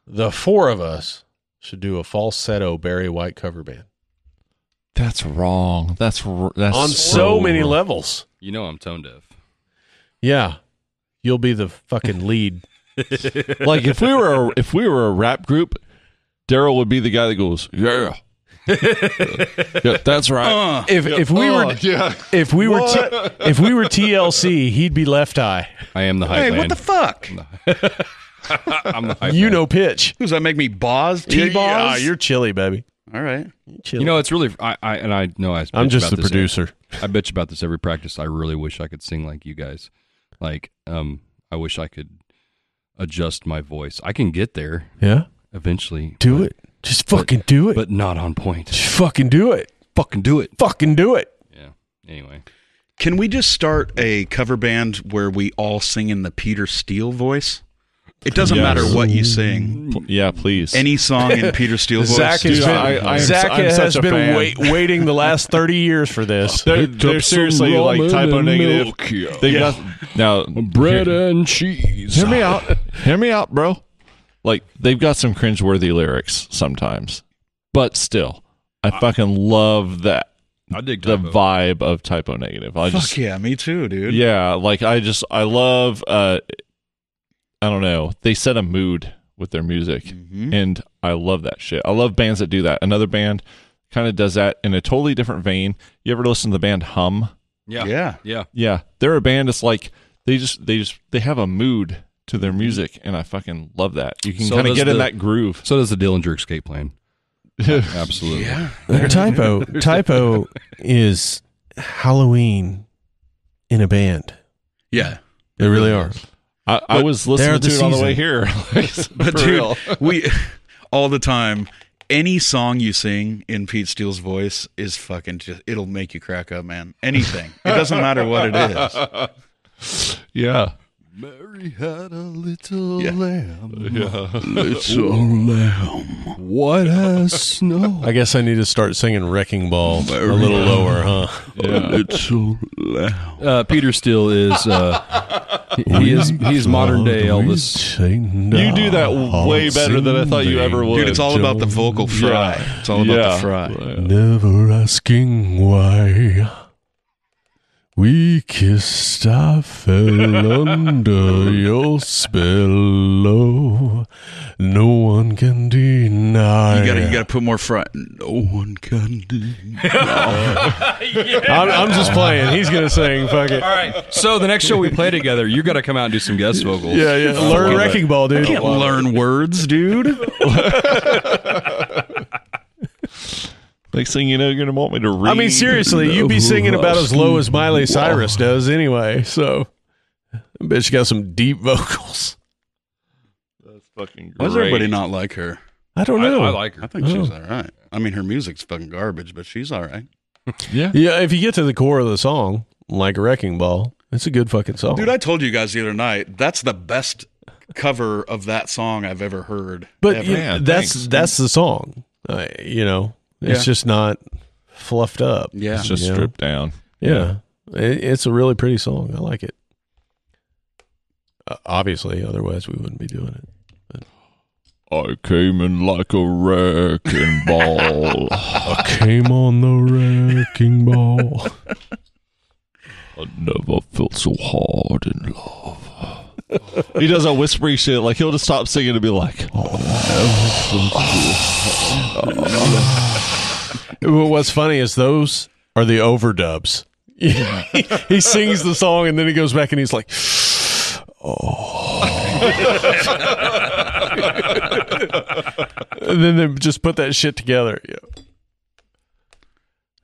Speaker 4: the four of us should do a falsetto Barry White cover band
Speaker 2: That's wrong. That's r- that's
Speaker 4: on so many levels.
Speaker 5: You know I'm tone deaf.
Speaker 4: Yeah, you'll be the fucking lead.
Speaker 2: like if we were a, if we were a rap group, Daryl would be the guy that goes, yeah, yeah that's
Speaker 5: Uh,
Speaker 2: right.
Speaker 4: if if we were
Speaker 1: Oh,
Speaker 4: if we were t- if we were TLC, he'd be left eye.
Speaker 5: I am the
Speaker 1: Hey, what the fuck?
Speaker 5: I'm the hype
Speaker 4: you
Speaker 5: man.
Speaker 4: know pitch.
Speaker 1: Who's that make me Boz?
Speaker 4: Yeah,
Speaker 1: T
Speaker 4: yeah,
Speaker 1: Boz?
Speaker 4: you're chilly, baby.
Speaker 1: All right.
Speaker 5: You know, it's really I, I and I know I.
Speaker 4: I'm
Speaker 5: bitch
Speaker 4: just the
Speaker 5: about this every-
Speaker 4: producer.
Speaker 5: I bitch about this every practice. I really wish I could sing like you guys. Like, um, I wish I could adjust my voice. I can get there
Speaker 4: Yeah,
Speaker 5: eventually,
Speaker 4: do it. Just fucking do it.
Speaker 5: but not on point.
Speaker 4: Just fucking do it.
Speaker 5: Fucking do it.
Speaker 4: Fucking do it.
Speaker 5: Yeah. Anyway,
Speaker 1: Can we just start a cover band where we all sing in the Peter Steele voice? It doesn't
Speaker 2: Yes.
Speaker 1: matter what you sing.
Speaker 2: yeah, please.
Speaker 1: Any song in Peter Steele voice.
Speaker 4: Zach has
Speaker 2: Dude,
Speaker 4: been,
Speaker 2: I- I am-
Speaker 4: Zach
Speaker 2: I'm
Speaker 4: has
Speaker 2: such a
Speaker 4: been
Speaker 2: fan.
Speaker 4: wait, waiting the last thirty years for this.
Speaker 2: they're,
Speaker 5: Picked
Speaker 2: they're
Speaker 5: up some
Speaker 2: seriously like
Speaker 5: ramen
Speaker 2: typo
Speaker 5: and
Speaker 2: negative.
Speaker 5: milk, yeah.
Speaker 2: They've got now
Speaker 5: bread
Speaker 2: Hear,
Speaker 5: and cheese.
Speaker 2: hear me out. Hear me out, bro. Like they've got some cringeworthy lyrics sometimes, but still, I fucking love that
Speaker 5: I dig
Speaker 2: the
Speaker 5: typo.
Speaker 2: vibe of typo negative. I
Speaker 1: Fuck
Speaker 2: just
Speaker 1: yeah, me too, dude.
Speaker 2: yeah, like I just I love. uh I don't know. They set a mood with their music, and I love that shit. I love bands that do that. Another band kind of does that in a totally different vein. You ever listen to the band Hum?
Speaker 5: Yeah.
Speaker 1: Yeah.
Speaker 5: Yeah.
Speaker 2: Yeah, they're a band. It's like they just they just they have a mood to their music, and I fucking love that. You can
Speaker 5: So
Speaker 2: kind of
Speaker 5: does
Speaker 2: get in
Speaker 5: the-
Speaker 2: that groove.
Speaker 5: So does the Dillinger Escape Plan. Absolutely. Yeah.
Speaker 4: typo typo is Halloween in a band.
Speaker 1: Yeah.
Speaker 4: They really are.
Speaker 2: I, I was listening
Speaker 4: they're
Speaker 2: to
Speaker 4: the
Speaker 2: it on the way
Speaker 4: season.
Speaker 2: here.
Speaker 1: But
Speaker 2: but
Speaker 1: dude, we all the time. Any song you sing in Pete Steele's voice is fucking just it'll make you crack up, man. Anything. It doesn't matter what it is.
Speaker 2: yeah,
Speaker 5: Mary had a little
Speaker 1: Yeah.
Speaker 5: lamb.
Speaker 2: yeah.
Speaker 5: What has snow?
Speaker 4: I guess I need to start singing Wrecking Ball a little lower, huh?
Speaker 5: Uh, Peter Steele is uh, he is he's modern day Elvis.
Speaker 2: You do that way better than I thought you ever would.
Speaker 1: Dude, it's all about the vocal fry. It's all about
Speaker 2: yeah.
Speaker 1: the fry.
Speaker 4: Never asking why we kissed, I fell under your spell. Oh, No one can deny.
Speaker 1: You gotta you gotta put more fry. No one can do.
Speaker 4: I'm, I'm just playing. He's gonna sing. Fuck it.
Speaker 5: So the next show we play together, you got to come out and do some guest vocals.
Speaker 4: Yeah, yeah. Learn Wrecking Ball, dude.
Speaker 1: Can't learn words, dude.
Speaker 2: Next thing you know, you're gonna want me to read.
Speaker 4: I mean, seriously, you'd be singing about as low as Miley Cyrus does anyway. So, bitch got some deep vocals.
Speaker 2: That's fucking great.
Speaker 1: Why does everybody not like her? Oh.
Speaker 4: I don't know.
Speaker 5: I like her.
Speaker 1: I think she's all right. I mean, her music's fucking garbage, but she's all right.
Speaker 4: Yeah, if you get to the core of the song, like a wrecking ball, it's a good fucking song.
Speaker 1: Dude, I told you guys the other night, that's the best cover of that song I've ever heard.
Speaker 4: but
Speaker 1: ever.
Speaker 4: you-
Speaker 2: Yeah,
Speaker 4: that's
Speaker 2: thanks.
Speaker 4: that's the song. Uh, you know, it's
Speaker 1: Yeah.
Speaker 4: just not fluffed up.
Speaker 1: yeah.
Speaker 2: It's just
Speaker 4: Yeah.
Speaker 2: stripped down.
Speaker 4: Yeah, It, it's a really pretty song. I like it. Uh, obviously, otherwise we wouldn't be doing it.
Speaker 2: I came in like a wrecking ball.
Speaker 4: I came on the wrecking ball.
Speaker 2: I never felt so hard in love. he does that whispery shit. Like he'll just stop singing and be like,
Speaker 4: Well, What's funny is those are the overdubs. he sings the song and then he goes back and he's like, "Oh." and then they just put that shit together.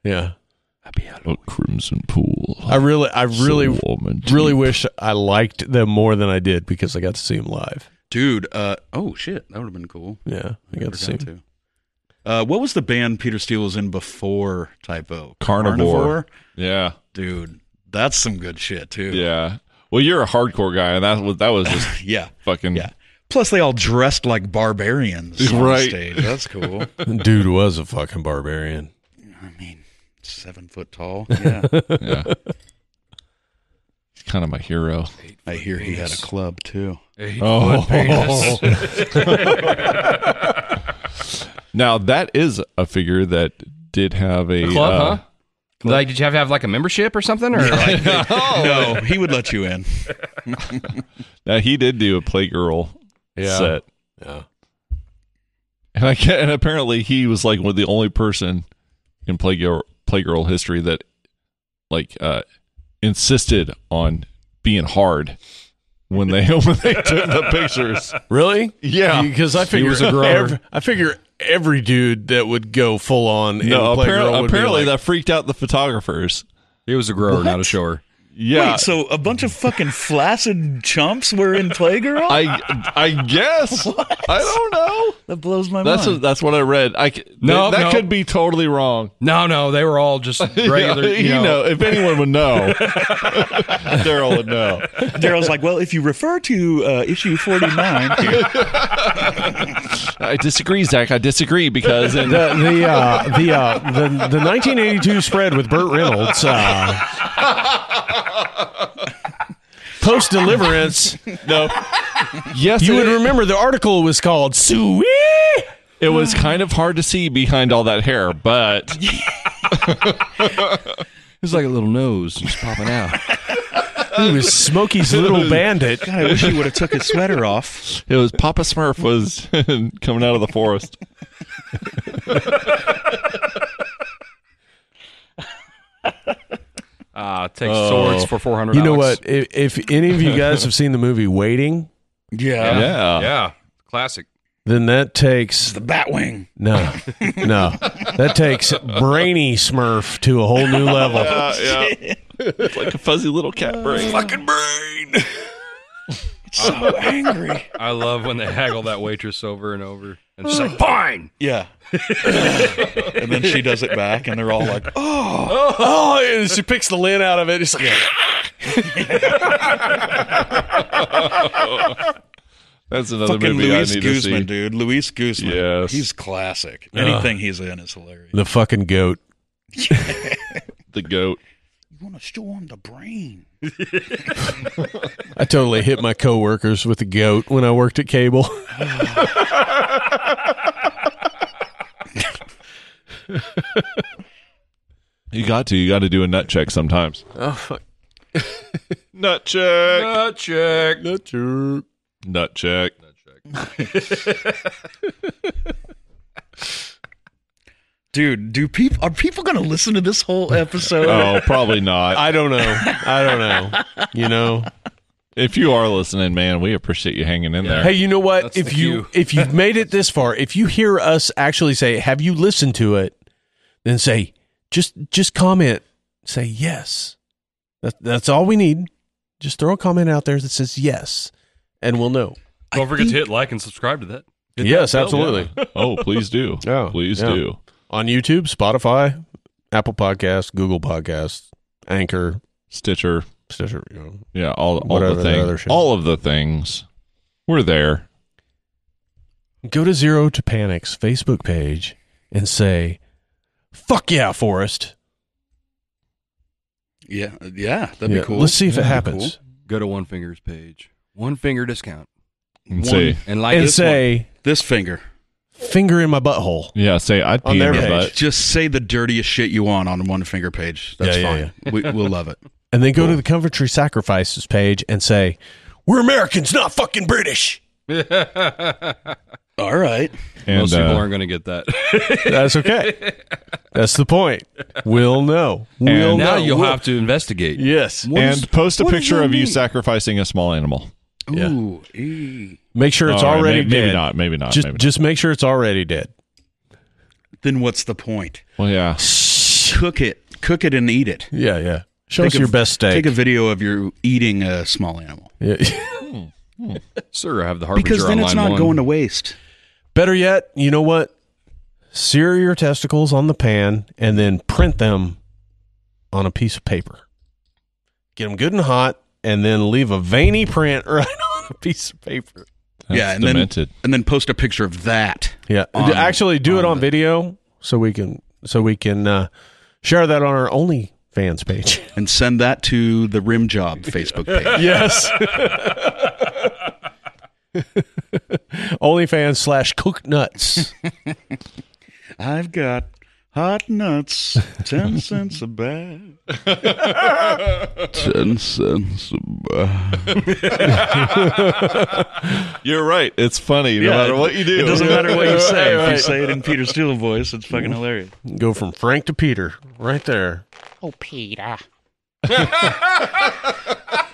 Speaker 4: Yeah. Yeah.
Speaker 2: "A crimson pool."
Speaker 4: I really, I really,
Speaker 2: so warm and
Speaker 4: really
Speaker 2: deep."
Speaker 4: wish I liked them more than I did because I got to see them live.
Speaker 1: Dude, uh, oh shit, that would have been cool.
Speaker 4: Yeah, I got to see.
Speaker 1: Forgot
Speaker 4: 'em.
Speaker 1: to. Uh, what was the band Peter Steele was in before Typo?
Speaker 2: Carnivore. Yeah,
Speaker 1: Dude, that's some good shit, too.
Speaker 2: yeah. Well, you're a hardcore guy, and that was that was just
Speaker 1: Yeah.
Speaker 2: fucking
Speaker 1: Yeah. Plus, they all dressed like barbarians on
Speaker 4: Right.
Speaker 1: stage. That's cool.
Speaker 4: Dude was a fucking barbarian.
Speaker 1: I mean, seven foot tall. Yeah.
Speaker 2: Yeah. He's kind of my hero.
Speaker 1: I hear he had a club too.
Speaker 2: Oh. now that is a figure that did have a,
Speaker 5: A club,
Speaker 2: uh,
Speaker 5: huh? Like, did you have to have like a membership or something? Or like,
Speaker 2: Oh.
Speaker 1: no, he would let you in.
Speaker 2: Now he did do a Playgirl
Speaker 4: Yeah.
Speaker 2: set,
Speaker 4: Yeah.
Speaker 2: and I can and apparently he was like one of the only person in Playgirl Playgirl history that like uh insisted on being hard when they when they took the pictures.
Speaker 4: Really?
Speaker 2: Yeah.
Speaker 4: Because I
Speaker 2: He
Speaker 4: figure
Speaker 2: was a grower.
Speaker 4: ev- I figure every dude that would go full on.
Speaker 2: No,
Speaker 4: in
Speaker 2: appar-
Speaker 4: Playgirl would be
Speaker 2: apparently
Speaker 4: like,
Speaker 2: that freaked out the photographers.
Speaker 5: He was a grower,
Speaker 1: not a
Speaker 5: shower.
Speaker 2: Yeah.
Speaker 1: Wait, so a bunch of fucking flaccid chumps were in Playgirl?
Speaker 2: I I guess I don't know.
Speaker 1: That blows my
Speaker 2: That's
Speaker 1: mind.
Speaker 2: that's what I read. I c-
Speaker 5: No,
Speaker 2: that
Speaker 5: no.
Speaker 2: could be totally wrong.
Speaker 5: no, no, they were all just regular.
Speaker 2: you, know. if anyone would know, Daryl would know.
Speaker 1: Daryl's like, well, if you refer to uh, issue 49,
Speaker 2: I disagree, Zach. I disagree because in,
Speaker 4: the the uh, the, uh, the the 1982 spread with Burt Reynolds. Uh, Post deliverance,
Speaker 2: no, yes,
Speaker 4: you
Speaker 2: it,
Speaker 4: would remember the article was called "Sue."
Speaker 2: it was kind of hard to see behind all that hair, but
Speaker 5: It was like a little nose just popping out.
Speaker 4: He was Smokey's little bandit.
Speaker 1: God, I wish he would have took his sweater off.
Speaker 2: it was Papa Smurf was coming out of the forest.
Speaker 5: Ah, take swords for four hundred.
Speaker 4: You know what? If, if any of you guys have seen the movie Waiting,
Speaker 1: Yeah.
Speaker 2: Yeah.
Speaker 14: Yeah. Classic.
Speaker 4: then that takes
Speaker 1: The Batwing.
Speaker 4: no, no, that takes Brainy Smurf to a whole new level.
Speaker 2: Uh, yeah. It's like a fuzzy little cat brain.
Speaker 14: Fucking brain.
Speaker 1: So angry.
Speaker 14: I love when they haggle that waitress over and over. And
Speaker 5: It's like fine.
Speaker 1: Yeah. and then she does it back, and they're all like, oh,
Speaker 4: Oh, and she picks the lid out of it. It's like,
Speaker 2: That's another
Speaker 1: fucking
Speaker 2: movie I
Speaker 1: Luis
Speaker 2: need
Speaker 1: Guzman,
Speaker 2: to see.
Speaker 1: dude. Luis Guzman.
Speaker 2: Yes.
Speaker 1: He's classic. Anything he's in is hilarious.
Speaker 4: the fucking goat.
Speaker 2: The goat.
Speaker 1: You want to storm the brain.
Speaker 4: I totally hit my coworkers with a goat when I worked at cable.
Speaker 2: You got to. You got to do a nut check sometimes. Oh fuck. nut check. Nut check. Nut check. Nut check.
Speaker 1: Dude, do people are people going to listen to this whole episode?
Speaker 2: Oh, probably not.
Speaker 4: I don't know. I don't know. You know.
Speaker 2: if you are listening, man, we appreciate you hanging in there.
Speaker 4: Hey, you know what?
Speaker 14: That's
Speaker 4: if
Speaker 14: the
Speaker 4: you
Speaker 14: cue.
Speaker 4: if you've made it this far, if you hear us actually say, "Have you listened to it?" then say just just comment, say yes. That, that's all we need. Just throw a comment out there that says yes, and we'll know.
Speaker 14: Don't forget to hit like and subscribe to that. Hit
Speaker 4: Yes,
Speaker 14: that bell.
Speaker 4: absolutely.
Speaker 2: Oh, please do.
Speaker 4: Oh,
Speaker 2: please
Speaker 4: yeah.
Speaker 2: do.
Speaker 4: On YouTube, Spotify, Apple Podcasts, Google Podcasts, Anchor,
Speaker 2: Stitcher.
Speaker 4: Stitcher, you know,
Speaker 2: Yeah, all all
Speaker 4: Whatever
Speaker 2: the
Speaker 4: the other
Speaker 2: things.
Speaker 4: shit.
Speaker 2: All of the things. We're there.
Speaker 4: go to Zero to Panic's Facebook page and say, "Fuck yeah, Forrest."
Speaker 1: Yeah, yeah, that'd
Speaker 4: Yeah,
Speaker 1: be cool.
Speaker 4: Let's see if it
Speaker 1: That'd be
Speaker 4: happens.
Speaker 5: Go to One Finger's page. One Finger discount
Speaker 2: And
Speaker 1: One.
Speaker 2: say
Speaker 5: and like
Speaker 4: and
Speaker 5: this one.
Speaker 4: say,
Speaker 1: cool. This finger.
Speaker 4: "Finger in my butthole."
Speaker 2: yeah, say I'd pee
Speaker 4: On
Speaker 2: in
Speaker 4: their
Speaker 2: your
Speaker 4: page.
Speaker 2: butt.
Speaker 1: Just say the dirtiest shit you want on one finger page. That's
Speaker 4: Yeah, yeah,
Speaker 1: fine. We, we'll love it.
Speaker 4: And then go to the Coventry Sacrifices page and say, We're Americans, not fucking British.
Speaker 1: All right.
Speaker 2: And
Speaker 5: Most people
Speaker 2: uh,
Speaker 5: aren't going to get that.
Speaker 4: That's okay. That's the point. We'll know. We'll
Speaker 2: And
Speaker 5: now
Speaker 4: know.
Speaker 5: you'll
Speaker 4: We'll-
Speaker 5: have to investigate.
Speaker 4: Yes.
Speaker 2: and post a
Speaker 1: what does
Speaker 2: picture
Speaker 1: that
Speaker 2: of you
Speaker 1: mean?
Speaker 2: sacrificing a small animal.
Speaker 4: Yeah.
Speaker 1: Ooh, ee.
Speaker 4: Make sure it's
Speaker 2: All right,
Speaker 4: already
Speaker 2: may- maybe,
Speaker 4: dead.
Speaker 2: not. Maybe not.
Speaker 4: Just
Speaker 2: maybe not.
Speaker 4: just make sure it's already dead.
Speaker 1: Then what's the point?
Speaker 2: Well, yeah.
Speaker 1: Cook it. Cook it and eat it.
Speaker 4: Yeah, yeah. Show
Speaker 1: Take
Speaker 4: us
Speaker 1: a-
Speaker 4: your best steak.
Speaker 1: Take a video of you eating a small animal.
Speaker 4: Yeah.
Speaker 5: Sir, I have the harbinger
Speaker 1: Because then
Speaker 5: on
Speaker 1: it's
Speaker 5: line
Speaker 1: not
Speaker 5: one.
Speaker 1: going to waste.
Speaker 4: Better yet, you know what? Sear your testicles on the pan and then print them on a piece of paper. Get them good and hot and then leave a veiny print right on a piece of paper.
Speaker 1: yeah,
Speaker 2: That's
Speaker 1: and then
Speaker 2: demented.
Speaker 1: and then post a picture of that.
Speaker 4: Yeah,
Speaker 1: on-
Speaker 4: actually, do it on video so we can so we can uh, share that on our OnlyFans page.
Speaker 1: and send that to the Rim Job Facebook page.
Speaker 4: yes. OnlyFans slash Cook Nuts.
Speaker 1: I've got hot nuts, ten cents a bag. ten cents a bag.
Speaker 2: You're right. It's funny no matter what you do.
Speaker 1: It doesn't matter what you say. If you
Speaker 4: Right.
Speaker 1: say it in Peter Steele voice, it's fucking hilarious.
Speaker 4: Go from Frank to Peter, right there,
Speaker 6: Oh, Peter.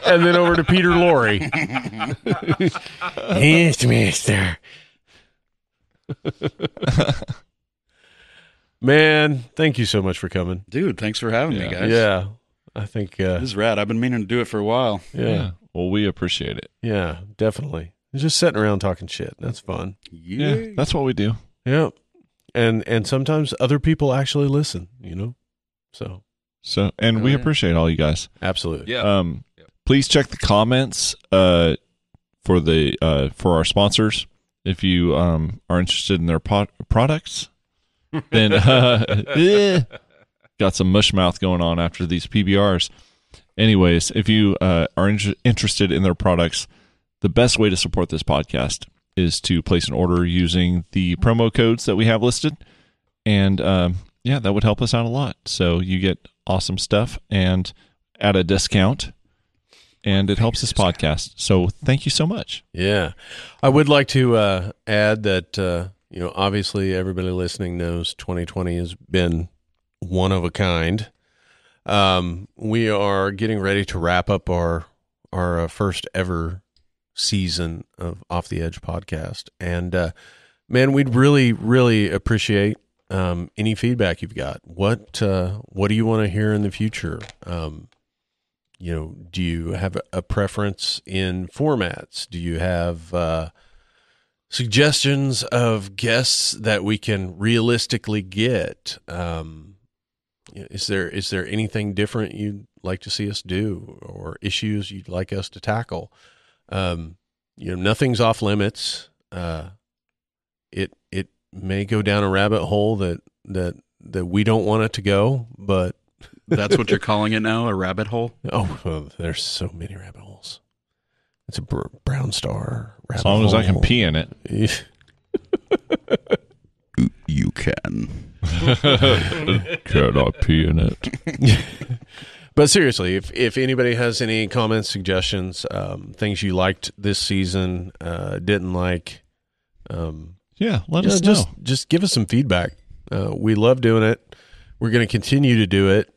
Speaker 4: and then over to Peter Lorre. yes, Mister. Man, thank you so much for coming.
Speaker 1: Dude, thanks for having me, guys.
Speaker 4: Yeah, I think uh,
Speaker 1: This is rad. I've been meaning to do it for a while.
Speaker 4: Yeah.
Speaker 2: Well, we appreciate it.
Speaker 4: yeah, definitely. Just sitting around talking shit. That's fun.
Speaker 2: Yeah. That's what we do.
Speaker 4: Yeah. And and sometimes other people actually listen, you know? So
Speaker 2: So, and we appreciate all you guys.
Speaker 4: absolutely.
Speaker 5: Yeah.
Speaker 2: Um, please check the comments uh, for the uh, for our sponsors. If you um, are interested in their pod- products, then uh, eh, got some mush mouth going on after these PBRs. Anyways, if you uh, are inter- interested in their products, the best way to support this podcast is to place an order using the promo codes that we have listed, and um, yeah, that would help us out a lot. So you get awesome stuff and at a discount, and it helps this podcast. So thank you so much.
Speaker 4: Yeah. I would like to uh add that uh you know, obviously everybody listening knows 2020 has been one of a kind. Um we are getting ready to wrap up our our uh, first ever season of Off the Edge podcast and uh man, we'd really really appreciate um, any feedback you've got. What uh, what do you want to hear in the future? Um, you know, do you have a preference in formats? Do you have uh, suggestions of guests that we can realistically get? Um, you know, is there is there anything different you'd like to see us do, or issues you'd like us to tackle? Um, you know, nothing's off limits. Uh, it it may go down a rabbit hole that that that we don't want it to go, but
Speaker 1: That's what you're calling it now, a rabbit hole?
Speaker 4: Oh, well, there's so many rabbit holes. It's a br- brown star. Rabbit
Speaker 2: As long as I can
Speaker 4: hole.
Speaker 2: pee in it.
Speaker 1: You can.
Speaker 2: Can I pee in it?
Speaker 4: but seriously, if if anybody has any comments, suggestions, um, things you liked this season, uh, didn't like, um,
Speaker 2: Yeah, let
Speaker 4: yeah,
Speaker 2: us
Speaker 4: just
Speaker 2: know.
Speaker 4: just give us some feedback. Uh, we love doing it. We're going to continue to do it.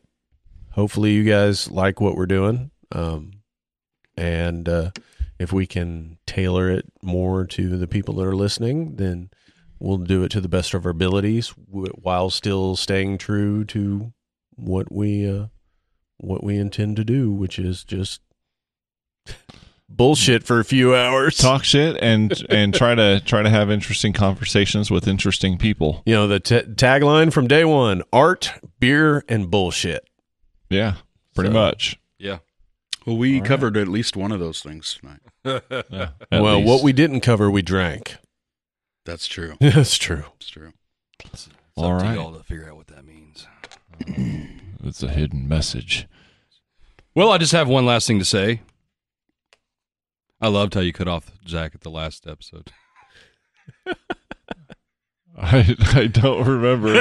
Speaker 4: Hopefully, you guys like what we're doing. Um, and uh, if we can tailor it more to the people that are listening, then we'll do it to the best of our abilities w- while still staying true to what we uh, what we intend to do, which is just bullshit for a few hours.
Speaker 2: Talk shit and and try to try to have interesting conversations with interesting people.
Speaker 4: You know, the t- tagline from day one art, beer, and bullshit.
Speaker 2: Yeah, pretty much.
Speaker 1: Yeah. Well, we covered at least one of those things tonight.
Speaker 2: At
Speaker 4: well,
Speaker 2: least.
Speaker 4: what we didn't cover, we drank.
Speaker 1: That's true.
Speaker 4: That's true.
Speaker 1: That's true.
Speaker 5: It's
Speaker 2: all
Speaker 5: up to
Speaker 2: right.
Speaker 5: y'all to figure out what that means.
Speaker 2: It's a hidden message.
Speaker 5: Well, I just have one last thing to say.
Speaker 15: I loved how you cut off Zach at the last episode.
Speaker 2: I I don't remember,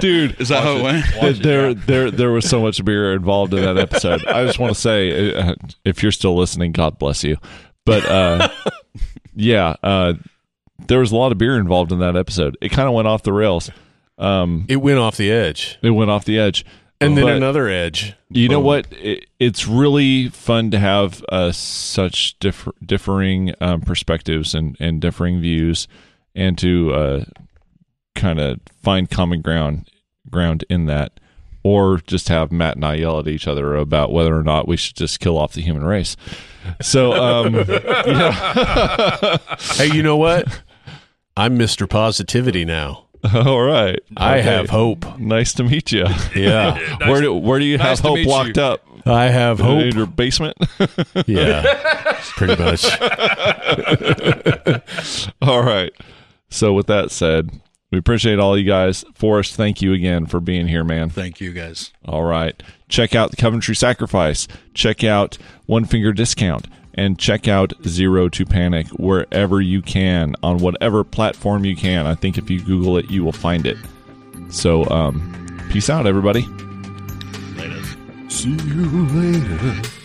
Speaker 2: dude.
Speaker 1: Is that how it went?
Speaker 2: there, there, there was so much beer involved in that episode. I just want to say, uh, if you're still listening, God bless you. But uh, yeah, uh, there was a lot of beer involved in that episode. It kind of went off the rails. Um,
Speaker 4: It went off the edge.
Speaker 2: it went off the edge,
Speaker 4: And then
Speaker 2: But
Speaker 4: another edge.
Speaker 2: You know what? It, it's really fun to have uh, such differ, differing um, perspectives and, and differing views, and to uh, kind of find common ground ground in that, or just have Matt and I yell at each other about whether or not we should just kill off the human race. So, um, yeah.
Speaker 4: Hey, you know what? I'm Mr. Positivity now.
Speaker 2: all right.
Speaker 4: I
Speaker 2: Okay.
Speaker 4: have hope.
Speaker 2: Nice to meet you.
Speaker 4: Yeah.
Speaker 2: where do where do you
Speaker 15: nice
Speaker 2: have
Speaker 15: to
Speaker 2: hope
Speaker 15: meet
Speaker 2: locked
Speaker 15: you.
Speaker 2: up?
Speaker 11: I have
Speaker 2: In
Speaker 11: hope.
Speaker 2: your basement.
Speaker 11: Yeah, pretty much.
Speaker 2: all right. So with that said, we appreciate all you guys. Forrest, thank you again for being here, man.
Speaker 1: Thank you guys.
Speaker 2: All right. Check out the Coventry Sacrifice. Check out One Finger Discount. And check out Zero to Panic wherever you can, on whatever platform you can. I think if you Google it, you will find it. So, um, peace out, everybody.
Speaker 1: Later.
Speaker 16: See you later.